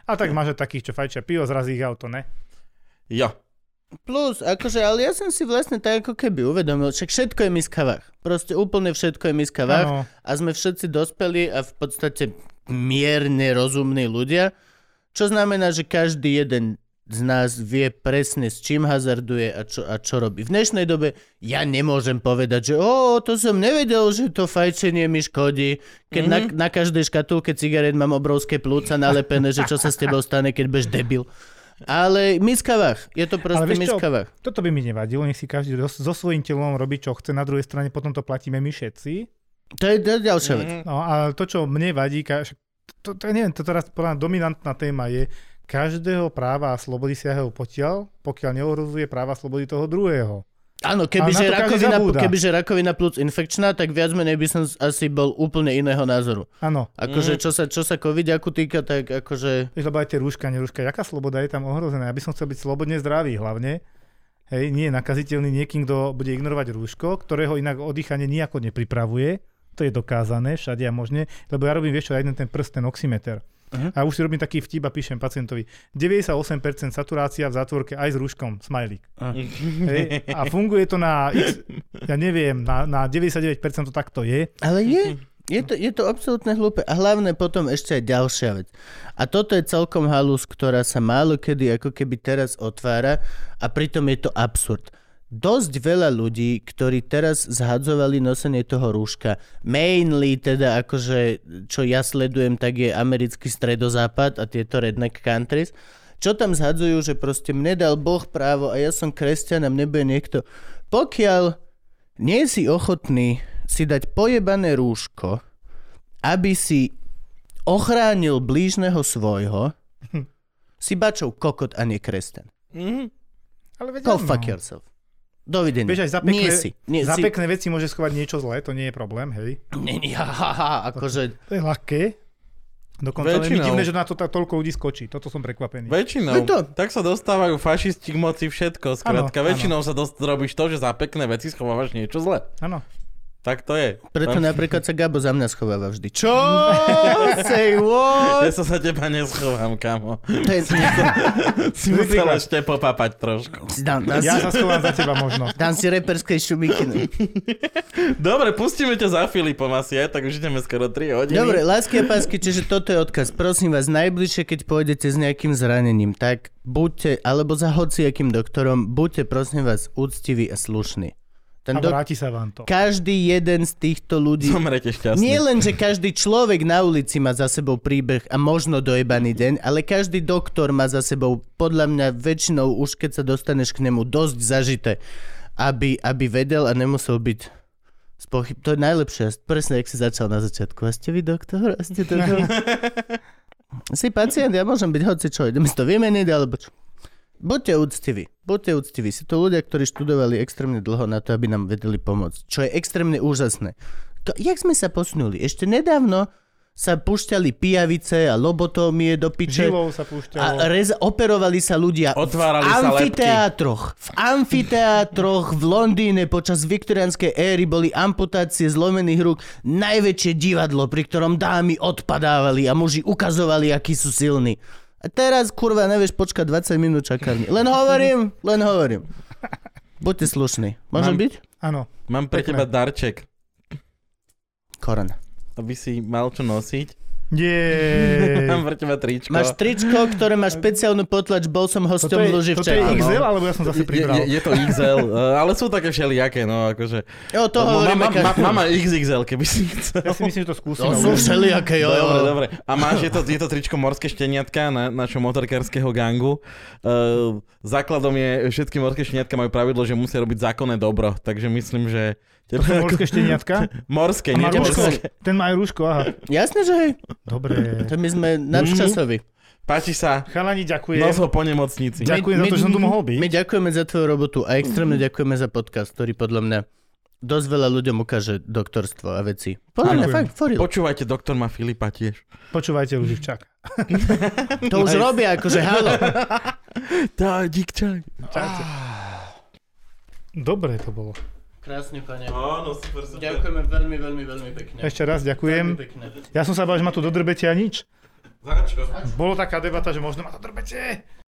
D: A tak máš aj takých, čo fajčia pivo, zrazí ich auto, ne?
A: Jo.
B: Plus, akože, ale ja som si vlastne tak ako keby uvedomil, však všetko je miskavách. Proste úplne všetko je miskavách.
D: Áno.
B: a sme všetci dospelí a v podstate mierne rozumní ľudia, čo znamená, že každý jeden z nás vie presne, s čím hazarduje a čo, a čo robí. V dnešnej dobe ja nemôžem povedať, že o, to som nevedel, že to fajčenie mi škodí, keď
D: Mhm.
B: mm-hmm. na, na každej škatulke cigaret mám obrovské plúca nalepené, že čo sa s tebou stane, keď budeš debil. Ale miskavách, je to proste
D: Ale vieš čo?
B: miskavách.
D: Toto by mi nevadilo, nech si každý so, so svojím telom robí, čo chce. Na druhej strane potom to platíme my všetci.
B: To je, to je ďalšia vec.
A: Mhm.
D: No a to, čo mne vadí, ka- však to, to, to, neviem, to teraz podľa mňa dominantná téma je, každého práva a slobody siahajú potiaľ, pokiaľ neohrozuje práva a slobody toho druhého.
B: Áno,
D: Ale
B: kebyže
D: na to každý
B: rakovina,
D: zabúda.
B: kebyže rakovina plus infekčná, tak viac menej by som z- asi bol úplne iného názoru.
D: Áno,
B: Akože čo sa, čo sa covid týka, tak akože...
D: vieš, lebo aj tie rúška, nerúška, aká sloboda je tam ohrozená? Ja by som chcel byť slobodne zdravý hlavne. Hej, nie je nakaziteľný niekým, kto bude ignorovať rúško, ktorého inak odýchanie nejako nepripravuje. To je dokázané všade a možne, lebo ja robím, vieš čo, ja jeden ten prst, ten oximeter.
B: Mhm.
D: A už si robím taký vtip a píšem pacientovi 98% saturácia v zátvorke aj s rúškom, smajlík. Hej, a funguje to na, x, ja neviem, na, na 99% to takto je.
B: Ale je, je to, je to absolútne hlúpe. A hlavne potom ešte aj ďalšia vec. A toto je celkom halus, ktorá sa málo kedy ako keby teraz otvára a pritom je to absurd. Dosť veľa ľudí, ktorí teraz zhadzovali nosenie toho rúška, mainly teda akože, čo ja sledujem, tak je americký stredozápad a tieto redneck countries, čo tam zhadzujú, že proste mne dal Boh právo a ja som kresťan a mne bude niekto. Pokiaľ nie si ochotný si dať pojebané rúško, aby si ochránil blížneho svojho, si bačov kokot a nie kresťan.
D: Ale veď
B: Go
D: áno.
B: fuck yourself. Dovidenia.
D: Vieš, aj za pekné,
B: nie si. Nie
D: za
B: si.
D: pekné veci môže schovať niečo zlé, to nie je problém, hej.
B: Nie, nie, ha, ha, ha, akože...
D: To je ľahké. Dokonca len mi
A: Väčšinou.
D: divné, že na to tak toľko ľudí skočí. Toto som prekvapený.
B: No
A: Väčšinou.
B: to-
A: Tak sa dostávajú fašisti k moci všetko, skrátka.
D: Áno,
A: Väčšinou sa dost, robíš to, že za pekné veci schovávaš niečo zle.
D: Áno.
A: Tak to je.
B: Preto
A: Tam-
B: napríklad sa Gabo za mňa schováva vždy. Čo? Say what?
A: Ja sa za teba neschovám, kamo.
B: To je...
A: Si musel ešte popapať trošku.
B: Dám, dám, si,
D: Ja sa schovám za teba možno.
B: dám si reperskej šumikinu.
A: Dobre, pustíme ťa za Filipom asi aj, tak už ideme skoro 3 hodiny.
B: Dobre, lásky a pásky, čiže toto je odkaz. Prosím vás, najbližšie, keď pôjdete s nejakým zranením, tak buďte, alebo za hociakým doktorom, buďte prosím vás úctiví a slušní.
D: A
B: Ten dok-
D: vráti sa vám to.
B: každý jeden z týchto ľudí...
A: Zomrete šťastný.
B: Nie len, že každý človek na ulici má za sebou príbeh a možno dojebaný deň, ale každý doktor má za sebou, podľa mňa väčšinou už keď sa dostaneš k nemu, dosť zažité, aby, aby vedel a nemusel byť spochyb... To je najlepšie, presne jak si začal na začiatku. A ste vy doktor? A ste doktor? si pacient, ja môžem byť hoci čo, ideme si to vymeniť, alebo čo? Buďte úctiví, buďte úctiví. Si to ľudia, ktorí študovali extrémne dlho na to, aby nám vedeli pomôcť, čo je extrémne úžasné. To, jak sme sa posunuli? Ešte nedávno sa púšťali pijavice a lobotómie do piče.
D: Žilou sa
B: A
D: púšťalo.
B: rez, operovali sa ľudia v
A: Otvárali sa
B: amfiteátroch. V amfiteátroch v Londýne počas viktorianskej éry boli amputácie zlomených rúk najväčšie divadlo, pri ktorom dámy odpadávali a muži ukazovali, akí sú silní. A teraz, kurva, nevieš počkať 20 minút čakárne. Len hovorím, len hovorím. Buďte slušní. Môžem
A: Mám-
B: byť?
D: Áno.
A: Mám pre
D: Pekné.
A: teba darček,
B: Korona.
A: aby si mal čo nosiť. Mám
D: Jej.
A: pre teba tričko.
B: Máš tričko, ktoré má špeciálnu potlač, bol som
D: Toto
B: hosťom
D: je,
B: v no.
D: toto je
B: Luživčej.
D: XL, alebo ja som zase
A: je,
D: pribral.
A: je, je to XL, eh, ale sú také všelijaké, no akože.
B: Jo, to hovoríme
A: mama, ma,
B: každý.
A: mama XXL, keby si chcel.
D: Ja si myslím, že to
B: To
D: skúsim.
B: sú všelijaké, No, jo, jo.
A: Dobre, dobre. A máš, je to, je to tričko Morské šteniatka na, našho motorkárskeho gangu. Uh, základom je, všetky morské šteniatka majú pravidlo, že musia robiť zákonné dobro. Takže myslím, že... Tebe,
D: Morské šteniatka.
A: morské,
D: A má
A: nie
D: rúško.
A: morské.
D: Ten má aj rúško, aha.
B: Jasne, že hej.
D: Dobre.
B: To my sme nadčasoví.
A: Páči sa.
D: Chalani, ďakujem.
A: Nos ho po nemocnici.
D: Ďakujem za to, že som tu mohol byť.
B: No, My ďakujeme za tvoju robotu a extrémne ďakujeme za podcast, ktorý podľa mňa dosť veľa ľuďom ukáže doktorstvo a veci. Podľa mňa
D: Ďakujem.
B: fakt, for real.
A: Počúvajte, doktor má Filipa tiež.
D: Počúvajte, Luživčák.
B: To už robia, akože halo.
A: Tá, dík čaj.
D: Čaute.
B: Ah.
D: Dobre to bolo.
B: Krásne, pane.
A: Áno, super, super.
B: Ďakujeme veľmi, veľmi, veľmi pekne.
D: Ešte raz ďakujem. Ja som sa bál, že ma tu dodrbete a nič.
A: Za čo?
D: Bolo taká debata, že možno ma dodrbete.